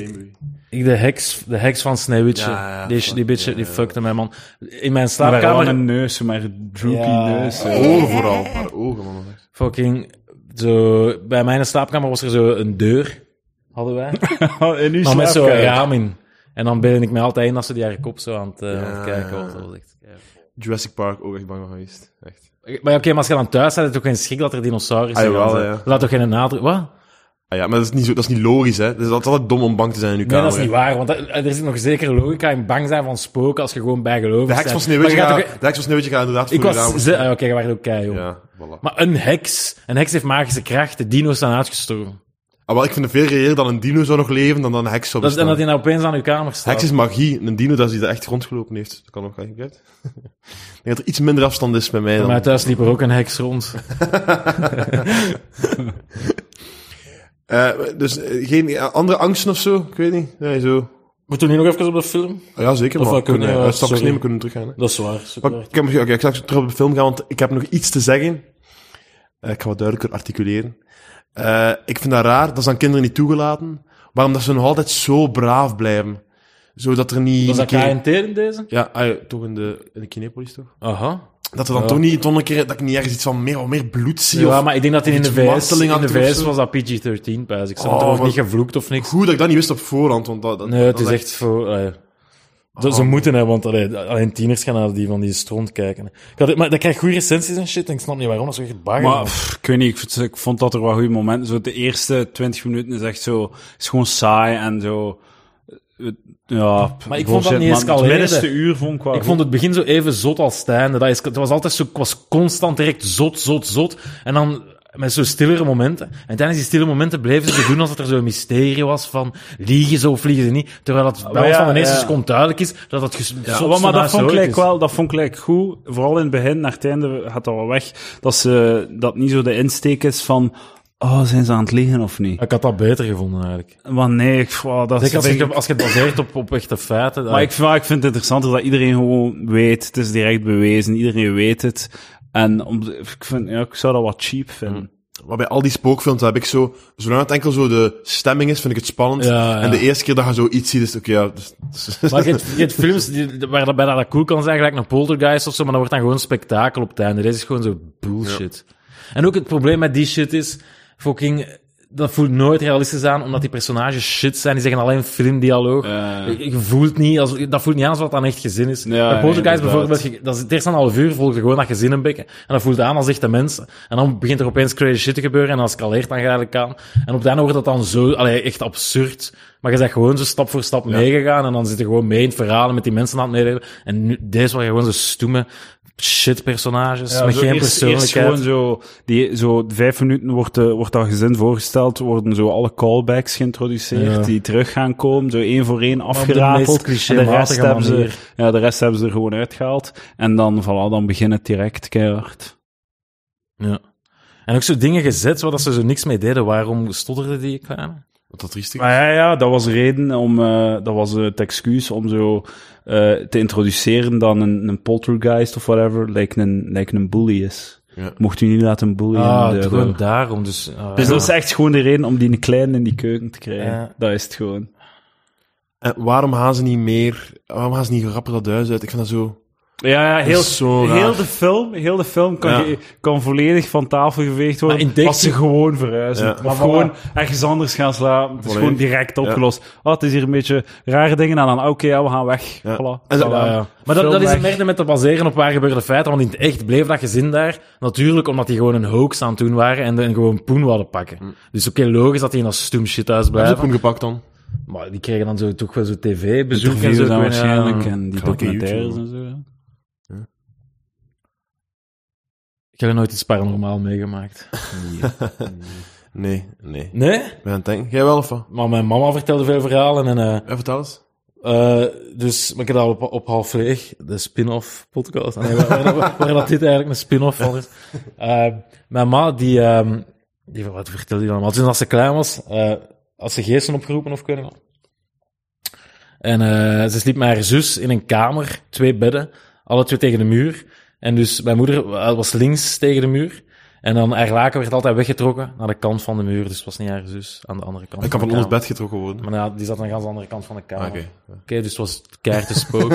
[SPEAKER 4] ik de heks, de heks van Sneeuwwitje. die, die bitch, die fuckte mij, man. In mijn
[SPEAKER 5] Maar wel
[SPEAKER 4] slaapkamer,
[SPEAKER 5] een neus, maar droopy
[SPEAKER 4] Ja.
[SPEAKER 5] neus. hè.
[SPEAKER 2] Ogen vooral. Maar ogen, man.
[SPEAKER 4] fucking, zo, bij mijn slaapkamer was er zo een deur, hadden wij.
[SPEAKER 5] Oh, in uw
[SPEAKER 4] maar met zo'n
[SPEAKER 5] slaapkamer.
[SPEAKER 4] raam in. En dan beeld ik mij altijd in dat ze die haar kop zo aan het, eh, aan het kijken was. Dat was echt-
[SPEAKER 2] Jurassic Park ook echt bang van geweest. Echt.
[SPEAKER 4] Maar oké, maar als je dan thuis zat, had je toch geen schrik dat er dinosaurussen
[SPEAKER 2] Ah, jawel,
[SPEAKER 4] gaan zijn?
[SPEAKER 2] ja.
[SPEAKER 4] Dat had toch geen nadruk... Wat?
[SPEAKER 2] Ah ja, maar dat is niet, zo, dat is niet logisch, hè. Dus dat is altijd dom om bang te zijn in uw
[SPEAKER 4] Nee,
[SPEAKER 2] kamer.
[SPEAKER 4] dat is niet waar, want dat- er zit nog zekere logica in bang zijn van spoken als je gewoon bijgelovig
[SPEAKER 2] De
[SPEAKER 4] bent.
[SPEAKER 2] heks van
[SPEAKER 4] Maar je
[SPEAKER 2] Sneeuwwitje
[SPEAKER 4] gaat
[SPEAKER 2] gaat,
[SPEAKER 4] toch-
[SPEAKER 2] de heks van Sneeuwwitje gaat inderdaad voor
[SPEAKER 4] Ik
[SPEAKER 2] je raam.
[SPEAKER 4] was... ze- ah, Oké, je werd ook kei, joh.
[SPEAKER 2] Ja, voilà.
[SPEAKER 4] Maar een heks, een heks heeft magische krachten, dino's zijn uitgestorven.
[SPEAKER 2] Ah, wel, ik vind het veel reëler dat een dino zou nog leven dan dat een heks zou
[SPEAKER 4] Dat, is- en
[SPEAKER 2] bestaan.
[SPEAKER 4] dat hij nou opeens aan uw kamer staat.
[SPEAKER 2] Heks is magie. Een dino dat hij er echt rondgelopen heeft. Dat kan ook eigenlijk uit. ik denk dat er iets minder afstand is bij mij
[SPEAKER 4] Bij
[SPEAKER 2] dan...
[SPEAKER 4] mij thuis liep er ook een heks rond.
[SPEAKER 2] Eh, dus eh, geen eh, andere angsten of zo? Ik weet niet. Nee, zo.
[SPEAKER 4] Moeten we nu nog even op de film?
[SPEAKER 2] Ah, ja, zeker.
[SPEAKER 4] Of
[SPEAKER 2] maar
[SPEAKER 4] wel
[SPEAKER 2] we kunnen
[SPEAKER 4] kunnen,
[SPEAKER 2] eh,
[SPEAKER 4] ja,
[SPEAKER 2] stapjes
[SPEAKER 4] sorry.
[SPEAKER 2] nemen, kunnen teruggaan. Hè.
[SPEAKER 4] Dat is waar. super.
[SPEAKER 2] Maar ik heb misschien- oké, ik zal terug op de film gaan, want ik heb nog iets te zeggen. Eh, ik ga wat duidelijker articuleren. Eh, ik vind dat raar, dat is aan kinderen niet toegelaten. Waarom dat ze nog altijd zo braaf blijven. Zodat er niet...
[SPEAKER 4] Was dat
[SPEAKER 2] een keer-
[SPEAKER 4] KNT in deze?
[SPEAKER 2] Ja, ah, ja, toch in de, in de Kinepolis, toch?
[SPEAKER 4] Aha.
[SPEAKER 2] Dat er dan toch niet toch een keer... Dat ik niet ergens iets van meer, of meer bloed zie.
[SPEAKER 4] Ja,
[SPEAKER 2] of-
[SPEAKER 4] maar ik denk dat in
[SPEAKER 2] iets
[SPEAKER 4] de VS,
[SPEAKER 2] marteling
[SPEAKER 4] in de
[SPEAKER 2] achter of
[SPEAKER 4] VS
[SPEAKER 2] zo.
[SPEAKER 4] was dat PG-13, pijs. Ik snap
[SPEAKER 2] Oh,
[SPEAKER 4] er wordt
[SPEAKER 2] wat-
[SPEAKER 4] niet gevloekt of niks.
[SPEAKER 2] Goed dat ik dat niet wist op voorhand, want dat... dat
[SPEAKER 4] Nee, het
[SPEAKER 2] dat
[SPEAKER 4] is echt voor... eh, dat ze moeten, hè, want allee, alleen tieners gaan naar die van die stront kijken. Ik had, maar dat krijgt goede recensies en shit, en ik snap niet waarom, dat is echt bagger.
[SPEAKER 5] Maar pff, ik weet niet, ik vond, ik vond dat er wel goede momenten. Zo, de eerste 20 minuten is echt zo, is gewoon saai en zo. eh, Ja, p-
[SPEAKER 4] Maar ik vond dat
[SPEAKER 5] bullshit,
[SPEAKER 4] niet
[SPEAKER 5] man.
[SPEAKER 4] escaleren.
[SPEAKER 5] Het middenste uur vond ik wel.
[SPEAKER 4] Ik vond het begin zo even zot als het einde. Dat is, het was altijd zo, ik was constant direct zot, zot, zot. En dan met zo stillere momenten. En tijdens die stille momenten bleven ze doen alsof er zo'n mysterie was van liegen ze of liegen ze niet. Terwijl het bij
[SPEAKER 5] Maar
[SPEAKER 4] ons
[SPEAKER 5] ja,
[SPEAKER 4] van de eerste
[SPEAKER 5] ja.
[SPEAKER 4] seconde duidelijk is dat dat ges- zotste
[SPEAKER 5] maar dat
[SPEAKER 4] naast
[SPEAKER 5] vond ik
[SPEAKER 4] ooit
[SPEAKER 5] eigenlijk
[SPEAKER 4] is.
[SPEAKER 5] wel, dat vond ik eigenlijk goed. Vooral in het begin, naar het einde gaat dat wel weg. Dat ze, dat niet zo de insteek is van, oh, zijn ze aan het liggen of niet?
[SPEAKER 4] Ik had dat beter gevonden eigenlijk.
[SPEAKER 5] Want nee, ik, wow, dat
[SPEAKER 4] Zeker als
[SPEAKER 5] vind ik-
[SPEAKER 4] je, als je het baseert op, op echte feiten.
[SPEAKER 5] Maar ik, vind- maar ik vind het interessanter dat iedereen gewoon weet. Het is direct bewezen. Iedereen weet het. En om, ik, vind, ja, ik zou dat wat cheap vinden.
[SPEAKER 2] Maar bij al die spookfilms heb ik zo, zolang het enkel zo de stemming is, vind ik het spannend.
[SPEAKER 4] Ja, ja.
[SPEAKER 2] En de eerste keer dat je zoiets ziet, is het oké, ja, dus- dus-
[SPEAKER 4] Maar je hebt, je hebt films die, waar dat, bij dat dat cool kan zijn, gelijk een poltergeist of zo, maar dat wordt dan gewoon spektakel op het einde. Dit is gewoon zo bullshit. En ook het probleem met die shit is, fucking, dat voelt nooit realistisch aan, omdat die personages shit zijn. Die zeggen alleen filmdialoog. Je- Je voelt niet, als, dat voelt niet aan als wat dan echt gezin is. bij poltergeist bijvoorbeeld, je- dat is, het eerste half uur volgt er gewoon dat gezin een bekken. En dat voelt aan als echte mensen. En dan begint er opeens crazy shit te gebeuren en dan escaleert dan eigenlijk aan. En op het einde wordt dat dan zo, allee, echt absurd. Maar je bent gewoon zo stap voor stap meegegaan en dan zit je gewoon mee in het verhaal en met die mensen aan het meedelen. En nu, deze waren gewoon zo stoeme shit personages met
[SPEAKER 5] zo
[SPEAKER 4] geen
[SPEAKER 5] eerst- eerst
[SPEAKER 4] persoonlijkheid.
[SPEAKER 5] gewoon zo, die, zo vijf minuten wordt, eh, wordt dat gezin voorgesteld, worden zo alle callbacks geïntroduceerd, die terug gaan komen, zo één voor één
[SPEAKER 4] meest
[SPEAKER 5] afgerateld. en de rest,
[SPEAKER 4] clichématige
[SPEAKER 5] hebben ze,
[SPEAKER 4] manier.
[SPEAKER 5] ja, de rest hebben ze er gewoon uitgehaald. En dan, voilà, dan begint het direct keihard.
[SPEAKER 4] Ja. En ook zo dingen gezet waar dat ze zo niks mee deden. Waarom stotterde die kleine?
[SPEAKER 2] Wat dat triestig is.
[SPEAKER 5] Maar ja, ja, dat was reden om, eh, dat was eh, het excuus om zo eh, te introduceren dan een, een poltergeist of whatever, lijkt een, lijkt een bully is.
[SPEAKER 2] Ja.
[SPEAKER 5] Mocht u niet laten bullyen.
[SPEAKER 4] Ah,
[SPEAKER 5] de-
[SPEAKER 4] het
[SPEAKER 5] de-
[SPEAKER 4] gewoon daarom. Dus, ah,
[SPEAKER 5] dus
[SPEAKER 4] ja.
[SPEAKER 5] dat is echt gewoon de reden om die een klein in die keuken te krijgen.
[SPEAKER 4] Ja.
[SPEAKER 5] Dat is het gewoon.
[SPEAKER 2] En waarom gaan ze niet meer, waarom gaan ze niet rapper dat huis uit? Ik vind dat zo...
[SPEAKER 5] Ja, ja heel,
[SPEAKER 2] is zo raar.
[SPEAKER 5] heel, de film, heel de film kan,
[SPEAKER 2] Ja.
[SPEAKER 5] ge- kan volledig van tafel geveegd worden
[SPEAKER 4] Maar in deze-
[SPEAKER 5] als ze gewoon verhuizen.
[SPEAKER 2] Ja.
[SPEAKER 5] Of gewoon ergens anders gaan slapen. Het is
[SPEAKER 2] Volledig.
[SPEAKER 5] gewoon direct opgelost. Oh, het is hier een beetje rare dingen aan. Oké, ja, we gaan weg.
[SPEAKER 2] Ja.
[SPEAKER 5] Voilà.
[SPEAKER 2] En ze-
[SPEAKER 5] Voilà.
[SPEAKER 4] Ja, ja. Maar dat,
[SPEAKER 5] Film
[SPEAKER 4] dat is
[SPEAKER 5] weg.
[SPEAKER 4] het merkte met te baseren op waar gebeurde feiten. Want in het echt bleef dat gezin daar. Natuurlijk omdat die gewoon een hoax aan het doen waren en, de- en gewoon poen wilden pakken.
[SPEAKER 5] Mm.
[SPEAKER 4] Dus oké, logisch dat die in dat stum shit thuis
[SPEAKER 2] Hebben ze ook
[SPEAKER 4] blijven.
[SPEAKER 2] hem gepakt dan?
[SPEAKER 4] Maar die kregen dan zo, toch wel zo tv-bezoek en
[SPEAKER 5] Interviews
[SPEAKER 4] zo.
[SPEAKER 5] dan
[SPEAKER 4] ik weet niet, ja.
[SPEAKER 5] waarschijnlijk. En die
[SPEAKER 2] Fucking
[SPEAKER 5] documentaires en
[SPEAKER 2] YouTube.
[SPEAKER 5] zo. ja.
[SPEAKER 4] Ik heb er nooit iets paranormaal meegemaakt.
[SPEAKER 2] Nee, nee. Ik
[SPEAKER 4] Nee?
[SPEAKER 2] ben aan het denken. Jij wel of wat?
[SPEAKER 4] Maar mijn mama vertelde veel verhalen en... eh,
[SPEAKER 2] Ja, vertel eens.
[SPEAKER 4] Eh, dus maar ik heb dat op, op half leeg, de spin-off podcast. Ah, Nee, waar, waar- waar- waar dat dit eigenlijk een spin-off van is. Eh, mijn ma, die, ehm, die wat vertelde die dan? Maar toen als ze klein was, eh, had ze geesten opgeroepen of kunnen. En eh, ze sliep met haar zus in een kamer, twee bedden, alle twee tegen de muur. En dus mijn moeder eh, was links tegen de muur. En dan haar laken werd altijd weggetrokken naar de kant van de muur. Dus het was niet haar zus, aan de andere kant.
[SPEAKER 2] Ik kan
[SPEAKER 4] de
[SPEAKER 2] van ons
[SPEAKER 4] kamer.
[SPEAKER 2] bed getrokken worden.
[SPEAKER 4] Maar ja, die zat aan de ganz andere kant van de kamer.
[SPEAKER 2] Ah, Oké.
[SPEAKER 4] Oké, dus het was keihard te spook.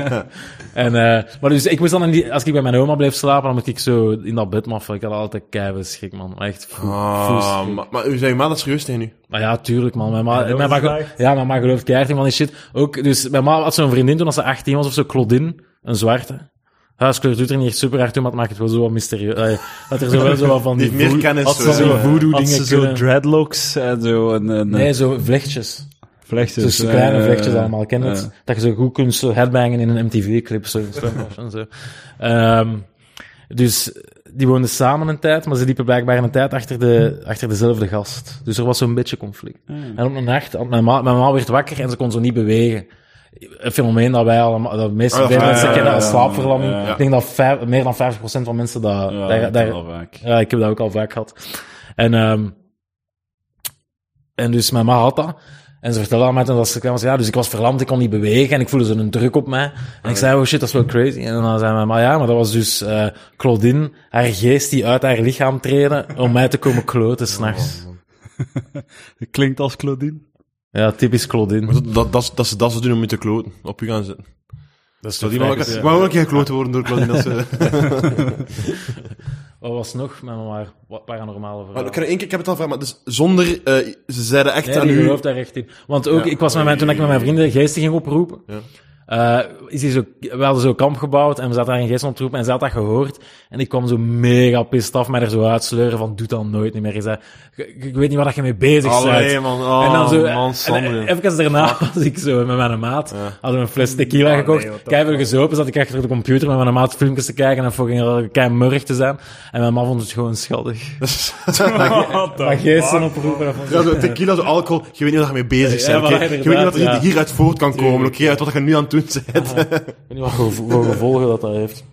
[SPEAKER 4] en, eh, maar dus ik moest dan, in die, als ik bij mijn oma bleef slapen, dan moest ik zo in dat bed maffen. Ik had altijd keihard schrik, man. Maar Echt voel, voel
[SPEAKER 2] Ah,
[SPEAKER 4] schrik.
[SPEAKER 2] maar, maar u zei, maar dat is serieus tegen u.
[SPEAKER 4] Maar ja, tuurlijk, man. Mijn ma, mijn ma, ge- ja, mijn ma gelooft keihard in van die shit. Ook, dus mijn ma had zo'n vriendin toen als ze 18 was of zo, Claudine, een zwarte. Huiskleur doet er niet echt super hard toe, maar het maakt het wel zo wat mysterieus. Eh, dat er zo wel zo wat van die,
[SPEAKER 2] Die heeft meer
[SPEAKER 4] voe-
[SPEAKER 2] kennis,
[SPEAKER 4] had ze
[SPEAKER 2] eh,
[SPEAKER 4] zo
[SPEAKER 2] ja.
[SPEAKER 4] voodoo
[SPEAKER 5] Had
[SPEAKER 4] dingen
[SPEAKER 5] ze zo
[SPEAKER 4] kunnen.
[SPEAKER 5] dreadlocks en zo. En, en,
[SPEAKER 4] Nee, zo vlechtjes.
[SPEAKER 5] vlechtjes.
[SPEAKER 4] Dus kleine
[SPEAKER 5] eh,
[SPEAKER 4] vlechtjes allemaal, ken het?
[SPEAKER 5] eh.
[SPEAKER 4] Dat je zo goed kunt zo headbangen in een MTV-clip, zo. en zo. Ehm, dus die woonden samen een tijd, maar ze liepen blijkbaar een tijd achter, de, achter dezelfde gast. Dus er was zo'n beetje conflict.
[SPEAKER 2] Ah,
[SPEAKER 4] En op een nacht, had mijn ma, mijn ma werd wakker en ze kon zo niet bewegen. Een fenomeen dat wij allemaal, dat de meeste
[SPEAKER 2] Ah, dat-
[SPEAKER 4] veel mensen
[SPEAKER 2] ja, ja,
[SPEAKER 4] kennen
[SPEAKER 2] ja,
[SPEAKER 4] als slaapverlamming.
[SPEAKER 2] ja.
[SPEAKER 4] Ik denk dat vijf- meer dan 50% van mensen dat,
[SPEAKER 5] Ja,
[SPEAKER 4] daar,
[SPEAKER 5] dat
[SPEAKER 4] daar,
[SPEAKER 5] wel vaak.
[SPEAKER 4] ja, ik heb dat ook al vaak gehad. En, ehm, en dus mijn ma had dat. En ze vertelde aan mij toen dat ze kwam, was, ja, dus ik was verlamd, ik kon niet bewegen en ik voelde zo'n druk op mij. En ik zei, oh shit, dat is wel crazy. En dan zei mijn ma, ja, maar dat was dus eh Claudine, haar geest die uit haar lichaam treden om mij te komen kloten s'nachts.
[SPEAKER 5] Dat klinkt als Claudine.
[SPEAKER 4] Ja, typisch Claudine.
[SPEAKER 2] Maar dat, dat, dat, dat ze dat ze doen om je te kloten. Op u gaan zitten.
[SPEAKER 4] Dat is
[SPEAKER 2] Dat iemand ook, Ik wou ook een keer gekloten worden door Claudine. Dat ze...
[SPEAKER 4] Wat was nog met mijn ma- paranormale verhaal?
[SPEAKER 2] maar, ik, kan één keer, ik heb het al gevraagd, maar dus zonder... eh ze zeiden echt
[SPEAKER 4] Nee,
[SPEAKER 2] aan
[SPEAKER 4] die
[SPEAKER 2] u...
[SPEAKER 4] gelooft daar echt in. Want ook,
[SPEAKER 2] Ja.
[SPEAKER 4] ik was met mijn, toen ik met mijn vrienden geesten ging oproepen, eh, is hier zo, we hadden zo'n kamp gebouwd en we zaten daar een gestenoptroep en ze had dat gehoord. En ik kwam zo mega pist af met er zo uitsleuren van, doe dat nooit niet meer. Ik zei, "Ik- ik weet niet waar dat je mee bezig bent.
[SPEAKER 8] Allee, man. Oh,
[SPEAKER 4] en dan zo,
[SPEAKER 8] man,
[SPEAKER 4] en,
[SPEAKER 8] Sander.
[SPEAKER 4] en even daarna was ik zo met mijn maat, hadden we een fles
[SPEAKER 8] Ah,
[SPEAKER 4] tequila gekocht, keihard gezopen, zat ik achter de computer met mijn maat filmpjes te kijken en fucking keimurrig te zijn. En mijn man vond het gewoon schattig. Maar geesten oproepen, dat vond ik-
[SPEAKER 8] Ja, zo, tequila, zo alcohol, je weet niet wat je mee bezig
[SPEAKER 4] Ja,
[SPEAKER 8] bent. oké?
[SPEAKER 4] maar
[SPEAKER 8] je weet niet
[SPEAKER 4] inderdaad,
[SPEAKER 8] wat er hier-
[SPEAKER 4] ja.
[SPEAKER 8] hieruit voort kan komen, oké? Uit wat je nu aan het doen bent.
[SPEAKER 4] Ik weet niet wat gevo- voor gevolgen dat dat heeft.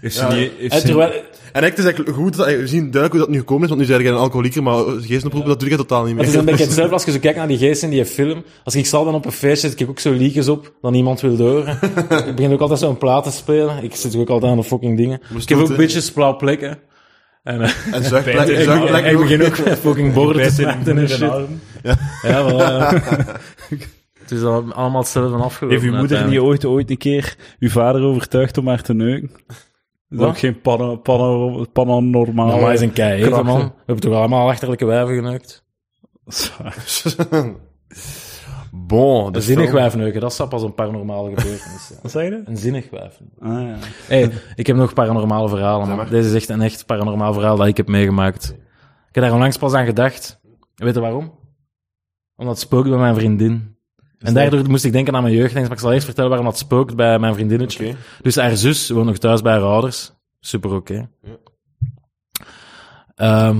[SPEAKER 5] Heeft ze niet... Heeft
[SPEAKER 4] En
[SPEAKER 5] ze niet-
[SPEAKER 4] terwijl,
[SPEAKER 8] En het is eigenlijk goed, dat, we zien duidelijk hoe dat nu gekomen is, want nu zijn jij een alcoholieker, maar geestenoproepen, dat doe ik totaal niet
[SPEAKER 4] het is
[SPEAKER 8] meer.
[SPEAKER 4] een beetje hetzelfde als je zo kijkt naar die geest in die film. Als ik zal ben op een feestje, zet ik ook zo liedjes op dat niemand wil horen. ik begin ook altijd zo'n plaat te spelen. Ik zit ook altijd aan de fucking dingen. Ik heb ook
[SPEAKER 8] hè?
[SPEAKER 4] bitches blauw plekken. En, eh,
[SPEAKER 8] En zuigplek, zuigplek
[SPEAKER 4] ik
[SPEAKER 8] nog.
[SPEAKER 4] begin ook met fucking borden te smijten en shit. Ja, wel, ja. Het is al- allemaal hetzelfde van afgelopen.
[SPEAKER 5] Heeft uw moeder niet
[SPEAKER 4] uiteindelijk.
[SPEAKER 5] ooit, ooit een keer uw vader overtuigd om haar te neuken? Dat is ook geen panna- panna-
[SPEAKER 4] Maar
[SPEAKER 5] pananormaal.
[SPEAKER 4] hij is een kei,
[SPEAKER 5] Krachten.
[SPEAKER 4] man. We hebben toch allemaal achterlijke wijven geneukt?
[SPEAKER 8] Bon,
[SPEAKER 4] Een
[SPEAKER 8] dus
[SPEAKER 4] zinnig
[SPEAKER 8] toch-
[SPEAKER 4] wijf neuken, dat zou pas een paranormale gebeurtenis zijn.
[SPEAKER 5] Wat zei je?
[SPEAKER 4] Een zinnig wijf.
[SPEAKER 5] Ah, ja.
[SPEAKER 4] Hey, ik heb nog paranormale verhalen, man. Deze is echt een echt paranormaal verhaal dat ik heb meegemaakt. Ik heb daar onlangs pas aan gedacht. Weet je waarom? Omdat het spookt bij mijn vriendin. En daardoor moest ik denken aan mijn jeugd. Maar ik zal eerst vertellen waarom dat spookt bij mijn vriendinnetje. Dus haar zus woont nog thuis bij haar ouders. Super oké. Ehm,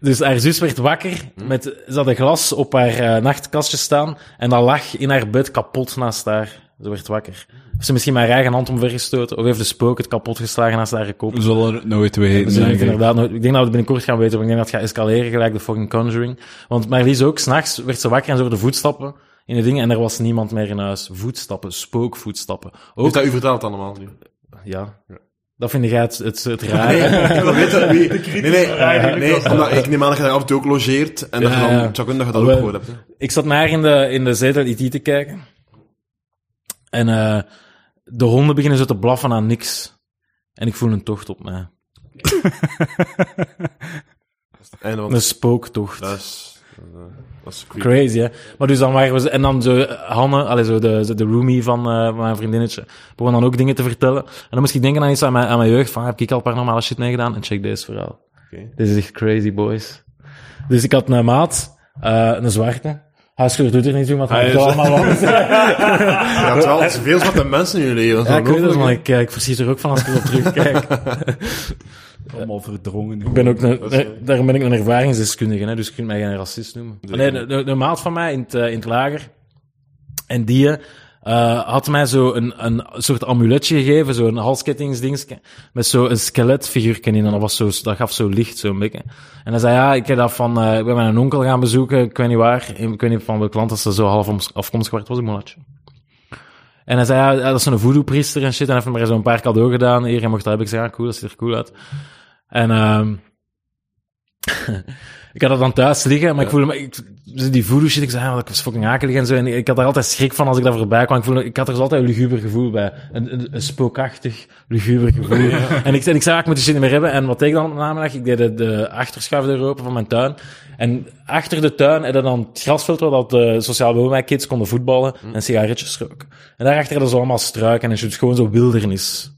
[SPEAKER 4] dus haar zus werd wakker. Met, ze had een glas op haar eh, nachtkastje staan. En dat lag in haar bed kapot naast haar. Ze werd wakker. Heeft ze misschien maar haar eigen hand omvergestoten? Of heeft de spook het kapot geslagen naast haar kop?
[SPEAKER 5] We zullen het nooit weten.
[SPEAKER 4] Dus ik,
[SPEAKER 5] denk
[SPEAKER 4] denk
[SPEAKER 5] ik.
[SPEAKER 4] inderdaad nooit- ik denk dat we het binnenkort gaan weten, maar ik denk dat het gaat escaleren, gelijk de fucking Conjuring. Want Marlies ook, s'nachts werd ze wakker en ze hoorde voetstappen in de dingen en er was niemand meer in huis. Voetstappen, spookvoetstappen.
[SPEAKER 8] Heeft
[SPEAKER 4] Ook,
[SPEAKER 8] dat u verteld allemaal nu?
[SPEAKER 4] ja. Dat vind jij het, het, het
[SPEAKER 8] Ah,
[SPEAKER 4] raar.
[SPEAKER 8] Dat weet dat wie... Nee, nee, nee, omdat ik neem aan dat je daar af en toe ook logeert, en dat je
[SPEAKER 4] Ja,
[SPEAKER 8] dan,
[SPEAKER 4] ja.
[SPEAKER 8] het zou kunnen dat je dat ook
[SPEAKER 4] Wel,
[SPEAKER 8] gehoord hebt. hè.
[SPEAKER 4] Ik zat maar in de, in de zetel IT te kijken. En eh, de honden beginnen zo te blaffen aan niks. En ik voel een tocht op mij.
[SPEAKER 8] Einde van
[SPEAKER 4] Een spooktocht.
[SPEAKER 8] Dat is... eh, Dat is creepy.
[SPEAKER 4] Crazy, hè? Maar dus dan waren we... En dan zo eh, Hanne, allee, zo de, zo de roomie van eh, van mijn vriendinnetje, begon dan ook dingen te vertellen. En dan moest ik denken aan iets aan mijn, aan mijn jeugd, van "Ah, heb ik al paranormale shit meegedaan? En check deze verhaal. Dit is echt crazy, boys. Dus ik had een maat, eh, een zwarte. Huiskleur doet er niet toe, maar het had ik allemaal wel.
[SPEAKER 8] Je hebt wel veel zwarte mensen in je leven. dat is
[SPEAKER 4] Ja, ik weet het,
[SPEAKER 8] ongelooflijk.
[SPEAKER 4] maar ik, eh, ik verschiet er ook van als ik erop terugkijk.
[SPEAKER 5] Allemaal verdrongen.
[SPEAKER 4] Ik ben ook een, eh, daarom ben ik een ervaringsdeskundige, hè, dus je kunt mij geen racist noemen. Nee, de, de, de maat van mij in het, eh, in het lager, en die eh, had mij zo een, een soort amuletje gegeven, zo'n halskettingsdingetje, met zo'n skeletfiguurtje in. En dat, was zo, dat gaf zo licht, zo'n beetje. En hij zei, ja, ik heb dat van, eh ik ben mijn onkel gaan bezoeken, ik weet niet waar, ik weet niet van welk land, dat ze zo half oms- afkomstig werd, was een molletje. En hij zei, ja, ja, dat is een voodoo-priester en shit. En hij heeft me maar zo'n paar cadeau gedaan. Hier, hij mocht dat hebben. Ik zei, ja, cool, dat ziet er cool uit. En ehm ik had dat dan thuis liggen, maar ik voelde me... Ik, dus die voodoo shit, ik zei, ja, dat was fucking akelig en zo. En ik had daar altijd schrik van als ik daar voorbij kwam. Ik, voelde, ik had er zo altijd een luguber gevoel bij. Een, een, een spookachtig, luguber gevoel. En, ik, en ik zei, ja, ik moet die shit niet meer hebben. En wat deed ik dan op de namiddag? Ik deed de, de achterschuifdeur open van mijn tuin. En achter de tuin hadden dan het grasveld waar dat de sociaal woonwijkkids konden voetballen en sigaretjes roken. En daarachter hadden ze allemaal struiken en shit. dus Gewoon zo wildernis.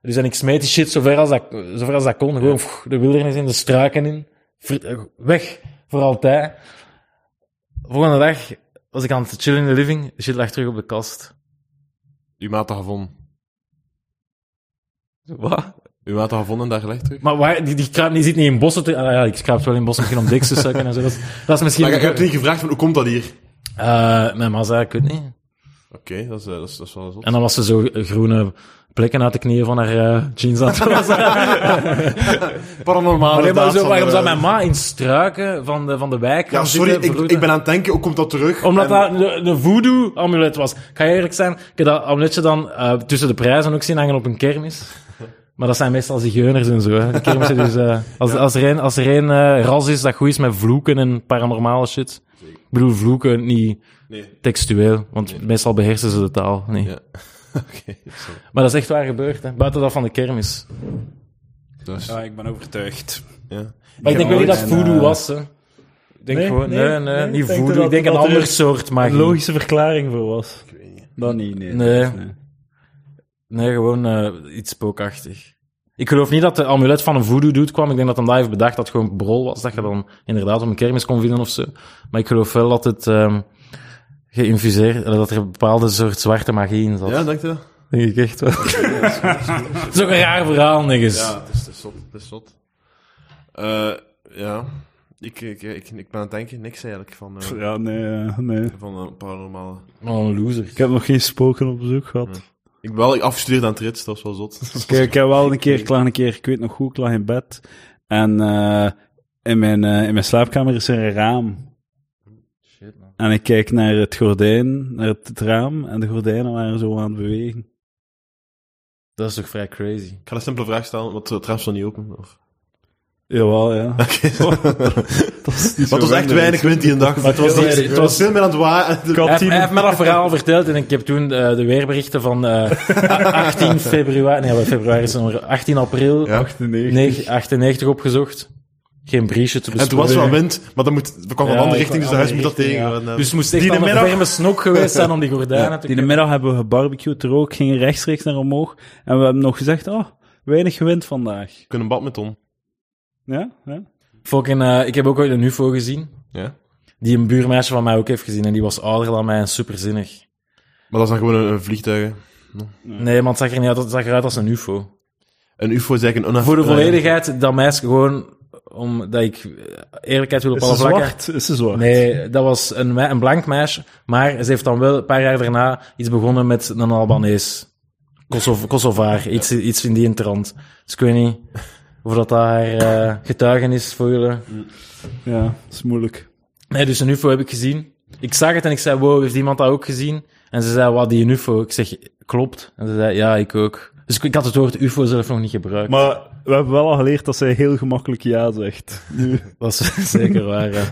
[SPEAKER 4] Dus en ik smeet die shit zover als dat, zover als dat kon. Gewoon pff, de wildernis in, de struiken in. Ver- eh, Weg, voor altijd. Volgende dag was ik aan het chillen in de living. Shit lag terug op de kast.
[SPEAKER 8] Uw maat had gevonden.
[SPEAKER 4] Wat?
[SPEAKER 8] Uw maat had gevonden en daar gelegd terug.
[SPEAKER 4] Maar waar, die, die kruipt niet, zit niet in bossen. Te, ah, ja, ik kruip wel in bossen misschien om diks te sukken en zo. Dat is, dat is misschien...
[SPEAKER 8] Maar ik heb niet gevraagd van, hoe komt dat hier?
[SPEAKER 4] Eh, mijn ma zei, ik weet niet.
[SPEAKER 8] Oké, dat, is, eh, dat, is, dat is wel zot.
[SPEAKER 4] En dan was ze zo eh, groene plekken uit de knieën van haar eh, jeans aan het wassen.
[SPEAKER 8] Paranormaal.
[SPEAKER 4] Allee, maar
[SPEAKER 8] inderdaad,
[SPEAKER 4] zo, waarom
[SPEAKER 8] van,
[SPEAKER 4] zou
[SPEAKER 8] eh,
[SPEAKER 4] mijn ma in struiken van de, van de wijk
[SPEAKER 8] Ja,
[SPEAKER 4] gaan
[SPEAKER 8] sorry,
[SPEAKER 4] zitten,
[SPEAKER 8] ik,
[SPEAKER 4] verroeten?
[SPEAKER 8] ik ben aan het denken, hoe komt dat terug?
[SPEAKER 4] Omdat
[SPEAKER 8] En-
[SPEAKER 4] dat de, de voodoo-amulet was. Ik ga eerlijk zijn, ik heb dat amuletje dan eh, tussen de prijzen ook zien hangen op een kermis. Maar dat zijn meestal zigeuners en zo. Hè. De kermissen dus, eh, als, als er een, als er een eh, ras is dat goed is met vloeken en paranormale shit. Ik bedoel, vloeken niet
[SPEAKER 8] Nee.
[SPEAKER 4] textueel, want meestal beheersen ze de taal niet.
[SPEAKER 8] Ja. Oké, sorry.
[SPEAKER 4] Maar dat is echt waar gebeurd, hè. buiten dat van de kermis.
[SPEAKER 8] Dus,
[SPEAKER 5] Ja, ik ben overtuigd.
[SPEAKER 8] ja. eh,
[SPEAKER 4] Maar ik denk wel niet dat het voodoo was. Hè. denk
[SPEAKER 9] Nee,
[SPEAKER 4] gewoon,
[SPEAKER 9] nee,
[SPEAKER 4] nee, nee,
[SPEAKER 9] nee, ik
[SPEAKER 4] niet
[SPEAKER 9] denk
[SPEAKER 4] voodoo.
[SPEAKER 9] dat-
[SPEAKER 4] Ik denk een
[SPEAKER 9] dat er
[SPEAKER 4] ander
[SPEAKER 9] een
[SPEAKER 4] soort
[SPEAKER 9] Een
[SPEAKER 4] magie.
[SPEAKER 9] logische verklaring voor was. Dat niet, nee.
[SPEAKER 4] Nee. Nee, gewoon eh, iets spookachtig. Ik geloof niet dat de amulet van een voodoo doet kwam. Ik denk dat een daar heeft bedacht dat het gewoon brol was. Dat je dan inderdaad op een kermis kon vinden of zo. Maar ik geloof wel dat het ehm geïnfuseerd, eh, dat er een bepaalde soort zwarte magie in zat.
[SPEAKER 2] Ja, dank je dat?
[SPEAKER 4] denk ik echt wel. Het is ook een raar verhaal, dus- niks.
[SPEAKER 2] Ja, het is, het is zot. Het is zot. Eh, ja, ik, ik, ik, ik ben aan het denken, niks eigenlijk van, eh,
[SPEAKER 9] Ja, nee, eh, nee.
[SPEAKER 2] van een paranormale...
[SPEAKER 4] Wat een loser.
[SPEAKER 9] Ik heb nog geen spoken op bezoek gehad.
[SPEAKER 2] Ik ben wel afgestudeerd aan het rits, dat is wel zot.
[SPEAKER 9] Ik, ik heb wel een keer, ik lag een keer, ik weet nog goed, ik lag in bed. En eh, in, mijn, eh, in mijn slaapkamer is er een raam. En ik kijk naar het gordijn, naar het, het raam, en de gordijnen waren zo aan het bewegen.
[SPEAKER 4] Dat is toch vrij crazy.
[SPEAKER 2] Ik ga een simpele vraag stellen, want het raam stond niet open. Of...
[SPEAKER 9] Jawel, ja.
[SPEAKER 2] Want het was echt weinig wind die een dag. Maar het was, niet, het was veel meer aan het waaien.
[SPEAKER 4] Hij heeft, hij heeft me dat verhaal verteld en ik heb toen eh, de weerberichten van eh, 18 februari, nee, wat februari is het nog, 18 april
[SPEAKER 2] Ja.
[SPEAKER 4] 98. 98 opgezocht. Geen briesje te
[SPEAKER 2] En
[SPEAKER 4] bespreken.
[SPEAKER 2] toen was er wel wind, maar dat moet, we kwamen van
[SPEAKER 4] Ja,
[SPEAKER 2] een andere
[SPEAKER 4] ik-
[SPEAKER 2] richting, dus
[SPEAKER 4] andere
[SPEAKER 2] dat huis moet dat
[SPEAKER 4] richting, ja.
[SPEAKER 2] tegen. eh.
[SPEAKER 4] Dus het moest echt
[SPEAKER 9] Die de
[SPEAKER 4] aan een
[SPEAKER 9] middag-
[SPEAKER 4] ferme snok geweest zijn om die gordijnen te
[SPEAKER 9] Die de middag hebben we gebarbecued er ook, gingen rechtstreeks naar omhoog. En we hebben nog gezegd, oh, weinig wind vandaag.
[SPEAKER 2] kunnen badminton.
[SPEAKER 9] Ja, ja.
[SPEAKER 4] Fucking, eh, ik heb ook ooit een UFO gezien.
[SPEAKER 2] Ja.
[SPEAKER 4] Die een buurmeisje van mij ook heeft gezien en die was ouder dan mij en superzinnig.
[SPEAKER 2] Maar dat is dan gewoon een, een vliegtuig. hè.
[SPEAKER 4] Nee, want het zag er niet uit, het zag eruit als een UFO.
[SPEAKER 2] Een UFO is eigenlijk een onaf...
[SPEAKER 4] Voor de
[SPEAKER 2] eh,
[SPEAKER 4] volledigheid, dat meisje gewoon, omdat ik eh, eerlijkheid wil op
[SPEAKER 9] Is
[SPEAKER 4] alle
[SPEAKER 9] ze
[SPEAKER 4] vlakken.
[SPEAKER 9] zwart? Is ze zwart?
[SPEAKER 4] Nee, dat was een, me- een blank meisje, maar ze heeft dan wel een paar jaar daarna iets begonnen met een Albanees. Kosovo, Kosovaar, iets, iets in die trant. Dus ik weet niet of dat daar eh, getuigenis voor jullie.
[SPEAKER 9] Ja, dat is moeilijk.
[SPEAKER 4] Nee, dus een UFO heb ik gezien. Ik zag het en ik zei, wow, heeft iemand dat ook gezien? En ze zei, wat, die een UFO? Ik zeg, klopt. En ze zei, ja, ik ook. Dus ik, ik had het woord UFO zelf nog niet gebruikt.
[SPEAKER 9] Maar we hebben wel al geleerd dat zij heel gemakkelijk ja zegt.
[SPEAKER 4] Dat is zeker waar, ja.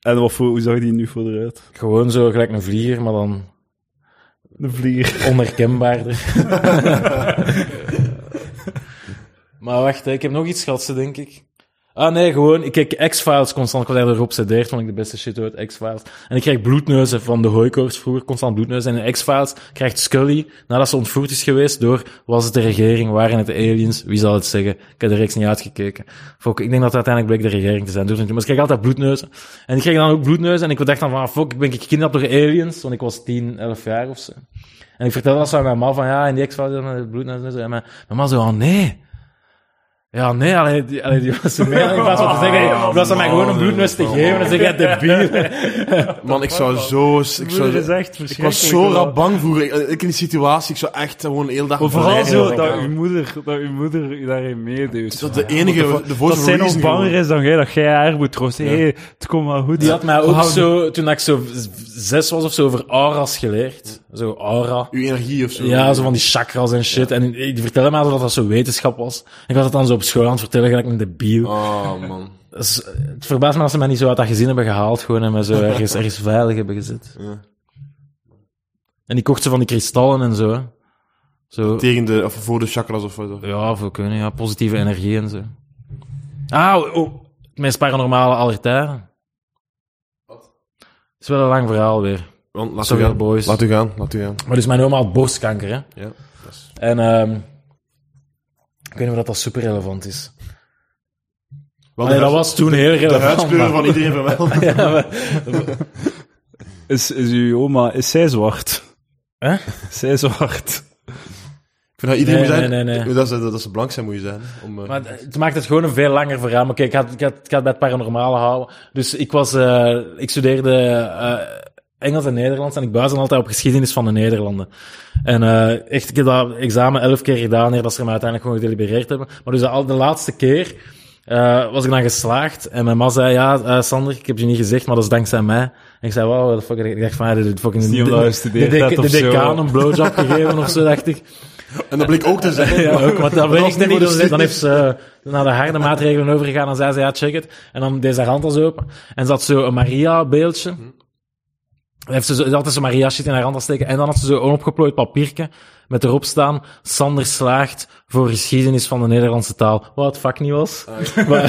[SPEAKER 9] En wat voor, hoe zag die nu voor eruit?
[SPEAKER 4] Gewoon zo, gelijk een vlieger, maar dan
[SPEAKER 9] De vlieger.
[SPEAKER 4] onherkenbaarder. maar wacht, hè, ik heb nog iets gehad, ze, denk ik. Ah nee, gewoon, ik kijk X-Files constant. Ik was eigenlijk geobsedeerd, vond ik de beste shit uit X-Files. En ik krijg bloedneuzen van de hooikoorts vroeger, constant bloedneuzen. En in X-Files krijgt Scully, nadat ze ontvoerd is geweest door, was het de regering, waren het de aliens, wie zal het zeggen? Ik heb de reeks niet uitgekeken. Fok, ik denk dat het uiteindelijk bleek de regering te zijn. Doet het niet. Maar ik krijg altijd bloedneuzen. En ik kreeg dan ook bloedneuzen en ik dacht dan van, ah, fuck, ik ben gekidnapt door aliens, want ik was 10, 11 jaar of zo. En ik vertelde dat zo aan mijn ma van ja, in die X-Files dan het bloed en zo. En mijn, mijn ma zo, oh nee. Ja, nee, allee, die, allee, die was zo mee. Ik was wat te zeggen, hey, dat ze mij gewoon een bloedneus te geven en ze gaat debiel.
[SPEAKER 2] Man, ik zou zo... Ik, zou, ik was zo rap bang voor... Ik, ik in die situatie, ik zou echt gewoon heel dag...
[SPEAKER 9] Vooral
[SPEAKER 2] verleiden.
[SPEAKER 9] zo dat uw moeder, dat uw moeder u daarin meedoet.
[SPEAKER 2] Dat de enige... De voice
[SPEAKER 9] Dat
[SPEAKER 2] of
[SPEAKER 9] zij nog
[SPEAKER 2] reason
[SPEAKER 9] banger
[SPEAKER 2] gewoon.
[SPEAKER 9] is dan jij, dat jij haar moet troosten. Hé, het komt wel goed.
[SPEAKER 4] Die had mij ook zo, toen ik zo v- zes was of zo, over auras geleerd. Zo aura.
[SPEAKER 2] Uw energie of zo.
[SPEAKER 4] Ja, zo van die chakras en shit. En die vertelde mij zo dat dat zo wetenschap was. En ik was het dan zo op school aan het vertellen, gelijk een debiel.
[SPEAKER 2] Oh, man.
[SPEAKER 4] Dat is- het verbaast me als ze mij niet zo uit dat gezin hebben gehaald gewoon en me zo ergens, ergens veilig hebben gezet.
[SPEAKER 2] Ja.
[SPEAKER 4] En die kocht ze van die kristallen en zo. hè. Zo,
[SPEAKER 2] Tegen de... Of voor de chakras of wat.
[SPEAKER 4] ja, voor kunnen, ja, positieve energie en zo. Ah, oh, oh, het meest paranormale aller tijden. Wat? Het is wel een lang verhaal weer.
[SPEAKER 2] Want, laat
[SPEAKER 4] Sorry,
[SPEAKER 2] u gaan.
[SPEAKER 4] boys.
[SPEAKER 2] Laat u gaan, laat u gaan.
[SPEAKER 4] Maar dus mijn oma had borstkanker, hè.
[SPEAKER 2] Ja.
[SPEAKER 4] En ehm ik weet niet of dat, dat super relevant is.
[SPEAKER 2] Wel,
[SPEAKER 4] Allee,
[SPEAKER 2] de,
[SPEAKER 4] dat
[SPEAKER 2] huid-
[SPEAKER 4] was toen heel
[SPEAKER 2] de
[SPEAKER 4] relevant.
[SPEAKER 2] huidskleur
[SPEAKER 4] maar-
[SPEAKER 2] van iedereen vermeld.
[SPEAKER 4] Ja, maar-
[SPEAKER 9] Is, is uw oma, is zij zwart?
[SPEAKER 4] Hè?
[SPEAKER 9] Is zij zwart?
[SPEAKER 2] Ik vind dat iedereen
[SPEAKER 4] Nee,
[SPEAKER 2] moet zijn...
[SPEAKER 4] nee, nee, nee.
[SPEAKER 2] Dat, ze, dat ze blank zijn, moet je zijn. Om, eh,
[SPEAKER 4] Maar het maakt het gewoon een veel langer verhaal. Maar kijk, ik ga, ik, ga, ik ga het bij het paranormale houden. Dus ik was, eh, ik studeerde eh, Engels en Nederlands en ik buizen altijd op geschiedenis van de Nederlanden. En eh, echt, ik heb dat examen elf keer gedaan, eer dat ze me uiteindelijk gewoon gedelibereerd hebben. Maar dus al de laatste keer eh, was ik dan geslaagd en mijn ma zei, ja, eh, Sander, ik heb je niet gezegd, maar dat is dankzij mij. En ik zei, wow, what the fuck, ik dacht van, ja, dit is fucking...
[SPEAKER 9] niet omdat je
[SPEAKER 4] de, de,
[SPEAKER 9] gestudeerd hebt
[SPEAKER 4] de
[SPEAKER 9] of zo.
[SPEAKER 4] decaan een blowjob gegeven of zo, dacht ik.
[SPEAKER 2] En dat bleek ook te zijn.
[SPEAKER 4] Ja, ook, want dat
[SPEAKER 2] was
[SPEAKER 4] werkt
[SPEAKER 2] niet voor
[SPEAKER 4] niet.
[SPEAKER 2] de
[SPEAKER 4] Dan, dan heeft ze eh, naar de harde maatregelen overgegaan en zei ze, ja, check het. En dan deed ze haar hand als open. En ze had zo een Maria-beeldje. heeft ze zo, ze altijd zo'n mariachi in haar hand aan steken. En dan had ze zo'n onopgeplooid papiertje met erop staan, Sander slaagt voor geschiedenis van de Nederlandse taal. Wat het vak niet was. Maar-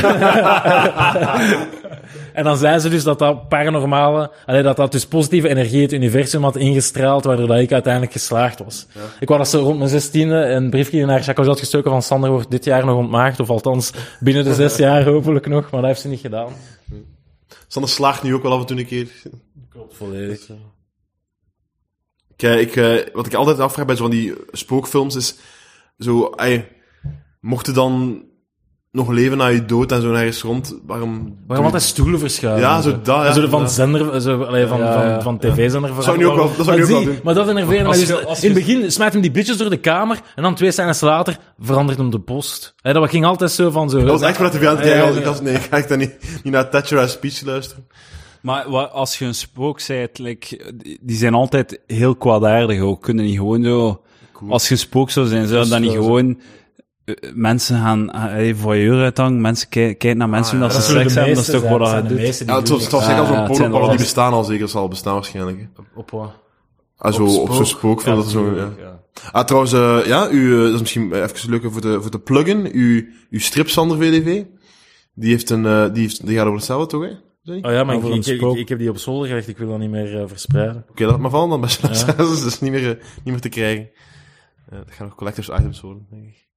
[SPEAKER 4] en dan zei ze dus dat dat paranormale, allee, dat dat dus positieve energie het universum had ingestraald, waardoor dat ik uiteindelijk geslaagd was. Ik wou dat ze rond mijn zestiende een briefje naar Jacques had gestoken van Sander wordt dit jaar nog ontmaagd, of althans binnen de zes jaar hopelijk nog, maar dat heeft ze niet gedaan.
[SPEAKER 2] Sander slaagt nu ook wel af en toe een keer.
[SPEAKER 4] Volledig.
[SPEAKER 2] Ik, eh, ik, eh, wat ik altijd afvraag bij zo van die spookfilms is... Zo, ey, mocht je dan nog leven na je dood en zo ergens rond, waarom...
[SPEAKER 4] Waarom altijd stoelen verschuiven?
[SPEAKER 2] Ja, zo dat, ja.
[SPEAKER 4] En zo van
[SPEAKER 2] Ja.
[SPEAKER 4] zender, zo, allee, van, van, van tv-zender veranderen.
[SPEAKER 2] zou nu ook wel- dat zou nu
[SPEAKER 4] Maar
[SPEAKER 2] ook wel
[SPEAKER 4] zie,
[SPEAKER 2] doen.
[SPEAKER 4] Maar dat enerveert mij.
[SPEAKER 12] Als
[SPEAKER 4] Dus
[SPEAKER 12] je- als je-
[SPEAKER 4] in het begin smijt hem die bitches door de kamer, en dan twee scènes later verandert hem de post. Hè, dat ging altijd zo van zo...
[SPEAKER 2] Dat was echt wat ik aan het
[SPEAKER 4] Ja, ja,
[SPEAKER 2] kijken was.
[SPEAKER 4] ja.
[SPEAKER 2] Ik dacht, nee, ik ga echt dan niet, niet naar Thatcher haar speech luisteren.
[SPEAKER 5] Maar wa- als je een spook zijt, like, die- die zijn altijd heel kwaadaardig ook. Kunnen niet gewoon zo... Als je een spook zou zijn, zou dan niet gewoon... eh, Mensen gaan eh, voyeur uithangen, mensen kij- kijken naar mensen
[SPEAKER 9] Ah,
[SPEAKER 5] omdat
[SPEAKER 4] Eh,
[SPEAKER 5] ze seks hebben, dat is toch wat dat doet.
[SPEAKER 2] Ja, het was, het was zeker
[SPEAKER 5] Ah,
[SPEAKER 2] als een
[SPEAKER 5] het zijn
[SPEAKER 2] pornopallen, die
[SPEAKER 5] wel-
[SPEAKER 2] bestaan al zeker, zal bestaan waarschijnlijk. hè.
[SPEAKER 4] Op wat?
[SPEAKER 2] Ah, zo, op zo'n spookfilm, dat is zo, ja. Ah, trouwens, eh, ja, u, eh, dat is misschien eh, even leuk voor te, voor te pluggen. U, uw strip Sander VDV, die heeft een, eh, die heeft, die gaat over hetzelfde, toch, hè? Sorry?
[SPEAKER 4] Oh ja, maar ik,
[SPEAKER 5] Over een
[SPEAKER 4] ik, ik,
[SPEAKER 5] spook.
[SPEAKER 4] ik heb die op zolder gelegd, ik wil dat niet meer eh, verspreiden.
[SPEAKER 2] Oké, laat maar vallen dan, best wel. dat is niet meer, eh, niet meer te krijgen. Eh dat gaan nog collectors items worden, denk ik.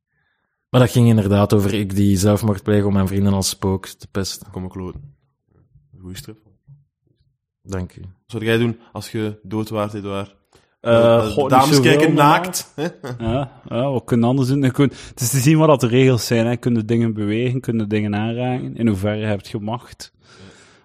[SPEAKER 4] Maar dat ging inderdaad over ik die zelfmoord pleeg om mijn vrienden als spook te pesten.
[SPEAKER 2] Kom ik kloten. Goeie strip.
[SPEAKER 4] Dank u.
[SPEAKER 2] Wat zou jij doen als je dood waart, Edouard?
[SPEAKER 5] Eh,
[SPEAKER 2] Eh,
[SPEAKER 5] goh, niet
[SPEAKER 2] dames
[SPEAKER 5] zoveel
[SPEAKER 2] kijken
[SPEAKER 5] normaal.
[SPEAKER 2] naakt. hè?
[SPEAKER 5] Ja, ja, wat kunnen anders doen? Je kunt- het is te zien wat dat de regels zijn. Hè. Kunnen dingen bewegen, kunnen dingen aanraken. In hoeverre heb je macht?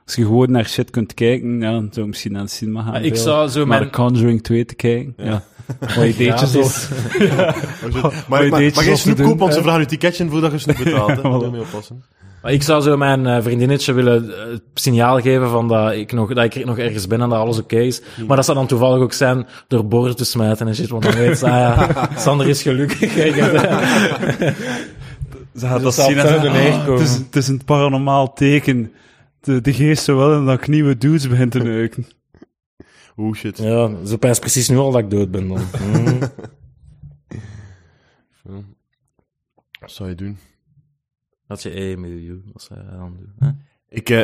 [SPEAKER 5] Als je gewoon naar shit kunt kijken, ja, dan zou je misschien aan het cinema gaan.
[SPEAKER 4] Ah, Ik
[SPEAKER 5] veel.
[SPEAKER 4] zou zo
[SPEAKER 5] Maar
[SPEAKER 4] mijn...
[SPEAKER 5] de Conjuring 2 te kijken. Ja. dus- Wat ideetjes
[SPEAKER 4] Gratis.
[SPEAKER 5] is.
[SPEAKER 2] Oh, Maar, maar, maar, maar
[SPEAKER 5] ideetjes
[SPEAKER 2] geen
[SPEAKER 5] als te
[SPEAKER 2] snoep
[SPEAKER 5] doen,
[SPEAKER 2] kopen, want ze
[SPEAKER 5] hè?
[SPEAKER 2] vragen u ticketje voordat je snoep betaalt. Hè. Daar moet je mee oppassen.
[SPEAKER 4] Maar ik zou zo mijn eh, vriendinnetje willen eh, het signaal geven van dat ik nog, dat ik er nog ergens ben en dat alles oké is. Maar dat zou dan toevallig ook zijn door borden te smijten en shit. Want dan weet ze, ah ja, Sander is gelukkig. Kijk, eh,
[SPEAKER 5] Ze
[SPEAKER 4] dat
[SPEAKER 5] gaat dus dat zien
[SPEAKER 4] zou
[SPEAKER 5] en zeggen,
[SPEAKER 4] kunnen
[SPEAKER 5] "Ah,
[SPEAKER 4] neerkomen."
[SPEAKER 5] het, is, het is een paranormaal teken. De, de geest zou wel en dat ik nieuwe dudes begint te neuken.
[SPEAKER 2] Oeh, shit.
[SPEAKER 4] ja, ze pijst precies nu al dat ik dood ben dan. Mm.
[SPEAKER 2] Wat zou je doen?
[SPEAKER 4] Dat je 1 miljoen, wat zou je dan doen? hè?
[SPEAKER 2] Ik, eh,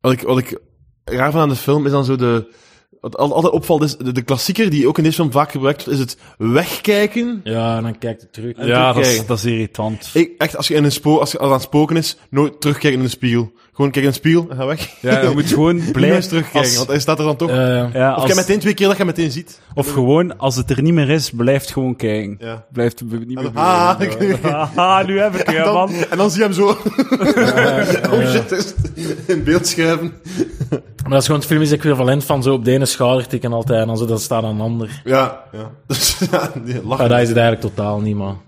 [SPEAKER 2] wat, ik, wat ik raar van aan de film is dan zo de... Wat al- altijd opvalt is, de, de klassieker die ook in deze film vaak gebruikt wordt, is het wegkijken.
[SPEAKER 4] Ja, en dan kijkt het terug.
[SPEAKER 5] Ja, dat
[SPEAKER 2] terugkijken.
[SPEAKER 5] is, dat is irritant.
[SPEAKER 2] Ik, echt, als je, in een spook, als je als het aan het spoken is, nooit terugkijken in de spiegel. Gewoon kijken in de spiegel en ga weg.
[SPEAKER 5] Ja, je moet gewoon
[SPEAKER 2] Blijf eens
[SPEAKER 5] blijven
[SPEAKER 2] terugkijken, want hij staat er dan toch.
[SPEAKER 4] Ja, ja.
[SPEAKER 5] Ja,
[SPEAKER 2] of
[SPEAKER 5] als,
[SPEAKER 2] je meteen twee keer dat je meteen ziet.
[SPEAKER 5] of gewoon, als het er niet meer is, blijf gewoon kijken.
[SPEAKER 2] Ja.
[SPEAKER 5] Blijf het be- niet meer
[SPEAKER 2] Ah,
[SPEAKER 5] bewegen. Haha, nu heb ik je,
[SPEAKER 2] Dan,
[SPEAKER 5] man.
[SPEAKER 2] en dan zie je hem zo. oh shit, is het in beeld schuiven.
[SPEAKER 4] Maar dat is gewoon het filmisch equivalent van zo op de ene schouder tikken altijd en dan zo dat staat aan een ander.
[SPEAKER 2] Ja, ja. Dus, ja, die
[SPEAKER 4] Maar
[SPEAKER 2] lachen.
[SPEAKER 4] dat is het eigenlijk totaal niet, man.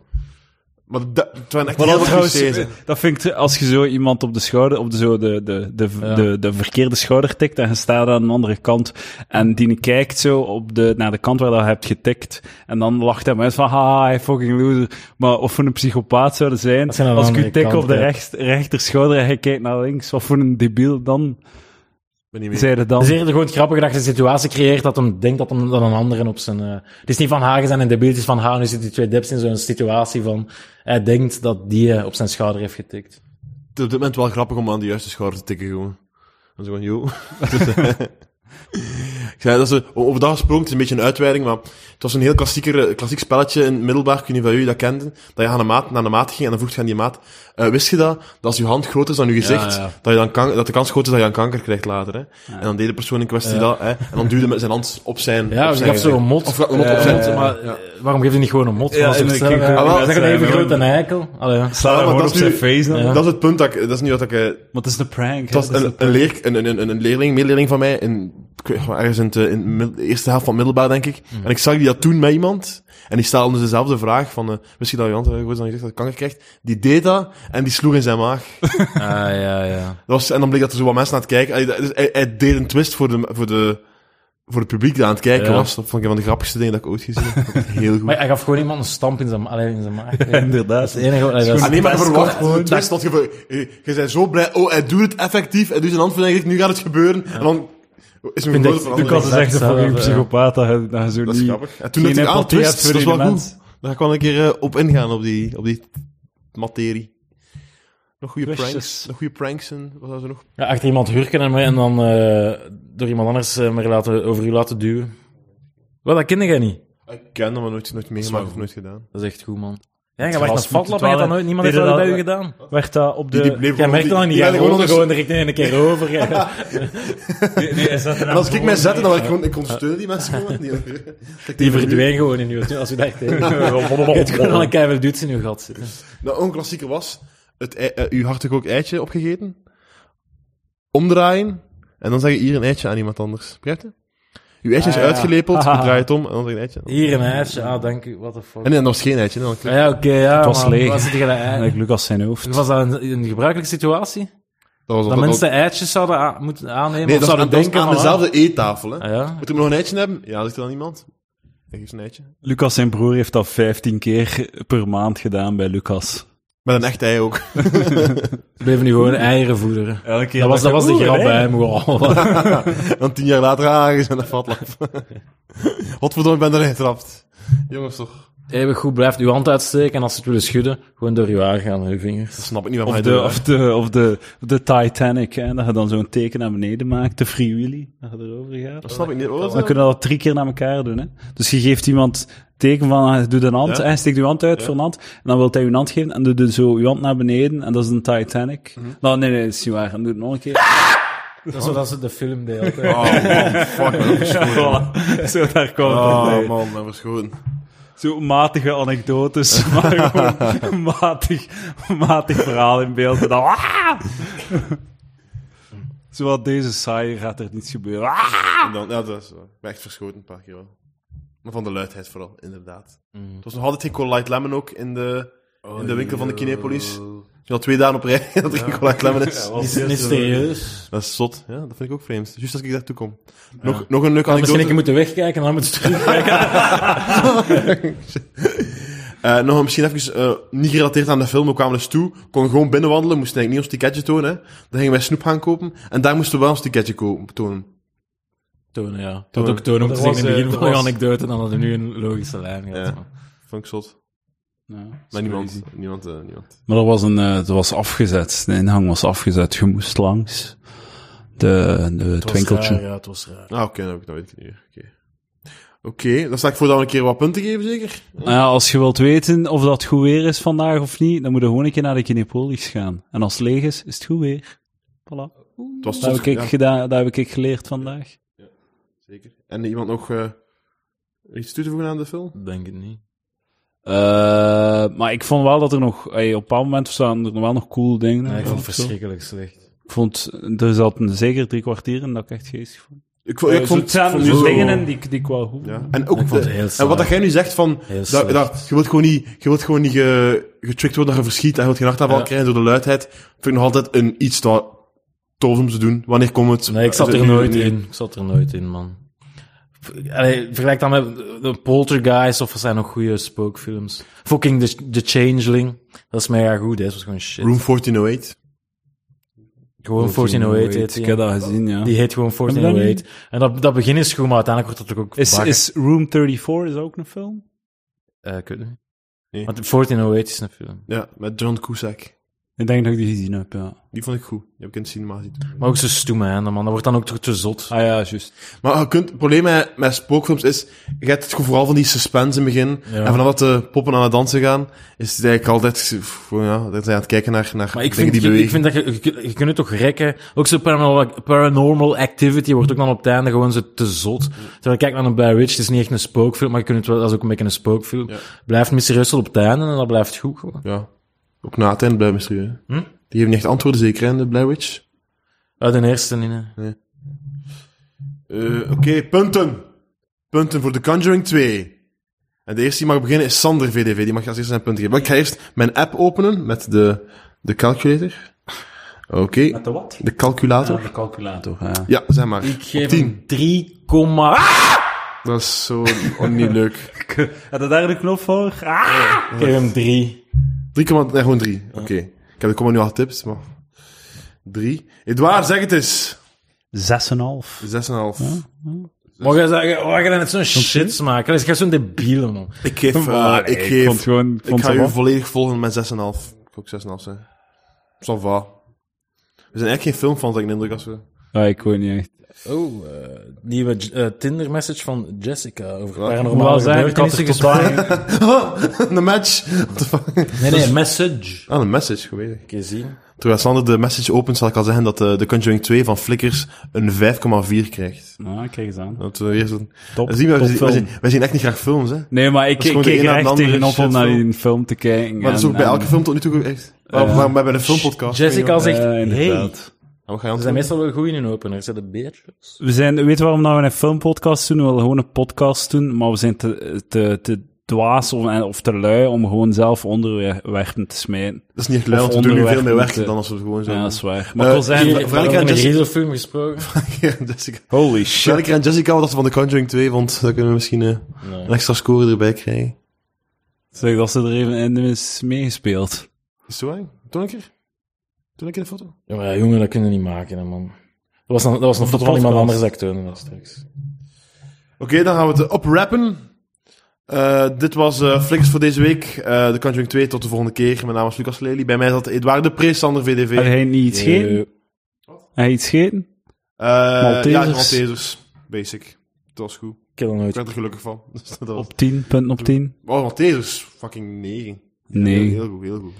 [SPEAKER 2] Maar dat, het waren echt
[SPEAKER 5] Maar
[SPEAKER 2] heel
[SPEAKER 5] dat
[SPEAKER 2] veel
[SPEAKER 5] trouwens,
[SPEAKER 2] clichés, hè.
[SPEAKER 5] dat vind ik, als je zo iemand op de schouder, op de, zo de, de, de,
[SPEAKER 4] Ja.
[SPEAKER 5] de, de verkeerde schouder tikt en je staat aan de andere kant en die kijkt zo op de, naar de kant waar dat je hebt getikt en dan lacht hij me uit van, haha, hij fucking loser. Maar of voor een psychopaat zou dat zijn,
[SPEAKER 4] Dat zijn aan de
[SPEAKER 5] als ik u
[SPEAKER 4] andere
[SPEAKER 5] tik
[SPEAKER 4] kant,
[SPEAKER 5] op de
[SPEAKER 4] ja.
[SPEAKER 5] rechts, rechter schouder en hij kijkt naar links, wat voor een debiel dan,
[SPEAKER 2] ben niet mee.
[SPEAKER 5] zei je dan.
[SPEAKER 4] Het is eerder gewoon grappig dat je een situatie creëert dat hem denkt dat, hem, dat een ander op zijn... eh, Het is niet van Hagen zijn en debiel, het is van Hagen. Nu zitten die twee deps in zo'n situatie van... Hij denkt dat die eh, op zijn schouder heeft getikt.
[SPEAKER 2] Het is op dit moment wel grappig om aan de juiste schouder te tikken, gewoon. Dan zo van, yo. ik zei, dat is, een- over dat gesproken, het is een beetje een uitweiding, maar het was een heel klassieker, eh, klassiek spelletje in het middelbaar, ik weet niet of jullie dat kenden, dat je aan de maat, naar de maat ging en dan vroeg je aan die maat, eh, wist je dat, dat als je hand groter is dan je gezicht, Dat, je dan kan, dat de kans groot is dat je aan kanker krijgt later, hè. En dan deed de persoon in kwestie dat, hè, en dan duwde met zijn hand op zijn,
[SPEAKER 4] Ja, dus
[SPEAKER 2] op
[SPEAKER 4] ik
[SPEAKER 2] zijn
[SPEAKER 4] gaf zo'n mot.
[SPEAKER 2] Of een mot op zijn-
[SPEAKER 4] Eh, maar, eh, Waarom geef je niet gewoon een mot? Ja,
[SPEAKER 5] en
[SPEAKER 4] dat
[SPEAKER 5] ik-
[SPEAKER 4] is
[SPEAKER 5] ik- ik-
[SPEAKER 2] ik-
[SPEAKER 4] Ah, een even
[SPEAKER 5] ik-
[SPEAKER 4] grote eikel. Allee, ja.
[SPEAKER 5] Staat
[SPEAKER 2] Ja,
[SPEAKER 5] hij
[SPEAKER 2] maar
[SPEAKER 5] gewoon
[SPEAKER 2] dat
[SPEAKER 5] op
[SPEAKER 2] is nu-
[SPEAKER 5] zijn face dan.
[SPEAKER 4] Ja.
[SPEAKER 2] Dat is het punt dat ik, dat is nu wat ik, eh,
[SPEAKER 5] Want het is een prank.
[SPEAKER 2] Het
[SPEAKER 5] hè,
[SPEAKER 2] was
[SPEAKER 5] dat is
[SPEAKER 2] een, een, leer, een, een, een- een leerling, medeleerling van mij, in, ik weet- ergens in, het, eh, in het mid- de eerste helft van het middelbaar, denk ik.
[SPEAKER 5] Mm.
[SPEAKER 2] En ik zag die dat toen met iemand. En die stelde dus dezelfde vraag van, eh misschien dat je hand eh, goed is dan gezegd dat je kanker krijgt. Die deed dat en die sloeg in zijn maag.
[SPEAKER 4] Ah, ja, ja.
[SPEAKER 2] Dat was, en dan bleek dat er zo wat mensen aan het kijken. Hij, dus hij, hij deed een twist voor, de, voor, de, voor het publiek dat aan het kijken
[SPEAKER 4] Ja.
[SPEAKER 2] was. Dat vond ik een van de grappigste dingen dat ik ooit gezien heb. Heel goed.
[SPEAKER 4] Maar hij gaf gewoon iemand een stamp in zijn, allee, in zijn maag.
[SPEAKER 5] Ja, inderdaad.
[SPEAKER 4] Dat is het enige... allee, dat is-
[SPEAKER 2] Ah, nee, maar
[SPEAKER 5] best
[SPEAKER 2] verwacht.
[SPEAKER 5] kort,
[SPEAKER 2] de twist dat je, je, je bent zo blij. Oh, hij doet het effectief. Hij doet zijn hand van, nu gaat het gebeuren. En dan Is een grote
[SPEAKER 4] De
[SPEAKER 2] verandering.
[SPEAKER 4] kat is echt een fucking
[SPEAKER 5] psychopaat dat je, dat je zo
[SPEAKER 2] Dat is
[SPEAKER 5] niet-
[SPEAKER 2] grappig. En toen
[SPEAKER 5] geen
[SPEAKER 2] dat hij
[SPEAKER 5] empathie hebt
[SPEAKER 2] aantwist,
[SPEAKER 5] voor
[SPEAKER 2] dat is
[SPEAKER 5] die
[SPEAKER 2] wel goed.
[SPEAKER 5] mens.
[SPEAKER 2] Daar kan ik een keer eh, op ingaan, op die, op die materie. Nog goede pranks. Nog goede pranks en wat hadden ze nog?
[SPEAKER 4] Ja, achter iemand hurken en, en dan eh, door iemand anders eh, maar laten, over u laten duwen. Wat, dat kende jij niet.
[SPEAKER 2] Ik ken dat, maar nooit, nooit meegemaakt of nooit gedaan.
[SPEAKER 4] Dat is echt goed, man. Ja, je wacht
[SPEAKER 5] gras
[SPEAKER 4] naar fatlap en je
[SPEAKER 5] moet
[SPEAKER 4] hebt dat
[SPEAKER 5] het
[SPEAKER 4] nooit, niemand
[SPEAKER 5] wel-
[SPEAKER 4] heeft dat bij u
[SPEAKER 5] deden
[SPEAKER 4] gedaan.
[SPEAKER 5] Werd dat op de...
[SPEAKER 2] Die, die bleef
[SPEAKER 4] Jij merkt dat
[SPEAKER 2] die-
[SPEAKER 4] niet,
[SPEAKER 2] die
[SPEAKER 4] jij
[SPEAKER 2] werden
[SPEAKER 4] rolde
[SPEAKER 2] gewoon
[SPEAKER 4] gewoon dus- direct in een keer over. jij.
[SPEAKER 2] En als ik mij zette, dan ik gewoon, ik ondersteunde die mensen gewoon. Die, Dat
[SPEAKER 4] Die verdween gewoon in je, als u daar tegen Je hebt gewoon al een keihard duwt in uw gat zitten.
[SPEAKER 2] Nou, een klassieker was, het, ei- eh, uw hartekookt eitje opgegeten, omdraaien, en dan zeg je hier een eitje aan iemand anders. Begrijpt je? Uw eitje is uitgelepeld, je draait om, en dan zeg je een eitje.
[SPEAKER 4] Hier een ijsje, ah, dank u, what the fuck.
[SPEAKER 2] En nee, dat was geen eitje. Dan
[SPEAKER 4] Ah, ja, oké, ja,
[SPEAKER 5] Het was
[SPEAKER 4] man.
[SPEAKER 5] leeg.
[SPEAKER 4] Waar zit jij dat ei-
[SPEAKER 5] Eigenlijk Lucas zijn hoofd.
[SPEAKER 4] Was dat een, een gebruikelijke situatie?
[SPEAKER 2] dat was
[SPEAKER 4] Dat, mensen eitjes zouden aan- moeten aannemen
[SPEAKER 2] Nee, dat
[SPEAKER 4] of
[SPEAKER 2] was,
[SPEAKER 4] zouden
[SPEAKER 2] dat was
[SPEAKER 4] denken
[SPEAKER 2] aan
[SPEAKER 4] van... ah,
[SPEAKER 2] dezelfde eettafel, hè.
[SPEAKER 4] ah, ja.
[SPEAKER 2] Moet ik nog een eitje hebben? Ja, ligt er dan iemand? Ik geef ze een eitje.
[SPEAKER 5] Lucas zijn broer heeft dat 15 keer per maand gedaan bij Lucas.
[SPEAKER 2] Met een echt ei ook.
[SPEAKER 4] Ze bleven nu gewoon eieren voederen.
[SPEAKER 5] Elke keer
[SPEAKER 4] Dat was, dat was de grap bij hem gewoon.
[SPEAKER 2] Dan tien jaar later, ah, is aan de vatlap. Godverdomme, ik ben erin getrapt. Jongens toch.
[SPEAKER 4] Even goed, blijft uw hand uitsteken en als ze het willen schudden, gewoon door uw haar gaan, uw vingers.
[SPEAKER 2] Dat snap ik niet wat
[SPEAKER 5] Of
[SPEAKER 2] mij
[SPEAKER 5] de,
[SPEAKER 2] doet.
[SPEAKER 5] of, de, of, de, of de Titanic, hè, dat je dan zo'n teken naar beneden maakt, de Free Willy, dat je erover gaat.
[SPEAKER 2] Dat snap ik niet. Wat was
[SPEAKER 5] Dan
[SPEAKER 2] dat?
[SPEAKER 5] kunnen we dat drie keer naar elkaar doen. Hè? Dus je geeft iemand teken van, ah, doe de hand,
[SPEAKER 2] Ja.
[SPEAKER 5] hij steekt uw hand uit voor een hand, en dan wil hij uw hand geven, en doet hij zo uw hand naar beneden, en dat is een Titanic.
[SPEAKER 2] Mhm.
[SPEAKER 5] Nou, nee, nee, dat is niet waar, en doe het nog een keer.
[SPEAKER 4] Dat is zodat ze de film deelt.
[SPEAKER 2] Oh man, fuck, ik ben verschoten.
[SPEAKER 5] zo, daar komt
[SPEAKER 2] Oh man, ik ben verschoten.
[SPEAKER 5] Zo matige anekdotes, maar gewoon een matig, matig verhaal in beeld. En dan, ah! Zowel deze saai gaat er niets gebeuren. Ah!
[SPEAKER 2] En dan, ja, dat is, waar. ik ben echt verschoten een paar keer wel. Maar van de luidheid vooral, inderdaad.
[SPEAKER 4] Mm.
[SPEAKER 2] Het was nog altijd geen Cola Light Lemon ook in de, in
[SPEAKER 4] Oh,
[SPEAKER 2] de winkel van de Kinepolis. Je al twee dagen op rij dat er geen Cola Light Lemon is.
[SPEAKER 4] Is het niet serieus?
[SPEAKER 2] dat is zot, ja, dat vind ik ook vreemd. Juist als ik daartoe kom. Nog, nog een leuke
[SPEAKER 4] Misschien een
[SPEAKER 2] anekdote.
[SPEAKER 4] keer moeten wegkijken en dan moeten ze terugkijken.
[SPEAKER 2] Eh, nog een- misschien even, eh, niet gerelateerd aan de film, we kwamen dus toe, konden gewoon binnenwandelen, moesten eigenlijk niet ons ticketje tonen. hè. Dan gingen wij snoep gaan kopen, en daar moesten we wel ons ticketje kopen, tonen.
[SPEAKER 4] Tonen, ja. Dat
[SPEAKER 2] Tonen.
[SPEAKER 4] ook tonen om te
[SPEAKER 2] Er
[SPEAKER 4] zeggen in
[SPEAKER 2] was,
[SPEAKER 4] het
[SPEAKER 2] eh,
[SPEAKER 4] begin
[SPEAKER 2] er
[SPEAKER 4] van de
[SPEAKER 2] was-
[SPEAKER 4] anekdote, dan hadden we nu een logische lijn gehad.
[SPEAKER 2] Ja.
[SPEAKER 4] man.
[SPEAKER 2] Vond ik zot.
[SPEAKER 5] Ja.
[SPEAKER 2] Maar niemand, niemand, eh, niemand.
[SPEAKER 5] Maar dat was, een, eh, dat was afgezet. De inhang was afgezet. Je moest langs de, de, het
[SPEAKER 4] Het was
[SPEAKER 5] winkeltje.
[SPEAKER 4] raar, ja, het was raar.
[SPEAKER 2] Ah, oké, dan, heb ik- dan weet ik het niet meer. Oké, Oké, dan sta ik voor dat we een keer wat punten geven, zeker?
[SPEAKER 5] Nou ja, als je wilt weten of dat goed weer is vandaag of niet, dan moet je gewoon een keer naar de Kinepolis gaan. En als het leeg is, is het goed weer. Voilà.
[SPEAKER 2] Het was
[SPEAKER 5] Dat
[SPEAKER 2] zot,
[SPEAKER 5] heb ik,
[SPEAKER 2] ja,
[SPEAKER 5] gedaan, dat heb ik geleerd vandaag.
[SPEAKER 2] zeker. En iemand nog eh, iets toe te voegen aan de film?
[SPEAKER 4] Denk het niet.
[SPEAKER 5] Eh, maar ik vond wel dat er nog, eh, op een bepaald moment staan er wel nog coole dingen.
[SPEAKER 4] Nee, ik vond het
[SPEAKER 5] Of zo.
[SPEAKER 4] verschrikkelijk slecht.
[SPEAKER 5] Ik vond, er zat een, zeker drie kwartier in dat ik echt geestig vond.
[SPEAKER 2] Ik, vond- ik vond
[SPEAKER 5] het zijn
[SPEAKER 2] vond het Eh, zo-
[SPEAKER 5] dingen
[SPEAKER 4] Oh.
[SPEAKER 5] in die, die ik wel goed
[SPEAKER 2] Ja.
[SPEAKER 5] vond.
[SPEAKER 2] En ook
[SPEAKER 4] Ik vond
[SPEAKER 2] de-
[SPEAKER 4] het heel
[SPEAKER 2] en
[SPEAKER 4] saai.
[SPEAKER 2] wat dat jij nu zegt van,
[SPEAKER 4] Heel
[SPEAKER 2] dat,
[SPEAKER 4] slecht.
[SPEAKER 2] dat, je wilt gewoon niet, je wilt gewoon niet ge, getricked worden naar een verschiet en je wilt geen hartaanval
[SPEAKER 4] Ja.
[SPEAKER 2] krijgen door de luidheid, vind ik nog altijd een iets dat tof om te doen. Wanneer komt het?
[SPEAKER 4] Nee, ik zat
[SPEAKER 2] Is het
[SPEAKER 4] er
[SPEAKER 2] nu-
[SPEAKER 4] nooit
[SPEAKER 2] nu-
[SPEAKER 4] in. Ik zat er nooit in, man. Allee, vergelijk dat met de Poltergeist of er zijn nog goede spookfilms. Fucking The, The Changeling. Dat is mega goed, hè. Dat was gewoon shit.
[SPEAKER 2] Room 1408.
[SPEAKER 4] gewoon 1408 heet
[SPEAKER 5] Ik
[SPEAKER 4] die.
[SPEAKER 5] heb dat gezien, ja.
[SPEAKER 4] Die heet gewoon
[SPEAKER 5] Hebben we
[SPEAKER 4] 1408. En dat, dat begin is goed, maar uiteindelijk wordt dat ook ook
[SPEAKER 5] Is,
[SPEAKER 4] bakken.
[SPEAKER 5] is Room 34 is dat ook een film?
[SPEAKER 4] Eh, ik weet het niet.
[SPEAKER 2] Nee.
[SPEAKER 4] Want 1408 is een film.
[SPEAKER 2] Ja, met John Cusack.
[SPEAKER 5] Ik denk dat ik die gezien heb, ja.
[SPEAKER 2] Die vond ik goed. Die heb ik in het cinema gezien.
[SPEAKER 4] Maar ook zo stoem, hè, man. Dat wordt dan ook te, te zot.
[SPEAKER 5] Ah ja, juist.
[SPEAKER 2] Maar je kunt, het probleem met, met spookfilms is, je hebt het gevoel vooral van die suspense in het begin.
[SPEAKER 4] Ja.
[SPEAKER 2] En vanaf dat de poppen aan het dansen gaan, is het eigenlijk altijd, pff, ja, dat zijn aan het kijken naar, naar
[SPEAKER 4] Maar ik
[SPEAKER 2] dingen
[SPEAKER 4] vind,
[SPEAKER 2] die
[SPEAKER 4] je,
[SPEAKER 2] bewegen.
[SPEAKER 4] ik vind dat je, je, je kunt het toch rekken. Ook zo paranormal, paranormal activity wordt ook dan op het einde gewoon zo te zot. Terwijl ik kijk naar een Blair Witch, het is niet echt een spookfilm, maar je kunt het wel, dat is ook een beetje een spookfilm. Blijft Mr. Russell op het einde en dat blijft goed gewoon.
[SPEAKER 2] Ja. Ook na het einde blijven mysterieus.
[SPEAKER 4] Hm?
[SPEAKER 2] Die hebben niet echt antwoorden, zeker, hè, in de Blair Witch.
[SPEAKER 4] Uit de eerste in. hè.
[SPEAKER 2] Eh, Oké, punten. Punten voor The Conjuring 2. En de eerste die mag beginnen is Sander VDV. Die mag als eerste zijn punten geven. Maar ik ga eerst mijn app openen met de, de calculator. Oké. Met de wat? De calculator. Ja,
[SPEAKER 5] Toch, ja.
[SPEAKER 2] zeg maar.
[SPEAKER 4] Ik geef
[SPEAKER 2] Op 10.
[SPEAKER 4] hem Ah! 3, comma-
[SPEAKER 2] Dat is zo oh, niet leuk. 3,9
[SPEAKER 5] eh, Had je daar de knop voor? Ah!
[SPEAKER 4] Ik geef hem 3.
[SPEAKER 2] nee, gewoon 3. Oké. Ik heb de komma nu al getipt, maar... 3. Edouard, zeg het eens.
[SPEAKER 5] Zes en half.
[SPEAKER 2] 6,5. Ja.
[SPEAKER 4] Mag je zeggen, wat je dan net zo'n shit smaken? Ik ga zo'n debiele, man.
[SPEAKER 2] Ik geef, eh,
[SPEAKER 5] Maar
[SPEAKER 2] ik
[SPEAKER 5] nee,
[SPEAKER 2] geef,
[SPEAKER 5] vond gewoon, ik
[SPEAKER 2] ik
[SPEAKER 5] vond
[SPEAKER 2] ga
[SPEAKER 5] het
[SPEAKER 2] u
[SPEAKER 5] wel.
[SPEAKER 2] volledig volgen met 6,5. Ik wil ook 6,5 zeggen. Ça va. We zijn eigenlijk geen filmfans, heb ik de indruk, als we...
[SPEAKER 5] Ja, ik weet niet echt.
[SPEAKER 4] Oh, eh, nieuwe eh, Tinder-message van Jessica over
[SPEAKER 2] Wat?
[SPEAKER 4] paranormale gebeurtenissen gesproken.
[SPEAKER 2] een match! What the fuck?
[SPEAKER 4] Nee, nee, message.
[SPEAKER 2] Ah, een message, geweldig.
[SPEAKER 4] Oké, zien.
[SPEAKER 2] Terwijl Sander de message opent, zal ik al zeggen dat eh, The Conjuring 2 van Flickers een 5,4 krijgt.
[SPEAKER 5] Nou, kijk eens aan.
[SPEAKER 2] Dat we weer zo'n...
[SPEAKER 5] Top,
[SPEAKER 2] Zien we,
[SPEAKER 5] top
[SPEAKER 2] we, zien- we
[SPEAKER 5] film.
[SPEAKER 2] zien, wij zien echt niet graag films, hè. Maar
[SPEAKER 5] Nee, maar ik,
[SPEAKER 2] is
[SPEAKER 5] ik
[SPEAKER 2] gewoon de
[SPEAKER 5] keek
[SPEAKER 2] een na
[SPEAKER 5] er
[SPEAKER 2] de
[SPEAKER 5] echt
[SPEAKER 2] andere
[SPEAKER 5] tegenop om naar
[SPEAKER 2] shitfilm.
[SPEAKER 5] die film te kijken.
[SPEAKER 2] dat is
[SPEAKER 5] en- eh,
[SPEAKER 2] ook bij
[SPEAKER 5] en-
[SPEAKER 2] elke film tot nu toe echt. Maar, maar, maar bij de filmpodcast.
[SPEAKER 4] Jessica zegt,
[SPEAKER 5] Ja,
[SPEAKER 4] hey.
[SPEAKER 5] inderdaad.
[SPEAKER 2] Ah, wat ga je
[SPEAKER 4] Ze
[SPEAKER 2] antwoorden?
[SPEAKER 4] zijn meestal wel goed in hun opener. Zijn dat beertjes?
[SPEAKER 5] We zijn, weet je waarom dat we een filmpodcast doen? We willen gewoon een podcast doen, maar we zijn te, te, te dwaas of, en- of te lui om gewoon zelf onderwerpen te smijten.
[SPEAKER 2] Dat is niet echt leuk,
[SPEAKER 5] Of
[SPEAKER 2] want we doen nu veel meer
[SPEAKER 5] onderwerp
[SPEAKER 2] werk
[SPEAKER 5] moeten.
[SPEAKER 2] dan als we het gewoon zo
[SPEAKER 5] Ja, dat
[SPEAKER 2] doen.
[SPEAKER 5] is waar. Maar ik
[SPEAKER 2] Eh,
[SPEAKER 5] wil zeggen,
[SPEAKER 2] hier- Vraag ik aan
[SPEAKER 4] Over
[SPEAKER 2] Jessica.
[SPEAKER 4] een Hazelfilm gesproken.
[SPEAKER 2] Ja, Jessica.
[SPEAKER 5] holy
[SPEAKER 2] Stel
[SPEAKER 5] shit.
[SPEAKER 2] ik er aan Jessica wat ze van The Conjuring 2 vond, dan kunnen we misschien eh, een extra score erbij krijgen.
[SPEAKER 5] Zeg dat ze er even in is meegespeeld.
[SPEAKER 2] Is het zo waar? Toen een keer? Toen een keer de foto?
[SPEAKER 4] Ja, maar ja, jongen, dat kunnen we niet maken, hè, man. Dat was een, dat was een foto van iemand anders dat ik toonde dat straks.
[SPEAKER 2] Oké, dan gaan we het eh, oprappen. Eh, dit was eh Flickers voor deze week. Eh de Conjuring 2, tot de volgende keer. Mijn naam is Lucas Lely. Bij mij zat Edouard de Pre, Sander VDV.
[SPEAKER 5] Had hij niet iets gegeten?
[SPEAKER 4] Eh,
[SPEAKER 5] Had hij iets gegeten?
[SPEAKER 2] Eh, Ja, de Maltesers. Basic. Dat was goed.
[SPEAKER 4] Ik heb dat
[SPEAKER 2] Ik
[SPEAKER 4] nooit.
[SPEAKER 2] werd er gelukkig van. Dus dat was...
[SPEAKER 5] Op 10, punten op 10?
[SPEAKER 2] Oh, Maltesers. Fucking 9.
[SPEAKER 5] Nee.
[SPEAKER 2] Heel, heel goed, heel goed.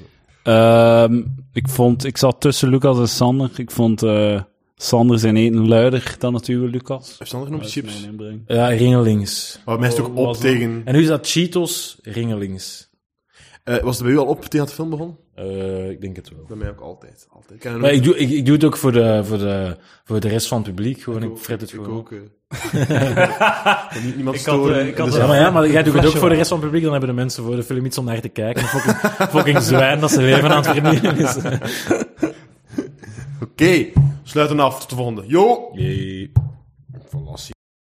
[SPEAKER 5] Ehm, ik vond, ik zat tussen Lucas en Sander. Ik vond eh, Sander zijn eten luider dan het uwe, Lucas.
[SPEAKER 2] Heeft Sander genoemd chips?
[SPEAKER 5] Mijn inbreng.
[SPEAKER 4] Ja, ringelings.
[SPEAKER 2] Oh, mij is het ook op tegen...
[SPEAKER 4] En nu is dat Cheetos, ringelings.
[SPEAKER 2] Eh, was het bij u al op tegen het film begon?
[SPEAKER 4] Eh, ik denk het wel.
[SPEAKER 2] Bij mij ook altijd. altijd. Ik ken hem
[SPEAKER 4] Maar
[SPEAKER 2] ook.
[SPEAKER 4] ik doe, ik, ik doe het ook voor de, voor, de, voor de rest van het publiek. Gewoon, ik, fret het
[SPEAKER 2] Ik
[SPEAKER 4] gewoon.
[SPEAKER 2] ook. eh. Ik wil niemand storen.
[SPEAKER 5] ik had,
[SPEAKER 2] Dus
[SPEAKER 5] eh,
[SPEAKER 4] Ja, maar ja, maar jij doet het ook voor de rest van het publiek. Dan hebben de mensen voor de film iets om naar te kijken. Een Fucking, fucking zwijn dat ze leven aan het vernielen is.
[SPEAKER 2] Oké, sluiten af. Tot de volgende. Yo! Verlassie.